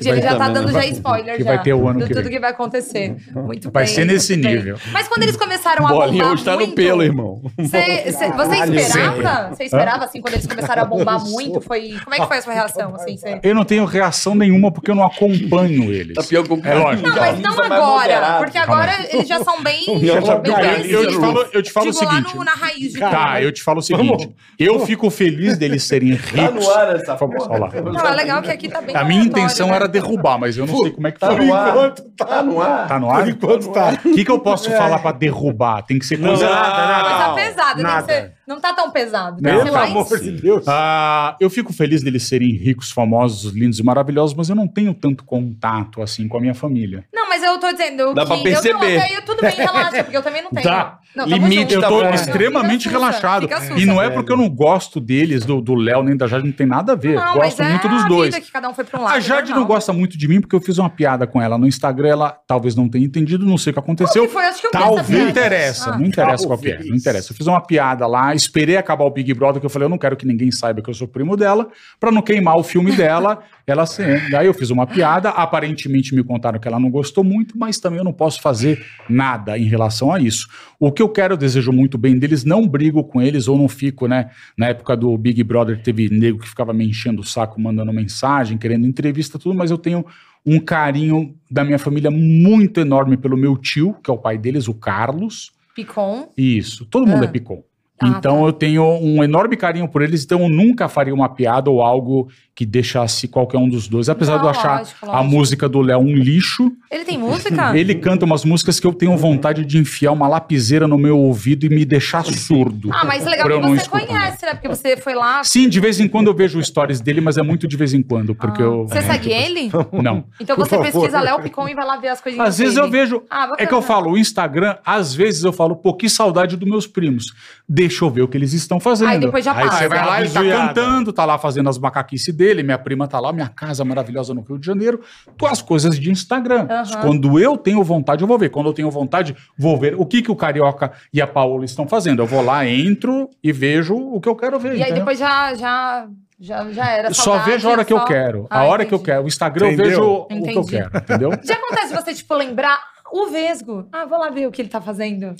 Speaker 6: Que ele já tá
Speaker 3: também,
Speaker 6: dando
Speaker 3: né?
Speaker 6: já
Speaker 3: Vai-
Speaker 6: spoiler
Speaker 5: que
Speaker 6: já.
Speaker 5: vai ter o ano
Speaker 6: de
Speaker 5: que
Speaker 6: tudo
Speaker 5: vem. Uhum.
Speaker 6: que vai acontecer. Muito
Speaker 5: Vai
Speaker 6: bem,
Speaker 5: ser nesse
Speaker 6: muito bem.
Speaker 5: nível.
Speaker 6: Mas quando eles começaram a
Speaker 3: Bolinha
Speaker 6: bombar
Speaker 3: hoje tá
Speaker 6: muito,
Speaker 3: no pelo, irmão.
Speaker 6: Cê, cê- você esperava?
Speaker 5: Sempre.
Speaker 6: Você esperava, assim, quando eles começaram a bombar muito? Foi... Como é que foi a sua reação, assim? cê-
Speaker 5: Eu não tenho reação nenhuma porque eu não acompanho eles.
Speaker 3: Tá pior que o
Speaker 5: É lógico.
Speaker 6: Não, mas não
Speaker 3: Mas
Speaker 6: agora.
Speaker 3: moderado.
Speaker 6: Porque agora eles já são bem...
Speaker 2: Já tá
Speaker 6: bem
Speaker 2: pior.
Speaker 6: velhos.
Speaker 5: Eu te falo, eu te falo o
Speaker 6: Digo, lá
Speaker 5: seguinte.
Speaker 6: no- na raiz de
Speaker 5: Tá,
Speaker 6: tudo.
Speaker 5: eu te falo o seguinte. Eu fico feliz deles serem
Speaker 3: Tá
Speaker 5: ricos.
Speaker 3: no ar essa
Speaker 5: Por favor,
Speaker 3: porra.
Speaker 5: olha
Speaker 6: Não, é legal que aqui tá bem
Speaker 5: A minha
Speaker 6: aleatório,
Speaker 5: intenção
Speaker 6: né?
Speaker 5: era derrubar, mas eu não sei como é que
Speaker 3: Tá
Speaker 5: foi.
Speaker 3: no ar.
Speaker 2: Enquanto
Speaker 3: Tá no ar.
Speaker 5: Tá no ar?
Speaker 2: Por enquanto tá.
Speaker 5: O que, que eu posso falar pra derrubar? Tem que ser coisa. né?
Speaker 6: Coisa pesada, né?
Speaker 2: nada.
Speaker 6: tem que ser. Não tá tão pesado. Tem que ser
Speaker 2: Pelo
Speaker 6: mais-
Speaker 2: amor de Deus.
Speaker 5: Ah, eu fico feliz deles serem ricos, famosos, lindos e maravilhosos, mas eu não tenho tanto contato assim com a minha família.
Speaker 6: Não, mas eu tô dizendo.
Speaker 3: Dá
Speaker 6: que
Speaker 3: pra perceber.
Speaker 6: Eu, não, até aí tudo bem, relaxa, porque eu também não tenho.
Speaker 5: Dá.
Speaker 6: Não, tá tamo
Speaker 3: Limite
Speaker 6: junto.
Speaker 3: da
Speaker 5: Eu tô
Speaker 3: É.
Speaker 5: extremamente
Speaker 6: Fica sussa,
Speaker 5: relaxado.
Speaker 6: fica sussa.
Speaker 5: E não é porque eu não gosto deles, do do Léo nem da Jade, não tem nada a ver.
Speaker 6: Não, mas
Speaker 5: gosto
Speaker 6: é
Speaker 5: muito
Speaker 6: a
Speaker 5: dos dois.
Speaker 6: Vida que cada um foi pra um lado,
Speaker 5: A Jade não
Speaker 6: normal.
Speaker 5: gosta muito de mim porque eu fiz uma piada com ela no Instagram. Ela talvez não tenha entendido, não sei o que
Speaker 6: Qual
Speaker 5: aconteceu.
Speaker 6: que foi? Acho que eu vi essa
Speaker 5: Talvez.
Speaker 6: piada.
Speaker 5: Não interessa,
Speaker 6: Ah.
Speaker 5: não interessa qual que é,
Speaker 2: Talvez.
Speaker 5: não interessa. Eu fiz uma piada lá, esperei acabar o Big Brother, que eu falei, eu não quero que ninguém saiba que eu sou primo dela, pra não queimar o filme dela, ela se... Daí eu fiz uma piada, aparentemente me contaram que ela não gostou muito, mas também eu não posso fazer nada em relação a isso. O que eu quero, eu desejo muito bem deles, não brigo com eles ou não fico, né? Na época do Big Brother teve nego que ficava me enchendo o saco, mandando mensagem, querendo entrevista, tudo, mas eu tenho um carinho da minha família muito enorme pelo meu tio, que é o pai deles, o Carlos.
Speaker 6: Picon.
Speaker 5: Isso, todo mundo
Speaker 6: Ah.
Speaker 5: é picom.
Speaker 6: Ah,
Speaker 5: Então eu tenho um enorme carinho por eles, então eu nunca faria uma piada ou algo que deixasse qualquer um dos dois. Apesar
Speaker 6: Não,
Speaker 5: de eu achar
Speaker 6: lógico,
Speaker 5: a
Speaker 6: lógico. Ah.
Speaker 5: música do Léo um lixo,
Speaker 6: Ele tem música?
Speaker 5: ele canta umas músicas que eu tenho vontade de enfiar uma lapiseira no meu ouvido e me deixar surdo.
Speaker 6: Ah, mas legal
Speaker 5: pra
Speaker 6: que
Speaker 5: eu não
Speaker 6: você
Speaker 5: escutar.
Speaker 6: conhece, né? Porque você foi lá.
Speaker 5: Sim, de vez em quando eu vejo stories dele, mas é muito de vez em quando, porque
Speaker 6: Ah.
Speaker 5: eu.
Speaker 6: Você segue ele?
Speaker 5: Não.
Speaker 6: Então
Speaker 2: Por
Speaker 6: você
Speaker 2: favor.
Speaker 6: pesquisa Léo Picon e vai lá ver as coisinhas.
Speaker 5: Às vezes
Speaker 6: dele.
Speaker 5: eu vejo.
Speaker 6: Ah, bacana.
Speaker 5: É que eu falo, o Instagram, às vezes eu falo, pô, que saudade dos meus primos. Deixa eu ver o que eles estão fazendo.
Speaker 6: Aí depois já
Speaker 2: Aí
Speaker 6: passa.
Speaker 5: Você vai lá, ele tá
Speaker 2: Bizuiada.
Speaker 5: cantando, tá lá fazendo as macaquices dele, minha prima tá lá, minha casa maravilhosa no Rio de Janeiro, tuas coisas de Instagram.
Speaker 6: Aham.
Speaker 5: Quando eu tenho vontade, eu vou ver. Quando eu tenho vontade, vou ver o que, que o Carioca e a Paola estão fazendo. Eu vou lá, entro e vejo o que eu quero ver.
Speaker 6: E aí
Speaker 5: entendeu?
Speaker 6: depois já, já, já, já era.
Speaker 5: né? Só
Speaker 6: saudade,
Speaker 5: vejo a hora que eu
Speaker 6: só-
Speaker 5: quero.
Speaker 6: Ah,
Speaker 5: a hora
Speaker 6: entendi.
Speaker 5: que eu quero. O Instagram eu
Speaker 2: Entendeu?
Speaker 5: vejo o que
Speaker 6: Entendi.
Speaker 5: eu quero, entendeu?
Speaker 6: Já acontece de você, tipo, lembrar o Vesgo. Ah, vou lá ver o que ele tá fazendo.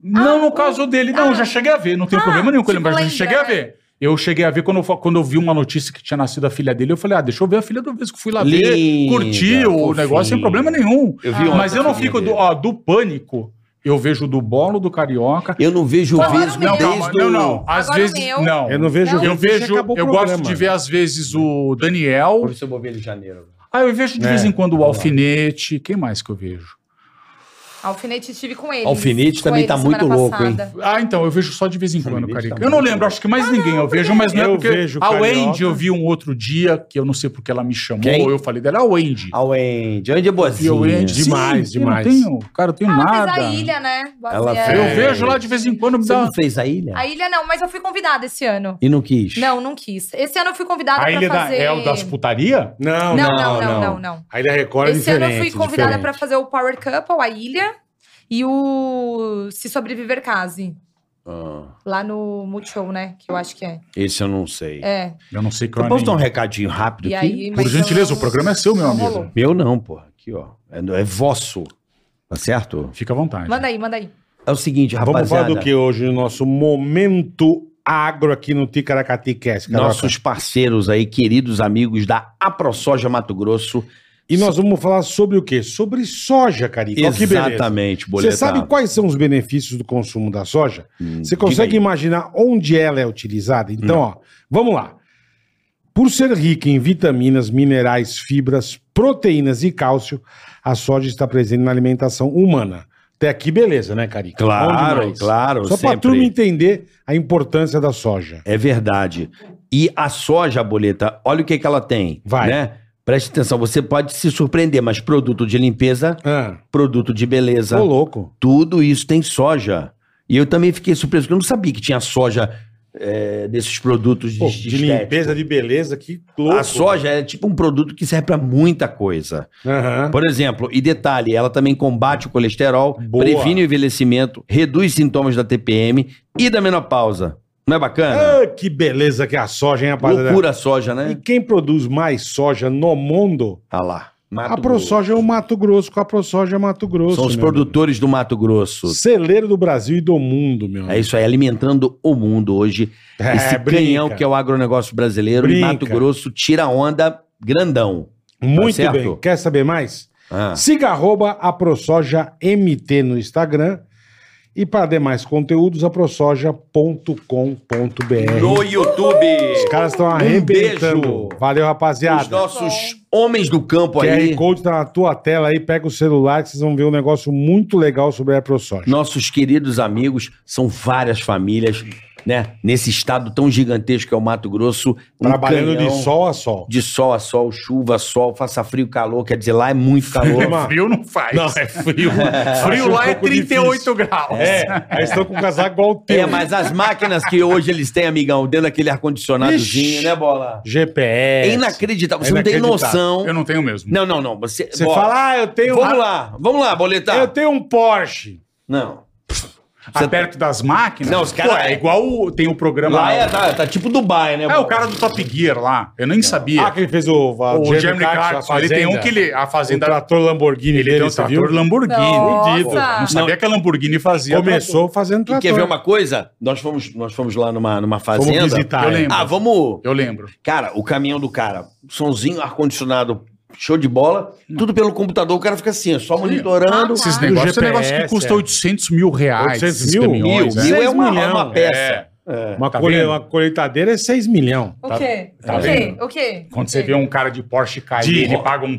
Speaker 5: Não no caso dele, não, eu já cheguei a ver, não tem
Speaker 6: Ah,
Speaker 5: problema nenhum com ele,
Speaker 6: tipo,
Speaker 5: mas eu
Speaker 6: lembra,
Speaker 5: cheguei a
Speaker 6: né?
Speaker 5: ver. Eu cheguei a ver quando eu, fa- quando eu vi uma notícia que tinha nascido a filha dele, eu falei, ah, deixa eu ver a filha do Vesgo. Fui lá ver,
Speaker 3: Linda,
Speaker 5: curti o
Speaker 3: fofinha.
Speaker 5: negócio sem problema nenhum.
Speaker 3: Eu vi
Speaker 6: Ah.
Speaker 3: ontem
Speaker 5: Mas eu
Speaker 3: a
Speaker 5: não
Speaker 3: filhinha
Speaker 5: fico do,
Speaker 3: dele.
Speaker 5: ó, do pânico, eu vejo do bolo, do carioca.
Speaker 3: Eu não vejo o
Speaker 6: Agora
Speaker 3: Vesgo
Speaker 6: o meu.
Speaker 5: Não,
Speaker 3: desde
Speaker 5: calma,
Speaker 3: o...
Speaker 5: não, não. Às
Speaker 6: Agora o
Speaker 5: vezes,
Speaker 6: meu.
Speaker 5: não.
Speaker 2: Eu não vejo
Speaker 6: Não.
Speaker 5: Eu vejo,
Speaker 2: acabou o
Speaker 5: eu gosto
Speaker 2: programa.
Speaker 5: de ver às vezes o Daniel.
Speaker 3: Professor Bovelho em janeiro.
Speaker 5: Ah, eu vejo de
Speaker 3: É,
Speaker 5: vez em quando o
Speaker 3: vamos lá.
Speaker 5: Alfinete. Quem mais que eu vejo?
Speaker 6: Alfinete tive com ele.
Speaker 3: Alfinete também tá muito louco, hein?
Speaker 5: Ah, então, eu vejo só de vez em
Speaker 3: Essa
Speaker 5: quando,
Speaker 3: menina
Speaker 5: Carica.
Speaker 3: tá
Speaker 5: eu não
Speaker 3: muito
Speaker 5: lembro, acho que mais ninguém eu vejo, mas não é
Speaker 2: Eu
Speaker 5: porque...
Speaker 2: vejo
Speaker 5: a
Speaker 2: Carioca.
Speaker 5: Wendy eu vi um outro dia, que eu não sei porque ela me chamou,
Speaker 3: Quem?
Speaker 5: eu falei dela, é a Wendy.
Speaker 3: A Wendy. A Wendy é
Speaker 5: E a
Speaker 3: boazinha.
Speaker 5: Wendy, sim,
Speaker 2: Demais,
Speaker 5: eu não
Speaker 2: demais.
Speaker 5: tenho, cara, eu tenho
Speaker 6: Ah,
Speaker 5: nada.
Speaker 6: mas a ilha, né? Boa
Speaker 3: Ela
Speaker 6: Zé.
Speaker 5: Eu
Speaker 3: É.
Speaker 5: vejo lá de vez em quando, me
Speaker 3: Você
Speaker 5: dá...
Speaker 3: não fez a ilha?
Speaker 6: A ilha não, mas eu fui convidada esse ano.
Speaker 3: E não quis?
Speaker 6: Não, não quis. Esse ano eu fui convidada
Speaker 5: A
Speaker 6: pra
Speaker 5: Ilha da,
Speaker 6: fazer...
Speaker 5: é o das putaria?
Speaker 2: Não,
Speaker 6: não, não, não, não, não.
Speaker 2: A Ilha Record é
Speaker 6: Esse ano eu fui
Speaker 2: diferente,
Speaker 6: convidada
Speaker 2: diferente.
Speaker 6: pra fazer o Power Couple, a Ilha, e o Se Sobreviver Case,
Speaker 3: Ah,
Speaker 6: lá no Multishow, né? Que eu acho que é.
Speaker 3: esse eu não sei.
Speaker 6: É.
Speaker 5: Eu não sei que
Speaker 3: Eu posso dar um
Speaker 5: hora
Speaker 3: recadinho rápido
Speaker 6: E
Speaker 3: aqui?
Speaker 6: aí,
Speaker 5: Por
Speaker 6: mas
Speaker 5: gentileza,
Speaker 6: eu-
Speaker 5: o programa é seu, meu
Speaker 6: não
Speaker 5: amigo.
Speaker 6: rolou.
Speaker 3: Meu não, pô. Aqui, ó. É, é vosso. Tá certo?
Speaker 5: Fica à vontade.
Speaker 6: Manda aí, manda aí.
Speaker 3: É o seguinte, rapaziada.
Speaker 2: Vamos falar do que hoje no nosso momento agro aqui no Ticaracati Cast, Carioca?
Speaker 3: Nossos parceiros aí, queridos amigos da AproSoja Mato Grosso.
Speaker 2: E nós vamos falar sobre o quê? Sobre soja, Carica. Olha que beleza.
Speaker 3: Exatamente,
Speaker 2: Você
Speaker 3: boletar.
Speaker 2: sabe quais são os benefícios do consumo da soja?
Speaker 3: Hum,
Speaker 2: Você
Speaker 3: diga
Speaker 2: consegue
Speaker 3: aí. Hum.
Speaker 2: imaginar onde ela é utilizada? Então, ó, vamos lá. Por ser rica em vitaminas, minerais, fibras, proteínas e cálcio, a soja está presente na alimentação humana. Até aqui, beleza, né, Carica? Bom
Speaker 3: Claro,
Speaker 2: demais.
Speaker 3: claro,
Speaker 2: Só para
Speaker 3: sempre.
Speaker 2: a turma entender a importância da soja.
Speaker 3: É verdade. E a soja, boleta, olha o que, que ela tem.
Speaker 2: Vai.
Speaker 3: Né? Preste atenção, você pode se surpreender, mas produto de limpeza,
Speaker 2: Ah,
Speaker 3: produto de beleza,
Speaker 2: tô louco.
Speaker 3: tudo isso tem soja. E eu também fiquei surpreso, porque eu não sabia que tinha soja é, desses produtos de,
Speaker 2: Pô,
Speaker 3: de
Speaker 2: de
Speaker 3: estética.
Speaker 2: limpeza, de beleza, que louco.
Speaker 3: A soja é tipo um produto que serve para muita coisa.
Speaker 2: Aham.
Speaker 3: Por exemplo, e detalhe, ela também combate o colesterol,
Speaker 2: Boa.
Speaker 3: previne o envelhecimento, reduz sintomas da TPM e da menopausa. Não é bacana?
Speaker 2: Ah, que beleza que é a soja, hein, rapaziada?
Speaker 3: Loucura a soja,
Speaker 2: é. E
Speaker 3: né?
Speaker 2: quem produz mais soja no mundo?
Speaker 3: Tá lá. Mato
Speaker 2: a ProSoja é o Mato Grosso, com a ProSoja é Mato Grosso.
Speaker 3: Grosso. São os
Speaker 2: meu amigo.
Speaker 3: produtores do Mato Grosso.
Speaker 2: Celeiro do Brasil e do mundo, meu amigo.
Speaker 3: É isso aí, alimentando o mundo hoje.
Speaker 2: É,
Speaker 3: Esse
Speaker 2: brinca.
Speaker 3: canhão que é o agronegócio brasileiro e
Speaker 2: Brinca.
Speaker 3: Mato Grosso tira onda grandão.
Speaker 2: Muito
Speaker 3: Tá certo?
Speaker 2: bem. Quer saber mais?
Speaker 3: Ah,
Speaker 2: Siga arroba a ProSoja MT no Instagram. E para demais conteúdos, a
Speaker 3: No
Speaker 2: ProSoja.com.br.
Speaker 3: YouTube,
Speaker 2: Os caras estão
Speaker 3: Um beijo.
Speaker 2: arrebentando. Valeu,
Speaker 3: os
Speaker 2: rapaziada.
Speaker 3: nossos homens do campo aí.
Speaker 2: QR Code tá na tua tela aí, pega o celular que vocês vão ver um negócio muito legal sobre a ProSoja.
Speaker 3: nossos queridos amigos, são várias famílias, né? Nesse estado tão gigantesco que é o Mato Grosso. um
Speaker 2: Trabalhando de
Speaker 3: canhão,
Speaker 2: sol a sol.
Speaker 3: De sol a sol, chuva a sol, faça frio, calor. Quer dizer, lá é muito calor.
Speaker 2: Irmã,
Speaker 5: Frio não faz.
Speaker 2: Não, é frio.
Speaker 5: Frio
Speaker 2: Acho um
Speaker 5: lá é
Speaker 2: pouco
Speaker 5: 38
Speaker 2: difícil.
Speaker 5: graus.
Speaker 2: É, aí estão com um casaco igual o teu.
Speaker 3: é, mas as máquinas que hoje eles têm, amigão, dentro daquele ar-condicionadozinho,
Speaker 2: Ixi.
Speaker 3: né, Bola? É
Speaker 2: GPS.
Speaker 3: inacreditável. Você
Speaker 2: É
Speaker 3: não tem
Speaker 2: inacreditável.
Speaker 3: noção.
Speaker 5: Eu não tenho mesmo.
Speaker 3: Não, não, não. Você,
Speaker 2: Você
Speaker 3: Bola,
Speaker 2: fala, ah, eu tenho,
Speaker 3: Vamos lá, tá. vamos lá, boletar.
Speaker 2: eu tenho um Porsche.
Speaker 3: Não.
Speaker 5: Tá perto das máquinas.
Speaker 3: Não, os caras-
Speaker 5: Pô, é igual o- tem o programa.
Speaker 3: Lá é, tá, tá tipo Dubai, né?
Speaker 5: É
Speaker 3: Bola?
Speaker 5: o cara do Top Gear lá. Eu nem sabia.
Speaker 2: Ah, que ele fez o...
Speaker 5: o
Speaker 2: Jeremy
Speaker 5: Jeremy
Speaker 2: Clarkson, a
Speaker 5: Clarkson, ele tem
Speaker 2: Fazenda.
Speaker 5: um que ele, a
Speaker 2: O
Speaker 5: fazenda
Speaker 2: trator Lamborghini
Speaker 5: ele
Speaker 2: dele,
Speaker 5: tem um
Speaker 2: você
Speaker 5: trator
Speaker 2: viu?
Speaker 5: Lamborghini.
Speaker 6: Nossa.
Speaker 5: Fudido. Não sabia que a Lamborghini fazia.
Speaker 2: Começou fazendo
Speaker 3: E
Speaker 2: trator.
Speaker 3: quer ver uma coisa? Nós fomos, nós fomos lá numa, numa fazenda.
Speaker 2: visitar.
Speaker 5: Eu lembro.
Speaker 3: Ah, vamos.
Speaker 5: Eu lembro.
Speaker 3: Cara, o caminhão do cara, sonzinho, ar-condicionado, show de bola, tudo pelo computador, o cara fica assim, ó, só monitorando.
Speaker 6: Ah,
Speaker 5: Esses
Speaker 6: tá.
Speaker 5: negócios
Speaker 2: O
Speaker 5: é um negócio que
Speaker 2: GPS,
Speaker 5: custa
Speaker 2: é.
Speaker 5: 800 mil reais.
Speaker 2: 800
Speaker 5: esses
Speaker 2: mil?
Speaker 3: Mil,
Speaker 5: caminhões,
Speaker 3: mil
Speaker 5: é.
Speaker 3: é
Speaker 2: Seis
Speaker 3: uma,
Speaker 2: milhão,
Speaker 3: uma peça. É.
Speaker 2: Uma,
Speaker 5: Tá
Speaker 2: colhe-
Speaker 5: vendo?
Speaker 2: uma colheitadeira é 6 milhão.
Speaker 6: O quê?
Speaker 5: tá
Speaker 6: o quê?
Speaker 5: vendo?
Speaker 6: O quê?
Speaker 5: Quando você vê um cara de Porsche cair,
Speaker 2: De-
Speaker 5: ele paga um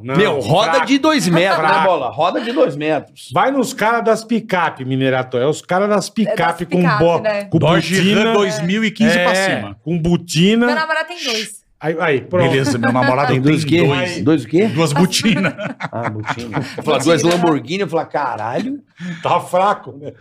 Speaker 2: Não, não.
Speaker 3: Meu, roda
Speaker 2: Fraco.
Speaker 3: de dois metros, né,
Speaker 2: Fraco.
Speaker 3: bola? Roda de dois metros.
Speaker 2: Vai nos caras das picape, Minerato. É os caras das picape
Speaker 6: das
Speaker 2: com
Speaker 6: picape,
Speaker 2: bo...
Speaker 6: né?
Speaker 2: com
Speaker 5: Dodge Ram 2015 pra
Speaker 2: É,
Speaker 5: cima.
Speaker 2: Com
Speaker 5: um
Speaker 6: Meu
Speaker 2: botina.
Speaker 6: namorado tem dois.
Speaker 2: Aí, aí, pronto.
Speaker 5: Beleza, meu namorado tem
Speaker 3: dois o quê?
Speaker 5: dois.
Speaker 3: Dois o quê?
Speaker 5: Duas botinas.
Speaker 3: Ah, botina. Eu falava, duas
Speaker 6: Botina.
Speaker 3: Lamborghini, eu falava, caralho.
Speaker 2: Tá fraco, né?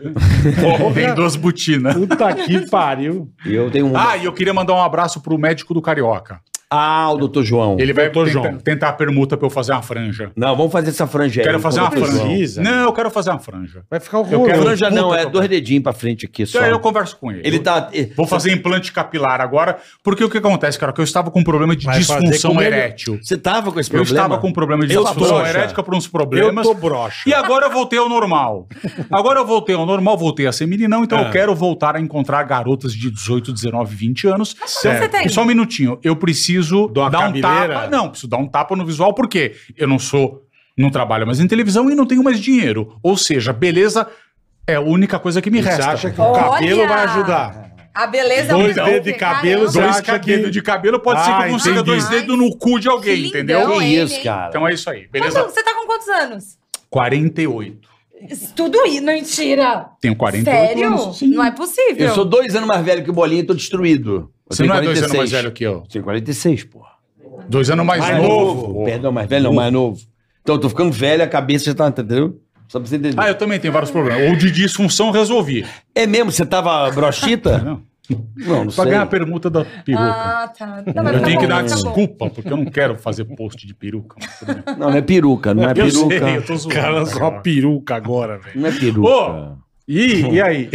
Speaker 5: tem duas botinas.
Speaker 2: Puta que pariu.
Speaker 3: E eu tenho um.
Speaker 5: Ah, e eu queria mandar um abraço pro médico do Carioca.
Speaker 3: Ah, o doutor João.
Speaker 5: Ele vai
Speaker 2: Doutor
Speaker 5: tenta-
Speaker 2: João.
Speaker 5: tentar a permuta pra eu fazer uma franja.
Speaker 3: Não, vamos fazer essa franja aí.
Speaker 5: quero fazer uma
Speaker 3: Doutor
Speaker 5: franja.
Speaker 3: João.
Speaker 2: Precisa.
Speaker 5: Não, eu quero fazer uma franja.
Speaker 2: Vai ficar
Speaker 5: Eu quero-
Speaker 2: horroroso.
Speaker 3: Franja não,
Speaker 5: Puta,
Speaker 3: é
Speaker 5: papai.
Speaker 3: dois dedinhos pra frente aqui só.
Speaker 5: Então eu converso com ele.
Speaker 3: Ele tá.
Speaker 5: Vou fazer implante capilar agora, porque o que acontece, cara, que eu estava com um problema de
Speaker 2: Vai fazer
Speaker 5: disfunção
Speaker 2: com ele.
Speaker 5: erétil.
Speaker 3: Você tava com esse
Speaker 5: Eu
Speaker 3: problema?
Speaker 5: estava com um problema de
Speaker 3: Eu
Speaker 5: disfunção
Speaker 3: tô,
Speaker 5: erética por uns
Speaker 2: Eu
Speaker 5: problemas.
Speaker 2: tô broxa.
Speaker 5: E agora eu voltei ao normal. Agora eu voltei ao normal, voltei a ser meninão, então
Speaker 2: É.
Speaker 5: eu quero voltar a encontrar garotas de 18, 19, 20 anos.
Speaker 6: você tem?
Speaker 5: E só um minutinho, eu preciso
Speaker 2: Dou uma
Speaker 5: dar um
Speaker 2: cabeleira?
Speaker 5: tapa. Não, preciso dar um tapa no visual, porque eu não sou. Não trabalho mais em televisão e não tenho mais dinheiro. Ou seja, beleza é a única coisa que me
Speaker 2: Você
Speaker 5: resta.
Speaker 2: acha que o cabelo
Speaker 6: Olha!
Speaker 2: vai ajudar?
Speaker 6: A beleza...
Speaker 2: Dois
Speaker 6: Então,
Speaker 2: dedos de cabelo,
Speaker 6: caramba.
Speaker 2: Você
Speaker 5: Dois
Speaker 2: acha
Speaker 5: ca- dedos
Speaker 2: que-
Speaker 5: de cabelo pode ser
Speaker 2: Ah,
Speaker 5: que eu consiga
Speaker 2: entendi.
Speaker 5: dois dedos no cu de alguém,
Speaker 6: Que
Speaker 5: entendeu?
Speaker 6: lindão.
Speaker 3: Que
Speaker 6: Ele,
Speaker 3: isso,
Speaker 6: hein?
Speaker 3: cara.
Speaker 5: Então é isso aí,
Speaker 6: Quanto-
Speaker 5: beleza?
Speaker 6: Você tá com quantos anos?
Speaker 5: 48.
Speaker 6: Tudo isso, mentira.
Speaker 5: Tenho 48
Speaker 6: Sério?
Speaker 5: anos. Sim.
Speaker 6: Não é possível.
Speaker 3: Eu sou dois anos mais velho que o Bolinha e tô destruído. Eu
Speaker 5: então. Você
Speaker 3: tenho
Speaker 5: não é dois anos
Speaker 3: 46.
Speaker 5: mais velho que eu.
Speaker 3: Tenho 46, porra.
Speaker 5: Dois anos mais,
Speaker 2: Mais
Speaker 5: novo.
Speaker 2: novo.
Speaker 3: Perdão, mais velho não, mais novo. Então eu tô ficando velho, a cabeça já tá, entendeu? Só pra você entender.
Speaker 5: Ah, eu também tenho vários problemas. O de disfunção eu resolvi.
Speaker 3: É mesmo? Você tava brochita?
Speaker 5: Não.
Speaker 3: não, não
Speaker 5: Pra
Speaker 3: sei.
Speaker 5: ganhar a permuta da peruca.
Speaker 6: Ah, tá. Não, mas
Speaker 5: eu
Speaker 6: tá
Speaker 5: tenho
Speaker 6: bom,
Speaker 5: que dar
Speaker 6: tá bom.
Speaker 5: desculpa, porque eu não quero fazer post de peruca. mas tudo bem.
Speaker 3: Não, não é peruca, não é
Speaker 5: Eu
Speaker 3: peruca.
Speaker 5: sei, eu tô
Speaker 2: O
Speaker 5: zoando.
Speaker 2: cara lançou uma
Speaker 5: cara.
Speaker 2: peruca agora, velho.
Speaker 3: Não é peruca.
Speaker 2: Ih, e aí?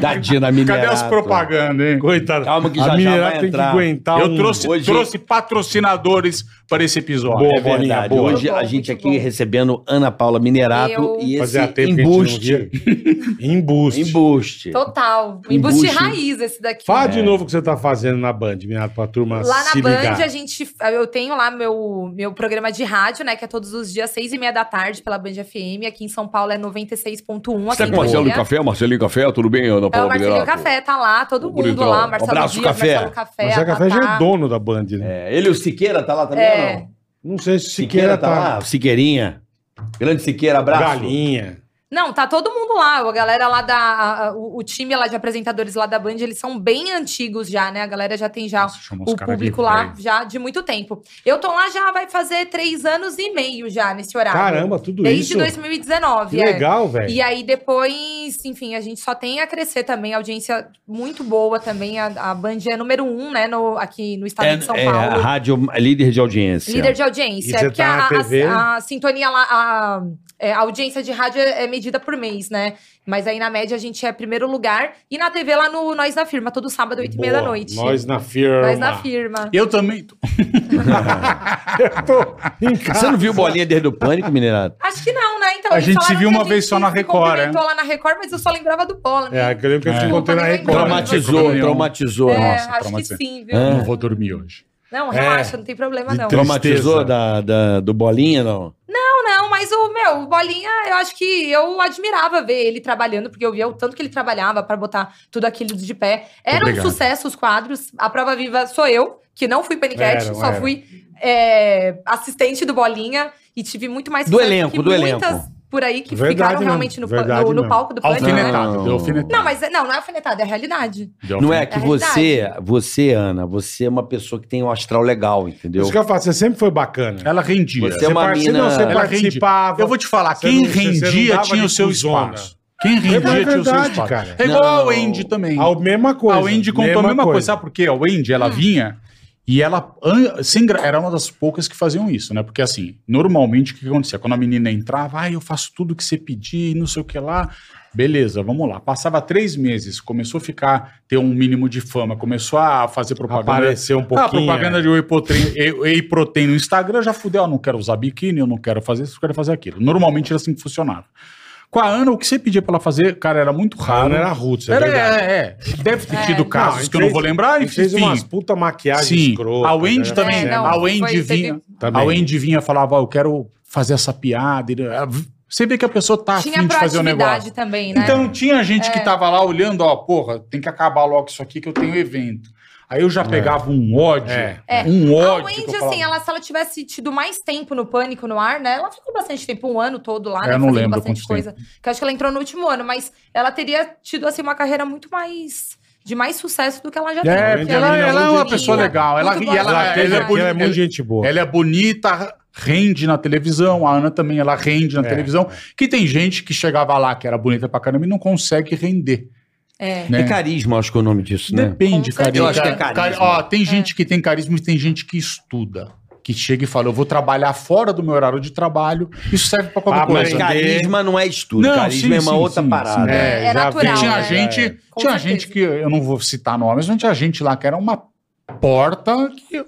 Speaker 3: Tadinha da minerato.
Speaker 5: Cadê as propagandas, hein?
Speaker 2: Coitado.
Speaker 3: Calma que
Speaker 2: a
Speaker 3: já, já
Speaker 2: Mirella
Speaker 3: vai
Speaker 2: tem
Speaker 3: entrar.
Speaker 2: que aguentar
Speaker 5: Eu
Speaker 2: um-
Speaker 5: trouxe,
Speaker 3: hoje-
Speaker 5: trouxe patrocinadores para esse episódio.
Speaker 2: Boa,
Speaker 3: É verdade.
Speaker 2: boa.
Speaker 3: Hoje a
Speaker 6: Muito
Speaker 3: gente
Speaker 6: bom,
Speaker 3: aqui
Speaker 6: muito bom.
Speaker 3: recebendo Ana Paula Minerato
Speaker 6: Eu-
Speaker 3: e esse
Speaker 2: Fazia tempo que a
Speaker 3: embuste.
Speaker 2: gente não via. Embuste.
Speaker 3: Embuste.
Speaker 6: Total. Um embuste
Speaker 3: Embuste.
Speaker 6: raiz esse daqui. né?
Speaker 2: Fala
Speaker 3: É.
Speaker 2: de novo o que você tá fazendo na Band, Mirella, pra turma
Speaker 6: Lá na
Speaker 2: se
Speaker 6: Band,
Speaker 2: ligar.
Speaker 6: a gente. Eu tenho lá meu, meu programa de rádio, né? Que é todos os dias, seis e meia da tarde, pela Band FM. Aqui em São Paulo é 96.1. Aqui em Brasília.
Speaker 3: é Café? Marcelinho Café, tudo bem, Ana
Speaker 6: É o Marcelinho Café, tá lá, todo mundo lá. Marcelo
Speaker 3: Abraço,
Speaker 6: Dias,
Speaker 3: Café.
Speaker 6: Marcelo Café.
Speaker 2: Mas a Café já é
Speaker 6: Tatá.
Speaker 2: dono da Band, né?
Speaker 3: É, ele e o Siqueira tá lá também
Speaker 6: É.
Speaker 3: ou não?
Speaker 2: Não sei se
Speaker 3: Siqueira,
Speaker 2: Siqueira
Speaker 3: tá lá.
Speaker 2: tá...
Speaker 3: Siqueirinha. Grande Siqueira, abraço.
Speaker 2: Galinha.
Speaker 6: Não, tá todo mundo lá. A galera lá da. a- a- o, o time lá de apresentadores lá da Band, eles são bem antigos já, né? A galera já tem já
Speaker 5: Nossa, chama os
Speaker 6: o
Speaker 5: caras de
Speaker 6: público lá
Speaker 5: velho.
Speaker 6: já de muito tempo. Eu tô lá já vai fazer três anos e meio já nesse horário.
Speaker 2: Caramba, tudo
Speaker 6: Tá. Desde
Speaker 2: isso.
Speaker 6: 2019.
Speaker 2: Que
Speaker 6: é.
Speaker 2: legal, velho.
Speaker 6: E aí depois, enfim, a gente só tem a crescer também, a audiência muito boa também. A, a Band é número um, né, no- aqui no estado
Speaker 3: É,
Speaker 6: de São
Speaker 3: é, a
Speaker 6: Paulo.
Speaker 3: rádio é líder de audiência.
Speaker 6: Líder de
Speaker 2: E
Speaker 6: audiência.
Speaker 2: você
Speaker 6: É porque
Speaker 2: tá na
Speaker 6: a-
Speaker 2: TV?
Speaker 6: a, a sintonia lá, a, é, a audiência de rádio é é medida por mês, né? Mas aí na média a gente é primeiro lugar. E na TV lá no Nós na Firma, todo sábado, é oito e meia da
Speaker 2: Boa.
Speaker 6: noite.
Speaker 2: Nós na firma.
Speaker 6: Nós na Firma.
Speaker 5: Eu também. tô-
Speaker 2: Eu tô em casa.
Speaker 3: Você não viu bolinha desde o pânico, Minerato?
Speaker 6: Acho que não, né? Então,
Speaker 5: A
Speaker 6: eles
Speaker 5: gente se
Speaker 6: falaram
Speaker 5: viu
Speaker 6: que
Speaker 5: uma
Speaker 6: a
Speaker 5: vez
Speaker 6: gente
Speaker 5: só na
Speaker 6: se
Speaker 5: Record, né?
Speaker 6: cumprimentou lá na Record, mas eu só lembrava do bola,
Speaker 2: É,
Speaker 6: né?
Speaker 2: aquele que eu te
Speaker 5: É.
Speaker 2: encontrei na Record.
Speaker 6: Traumatizou.
Speaker 3: Traumatizou, traumatizou.
Speaker 6: É,
Speaker 5: Nossa, É.
Speaker 6: acho que
Speaker 5: traumatizante.
Speaker 6: sim, viu?
Speaker 3: É.
Speaker 5: Não vou dormir hoje.
Speaker 6: Não, relaxa, não tem problema não.
Speaker 2: Então- Tristeza.
Speaker 3: Traumatizou da, da- do bolinha, não?
Speaker 6: Não, não, mas o meu, o Bolinha, eu acho que eu admirava ver ele trabalhando, porque eu via o tanto que ele trabalhava pra botar tudo aquilo de pé. Era
Speaker 5: Obrigado.
Speaker 6: um sucesso os quadros. A prova viva sou eu, que não fui paniquete,
Speaker 2: Era,
Speaker 6: só
Speaker 2: era.
Speaker 6: fui é, assistente do Bolinha e tive muito mais
Speaker 3: Do
Speaker 6: sucesso
Speaker 3: elenco,
Speaker 6: que
Speaker 3: do
Speaker 6: muitas
Speaker 3: elenco.
Speaker 6: por aí que
Speaker 2: Verdade
Speaker 6: ficaram
Speaker 2: mesmo,
Speaker 6: realmente no, pa-
Speaker 2: verdade
Speaker 6: no, no
Speaker 2: mesmo.
Speaker 6: palco do pânico. né?
Speaker 5: Alfinetada, deu alfinetada.
Speaker 6: Não, mas é- não, não é alfinetada, é a realidade.
Speaker 5: Deu
Speaker 3: Não é
Speaker 5: alfinetada.
Speaker 3: que você, você, Ana, você é uma pessoa que tem um astral legal, entendeu?
Speaker 2: Isso que eu falo, você sempre foi bacana.
Speaker 5: Ela rendia.
Speaker 3: Você é uma
Speaker 2: participou-
Speaker 3: mina-
Speaker 2: não, você
Speaker 5: Ela
Speaker 2: participava.
Speaker 5: rendia. Eu vou te falar,
Speaker 2: Você
Speaker 5: quem
Speaker 2: não- você- você não
Speaker 5: rendia
Speaker 2: dava
Speaker 5: tinha
Speaker 2: de
Speaker 5: o seu
Speaker 2: cuzona.
Speaker 5: espaço. Quem rendia
Speaker 2: É
Speaker 5: tinha o seu
Speaker 2: verdade,
Speaker 5: espaço.
Speaker 2: cara.
Speaker 5: É igual
Speaker 3: Não.
Speaker 5: o Andy também.
Speaker 2: A mesma coisa.
Speaker 5: a Wendy Ah, contou a mesma coisa. Sabe por quê? A Wendy, ela vinha e ela an- sem gra- era uma das poucas que faziam isso, né? Porque assim, normalmente o que acontecia? Quando a menina entrava, ah, eu faço tudo que você pedir, não sei o que lá. Beleza, vamos lá. Passava três meses, começou a ficar, ter um mínimo de fama, começou a fazer propaganda.
Speaker 2: Aparecer um
Speaker 5: Ah,
Speaker 2: pouquinho,
Speaker 5: propaganda
Speaker 2: é.
Speaker 5: de whey protein, whey- whey protein no Instagram, já fudeu, eu não quero usar biquíni, eu não quero fazer isso, eu quero fazer aquilo. Normalmente era assim que funcionava. Com a Ana, o que você pedia pra ela fazer, cara, era muito
Speaker 2: A
Speaker 5: raro.
Speaker 2: Ana era Ruth, é
Speaker 5: Era,
Speaker 2: verdade.
Speaker 5: é, é. Deve ter
Speaker 6: É.
Speaker 5: tido casos
Speaker 2: Não,
Speaker 5: que eu não
Speaker 2: fez-
Speaker 5: vou lembrar,
Speaker 2: Ele
Speaker 5: enfim.
Speaker 2: fez umas puta maquiagem
Speaker 5: Sim,
Speaker 2: escrota.
Speaker 5: a Wendy
Speaker 2: né?
Speaker 5: também,
Speaker 6: É, não,
Speaker 5: a Wendy
Speaker 6: foi- teve-
Speaker 5: vinha,
Speaker 2: Também.
Speaker 5: a Wendy vinha e falava, "Ó, eu quero fazer essa piada. e- ah, v- Você vê que a pessoa tá
Speaker 6: tinha
Speaker 5: afim de fazer o
Speaker 6: proatividade
Speaker 5: negócio.
Speaker 6: também, né?
Speaker 5: Então tinha gente que tava lá olhando, ó, porra, tem que acabar logo isso aqui que eu tenho um evento. Aí eu já pegava um ódio,
Speaker 2: É.
Speaker 6: É.
Speaker 5: um
Speaker 6: A
Speaker 5: ódio. que eu
Speaker 6: Wendy,
Speaker 5: falava,
Speaker 6: assim, ela, se ela tivesse tido mais tempo no Pânico no ar, né? Ela ficou bastante tempo, um ano todo
Speaker 5: É,
Speaker 6: lá,
Speaker 5: Eu
Speaker 6: né?
Speaker 5: não
Speaker 6: fazendo
Speaker 5: lembro
Speaker 6: bastante
Speaker 5: quanto
Speaker 6: coisa. Que eu acho que ela entrou no último ano, mas ela teria tido, assim, uma carreira muito mais. de mais sucesso do que ela já tem.
Speaker 5: É,
Speaker 6: Porque
Speaker 5: ela-
Speaker 6: muito
Speaker 5: ela é uma
Speaker 6: bonita,
Speaker 5: pessoa legal, ela-
Speaker 6: muito
Speaker 5: e
Speaker 6: boa
Speaker 5: ela-
Speaker 2: né? Ela,
Speaker 6: personalidade.
Speaker 2: teve
Speaker 5: ela é
Speaker 2: aqui, ela é
Speaker 5: bonita,
Speaker 2: muito gente boa.
Speaker 5: Ela é bonita, rende na televisão, a Ana também, ela rende na
Speaker 2: É,
Speaker 5: televisão. Que tem gente que chegava lá que era bonita pra caramba e não consegue render.
Speaker 6: É.
Speaker 5: né?
Speaker 3: É carisma, acho que é o nome disso, né?
Speaker 5: Depende,
Speaker 6: Com
Speaker 5: cara.
Speaker 6: certeza. Eu
Speaker 3: acho que é carisma.
Speaker 5: ó, tem gente que tem carisma e tem gente que estuda. Que chega e fala, eu vou trabalhar fora do meu horário de trabalho. Isso serve pra qualquer
Speaker 2: Ah, mas
Speaker 5: coisa.
Speaker 3: Mas carisma não é estudo,
Speaker 5: Não,
Speaker 3: carisma
Speaker 5: sim,
Speaker 3: é uma
Speaker 5: sim,
Speaker 3: outra
Speaker 5: sim,
Speaker 3: parada.
Speaker 5: sim.
Speaker 2: É,
Speaker 6: É
Speaker 2: já
Speaker 6: natural,
Speaker 2: vem.
Speaker 5: tinha
Speaker 6: né?
Speaker 5: gente,
Speaker 6: Com
Speaker 5: tinha
Speaker 6: certeza.
Speaker 5: gente que eu não vou citar nomes, mas tinha gente lá que era uma porta que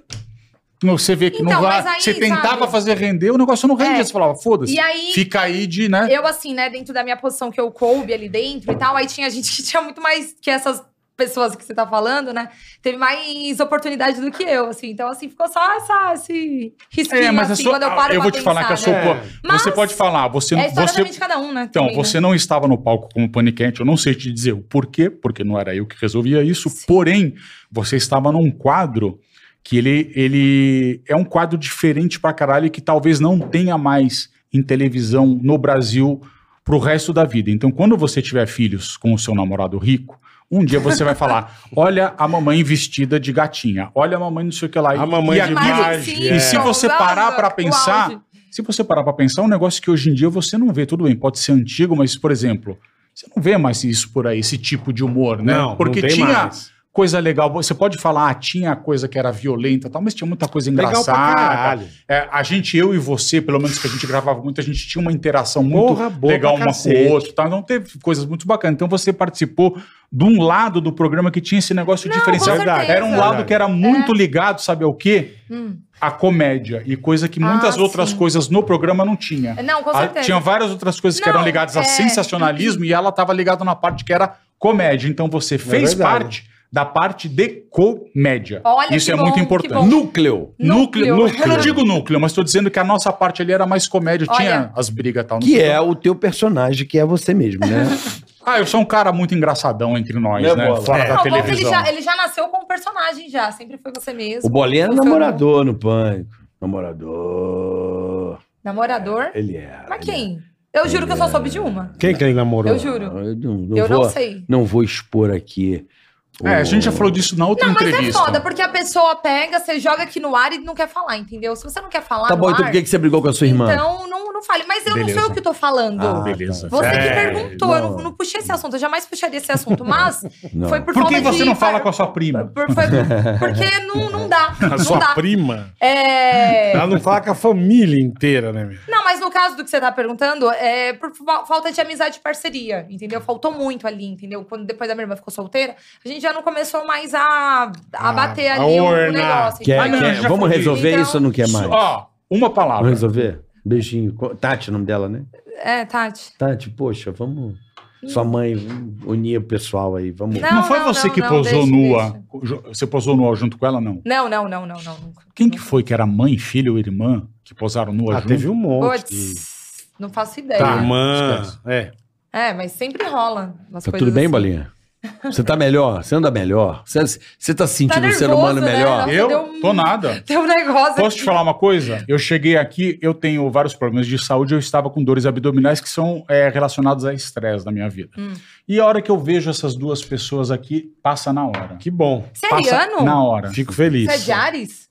Speaker 5: não- você vê que não
Speaker 6: Então,
Speaker 5: vai,
Speaker 6: mas aí,
Speaker 5: você tentava
Speaker 6: sabe?
Speaker 5: fazer render, o negócio não rendia,
Speaker 6: É.
Speaker 5: você falava, foda-se.
Speaker 6: E aí-
Speaker 5: assim, Fica aí de, né?
Speaker 6: Eu, assim, né, dentro da minha posição que eu coube ali dentro e tal, aí tinha gente que tinha muito mais que essas pessoas que você tá falando, né? Teve mais oportunidade do que eu, assim. Então, assim, ficou só essa, esse risquinho,
Speaker 5: a
Speaker 6: assim,
Speaker 5: sua-
Speaker 6: quando eu paro
Speaker 5: é ah, eu
Speaker 6: pra
Speaker 5: vou te falar que é a
Speaker 6: pensar,
Speaker 5: sua
Speaker 6: né?
Speaker 5: co-
Speaker 6: Mas-
Speaker 5: você pode falar, você
Speaker 6: É a história
Speaker 5: você
Speaker 6: também de cada um, né?
Speaker 5: Então,
Speaker 6: também, né?
Speaker 5: você não estava no palco como paniquete, eu não sei te dizer o porquê, porque não era eu que resolvia isso,
Speaker 6: Sim.
Speaker 5: porém, você estava num quadro que ele, ele é um quadro diferente pra caralho e que talvez não tenha mais em televisão no Brasil pro resto da vida. Então, quando você tiver filhos com o seu namorado rico, um dia você vai falar: olha a mamãe vestida de gatinha, olha a mamãe não sei o que lá.
Speaker 2: A mamãe de
Speaker 6: Mas,
Speaker 5: aquilo-
Speaker 2: imagem,
Speaker 6: assim,
Speaker 2: é.
Speaker 5: e se você
Speaker 6: usava
Speaker 5: parar pra
Speaker 6: o
Speaker 5: pensar,
Speaker 6: auge.
Speaker 5: se você parar pra pensar, é um negócio que hoje em dia você não vê, tudo bem, pode ser antigo, mas, por exemplo, você não vê mais isso por aí, esse tipo de humor, né?
Speaker 2: Não,
Speaker 5: Porque
Speaker 2: não tem
Speaker 5: tinha
Speaker 2: mais.
Speaker 5: coisa legal, você pode falar, ah, tinha coisa que era violenta e tal, mas tinha muita coisa
Speaker 2: Legal pra
Speaker 5: engraçada.
Speaker 2: caralho.
Speaker 5: É, a gente, eu e você, pelo menos que a gente gravava muito, a gente tinha uma interação muito
Speaker 2: Porra, boa
Speaker 5: legal
Speaker 2: pra
Speaker 5: uma com
Speaker 2: cacete.
Speaker 5: o outro, e tal. Então teve coisas muito bacanas. Então você participou de um lado do programa que tinha esse negócio
Speaker 6: Não,
Speaker 2: é
Speaker 5: diferencial.
Speaker 6: com certeza.
Speaker 5: Era um lado que era muito ligado, sabe ao quê?
Speaker 6: É. Hum.
Speaker 5: A comédia. E coisa que muitas
Speaker 6: Ah,
Speaker 5: outras
Speaker 6: sim.
Speaker 5: coisas no programa não tinha.
Speaker 6: Não, com
Speaker 5: Ah,
Speaker 6: certeza.
Speaker 5: Tinha várias outras coisas que
Speaker 6: Não,
Speaker 5: eram ligadas a
Speaker 6: é.
Speaker 5: sensacionalismo e ela estava ligada na parte que era comédia. Então
Speaker 3: É
Speaker 5: você fez
Speaker 2: verdade.
Speaker 5: parte da parte de comédia.
Speaker 6: Olha
Speaker 5: Isso
Speaker 6: que
Speaker 5: é
Speaker 6: bom,
Speaker 5: muito
Speaker 6: que
Speaker 5: importante.
Speaker 6: bom.
Speaker 3: Núcleo.
Speaker 5: Núcleo.
Speaker 6: Núcleo.
Speaker 5: núcleo. Eu não digo núcleo, mas estou dizendo que a nossa parte ali era mais comédia.
Speaker 6: Olha.
Speaker 5: Tinha as brigas e tal. não
Speaker 3: Que
Speaker 5: sei
Speaker 3: é
Speaker 5: o
Speaker 3: o teu personagem, que é você mesmo, né?
Speaker 5: Ah, eu sou um cara muito engraçadão entre nós,
Speaker 3: Né,
Speaker 5: né?
Speaker 3: Bola?
Speaker 5: Fora
Speaker 3: É.
Speaker 5: da
Speaker 6: Não, bom que ele
Speaker 5: televisão.
Speaker 6: já, ele já nasceu com o personagem já, sempre foi você
Speaker 3: o
Speaker 6: mesmo.
Speaker 3: Bolinha era
Speaker 6: Foi
Speaker 3: namorador no pânico. Namorador.
Speaker 6: Namorador?
Speaker 3: Ele era.
Speaker 6: Mas
Speaker 3: ele
Speaker 6: quem? Eu juro que eu só soube de uma.
Speaker 2: Quem que ele namorou?
Speaker 6: Eu juro.
Speaker 3: era. é, Eu não, não
Speaker 6: eu
Speaker 3: vou,
Speaker 6: não sei.
Speaker 3: não vou expor aqui. o-
Speaker 5: É, a gente já falou disso na outra
Speaker 6: Não, mas é
Speaker 5: entrevista.
Speaker 6: foda, porque a pessoa pega, você joga aqui no ar e não quer falar, entendeu? Se você não quer falar
Speaker 3: Tá
Speaker 6: no
Speaker 3: bom,
Speaker 6: ar,
Speaker 3: então por que que você brigou com a sua irmã?
Speaker 6: então não, não fale. Mas eu
Speaker 5: Beleza.
Speaker 6: não sou eu que tô falando.
Speaker 3: Ah,
Speaker 5: Beleza.
Speaker 6: Você
Speaker 2: É,
Speaker 6: que perguntou, eu não,
Speaker 3: não.
Speaker 6: não puxei esse assunto, eu jamais puxaria esse assunto, mas
Speaker 3: Não.
Speaker 6: foi por,
Speaker 5: Por
Speaker 6: falta
Speaker 5: que
Speaker 6: de...
Speaker 5: você não fala com a sua prima?
Speaker 6: por, foi- Porque não, não dá,
Speaker 2: A
Speaker 6: não
Speaker 2: sua
Speaker 6: dá.
Speaker 2: prima.
Speaker 6: É...
Speaker 5: Tá.
Speaker 2: Ela não fala com a família inteira, né, meu?
Speaker 6: Não, mas no caso do que você tá perguntando, é por fa- falta de amizade e parceria, entendeu? Faltou muito ali, entendeu? Quando depois a minha irmã ficou solteira, a gente já não começou mais a, a
Speaker 2: Ah,
Speaker 6: bater
Speaker 2: a
Speaker 6: ali o- o
Speaker 2: orna.
Speaker 6: negócio.
Speaker 3: Quer-
Speaker 5: Ah, não,
Speaker 6: entendeu?
Speaker 3: quer-
Speaker 5: já
Speaker 3: vamos
Speaker 5: falei.
Speaker 3: resolver
Speaker 6: Então-
Speaker 3: isso ou não
Speaker 2: é
Speaker 3: quer mais?
Speaker 5: Ó, uma palavra.
Speaker 3: Vamos resolver? Beijinho. Co- Tati, o nome dela, né?
Speaker 6: É, Tati.
Speaker 3: Tati, poxa, vamos. Sua mãe, vamos unir o pessoal aí. Vamos.
Speaker 5: Não, foi você
Speaker 6: não,
Speaker 5: que
Speaker 6: não,
Speaker 5: posou
Speaker 6: deixa,
Speaker 5: nua.
Speaker 6: deixa.
Speaker 5: Jo- Você posou nua junto com ela, não?
Speaker 6: Não, não, não, não, não. nunca.
Speaker 5: Quem que foi que era mãe, filho ou irmã que posaram nua
Speaker 2: Ah,
Speaker 5: junto?
Speaker 2: teve um monte. de-
Speaker 6: Puts, não faço ideia.
Speaker 2: Tá, irmã.
Speaker 5: Esquece.
Speaker 2: É.
Speaker 6: É, mas sempre rola umas
Speaker 3: Tá
Speaker 6: coisas
Speaker 3: tudo bem,
Speaker 6: assim.
Speaker 3: Bolinha? Você tá melhor? Você anda melhor? Você, você tá se sentindo
Speaker 6: Tá
Speaker 3: um ser
Speaker 6: nervoso,
Speaker 3: humano
Speaker 6: né?
Speaker 3: melhor?
Speaker 6: Nossa, deu
Speaker 5: Eu?
Speaker 6: um-
Speaker 5: Tô nada.
Speaker 6: Tem um negócio
Speaker 5: Posso te
Speaker 6: aqui.
Speaker 5: falar uma coisa? Eu cheguei aqui, eu tenho vários problemas de saúde, eu estava com dores abdominais que são é, relacionadas a estresse na minha vida.
Speaker 6: Hum.
Speaker 5: E a hora que eu vejo essas duas pessoas aqui, passa na hora.
Speaker 2: Que bom.
Speaker 6: Você é
Speaker 5: Passa
Speaker 6: ariano?
Speaker 5: na hora.
Speaker 2: Fico feliz.
Speaker 6: Você é de Ares?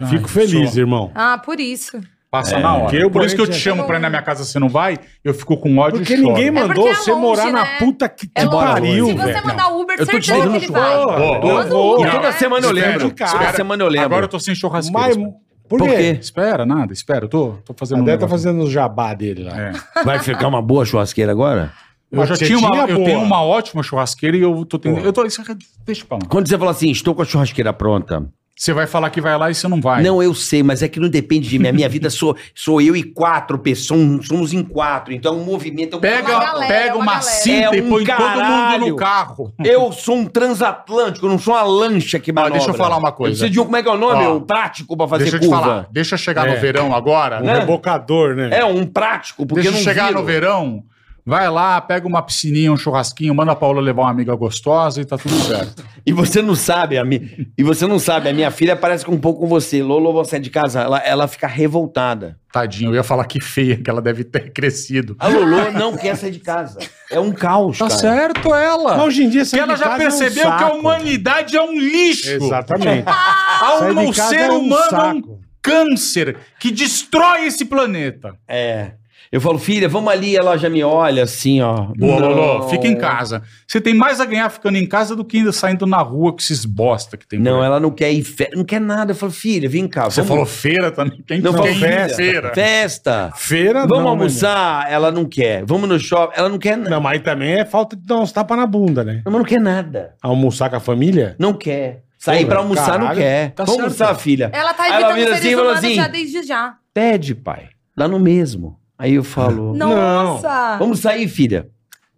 Speaker 5: Ai,
Speaker 2: Fico feliz,
Speaker 5: sou.
Speaker 2: irmão.
Speaker 6: Ah, por isso.
Speaker 5: Passa na hora.
Speaker 2: porque eu,
Speaker 5: Por isso que eu te
Speaker 2: por
Speaker 5: chamo
Speaker 6: exemplo,
Speaker 5: pra ir na minha casa, você não vai, eu fico com ódio
Speaker 2: Porque
Speaker 5: e choro.
Speaker 2: ninguém
Speaker 6: porque
Speaker 2: mandou
Speaker 6: é
Speaker 2: você
Speaker 6: longe,
Speaker 2: morar na
Speaker 6: né?
Speaker 2: puta que te
Speaker 6: É longe.
Speaker 2: pariu,
Speaker 6: Se você
Speaker 2: velho.
Speaker 6: mandar Uber,
Speaker 3: Eu tô te
Speaker 6: certeza que
Speaker 3: dando
Speaker 6: ele
Speaker 3: um
Speaker 6: vai.
Speaker 2: Pô,
Speaker 5: Vou, vou,
Speaker 2: eu
Speaker 6: Manda um
Speaker 2: vou.
Speaker 6: Uber,
Speaker 5: é
Speaker 3: Toda
Speaker 6: né?
Speaker 3: semana eu lembro.
Speaker 2: Espera,
Speaker 3: Toda
Speaker 2: cara.
Speaker 3: semana eu lembro.
Speaker 5: Agora eu tô sem churrasqueira.
Speaker 2: Mas
Speaker 5: espera.
Speaker 2: por
Speaker 3: Por
Speaker 2: quê?
Speaker 3: quê?
Speaker 5: Espera, nada, espera. Eu tô, tô
Speaker 2: A
Speaker 5: fazendo um
Speaker 2: André tá
Speaker 5: negócio.
Speaker 2: fazendo o jabá dele lá.
Speaker 5: É.
Speaker 3: Vai ficar uma boa churrasqueira agora?
Speaker 5: Eu já
Speaker 2: Você
Speaker 5: tinha uma,
Speaker 2: tinha
Speaker 5: eu
Speaker 2: boa.
Speaker 5: tenho uma ótima churrasqueira e eu tô tendo.
Speaker 2: Boa.
Speaker 5: Eu tô, isso- é deixa pra lá.
Speaker 3: Quando você fala assim, estou com a churrasqueira pronta.
Speaker 5: Você vai falar que vai lá e você não vai.
Speaker 3: Não, eu sei, mas é que não depende de mim. A minha vida sou, sou eu e quatro pessoas, um, somos em quatro. Então o movimento é um
Speaker 5: Pega,
Speaker 6: Uma
Speaker 3: caralho.
Speaker 6: galera,
Speaker 5: pega
Speaker 6: uma
Speaker 5: uma,
Speaker 6: galera.
Speaker 5: cinta
Speaker 3: É
Speaker 5: e
Speaker 3: um
Speaker 5: põe todo mundo
Speaker 3: caralho.
Speaker 5: no carro.
Speaker 3: Eu sou um transatlântico, eu não sou uma lancha que manobra.
Speaker 5: deixa eu falar uma coisa.
Speaker 3: Eu preciso de um, como é que é o nome?
Speaker 5: Ó,
Speaker 3: um prático pra fazer
Speaker 5: deixa eu te
Speaker 3: curva.
Speaker 5: falar. Deixa eu chegar
Speaker 2: É.
Speaker 5: no verão agora.
Speaker 2: Um rebocador, né?
Speaker 3: É, um prático, porque
Speaker 5: Deixa eu
Speaker 3: não
Speaker 5: chegar
Speaker 3: viro.
Speaker 5: no verão. Vai lá, pega uma piscininha, um churrasquinho, manda a Paula levar uma amiga gostosa e tá tudo certo.
Speaker 3: E você não sabe, a mi... e você não sabe, a minha filha parece que um pouco com você. Lolo, você é de casa, ela, ela fica revoltada.
Speaker 5: Tadinho, eu ia falar que feia que ela deve ter crescido.
Speaker 3: A Lolo não quer sair de casa. É um caos, cara.
Speaker 5: certo ela.
Speaker 2: Mas hoje em é um dia
Speaker 5: Porque ela já percebeu que a humanidade é um lixo.
Speaker 3: Tipo,
Speaker 2: Exatamente.
Speaker 5: Há
Speaker 2: Sair de
Speaker 5: um
Speaker 2: casa
Speaker 5: ser
Speaker 2: é um
Speaker 5: humano é um
Speaker 2: saco.
Speaker 5: câncer que destrói esse planeta.
Speaker 3: É. Eu falo, filha, vamos ali, ela já me olha assim, ó.
Speaker 5: Boa,
Speaker 3: Não.
Speaker 5: Lolo, fica em casa. Você tem mais a ganhar ficando em casa do que ainda saindo na rua com esses bosta que tem. por
Speaker 3: Não,
Speaker 5: aí.
Speaker 3: ela não quer ir, fe... não quer nada. Eu falo, filha, vem cá.
Speaker 5: Você
Speaker 3: vamos-
Speaker 5: falou feira também. Quem
Speaker 3: não, eu
Speaker 5: não
Speaker 3: falo,
Speaker 5: quer
Speaker 3: filha,
Speaker 5: ir feira?
Speaker 3: Festa.
Speaker 2: Feira
Speaker 3: Vamos
Speaker 2: não, né,
Speaker 3: almoçar, ela não quer. Vamos no shopping, ela não quer
Speaker 2: meu?
Speaker 3: nada.
Speaker 2: Não, mas aí também é falta de dar uns tapas na bunda, né?
Speaker 3: Mas não quer nada.
Speaker 2: Almoçar com a família?
Speaker 3: Não quer. Sair
Speaker 2: Porra,
Speaker 3: pra almoçar não
Speaker 2: caralho.
Speaker 3: quer.
Speaker 5: Tá
Speaker 3: vamos
Speaker 5: certo.
Speaker 3: almoçar, filha.
Speaker 6: Ela tá
Speaker 3: Aí ela
Speaker 6: evitando
Speaker 3: vira
Speaker 6: seres
Speaker 3: assim e fala
Speaker 6: humanos
Speaker 3: assim,
Speaker 6: já desde já.
Speaker 3: Pede, pai. Dá no mesmo. Aí eu falo,
Speaker 6: Nossa!
Speaker 3: vamos sair, filha.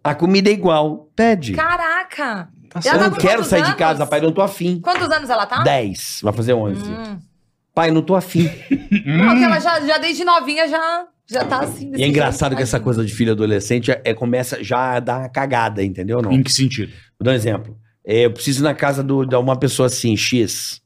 Speaker 3: A comida é igual. Pede.
Speaker 6: Caraca!
Speaker 3: Eu
Speaker 6: ela tá
Speaker 3: não
Speaker 6: com
Speaker 3: quero
Speaker 6: quantos
Speaker 3: sair de
Speaker 6: anos?
Speaker 3: casa, pai, não tô afim.
Speaker 6: Quantos anos ela tá?
Speaker 3: 10, vai fazer 11.
Speaker 6: Hum.
Speaker 3: Pai, não tô afim.
Speaker 6: Não, que ela já, já desde novinha já, já tá assim.
Speaker 3: Hum. E é engraçado que essa coisa de filho adolescente é, é- começa já a dar uma cagada, entendeu? Não.
Speaker 5: Em
Speaker 3: Vou
Speaker 5: que sentido?
Speaker 3: dar um exemplo. É, eu preciso ir na casa do- de uma pessoa assim, X.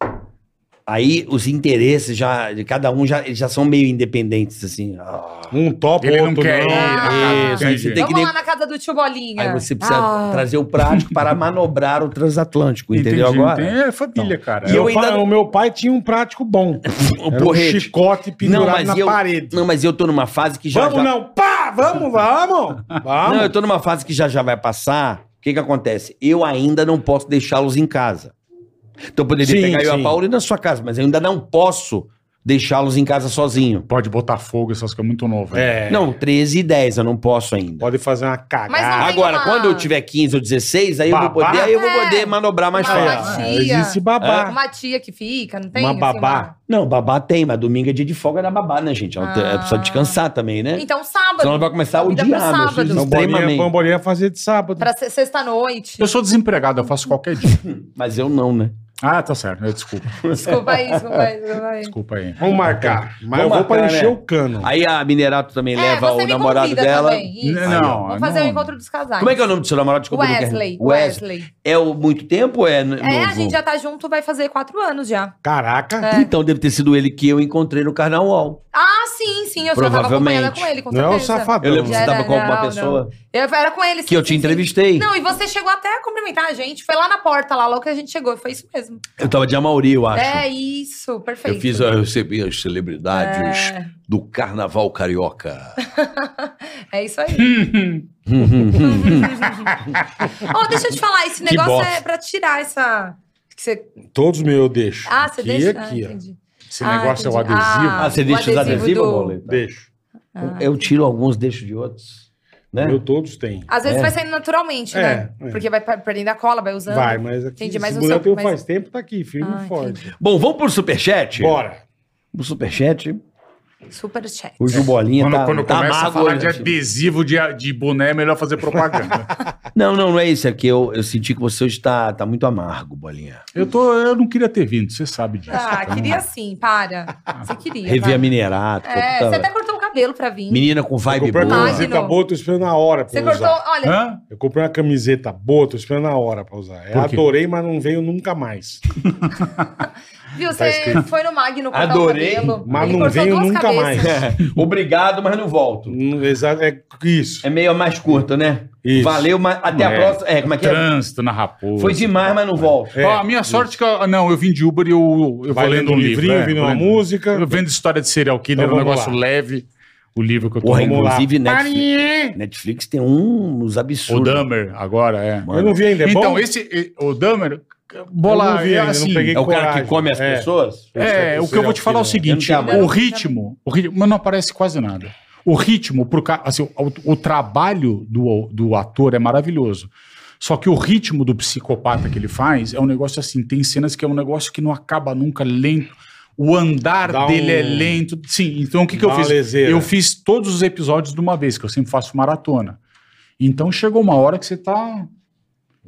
Speaker 3: Aí os interesses já, de cada um já, eles já são meio independentes, assim. Ah.
Speaker 2: Um top,
Speaker 5: Ele não
Speaker 2: outro
Speaker 5: quer ir.
Speaker 2: não.
Speaker 5: na
Speaker 6: Ah,
Speaker 5: casa,
Speaker 3: isso, aí você
Speaker 5: entendi.
Speaker 3: tem
Speaker 6: Vamos
Speaker 3: que nem-
Speaker 6: lá na casa do tio Bolinha.
Speaker 3: Aí você precisa
Speaker 6: Ah.
Speaker 3: trazer o prático para manobrar o transatlântico, entendeu
Speaker 5: Entendi,
Speaker 3: agora? Então.
Speaker 5: entendi. É família, cara.
Speaker 3: E
Speaker 2: Meu
Speaker 3: eu
Speaker 2: pai-
Speaker 3: ainda-
Speaker 2: O meu pai tinha um prático bom. Era
Speaker 3: O
Speaker 2: um
Speaker 3: porrete.
Speaker 2: chicote pendurado
Speaker 3: Não, mas
Speaker 2: na
Speaker 3: eu-
Speaker 2: parede.
Speaker 3: Não, mas eu tô numa fase que já.
Speaker 2: vamos
Speaker 3: já-
Speaker 2: não, pá, vamos, vamos, vamos.
Speaker 3: Não, eu tô numa fase que já já vai passar. O que que acontece? Eu ainda não posso deixá-los em casa. Então eu poderia
Speaker 2: Sim,
Speaker 3: pegar eu e
Speaker 2: sim.
Speaker 3: a Paula e ir na sua casa, mas eu ainda não posso deixá-los em casa sozinho.
Speaker 5: Pode botar fogo, essas coisas é muito novo. né?
Speaker 2: É,
Speaker 3: Não, 13 e 10 eu não posso ainda.
Speaker 2: pode fazer uma
Speaker 6: Mas
Speaker 2: cagada.
Speaker 6: tem
Speaker 3: Agora,
Speaker 6: uma-
Speaker 3: quando eu tiver 15 ou 16, aí eu vou
Speaker 2: Babá?
Speaker 3: poder, aí eu vou
Speaker 6: É.
Speaker 3: poder manobrar mais
Speaker 6: Uma
Speaker 3: fácil.
Speaker 6: latinha.
Speaker 2: Ah, existe babá.
Speaker 6: Uma tia que fica, não tem?
Speaker 2: Uma
Speaker 6: assim,
Speaker 2: babá.
Speaker 3: Não, babá tem, mas domingo é dia de folga da babá, né, gente? Ela tem-
Speaker 6: Ah.
Speaker 3: ela precisa descansar também, né?
Speaker 6: Então, sábado.
Speaker 3: Senão ela vai começar a
Speaker 6: Convida pro
Speaker 3: odiar, meus
Speaker 6: sábado.
Speaker 3: filhos
Speaker 2: Então, bolinha,
Speaker 3: extremamente.
Speaker 2: bolinha fazer de sábado.
Speaker 6: Pra se- sexta-noite.
Speaker 5: Eu sou desempregado, eu faço qualquer dia.
Speaker 3: Mas eu não, né?
Speaker 5: Ah, tá certo. Eu- Desculpa.
Speaker 6: Desculpa aí, desculpa aí, desculpa aí.
Speaker 5: Desculpa aí.
Speaker 2: Vamos marcar. Mas
Speaker 3: Vamos
Speaker 2: eu vou pra
Speaker 3: marcar,
Speaker 2: encher
Speaker 3: né?
Speaker 2: o cano.
Speaker 3: Aí a Minerato também
Speaker 6: É,
Speaker 3: leva
Speaker 6: você
Speaker 3: o
Speaker 6: me
Speaker 3: namorado
Speaker 6: convida
Speaker 3: dela.
Speaker 6: também, isso.
Speaker 5: Não,
Speaker 6: Vamos fazer o
Speaker 5: não.
Speaker 6: encontro dos casais.
Speaker 3: Como é que é o nome do seu namorado? Desculpa, eu não quero-
Speaker 6: Wesley,
Speaker 3: Wesley.
Speaker 6: Wesley.
Speaker 3: É o muito tempo ou é n- novo?
Speaker 6: É, a gente já tá junto, vai fazer quatro anos já. É.
Speaker 2: Caraca.
Speaker 3: Então deve ter sido ele que eu encontrei no carnaval.
Speaker 6: Ah, sim, sim, eu já tava
Speaker 3: Provavelmente.
Speaker 6: acompanhada com ele, com
Speaker 2: Não é o
Speaker 6: certeza.
Speaker 2: safadão.
Speaker 3: Eu lembro
Speaker 5: um
Speaker 3: que
Speaker 6: Já
Speaker 3: você tava
Speaker 6: era,
Speaker 3: com alguma
Speaker 6: não,
Speaker 3: pessoa
Speaker 6: Eu era com ele, sim.
Speaker 3: que eu te
Speaker 6: sim, sim.
Speaker 3: entrevistei.
Speaker 6: Não, e você chegou até a cumprimentar a gente. Foi lá na porta, lá logo que a gente chegou. Foi isso mesmo.
Speaker 3: Eu tava de Amauri, eu acho.
Speaker 6: É isso, perfeito.
Speaker 7: Eu fiz, eu recebi as celebridades
Speaker 6: né? É,
Speaker 7: do Carnaval Carioca.
Speaker 6: é isso aí. Ó, deixa eu te falar, esse negócio é pra tirar essa. Que você...
Speaker 2: Todos meus eu deixo.
Speaker 6: Ah, você
Speaker 2: aqui,
Speaker 6: deixa? Ah,
Speaker 2: Aqui, ó.
Speaker 6: entendi.
Speaker 5: Esse
Speaker 6: Ah,
Speaker 5: negócio é o
Speaker 6: entendi.
Speaker 5: adesivo.
Speaker 3: Ah, você
Speaker 6: o
Speaker 3: deixa os
Speaker 6: adesivo
Speaker 3: adesivos,
Speaker 6: do-
Speaker 5: Tá.
Speaker 3: Boleta?
Speaker 2: Deixo.
Speaker 6: Ah.
Speaker 3: Eu tiro alguns, deixo de outros. Né?
Speaker 2: Eu todos tenho.
Speaker 6: Às vezes
Speaker 3: É.
Speaker 6: vai saindo naturalmente, né?
Speaker 2: É, é.
Speaker 6: Porque vai per- perdendo a cola, vai usando.
Speaker 2: Vai, mas aqui.
Speaker 6: Entendi, mas
Speaker 2: esse
Speaker 6: o
Speaker 2: boneco
Speaker 6: seu-
Speaker 2: eu
Speaker 6: mas-
Speaker 2: faz tempo tá aqui, firme
Speaker 6: Ah,
Speaker 2: e forte.
Speaker 3: Bom, vamos pro superchat?
Speaker 2: Bora.
Speaker 3: Pro superchat.
Speaker 6: Super chat.
Speaker 3: O Jubolinha
Speaker 5: Quando,
Speaker 3: tá,
Speaker 5: quando
Speaker 3: tá
Speaker 5: começa a
Speaker 3: mago
Speaker 5: falar
Speaker 3: hoje,
Speaker 5: de
Speaker 3: né?
Speaker 5: adesivo de, de boné, é melhor fazer propaganda.
Speaker 3: Não, não, não é isso. É que eu, eu senti que você hoje tá, tá muito amargo, Bolinha.
Speaker 5: eu, tô, eu não queria ter vindo, você sabe disso.
Speaker 6: Ah,
Speaker 5: Então,
Speaker 6: queria sim, para. Você queria.
Speaker 3: Revi a
Speaker 6: vai.
Speaker 3: Minerato.
Speaker 6: tá- É,
Speaker 3: tá-
Speaker 6: você até cortou o cabelo pra vir.
Speaker 3: Menina com vibe
Speaker 2: comprei
Speaker 3: boa.
Speaker 2: uma
Speaker 6: Magno.
Speaker 2: camiseta boa, tô esperando a hora pra
Speaker 6: Você
Speaker 2: usar.
Speaker 6: cortou, olha,
Speaker 5: Hã?
Speaker 2: Eu comprei uma camiseta boa, tô esperando a hora pra usar. Eu
Speaker 5: Por quê?
Speaker 2: adorei, mas não veio nunca mais.
Speaker 6: viu? Você
Speaker 2: escrito.
Speaker 6: foi no Magno cortar
Speaker 3: Adorei,
Speaker 6: o cabelo.
Speaker 2: mas
Speaker 6: ele
Speaker 2: não
Speaker 6: cortou
Speaker 2: veio
Speaker 6: duas
Speaker 2: nunca
Speaker 6: cabeças.
Speaker 2: mais.
Speaker 3: É, Obrigado, mas não volto.
Speaker 2: Não, exa- É isso.
Speaker 3: É meio mais curto, né?
Speaker 2: Isso.
Speaker 3: Valeu, mas até a
Speaker 5: É.
Speaker 3: próxima. É, como é que é?
Speaker 5: Trânsito na raposa.
Speaker 3: Foi demais, mas não volto.
Speaker 5: Ó, a minha sorte é que. Eu, ah, não, eu vim de Uber e eu, eu vou
Speaker 2: Vai
Speaker 5: lendo um livro.
Speaker 2: livrinho,
Speaker 5: é,
Speaker 2: ouvindo
Speaker 5: vou
Speaker 2: uma
Speaker 5: lendo.
Speaker 2: música.
Speaker 5: Eu vendo história de serial killer,
Speaker 2: Então
Speaker 5: um
Speaker 2: vamos
Speaker 5: negócio
Speaker 2: lá. é
Speaker 5: leve. O livro que eu tô
Speaker 3: Porra,
Speaker 5: lendo.
Speaker 2: vamos lá.
Speaker 3: inclusive,
Speaker 5: É.
Speaker 3: Netflix, Netflix tem um- uns
Speaker 5: O
Speaker 3: absurdos.
Speaker 5: Dahmer, agora, é.
Speaker 3: Mano,
Speaker 2: Eu não vi ainda, é
Speaker 5: então,
Speaker 2: bom?
Speaker 5: esse. eh, O Dahmer. Bola,
Speaker 2: Eu não vi
Speaker 5: é
Speaker 2: ainda, não
Speaker 5: assim.
Speaker 2: peguei
Speaker 3: É o cara
Speaker 2: coragem.
Speaker 3: que come as
Speaker 2: É.
Speaker 3: pessoas?
Speaker 5: É, o que eu vou te falar é o seguinte:
Speaker 3: Eu não tinha
Speaker 5: o
Speaker 6: mais.
Speaker 5: ritmo, o ritmo, mas não aparece quase nada. O ritmo, pro, ca- assim, o, o trabalho do, do ator é maravilhoso. Só que o ritmo do psicopata que ele faz é um negócio assim. Tem cenas que é um negócio que não acaba nunca, lento. O andar
Speaker 2: Dá
Speaker 5: dele
Speaker 2: um-
Speaker 5: é lento. Sim, então o que, que eu
Speaker 2: Dá uma
Speaker 5: fiz?
Speaker 2: leseira.
Speaker 5: Eu fiz todos os episódios de uma vez, que eu sempre faço maratona. Então chegou uma hora que você tá.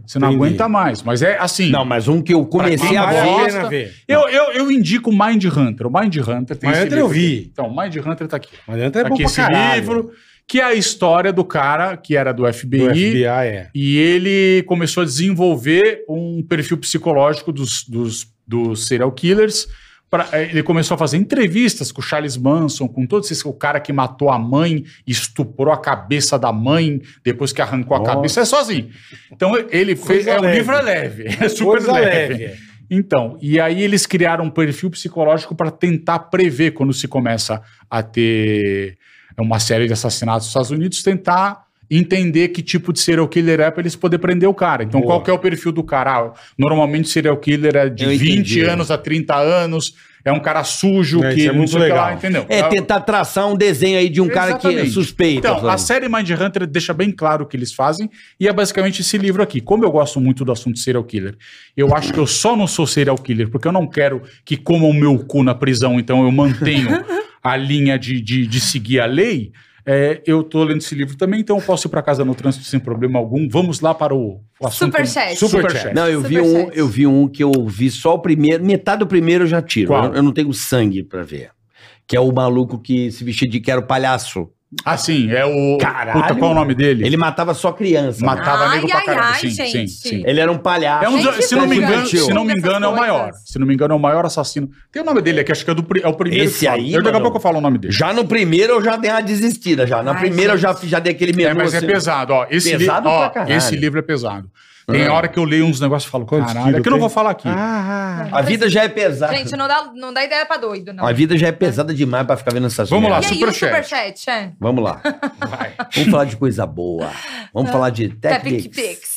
Speaker 5: Você não
Speaker 2: Entendi.
Speaker 5: aguenta mais. Mas é assim.
Speaker 3: Não, mas um que eu comecei
Speaker 5: Pra
Speaker 3: a
Speaker 5: quem
Speaker 3: ver.
Speaker 5: vai-
Speaker 2: Vale a
Speaker 5: bosta.
Speaker 2: pena ver.
Speaker 5: Eu, eu, eu indico Mind Hunter. O Mind Hunter tem
Speaker 2: Mind Hunter eu
Speaker 5: livro
Speaker 2: vi.
Speaker 5: aqui. Então, Mind Hunter tá aqui.
Speaker 2: Mas adianta é
Speaker 5: tá
Speaker 2: bom
Speaker 5: aqui
Speaker 2: pra
Speaker 5: esse
Speaker 2: caralho.
Speaker 5: livro, que é a história do cara que era do FBI,
Speaker 2: Do FBI, é.
Speaker 5: e ele começou a desenvolver um perfil psicológico dos, dos, dos serial killers. Pra- eh, ele começou a fazer entrevistas com o Charles Manson, com todos esses, o cara que matou a mãe, estuprou a cabeça da mãe, depois que arrancou
Speaker 3: Nossa.
Speaker 5: a cabeça, é sozinho. Então ele fez.
Speaker 2: Coisa
Speaker 5: É, o
Speaker 2: leve.
Speaker 5: livro é leve, é super
Speaker 2: Coisa
Speaker 5: leve. Então, e aí eles criaram um perfil psicológico para tentar prever quando se começa a ter é uma série de assassinatos nos Estados Unidos, tentar entender que tipo de serial killer é pra eles poderem prender o cara. Então,
Speaker 2: Boa.
Speaker 5: qual que é o perfil do cara? Ah, normalmente, serial killer é de
Speaker 3: Eu
Speaker 5: 20
Speaker 3: entendi, é.
Speaker 5: anos a 30 anos, é um cara sujo
Speaker 2: É,
Speaker 5: que
Speaker 2: isso é
Speaker 5: não
Speaker 2: muito
Speaker 5: sei o que lá,
Speaker 2: legal.
Speaker 5: entendeu? Então,
Speaker 3: É tentar traçar um desenho aí de um cara que é
Speaker 5: Exatamente.
Speaker 3: suspeito.
Speaker 6: tá
Speaker 5: Então,
Speaker 3: falando.
Speaker 5: a série Mindhunter deixa bem claro o que eles fazem e é basicamente esse livro aqui. Como eu gosto muito do assunto serial killer, eu acho que eu só não sou serial killer porque eu não quero que comam meu cu na prisão, então eu mantenho a linha de, de, de seguir a lei. É, eu tô lendo esse livro também, então eu posso ir pra casa no trânsito sem problema algum. Vamos lá para o, o assunto.
Speaker 6: Superchat.
Speaker 5: Superchat.
Speaker 3: Não, eu vi, um,
Speaker 6: Superchat.
Speaker 3: eu vi um que eu vi só o primeiro, metade do primeiro eu já tiro.
Speaker 5: Qual?
Speaker 3: Eu, eu não tenho sangue pra ver. Que é o maluco que se vestia de que era o palhaço.
Speaker 5: Ah, sim, é o.
Speaker 3: Caralho.
Speaker 5: Puta, qual é o nome dele?
Speaker 3: Ele matava só criança. né?
Speaker 5: matava
Speaker 6: Ai,
Speaker 5: nego pra
Speaker 6: ai,
Speaker 5: caralho.
Speaker 6: ai,
Speaker 5: sim, sim,
Speaker 6: gente.
Speaker 5: sim.
Speaker 3: Ele era um palhaço.
Speaker 5: É um dos-
Speaker 6: Gente,
Speaker 5: se não me
Speaker 6: mas
Speaker 5: engano,
Speaker 6: infantil.
Speaker 5: se não me engano é o
Speaker 6: Essas
Speaker 5: maior.
Speaker 6: coisas.
Speaker 5: Se não me engano é o maior assassino. Tem o nome dele aqui, acho que é, do, pri- é o primeiro.
Speaker 3: Esse
Speaker 5: que fala.
Speaker 3: aí,
Speaker 5: Eu, daqui a
Speaker 3: mano,
Speaker 5: pouco eu falo o nome dele.
Speaker 3: Já no primeiro eu já dei uma desistida já. Na
Speaker 6: Ai,
Speaker 3: primeira eu
Speaker 6: gente.
Speaker 3: já, fi- já dei aquele menu.
Speaker 5: é, mas é
Speaker 3: assim.
Speaker 5: pesado, ó. Esse, li-
Speaker 3: Pesado
Speaker 5: ó,
Speaker 3: pra caralho.
Speaker 5: esse livro é pesado. Tem hora que eu leio uns negócios e falo,
Speaker 2: Quantos
Speaker 5: caralho,
Speaker 2: quilos
Speaker 5: é que eu não
Speaker 2: tem?
Speaker 5: vou falar aqui.
Speaker 3: A vida já é pesada.
Speaker 6: Gente, não dá, não dá ideia pra doido, não.
Speaker 3: A vida já é pesada demais pra ficar vendo essas
Speaker 5: Vamos lá,
Speaker 6: e
Speaker 3: merdas.
Speaker 6: aí, o
Speaker 5: superchat.
Speaker 6: superchat, é?
Speaker 3: Vamos lá. Vamos falar de coisa boa. Vamos falar de
Speaker 6: Tepic
Speaker 3: técnica.
Speaker 6: Pix.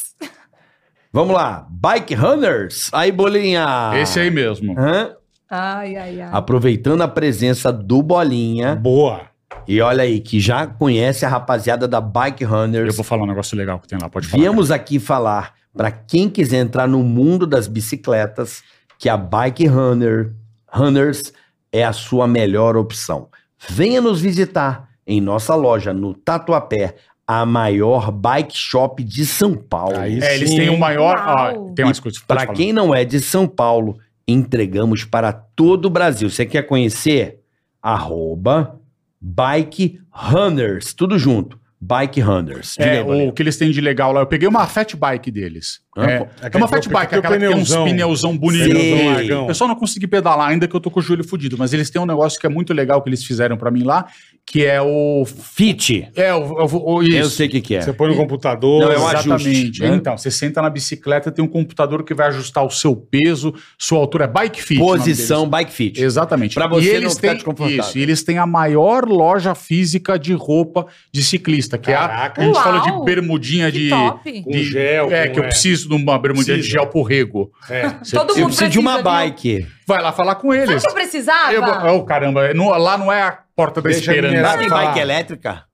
Speaker 3: Vamos lá. Bike Runners. Aí, bolinha.
Speaker 5: Esse aí mesmo.
Speaker 3: Hã?
Speaker 6: Ai, ai, ai.
Speaker 3: Aproveitando a presença do Bolinha,
Speaker 2: Boa.
Speaker 3: e olha aí, que já conhece a rapaziada da Bike
Speaker 5: Eu
Speaker 3: Runners,
Speaker 5: vou falar um negócio legal que tem lá, pode falar.
Speaker 3: viemos aqui falar para quem quiser entrar no mundo das bicicletas que a Bike Runner, Runners é a sua melhor opção. Venha nos visitar em nossa loja no Tatuapé, a maior bike shop de São Paulo.
Speaker 2: Aí
Speaker 5: É, eles
Speaker 2: sim,
Speaker 5: têm o maior.
Speaker 6: Uau.
Speaker 5: ó, tem mais coisas. pode
Speaker 3: Para
Speaker 5: falar.
Speaker 3: quem não é de São Paulo, entregamos para todo o Brasil. Você quer conhecer? Arroba Bike Runners. Tudo junto. Bike Runners. Diga
Speaker 5: É,
Speaker 3: aí, Bolinha.
Speaker 5: o que eles têm de legal lá. Eu peguei uma fat bike deles.
Speaker 3: Ah,
Speaker 5: É,
Speaker 3: pô.
Speaker 5: é uma fat
Speaker 2: que
Speaker 5: bike,
Speaker 2: tem o
Speaker 5: aquela que tem uns
Speaker 2: pneuzão.
Speaker 5: pneuzão bonitos.
Speaker 2: Pneuzão
Speaker 3: Sim.
Speaker 2: largão.
Speaker 5: Eu só não consegui pedalar ainda que eu tô com o joelho fudido, mas eles têm um negócio que é muito legal que eles fizeram pra mim lá, que é o
Speaker 3: Fit.
Speaker 5: é o, o- o-
Speaker 3: Eu
Speaker 5: isso.
Speaker 3: sei o que, que é.
Speaker 2: Você põe no computador.
Speaker 3: Não, é um
Speaker 5: Exatamente.
Speaker 3: ajuste, né?
Speaker 5: Então, você senta na bicicleta, tem um computador que vai ajustar o seu peso, sua altura, é bike fit. o nome
Speaker 3: Posição Bike Fit.
Speaker 5: deles. Exatamente.
Speaker 3: Pra você
Speaker 5: e
Speaker 3: não
Speaker 5: eles
Speaker 3: ficar
Speaker 5: têm,
Speaker 3: desconfortável.
Speaker 5: Isso, e eles têm a maior loja física de roupa de ciclista, que
Speaker 2: Caraca.
Speaker 5: é a, a gente
Speaker 6: Uau.
Speaker 5: falou de bermudinha
Speaker 6: Que
Speaker 5: de,
Speaker 6: top.
Speaker 2: Com
Speaker 5: de-
Speaker 2: gel,
Speaker 5: É,
Speaker 2: com-
Speaker 5: que eu
Speaker 2: é.
Speaker 5: preciso de uma bermudinha de
Speaker 2: Precisa.
Speaker 5: gel porrego.
Speaker 2: É.
Speaker 3: Eu
Speaker 6: Todo mundo
Speaker 3: preciso
Speaker 6: precisa um
Speaker 3: de uma
Speaker 6: viu?
Speaker 3: bike.
Speaker 5: Vai lá falar com
Speaker 6: Sabe o
Speaker 5: eles.
Speaker 6: que eu precisava?
Speaker 5: Eu vou- oh, caramba, não- lá não é a porta da
Speaker 2: Deixa a
Speaker 5: esperança.
Speaker 2: minerar.
Speaker 3: Tem
Speaker 2: falar.
Speaker 3: bike elétrica?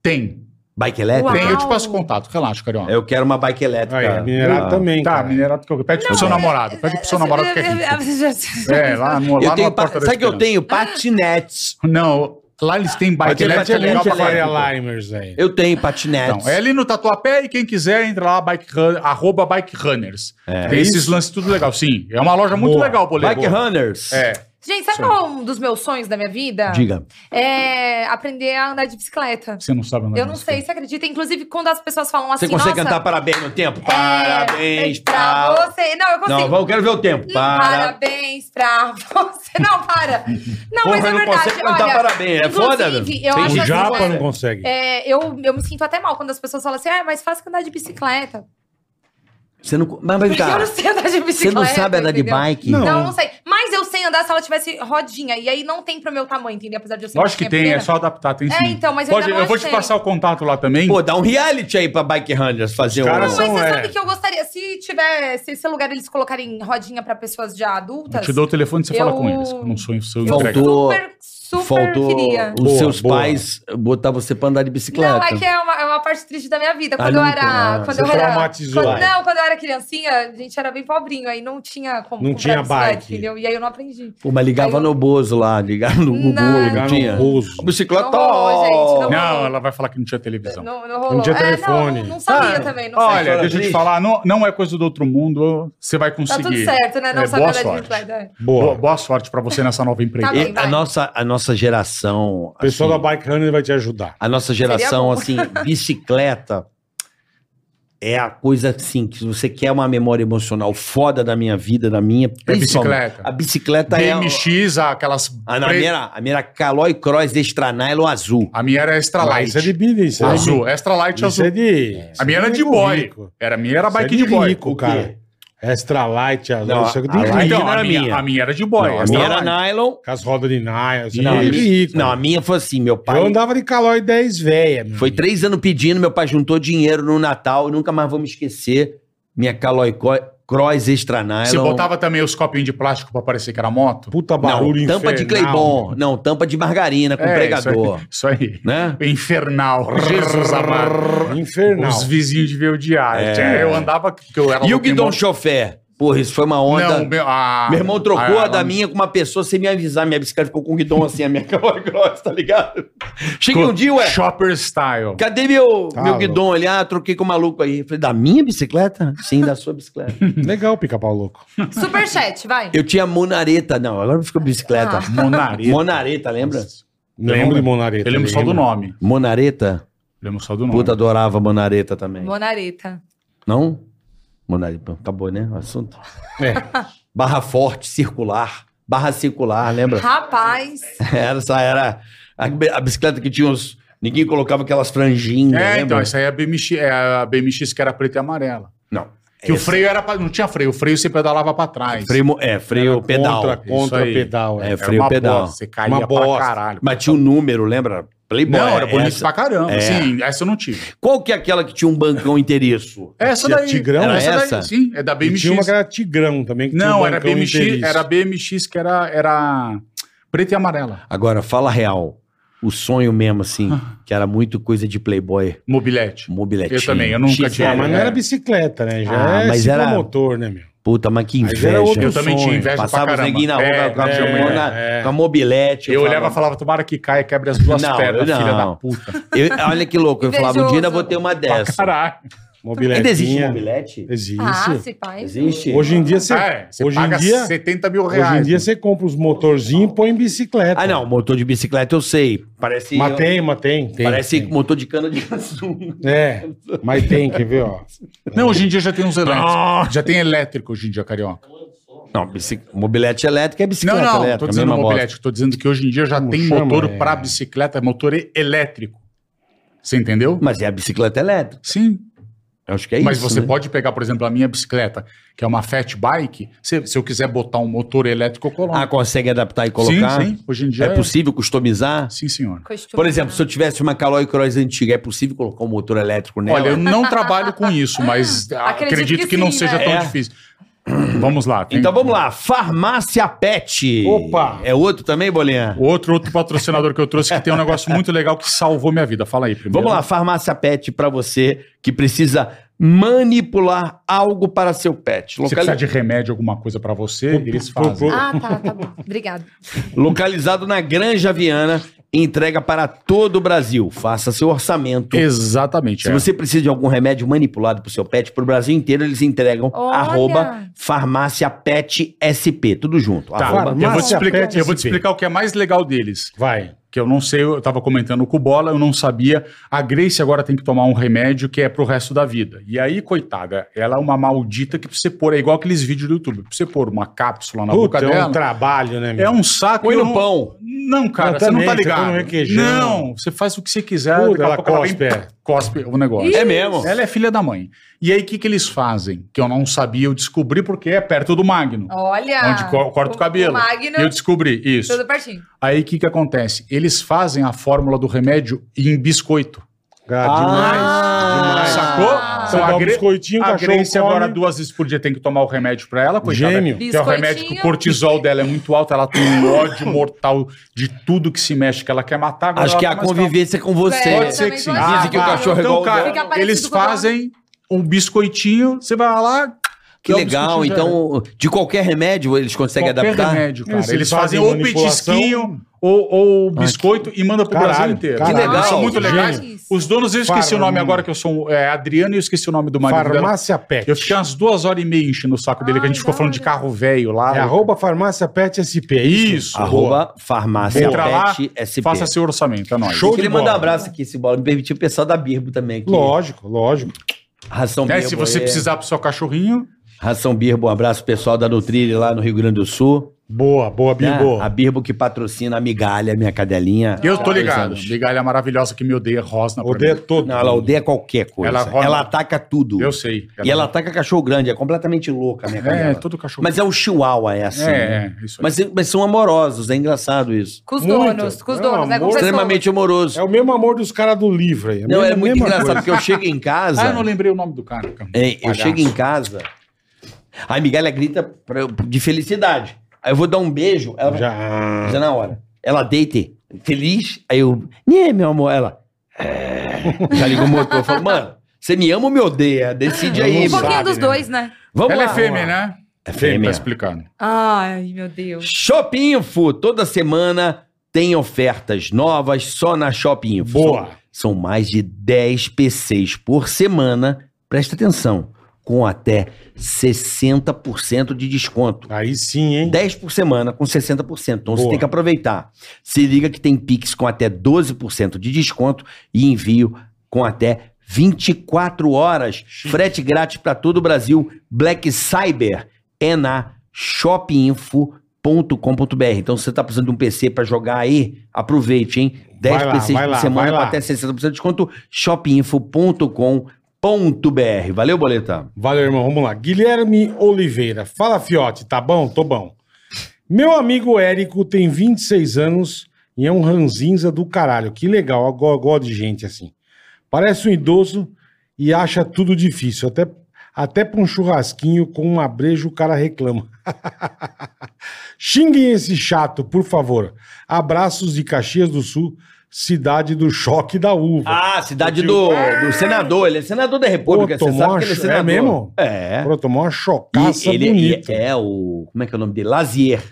Speaker 5: Tem.
Speaker 3: Bike elétrica?
Speaker 6: Uau.
Speaker 5: Tem, eu te passo contato. Relaxa, Carioca.
Speaker 3: Eu quero uma bike elétrica.
Speaker 2: Aí, minerado
Speaker 3: Ah.
Speaker 2: também.
Speaker 5: Tá,
Speaker 2: cara.
Speaker 5: minerado que eu Pede pro seu namorado. Pede pro seu namorado que é rico. É, lá, no,
Speaker 3: Eu
Speaker 5: lá
Speaker 3: tenho
Speaker 5: na
Speaker 3: pa-
Speaker 5: porta da
Speaker 3: Sabe que eu
Speaker 5: Esperança.
Speaker 3: tenho? Patinete.
Speaker 5: Não, lá eles têm bike
Speaker 2: Aquele
Speaker 5: elétrica.
Speaker 2: é
Speaker 5: é legal
Speaker 2: legal
Speaker 5: pra
Speaker 2: pra
Speaker 5: caralho.
Speaker 2: Faria Limers, velho.
Speaker 3: Eu tenho patinete.
Speaker 5: Então, é ali no Tatuapé e quem quiser entra lá, bike run, arroba Bike Runners.
Speaker 3: É.
Speaker 5: Tem esses lances tudo legal. Sim, é uma loja muito
Speaker 2: Boa.
Speaker 5: legal, Bolê.
Speaker 3: Bike
Speaker 5: Boa.
Speaker 3: Runners.
Speaker 5: É.
Speaker 6: Gente, sabe qual é um dos meus sonhos da minha vida?
Speaker 3: Diga.
Speaker 6: É aprender a andar de bicicleta.
Speaker 5: Você não sabe andar
Speaker 6: Eu
Speaker 5: de
Speaker 6: não
Speaker 5: bicicleta.
Speaker 6: sei, você acredita? Inclusive, quando as pessoas falam assim,
Speaker 3: Você consegue
Speaker 6: nossa,
Speaker 3: cantar parabéns no tempo?
Speaker 6: é,
Speaker 3: Parabéns
Speaker 6: pra
Speaker 3: pra...
Speaker 6: você. Não, eu consigo.
Speaker 3: Não, vamos- quero ver o tempo.
Speaker 6: Hum,
Speaker 3: Para...
Speaker 6: Parabéns pra você. Não, para. Não,
Speaker 3: Porra,
Speaker 6: mas é
Speaker 3: não
Speaker 6: verdade.
Speaker 3: consegue cantar
Speaker 6: olha,
Speaker 3: parabéns, é foda,
Speaker 6: inclusive,
Speaker 3: meu.
Speaker 6: Eu
Speaker 3: Tem
Speaker 6: acho
Speaker 2: O
Speaker 6: assim,
Speaker 2: Japa
Speaker 6: olha,
Speaker 2: não consegue.
Speaker 6: é, eu, eu me sinto até mal quando as pessoas falam assim, ah, mas fácil que andar de bicicleta.
Speaker 3: Você não... Mas vem
Speaker 6: Porque eu
Speaker 3: cá.
Speaker 6: não sei andar de bicicleta.
Speaker 3: Você não sabe andar de
Speaker 6: entendeu?
Speaker 3: bike?
Speaker 6: Não. não, sei. Mas eu sei andar se ela tivesse rodinha. E aí não tem pro meu tamanho, entendeu? Apesar de eu ser
Speaker 5: Lógico que
Speaker 6: baixinha,
Speaker 5: tem, é
Speaker 6: pequena.
Speaker 5: só adaptar, tem
Speaker 6: É,
Speaker 5: sim.
Speaker 6: então, mas eu
Speaker 5: Pode,
Speaker 6: ainda
Speaker 5: eu,
Speaker 6: não
Speaker 5: vou te
Speaker 6: achei.
Speaker 5: passar o contato lá também.
Speaker 3: Pô, dá um reality aí pra Bike Runners fazer um...
Speaker 2: caras
Speaker 6: Não, mas
Speaker 2: Então,
Speaker 6: você
Speaker 2: é.
Speaker 6: sabe que eu gostaria. Se tiver, se esse lugar eles colocarem rodinha pra pessoas já
Speaker 5: eu
Speaker 6: adultas,
Speaker 5: te dou o telefone e você
Speaker 6: Eu-
Speaker 5: fala com eles. que Eu não sou seu entrega.
Speaker 3: Faltou...
Speaker 6: super, super
Speaker 3: Faltou
Speaker 6: queria.
Speaker 3: os
Speaker 2: Boa,
Speaker 3: seus
Speaker 2: boa.
Speaker 3: pais botar você pra andar de bicicleta.
Speaker 6: Não, é que é uma, é uma parte triste da minha vida. Quando
Speaker 3: Ah,
Speaker 6: eu
Speaker 3: não,
Speaker 6: era.
Speaker 3: cara,
Speaker 6: quando
Speaker 2: você
Speaker 6: eu era
Speaker 2: traumatizou.
Speaker 6: quando- não, quando eu era criancinha, a gente era bem pobrinho, aí não tinha como.
Speaker 2: Não
Speaker 6: comprar
Speaker 2: tinha
Speaker 6: bicicleta,
Speaker 2: bike.
Speaker 6: Entendeu? E aí eu não aprendi.
Speaker 3: Pô, mas
Speaker 6: Aí
Speaker 3: ligava
Speaker 6: eu-
Speaker 3: no Bozo lá, ligava no Google,
Speaker 6: Não.
Speaker 3: não,
Speaker 2: Pegar
Speaker 3: tinha.
Speaker 2: no bolso.
Speaker 3: Bicicleta.
Speaker 6: Não rolou, gente, não
Speaker 5: Não, ela vai falar que não tinha televisão.
Speaker 6: Não, não rolou.
Speaker 2: Não tinha
Speaker 6: É,
Speaker 2: telefone.
Speaker 6: não, não sabia
Speaker 3: Ah,
Speaker 6: também. Não
Speaker 5: Olha,
Speaker 6: sabia.
Speaker 3: Olha,
Speaker 5: deixa eu te
Speaker 3: triste.
Speaker 5: falar, não, não é coisa do outro mundo, você vai
Speaker 6: Tá
Speaker 5: conseguir.
Speaker 6: tudo certo, né? Não
Speaker 5: É,
Speaker 6: sabia
Speaker 5: boa
Speaker 6: andar de
Speaker 5: sorte.
Speaker 6: bicicleta. é.
Speaker 5: Boa,
Speaker 2: Boa.
Speaker 5: boa sorte pra você nessa nova empresa.
Speaker 6: Tá bem.
Speaker 3: E a,
Speaker 6: vai.
Speaker 3: nossa, a nossa geração.
Speaker 2: O pessoal da
Speaker 3: assim,
Speaker 2: Bike Runner vai te ajudar.
Speaker 3: A nossa geração, assim, bicicleta é a coisa assim, que se você quer uma memória emocional foda da minha vida, da minha. principalmente-
Speaker 5: bicicleta.
Speaker 3: A bicicleta é. Ah,
Speaker 5: BMX, aquelas.
Speaker 3: A, a, na
Speaker 5: pre-
Speaker 3: minha, era- a minha era Calói Cross Extra Nylon azul.
Speaker 5: a minha era extra
Speaker 2: Ah,
Speaker 5: light.
Speaker 2: Isso é de bini, isso é de-
Speaker 5: Azul, extra light
Speaker 2: Isso
Speaker 5: azul.
Speaker 2: é de.
Speaker 5: A minha era de
Speaker 2: rico,
Speaker 5: boy.
Speaker 2: rico.
Speaker 5: Era a minha era
Speaker 2: Isso é
Speaker 5: bike de boy.
Speaker 2: rico, cara. Extra light, azul,
Speaker 3: Não,
Speaker 2: isso é aqui tem
Speaker 3: a
Speaker 2: tudo.
Speaker 3: light-
Speaker 5: então,
Speaker 3: não
Speaker 5: a
Speaker 3: era
Speaker 5: minha,
Speaker 3: minha.
Speaker 5: a minha era de boy.
Speaker 3: Não, a
Speaker 5: essa
Speaker 3: minha
Speaker 5: era
Speaker 3: era nylon.
Speaker 2: Com as rodas de Naia, assim,
Speaker 3: Não, a
Speaker 2: é
Speaker 3: minha,
Speaker 2: ridículo.
Speaker 3: não, a minha foi assim, meu pai.
Speaker 2: Eu andava de calói 10 véia. meu
Speaker 3: Foi
Speaker 2: amigo.
Speaker 3: três anos pedindo, meu pai juntou dinheiro no Natal, eu nunca mais vou me esquecer. Minha Caloi Co- Cross Extra Nylon.
Speaker 5: Você botava também os copinhos de plástico pra parecer que era moto?
Speaker 2: Puta
Speaker 3: não,
Speaker 2: barulho
Speaker 3: tampa de
Speaker 2: infernal.
Speaker 3: Cleibon. Não, tampa de margarina com
Speaker 5: É,
Speaker 3: pregador.
Speaker 5: Isso aí.
Speaker 3: Né?
Speaker 5: Infernal. Jesus amado.
Speaker 2: Infernal.
Speaker 5: Os vizinhos deviam odiar.
Speaker 3: É.
Speaker 5: Eu andava que eu era
Speaker 3: E o
Speaker 5: Pokémon.
Speaker 3: guidão chofé? Porra, isso foi uma onda.
Speaker 5: Não,
Speaker 3: meu...
Speaker 5: meu, ah,
Speaker 3: irmão trocou
Speaker 5: ah,
Speaker 3: a da
Speaker 5: não-
Speaker 3: minha com uma pessoa sem me avisar. Minha bicicleta ficou com o guidão assim, a minha Caloi Cross, tá ligado? Cheguei um dia, ué.
Speaker 5: Shopper Style.
Speaker 3: Cadê meu,
Speaker 2: Tá
Speaker 3: meu
Speaker 2: louco.
Speaker 3: guidão? Ele, ah, troquei com o maluco aí. Falei, da minha bicicleta? Sim, da sua bicicleta.
Speaker 2: Legal, pica-pau louco.
Speaker 6: Superchat, vai.
Speaker 3: Eu tinha Monareta. Não, agora ficou bicicleta.
Speaker 5: Ah, Monareta.
Speaker 3: Monareta, lembra?
Speaker 2: Lembro de Monareta.
Speaker 5: Eu lembro só do nome.
Speaker 3: Monareta?
Speaker 5: Eu lembro só do nome.
Speaker 3: Puta, adorava Monareta também.
Speaker 6: Monareta.
Speaker 3: Não? Monareta. Acabou, né? O assunto.
Speaker 2: É.
Speaker 3: Barra forte, circular. Barra circular, lembra?
Speaker 6: Rapaz.
Speaker 3: Era, essa era a, a bicicleta que tinha os. Ninguém colocava aquelas franjinhas.
Speaker 5: É,
Speaker 3: lembra?
Speaker 5: então, essa aí é a BMX, é a BMX que era preta e amarela.
Speaker 3: Não.
Speaker 5: Que o
Speaker 3: Essa-
Speaker 5: freio era pra, não tinha freio, o freio você pedalava pra trás.
Speaker 3: freio. mo- É, freio pedal.
Speaker 2: Contra, contra
Speaker 5: aí.
Speaker 2: pedal. É.
Speaker 3: É, freio pedal.
Speaker 5: bosta, você caía
Speaker 2: Uma
Speaker 5: pra
Speaker 2: bosta.
Speaker 5: caralho.
Speaker 3: Mas tinha o número, lembra? Playboy.
Speaker 5: não, era bonito
Speaker 3: essa.
Speaker 5: pra caramba.
Speaker 3: É.
Speaker 5: Sim, essa eu não tive.
Speaker 3: Qual que é aquela que tinha um bancão inteiriço?
Speaker 5: Essa
Speaker 2: Tinha
Speaker 5: daí.
Speaker 2: Tigrão?
Speaker 5: era
Speaker 3: Era
Speaker 5: essa,
Speaker 3: essa?
Speaker 5: daí, sim, é da
Speaker 2: E
Speaker 5: BMX.
Speaker 2: tinha uma que era Tigrão também. Que tinha um
Speaker 5: Não, era
Speaker 2: bancão
Speaker 5: BMX,
Speaker 2: inteiriço.
Speaker 5: era BMX que era, era preta e amarela.
Speaker 3: Agora, fala real. O sonho mesmo, assim, que era muito coisa de playboy,
Speaker 5: Mobilete.
Speaker 3: mobiletinho.
Speaker 5: Ah. Eu também, eu nunca
Speaker 3: XL.
Speaker 5: tive.
Speaker 2: Ah, mas não
Speaker 5: É.
Speaker 2: era bicicleta, né? Já
Speaker 3: Ah,
Speaker 2: é
Speaker 3: mas era-
Speaker 2: ciclomotor, né, meu?
Speaker 3: Puta, mas que
Speaker 2: Mas
Speaker 3: inveja.
Speaker 2: era outro
Speaker 5: Eu também tinha
Speaker 2: sonho.
Speaker 5: inveja
Speaker 3: Passava
Speaker 5: pra
Speaker 3: os
Speaker 5: caramba.
Speaker 3: neguinhos na rua
Speaker 5: É,
Speaker 3: com, a,
Speaker 2: é,
Speaker 3: jamona,
Speaker 2: é.
Speaker 3: com a mobilete.
Speaker 5: Eu olhava e falava, tomara que caia e quebre as duas
Speaker 3: Não,
Speaker 5: pernas,
Speaker 3: eu
Speaker 5: filha
Speaker 3: não.
Speaker 5: da puta.
Speaker 3: Eu- olha que louco. Eu falava, um dia ainda
Speaker 6: Invejoso.
Speaker 3: vou ter uma
Speaker 5: Pra
Speaker 3: dessa.
Speaker 5: caralho.
Speaker 2: Mobiletinha.
Speaker 3: Ainda existe mobilete?
Speaker 2: Existe.
Speaker 6: Ah, se faz.
Speaker 3: Existe?
Speaker 2: Hoje em dia você...
Speaker 5: Ah, é, você
Speaker 2: hoje em
Speaker 5: paga
Speaker 2: dia...
Speaker 5: 70 mil reais. né?
Speaker 2: Hoje em dia você compra os motorzinhos e põe em
Speaker 5: é
Speaker 2: bicicleta.
Speaker 3: Ah, não. Motor de bicicleta eu sei. Parece...
Speaker 2: Mas tem, mas tem. tem
Speaker 3: Parece
Speaker 2: tem.
Speaker 3: motor de cana de azul.
Speaker 2: É, mas tem, quer ver, ó.
Speaker 5: Não, hoje em dia já tem uns elétricos. já tem elétrico hoje em dia, carioca.
Speaker 3: Não, bici- mobilete elétrico é
Speaker 5: Não,
Speaker 3: bicicleta
Speaker 5: não,
Speaker 3: elétrica.
Speaker 5: tô dizendo
Speaker 3: mesma bosta.
Speaker 5: mobilete, tô dizendo que hoje em dia já
Speaker 2: Como
Speaker 5: tem
Speaker 2: chama,
Speaker 5: motor
Speaker 2: é?
Speaker 5: pra bicicleta, motor e- elétrico. Você entendeu?
Speaker 3: Mas é a bicicleta elétrica.
Speaker 5: Sim.
Speaker 3: Eu acho que é
Speaker 5: Mas
Speaker 3: isso,
Speaker 5: você
Speaker 3: né?
Speaker 5: pode pegar, por exemplo, a minha bicicleta, que é uma fat bike, se, se eu quiser botar um motor elétrico, eu coloco.
Speaker 3: Ah, consegue adaptar e colocar?
Speaker 5: Sim, sim. Hoje em dia
Speaker 3: É possível customizar?
Speaker 5: Sim, senhor.
Speaker 6: Costuma.
Speaker 3: Por exemplo, se eu tivesse uma Caloi Cross antiga, é possível colocar um motor elétrico nela?
Speaker 5: Olha, eu não trabalho com isso, mas acredito,
Speaker 6: Acredito
Speaker 5: que,
Speaker 6: que
Speaker 5: não
Speaker 6: sim,
Speaker 5: seja
Speaker 6: né?
Speaker 5: tão
Speaker 3: É.
Speaker 5: difícil. Vamos lá. tem-
Speaker 3: Então vamos lá, Farmácia Pet.
Speaker 2: Opa!
Speaker 3: É outro também, Bolinha?
Speaker 5: Outro, outro patrocinador que eu trouxe que tem um negócio muito legal que salvou minha vida. Fala aí primeiro. né?
Speaker 3: Vamos lá, Farmácia Pet para você que precisa manipular algo para seu pet.
Speaker 5: Se você
Speaker 3: Locali-
Speaker 5: precisar de remédio, alguma coisa pra você, eles
Speaker 2: pro-
Speaker 5: fazem.
Speaker 2: pro-
Speaker 6: Ah, tá, tá bom. Obrigado.
Speaker 3: Localizado na Granja Viana, entrega para todo o Brasil. Faça seu orçamento.
Speaker 5: Exatamente.
Speaker 3: Se
Speaker 5: é.
Speaker 3: você precisa de algum remédio manipulado pro seu pet, pro Brasil inteiro eles entregam
Speaker 6: Olha.
Speaker 3: arroba farmácia pet SP, tudo junto.
Speaker 5: Tá,
Speaker 3: Arroba-
Speaker 5: eu vou, te
Speaker 2: Farmácia
Speaker 5: explicar,
Speaker 2: Pet
Speaker 5: eu vou te
Speaker 2: SP.
Speaker 5: explicar o que é mais legal deles.
Speaker 2: Vai.
Speaker 5: Que eu não sei, eu tava comentando com o Bola, eu não sabia. A Grace agora tem que tomar um remédio que é pro resto da vida. E aí, coitada, ela é uma maldita que pra você pôr, é igual aqueles vídeos do YouTube. Pra você pôr uma cápsula na
Speaker 2: Puta,
Speaker 5: boca
Speaker 2: é
Speaker 5: dela.
Speaker 2: um trabalho, né, meu?
Speaker 5: É um saco.
Speaker 3: Põe
Speaker 5: eu
Speaker 3: no
Speaker 5: não-
Speaker 3: pão.
Speaker 5: Não, cara,
Speaker 2: Eu
Speaker 5: você
Speaker 2: também,
Speaker 5: não tá
Speaker 2: você
Speaker 5: ligado.
Speaker 2: põe no requeijão.
Speaker 5: Não, você faz o que você quiser.
Speaker 2: Puta,
Speaker 5: daqui a
Speaker 2: ela
Speaker 5: pouco ela
Speaker 2: cospe,
Speaker 5: vem-
Speaker 2: é.
Speaker 5: Cospe o negócio.
Speaker 3: É mesmo.
Speaker 5: Ela é filha da mãe. E aí, o que, que eles fazem? Que eu não sabia, eu descobri porque é perto do Magno.
Speaker 6: Olha.
Speaker 5: Onde co- corta o cabelo.
Speaker 6: O Magno,
Speaker 5: E eu descobri isso.
Speaker 6: tudo pertinho.
Speaker 5: Aí o que, que acontece? Eles fazem a fórmula do remédio em biscoito.
Speaker 2: Ah,
Speaker 3: Ah.
Speaker 2: demais, demais.
Speaker 5: Sacou?
Speaker 2: Você dá um
Speaker 5: Gre-
Speaker 2: biscoitinho, o
Speaker 5: Ah, a
Speaker 2: cachorro
Speaker 5: Grace agora
Speaker 2: come.
Speaker 5: duas vezes por dia tem que tomar o remédio pra ela, coitada.
Speaker 2: Gênio.
Speaker 5: Que é o remédio que o
Speaker 6: Biscoitinho.
Speaker 5: cortisol dela é muito alto, ela tem um ódio mortal de tudo que se mexe que ela quer matar. agora
Speaker 3: Acho
Speaker 5: ela
Speaker 3: que é a
Speaker 5: tá mais
Speaker 3: convivência com você.
Speaker 6: É,
Speaker 5: calma. Pode ser que sim.
Speaker 6: também gosto.
Speaker 3: Dizem que o
Speaker 5: tá.
Speaker 3: cachorro é
Speaker 5: então,
Speaker 3: igual o
Speaker 6: Fica
Speaker 5: cara,
Speaker 6: parecido
Speaker 5: eles
Speaker 6: com o
Speaker 5: fazem um biscoitinho, você vai lá...
Speaker 3: Que
Speaker 5: dá um
Speaker 3: legal.
Speaker 5: biscoitinho pra ela.
Speaker 3: Então, de qualquer remédio eles conseguem
Speaker 5: Qualquer
Speaker 3: adaptar?
Speaker 5: remédio, cara.
Speaker 2: Eles
Speaker 5: Eles,
Speaker 2: fazem
Speaker 5: fazem, ou
Speaker 2: manipulação.
Speaker 5: petisquinho ou, ou biscoito e mandam pro
Speaker 2: Caralho,
Speaker 5: Brasil inteiro.
Speaker 2: caralho.
Speaker 3: Que legal.
Speaker 5: Eles são muito
Speaker 3: Que
Speaker 5: legais.
Speaker 6: demais.
Speaker 5: Os donos, eu esqueci
Speaker 2: Farm-
Speaker 5: o nome agora, que eu sou é, Adriano e eu esqueci o nome do marido dela.
Speaker 2: Farmácia Pet.
Speaker 5: Eu fiquei umas duas horas e meia enchendo o saco dele, que a gente
Speaker 6: Ai,
Speaker 5: ficou
Speaker 6: da
Speaker 5: falando de
Speaker 6: hora.
Speaker 5: carro velho lá.
Speaker 2: É arroba farmácia Pet SP. é
Speaker 5: Isso. boa.
Speaker 3: Arroba farmácia
Speaker 5: Entra lá,
Speaker 3: pet SP.
Speaker 5: faça seu orçamento, é nóis.
Speaker 2: Show.
Speaker 3: Eu queria
Speaker 2: de bola.
Speaker 3: mandar um abraço aqui, esse bola. Me permitiu o pessoal da Birbo também. Aqui.
Speaker 2: Lógico, lógico.
Speaker 3: Ração
Speaker 5: É,
Speaker 3: Birbo.
Speaker 5: se você
Speaker 3: é.
Speaker 5: precisar pro seu cachorrinho,
Speaker 3: Ração Birbo, um abraço pessoal da Nutrilha lá no Rio Grande do Sul.
Speaker 2: Boa, boa,
Speaker 3: né?
Speaker 2: Bibo.
Speaker 3: A Birbo que patrocina a migalha, minha cadelinha.
Speaker 5: Eu tô
Speaker 3: Dois
Speaker 5: ligado.
Speaker 3: anos.
Speaker 5: Migalha maravilhosa que me odeia, Rosna. pra
Speaker 2: Odeia
Speaker 5: mim.
Speaker 2: todo.
Speaker 3: Não, ela odeia qualquer coisa.
Speaker 5: Ela
Speaker 3: Ela,
Speaker 5: roda-
Speaker 3: ataca tudo.
Speaker 5: Eu sei.
Speaker 3: E ela ataca cachorro grande, é completamente louca a minha cadela.
Speaker 5: É, todo cachorro.
Speaker 3: Mas é o chihuahua, é assim.
Speaker 5: É,
Speaker 3: né?
Speaker 5: é, isso aí.
Speaker 3: mas, mas são amorosos, é engraçado isso.
Speaker 6: Com os
Speaker 2: Muito.
Speaker 6: donos, com os
Speaker 2: Não,
Speaker 6: donos, né? Com
Speaker 2: amor.
Speaker 6: pessoas.
Speaker 7: Extremamente amoroso.
Speaker 2: É o mesmo amor dos caras do livro aí. É a
Speaker 3: não,
Speaker 2: mesma-
Speaker 3: é muito
Speaker 2: mesma
Speaker 3: engraçado,
Speaker 2: coisa.
Speaker 3: porque eu chego em casa.
Speaker 5: Ah, eu não lembrei o nome do cara. cara.
Speaker 3: É, eu
Speaker 5: Palhaço.
Speaker 3: chego em casa, a Migalha grita pra eu- de felicidade. Aí eu vou dar um beijo, ela já,
Speaker 2: Já.
Speaker 3: na hora. Ela deita, feliz, aí eu, né, meu amor? Ela, é. já liga o motor, eu falo, mano, você me ama ou me odeia? Decide aí, mano.
Speaker 6: Um pouquinho
Speaker 2: sabe,
Speaker 6: dos
Speaker 2: né?
Speaker 6: dois, né?
Speaker 3: Vamos
Speaker 5: Ela
Speaker 3: lá.
Speaker 5: é fêmea, né?
Speaker 3: É
Speaker 5: Tá
Speaker 3: fêmea.
Speaker 5: explicando.
Speaker 6: Ai, meu Deus.
Speaker 3: Shopping Info, toda semana tem ofertas novas só na Shopping Info.
Speaker 2: Boa.
Speaker 3: São mais de 10 PCs por semana, presta atenção, com até 60% de desconto.
Speaker 2: Aí sim, hein?
Speaker 3: 10 por semana com 60%. Então você
Speaker 2: Boa.
Speaker 3: tem que aproveitar. Se liga que tem Pix com até 12% de desconto e envio com até 24 horas. Frete grátis para todo o Brasil. Black Cyber é na shopinfo.com.br. Então se você está precisando de um PC para jogar aí, aproveite, hein? 10
Speaker 2: Vai lá,
Speaker 3: PCs
Speaker 2: vai
Speaker 3: por
Speaker 2: lá, vai
Speaker 3: semana com
Speaker 2: lá.
Speaker 3: até 60% de desconto. shopinfo.com.br. Valeu, Boleta.
Speaker 2: Valeu, irmão. Vamos lá. Guilherme Oliveira. Fala, fiote. Tá bom? Tô bom. Meu amigo Érico tem 26 anos e é um ranzinza do caralho. Que legal. Eu go- gosto de gente assim. Parece um idoso e acha tudo difícil. Até, até pra um churrasquinho com um abrejo o cara reclama. Xinguem esse chato, por favor. Abraços de Caxias do Sul, cidade do choque da uva.
Speaker 3: Ah, cidade
Speaker 2: Tio-
Speaker 3: do, do senador. Ele é senador da República.
Speaker 2: Pô,
Speaker 3: Você
Speaker 2: tomou
Speaker 3: sabe que ele é
Speaker 2: uma-
Speaker 3: senador.
Speaker 2: é mesmo?
Speaker 3: É.
Speaker 2: Pô, tomou uma
Speaker 3: E
Speaker 2: chocaça
Speaker 3: ele
Speaker 2: bonita.
Speaker 3: e é o. Como é que é o nome dele? Lazier.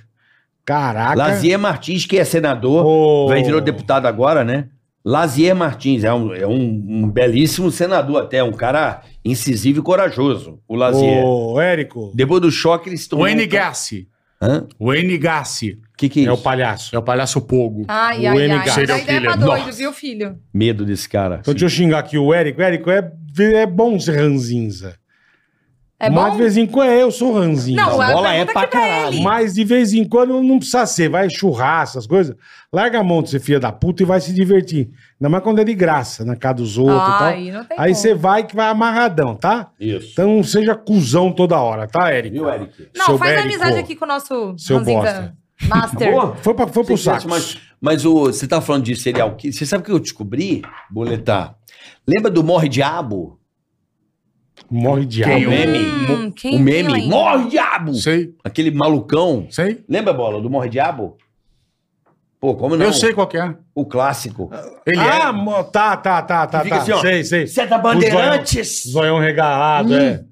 Speaker 2: Caraca.
Speaker 3: Lazier Martins, que é senador.
Speaker 2: Ô,
Speaker 3: Vai virou deputado agora, né? Lazier Martins. É, um, é um, um belíssimo senador, até. Um cara incisivo e corajoso. O Lazier.
Speaker 2: Ô, Érico.
Speaker 3: Depois do choque, ele se
Speaker 5: O
Speaker 3: tornou.
Speaker 5: N. Gassi.
Speaker 3: Hã?
Speaker 5: O N. Gassi.
Speaker 3: O que, que é
Speaker 2: É
Speaker 3: isso?
Speaker 2: o palhaço.
Speaker 5: É o palhaço Pogo.
Speaker 6: Ai,
Speaker 2: O
Speaker 6: ai,
Speaker 2: N
Speaker 6: ai. Essa
Speaker 5: serial
Speaker 6: ideia é pra
Speaker 5: killer.
Speaker 6: doido,
Speaker 5: Nossa.
Speaker 6: viu, filho?
Speaker 3: Medo desse cara.
Speaker 2: Então deixa eu xingar aqui o Érico. Érico, é, é bom ser ranzinza.
Speaker 6: É
Speaker 2: Mas de
Speaker 6: bom?
Speaker 2: vez em quando é, eu sou ranzinza.
Speaker 6: Não,
Speaker 3: Não,
Speaker 6: a
Speaker 3: bola
Speaker 6: pergunta
Speaker 3: é
Speaker 6: aqui
Speaker 3: pra caralho.
Speaker 6: ele.
Speaker 2: Mas de vez em quando não precisa ser. Vai churrasco, essas coisas. Larga a mão de ser filha da puta e vai se divertir. Ainda mais quando é de graça, na casa dos outros e tal.
Speaker 6: Ai, não tem
Speaker 2: então. Aí
Speaker 6: como.
Speaker 2: você vai que vai amarradão, tá?
Speaker 3: Isso.
Speaker 2: Então não seja cuzão toda hora, tá, Érico?
Speaker 3: Viu, Eric?
Speaker 6: Não,
Speaker 2: Seu
Speaker 6: faz
Speaker 2: Érico.
Speaker 6: amizade aqui com o nosso
Speaker 2: Seu
Speaker 6: Ranzinza
Speaker 2: bosta.
Speaker 6: Master.
Speaker 3: Boa.
Speaker 2: Foi, pra, foi pro
Speaker 3: Você conhece
Speaker 2: saco.
Speaker 3: mais- Mas o, você tá falando de serial killer. Você sabe o que eu descobri, Boletar? Lembra do Morre Diabo?
Speaker 2: Morre de
Speaker 5: Quem
Speaker 2: alma.
Speaker 5: o-
Speaker 3: é?
Speaker 6: Hum, quem
Speaker 3: o meme.
Speaker 6: viu ainda?
Speaker 3: Morre Diabo!
Speaker 5: Sei,
Speaker 3: Aquele malucão.
Speaker 5: sei.
Speaker 3: Lembra, Bola, do Morre Diabo? Pô, como não?
Speaker 5: Eu sei qual que é.
Speaker 3: O clássico.
Speaker 5: Ele
Speaker 2: ah,
Speaker 5: é.
Speaker 2: mo- tá, tá, tá, tá,
Speaker 3: Fica
Speaker 2: tá.
Speaker 3: assim, ó.
Speaker 2: sei, sei.
Speaker 3: Você é da Bandeirantes?
Speaker 2: Zoião
Speaker 5: Hum.
Speaker 2: regalado, é.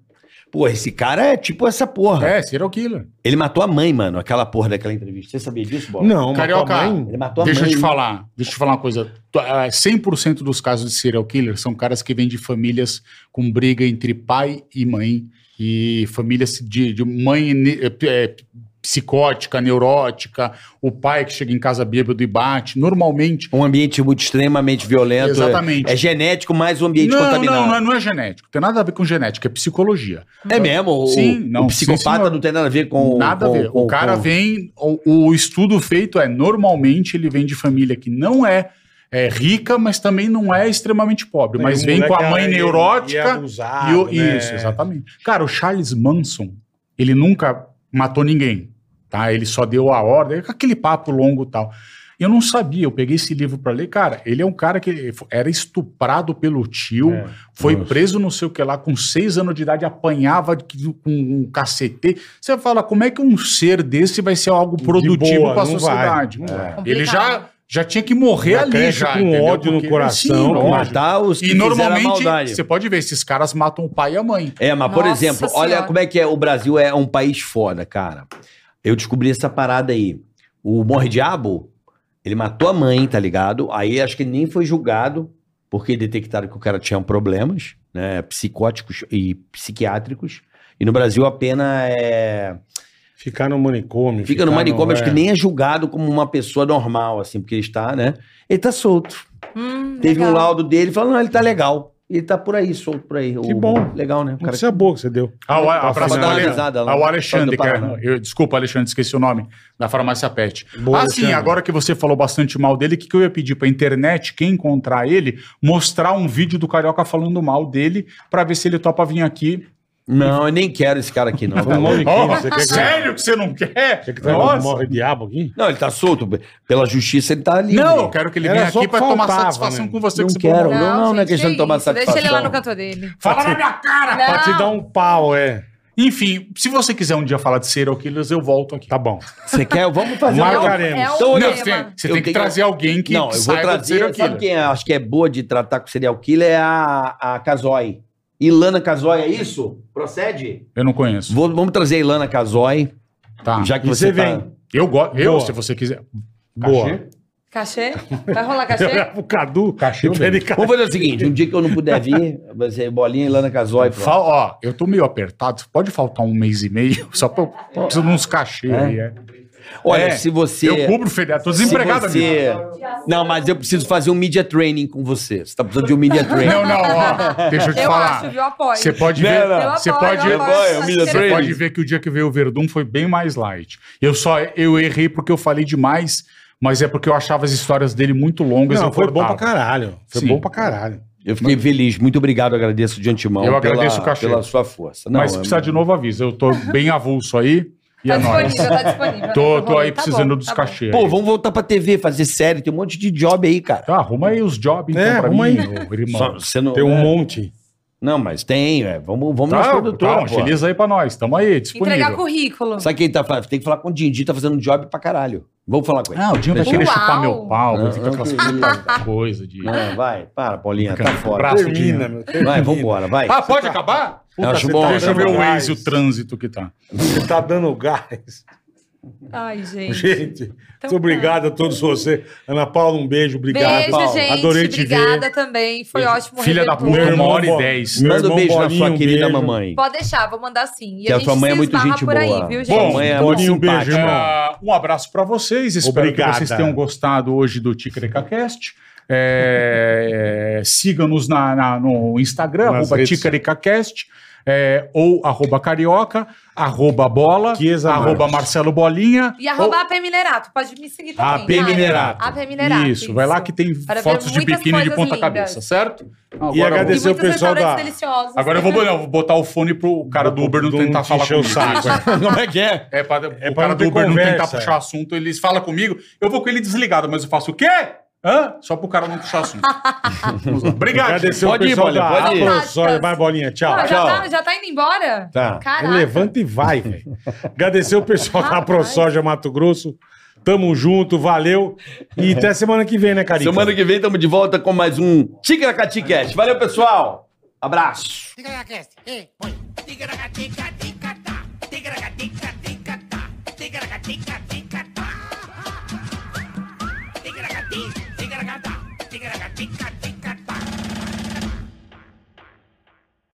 Speaker 3: Pô, esse cara é tipo essa porra.
Speaker 5: É, serial killer.
Speaker 3: Ele matou a mãe, mano, aquela porra daquela entrevista. Você sabia disso, Bola?
Speaker 2: Não,
Speaker 5: Carioca.
Speaker 2: mas também-
Speaker 3: Ele matou a
Speaker 5: deixa
Speaker 3: mãe.
Speaker 5: eu te falar, deixa eu te falar uma coisa. Tu- ah, 100% dos casos de serial killer são caras que vêm de famílias com briga entre pai e mãe e famílias de, de mãe ne- eh, p- eh, psicótica, neurótica, o pai que chega em casa bêbado e bate. Normalmente,
Speaker 3: Um ambiente muito extremamente violento.
Speaker 5: Exatamente.
Speaker 3: É genético, mais um ambiente
Speaker 5: não,
Speaker 3: contaminado.
Speaker 5: não, não é, não é genético, tem nada a ver com genética, é psicologia.
Speaker 3: É mesmo? O,
Speaker 5: Sim, não,
Speaker 3: o psicopata
Speaker 5: sim, senhor.
Speaker 3: não tem nada a ver com.
Speaker 5: Nada
Speaker 3: com-
Speaker 5: a ver.
Speaker 3: com-
Speaker 5: o cara
Speaker 3: com-
Speaker 5: vem. O, o estudo feito é normalmente ele vem de família que não é, é, rica, mas também não é extremamente pobre.
Speaker 2: Tem
Speaker 5: mas
Speaker 2: um
Speaker 5: vem com a
Speaker 2: moleque
Speaker 5: mãe
Speaker 2: aí, e
Speaker 5: neurótica.
Speaker 2: abusado,
Speaker 5: e o-
Speaker 2: né?
Speaker 5: Isso, exatamente. Cara, o Charles Manson, ele nunca matou ninguém. Tá? Ele só deu a ordem, aquele papo longo e tal. Eu não sabia, eu peguei esse livro pra ler. Cara, ele é um cara que era estuprado pelo tio,
Speaker 2: É.
Speaker 5: foi preso não sei o que lá, com seis anos de idade, apanhava de- com um cacete. Você fala, como é que um ser desse vai ser algo produtivo
Speaker 2: boa,
Speaker 5: para a
Speaker 2: não
Speaker 5: sociedade?
Speaker 2: vai, não vai.
Speaker 5: Ele
Speaker 6: Complicado.
Speaker 5: já, já tinha que morrer
Speaker 2: Já
Speaker 5: ali,
Speaker 2: cresce
Speaker 5: já.
Speaker 2: com
Speaker 5: entendeu?
Speaker 2: ódio no
Speaker 5: Porque-
Speaker 2: coração,
Speaker 5: Sim,
Speaker 2: com
Speaker 5: lógico.
Speaker 3: Matar os que
Speaker 5: E
Speaker 3: fizeram
Speaker 5: normalmente,
Speaker 3: maldade.
Speaker 5: você pode ver, esses caras matam o pai e a mãe.
Speaker 3: É, mas por
Speaker 6: Nossa
Speaker 3: exemplo, olha
Speaker 6: Senhora.
Speaker 3: como é que é. O Brasil é um país foda, cara. Eu descobri essa parada aí. O Morre Diabo, ele matou a mãe, tá ligado? Aí acho que nem foi julgado, porque detectaram que o cara tinha problemas, né? Psicóticos e psiquiátricos. E no Brasil a pena é.
Speaker 2: Ficar no manicômio.
Speaker 3: Fica no
Speaker 2: ficar
Speaker 3: manicômio, acho
Speaker 2: é.
Speaker 3: que nem é julgado como uma pessoa normal, assim, porque ele está, né? Ele tá solto.
Speaker 6: Hum,
Speaker 3: Teve um
Speaker 6: legal.
Speaker 3: laudo dele falando, não, ele tá legal. E tá por aí, solto por aí.
Speaker 2: Que
Speaker 3: O-
Speaker 2: bom.
Speaker 3: Legal, né? O cara-
Speaker 2: Notícia boa que você deu.
Speaker 5: Ao, a
Speaker 3: Pra
Speaker 5: frase
Speaker 3: dar uma
Speaker 5: Ale-
Speaker 3: avisada lá.
Speaker 5: ao Alexandre,
Speaker 3: Pra- pra-
Speaker 5: cara. Eu, desculpa, Alexandre, esqueci o nome. Da farmácia Pet.
Speaker 2: Boa, assim,
Speaker 5: ah, sim,
Speaker 2: Alexandre.
Speaker 5: agora que você falou bastante mal dele, o que, que eu ia pedir pra internet, quem encontrar ele, mostrar um vídeo do Carioca falando mal dele, pra ver se ele topa vir aqui.
Speaker 3: Não, eu nem quero esse cara aqui, não. Tá
Speaker 2: Falando mal de quem?
Speaker 5: Oh,
Speaker 2: Você quer que-
Speaker 5: sério que você não quer?
Speaker 2: Você que tá
Speaker 5: Nossa.
Speaker 2: morre diabo aqui?
Speaker 3: Não, ele tá solto. Pela justiça, ele tá livre.
Speaker 5: Não, eu quero que ele
Speaker 2: Era
Speaker 5: venha
Speaker 2: só
Speaker 5: aqui
Speaker 2: que
Speaker 5: pra tomar
Speaker 2: faltava,
Speaker 5: satisfação
Speaker 2: né?
Speaker 5: com você.
Speaker 3: Não
Speaker 5: que você
Speaker 3: quero.
Speaker 5: falou mal.
Speaker 3: não, não é questão de tomar
Speaker 6: Deixa ele lá
Speaker 3: satisfação.
Speaker 6: no canto dele.
Speaker 5: Fala na minha cara!
Speaker 2: Pra te dar um pau, é.
Speaker 5: Enfim, se você quiser um dia falar de serial killers, eu volto aqui.
Speaker 2: Tá bom.
Speaker 3: Você quer? Vamos fazer
Speaker 2: Marca-
Speaker 3: um-
Speaker 2: Marcaremos.
Speaker 6: É o, é
Speaker 3: Então,
Speaker 6: o
Speaker 5: Não,
Speaker 6: tema.
Speaker 5: você tem, você
Speaker 3: Eu
Speaker 5: tem que
Speaker 3: tenho-
Speaker 5: trazer alguém que
Speaker 3: não, eu vou
Speaker 5: saiba de serial
Speaker 3: trazer. Sabe
Speaker 5: killer.
Speaker 3: quem eu acho que é boa de tratar com serial killer? É a, a Casoy. Ilana Casoy, é isso? Procede?
Speaker 5: Eu não conheço.
Speaker 3: Vou- vamos trazer a Ilana Casoy,
Speaker 5: Tá.
Speaker 3: já que
Speaker 2: e
Speaker 3: você,
Speaker 2: você
Speaker 3: tá-
Speaker 2: vem.
Speaker 5: Eu gosto. Eu,
Speaker 2: Boa.
Speaker 5: se você quiser.
Speaker 2: Boa.
Speaker 6: Cachê? Vai rolar
Speaker 2: Eu
Speaker 6: cachê?
Speaker 2: olhava pro Cadu,
Speaker 5: Cachê,
Speaker 2: e ele ca-
Speaker 3: Vamos fazer o seguinte: um dia que eu não puder vir, vai ser bolinha e Ilana Casoy. pronto.
Speaker 5: Fal- ó, eu tô meio apertado. Pode faltar um mês e meio? Só pra eu preciso de uns cachê aí, é.
Speaker 3: Olha,
Speaker 5: É,
Speaker 3: se você.
Speaker 5: Eu cubro o feriado. Tô
Speaker 3: se
Speaker 5: desempregado amigo.
Speaker 3: você... Não, mas eu preciso fazer um media training com você. Você tá precisando de um media training.
Speaker 5: Não, não, ó. Deixa eu te
Speaker 6: Eu
Speaker 5: falar.
Speaker 6: acho, viu? Apoio.
Speaker 5: Você pode
Speaker 3: Não,
Speaker 5: ver.
Speaker 3: não.
Speaker 5: Você
Speaker 6: Eu apoio,
Speaker 5: pode.
Speaker 6: eu apoio.
Speaker 3: Vai, eu me
Speaker 6: Acho que
Speaker 5: Você
Speaker 3: Training.
Speaker 5: pode ver que o dia que veio o Verdun foi bem mais light. Eu só eu errei porque eu falei demais, mas é porque eu achava as histórias dele muito longas.
Speaker 2: Não,
Speaker 5: eu
Speaker 2: foi bom
Speaker 5: cortava.
Speaker 2: pra caralho. Foi
Speaker 5: Sim.
Speaker 2: bom pra caralho.
Speaker 3: Eu fiquei feliz. Muito obrigado, agradeço de antemão.
Speaker 5: Eu agradeço o cachê.
Speaker 3: Pela sua força. Não,
Speaker 5: Mas se
Speaker 3: é-
Speaker 5: precisar de novo, avisa. Eu tô bem avulso aí. E
Speaker 6: Tá
Speaker 5: é nóis.
Speaker 6: disponível, tá disponível.
Speaker 5: Tô,
Speaker 6: né,
Speaker 5: tô
Speaker 6: pro
Speaker 5: aí
Speaker 6: rolê. Tá
Speaker 5: precisando
Speaker 6: bom,
Speaker 5: dos
Speaker 6: tá bom.
Speaker 5: cachê.
Speaker 3: Pô,
Speaker 5: aí.
Speaker 3: vamos voltar pra TV, fazer série. Tem um monte de job aí, cara.
Speaker 5: Tá, arruma aí os jobs então
Speaker 2: É,
Speaker 5: pra
Speaker 2: arruma
Speaker 5: mim,
Speaker 2: aí.
Speaker 5: meu irmão.
Speaker 3: Só- você não,
Speaker 2: Tem um
Speaker 3: é.
Speaker 2: monte.
Speaker 3: Não, mas tem, é. Vamos, vamos nas
Speaker 5: Tá, tá,
Speaker 3: produtoras, pô.
Speaker 5: utiliza aí pra nós. Tamo aí,
Speaker 6: Entregar
Speaker 5: disponível.
Speaker 6: currículo.
Speaker 3: Sabe quem tá falando? Tem que falar com o Dindim, tá fazendo um job pra caralho. Vamos falar com ele.
Speaker 5: Ah, o Dinho vai
Speaker 6: Uau.
Speaker 5: querer chupar meu pau,
Speaker 3: Não,
Speaker 5: vai ficar aquelas
Speaker 3: não,
Speaker 5: puta coisa de...
Speaker 3: Não, vai, para, Paulinha, tá
Speaker 5: Cara,
Speaker 3: fora.
Speaker 5: braço de
Speaker 2: Termina,
Speaker 5: dinheiro.
Speaker 2: meu.
Speaker 3: Vai, vambora, vai.
Speaker 5: Ah, pode acabar?
Speaker 3: Eu acho
Speaker 2: você
Speaker 3: bom.
Speaker 2: tá
Speaker 5: Deixa eu ver
Speaker 2: dando
Speaker 5: o
Speaker 2: gás.
Speaker 5: Waze, o trânsito que tá.
Speaker 2: Você tá dando gás.
Speaker 6: Ai,
Speaker 3: Então
Speaker 6: gente.
Speaker 2: Gente, muito obrigado a todos vocês. Ana Paula, um beijo. Obrigado.
Speaker 6: Beijo,
Speaker 3: Paulo.
Speaker 6: gente.
Speaker 2: Adorei te ver.
Speaker 6: Obrigada também. Foi ótimo.
Speaker 5: Filha da
Speaker 6: rever
Speaker 5: puta,
Speaker 6: tudo.
Speaker 5: uma hora e
Speaker 2: Bo-
Speaker 5: dez.
Speaker 2: meu
Speaker 3: Manda um
Speaker 2: irmão
Speaker 3: beijo na
Speaker 2: Bolinho,
Speaker 3: sua
Speaker 2: um
Speaker 3: querida
Speaker 2: beijo.
Speaker 3: mamãe.
Speaker 6: Pode deixar, vou mandar sim. E
Speaker 3: Que a
Speaker 6: gente
Speaker 3: sua mãe é
Speaker 6: se
Speaker 3: muito
Speaker 6: esbarra
Speaker 3: gente
Speaker 6: por
Speaker 3: boa.
Speaker 6: aí, viu, gente?
Speaker 3: Bom, mãe é muito
Speaker 2: Bolinho, um beijo,
Speaker 3: simpática.
Speaker 2: irmão.
Speaker 5: Ah, um abraço pra vocês. Espero
Speaker 2: Obrigada.
Speaker 5: que vocês tenham gostado hoje do TicaretaCast. É, Siga-nos na- na- no Instagram,
Speaker 2: Nas
Speaker 5: arroba
Speaker 2: redes.
Speaker 5: TicaretaCast. é, ou arroba carioca, arroba bola,
Speaker 2: Chiesa
Speaker 5: arroba
Speaker 2: Marques.
Speaker 5: Marcelo Bolinha.
Speaker 6: E arroba AP Minerato. Pode me seguir também.
Speaker 2: AP
Speaker 6: tá?
Speaker 2: Minerato.
Speaker 6: AP Minerato.
Speaker 5: isso, vai lá que tem
Speaker 6: Para ver
Speaker 5: fotos de
Speaker 6: muitas
Speaker 5: biquíni de
Speaker 6: coisas
Speaker 5: ponta-cabeça,
Speaker 6: lindas.
Speaker 5: certo?
Speaker 2: E
Speaker 5: eu vou-
Speaker 6: E
Speaker 2: agradecer o
Speaker 6: muitos
Speaker 2: pessoal
Speaker 6: restaurantes
Speaker 2: da.
Speaker 6: deliciosos.
Speaker 5: Agora eu vou, não, vou botar o fone pro cara do Uber não
Speaker 2: Do-
Speaker 5: tentar
Speaker 2: te
Speaker 5: falar
Speaker 2: encher o
Speaker 5: comigo.
Speaker 2: saco, é.
Speaker 3: Como é que é?
Speaker 5: É pra,
Speaker 2: É pra
Speaker 5: o cara
Speaker 2: não
Speaker 5: do
Speaker 2: ter
Speaker 5: Uber não tentar
Speaker 2: conversa. é.
Speaker 5: puxar assunto, eles falam comigo, eu vou com ele desligado, mas eu faço o quê? Hã? Só pro cara não puxar assunto. Vamos lá. Obrigado.
Speaker 2: Agradecer
Speaker 3: Pode
Speaker 2: o
Speaker 3: ir,
Speaker 2: pessoal
Speaker 3: Bolinha,
Speaker 2: da
Speaker 3: pode ir.
Speaker 2: Aprossória. Vai, Bolinha. Tchau.
Speaker 6: Ah,
Speaker 3: Tchau.
Speaker 6: já, tá, já tá indo embora?
Speaker 3: Tá.
Speaker 6: Caraca.
Speaker 2: Levanta e vai, velho. Agradecer o pessoal da
Speaker 6: Rapaz.
Speaker 2: ProSoja Mato Grosso. Tamo junto, valeu. E até semana que vem, né, Carica?
Speaker 3: Semana que vem estamos de volta com mais um Ticaracati Cast. Valeu, pessoal. Abraço.
Speaker 1: Ticaracast, hey, boy. Ticaracatica, ticatá. Ticaracatica, ticatá. Ticaracatica, ticatá. Ticaracati, ticaracatá. Ticaracatica,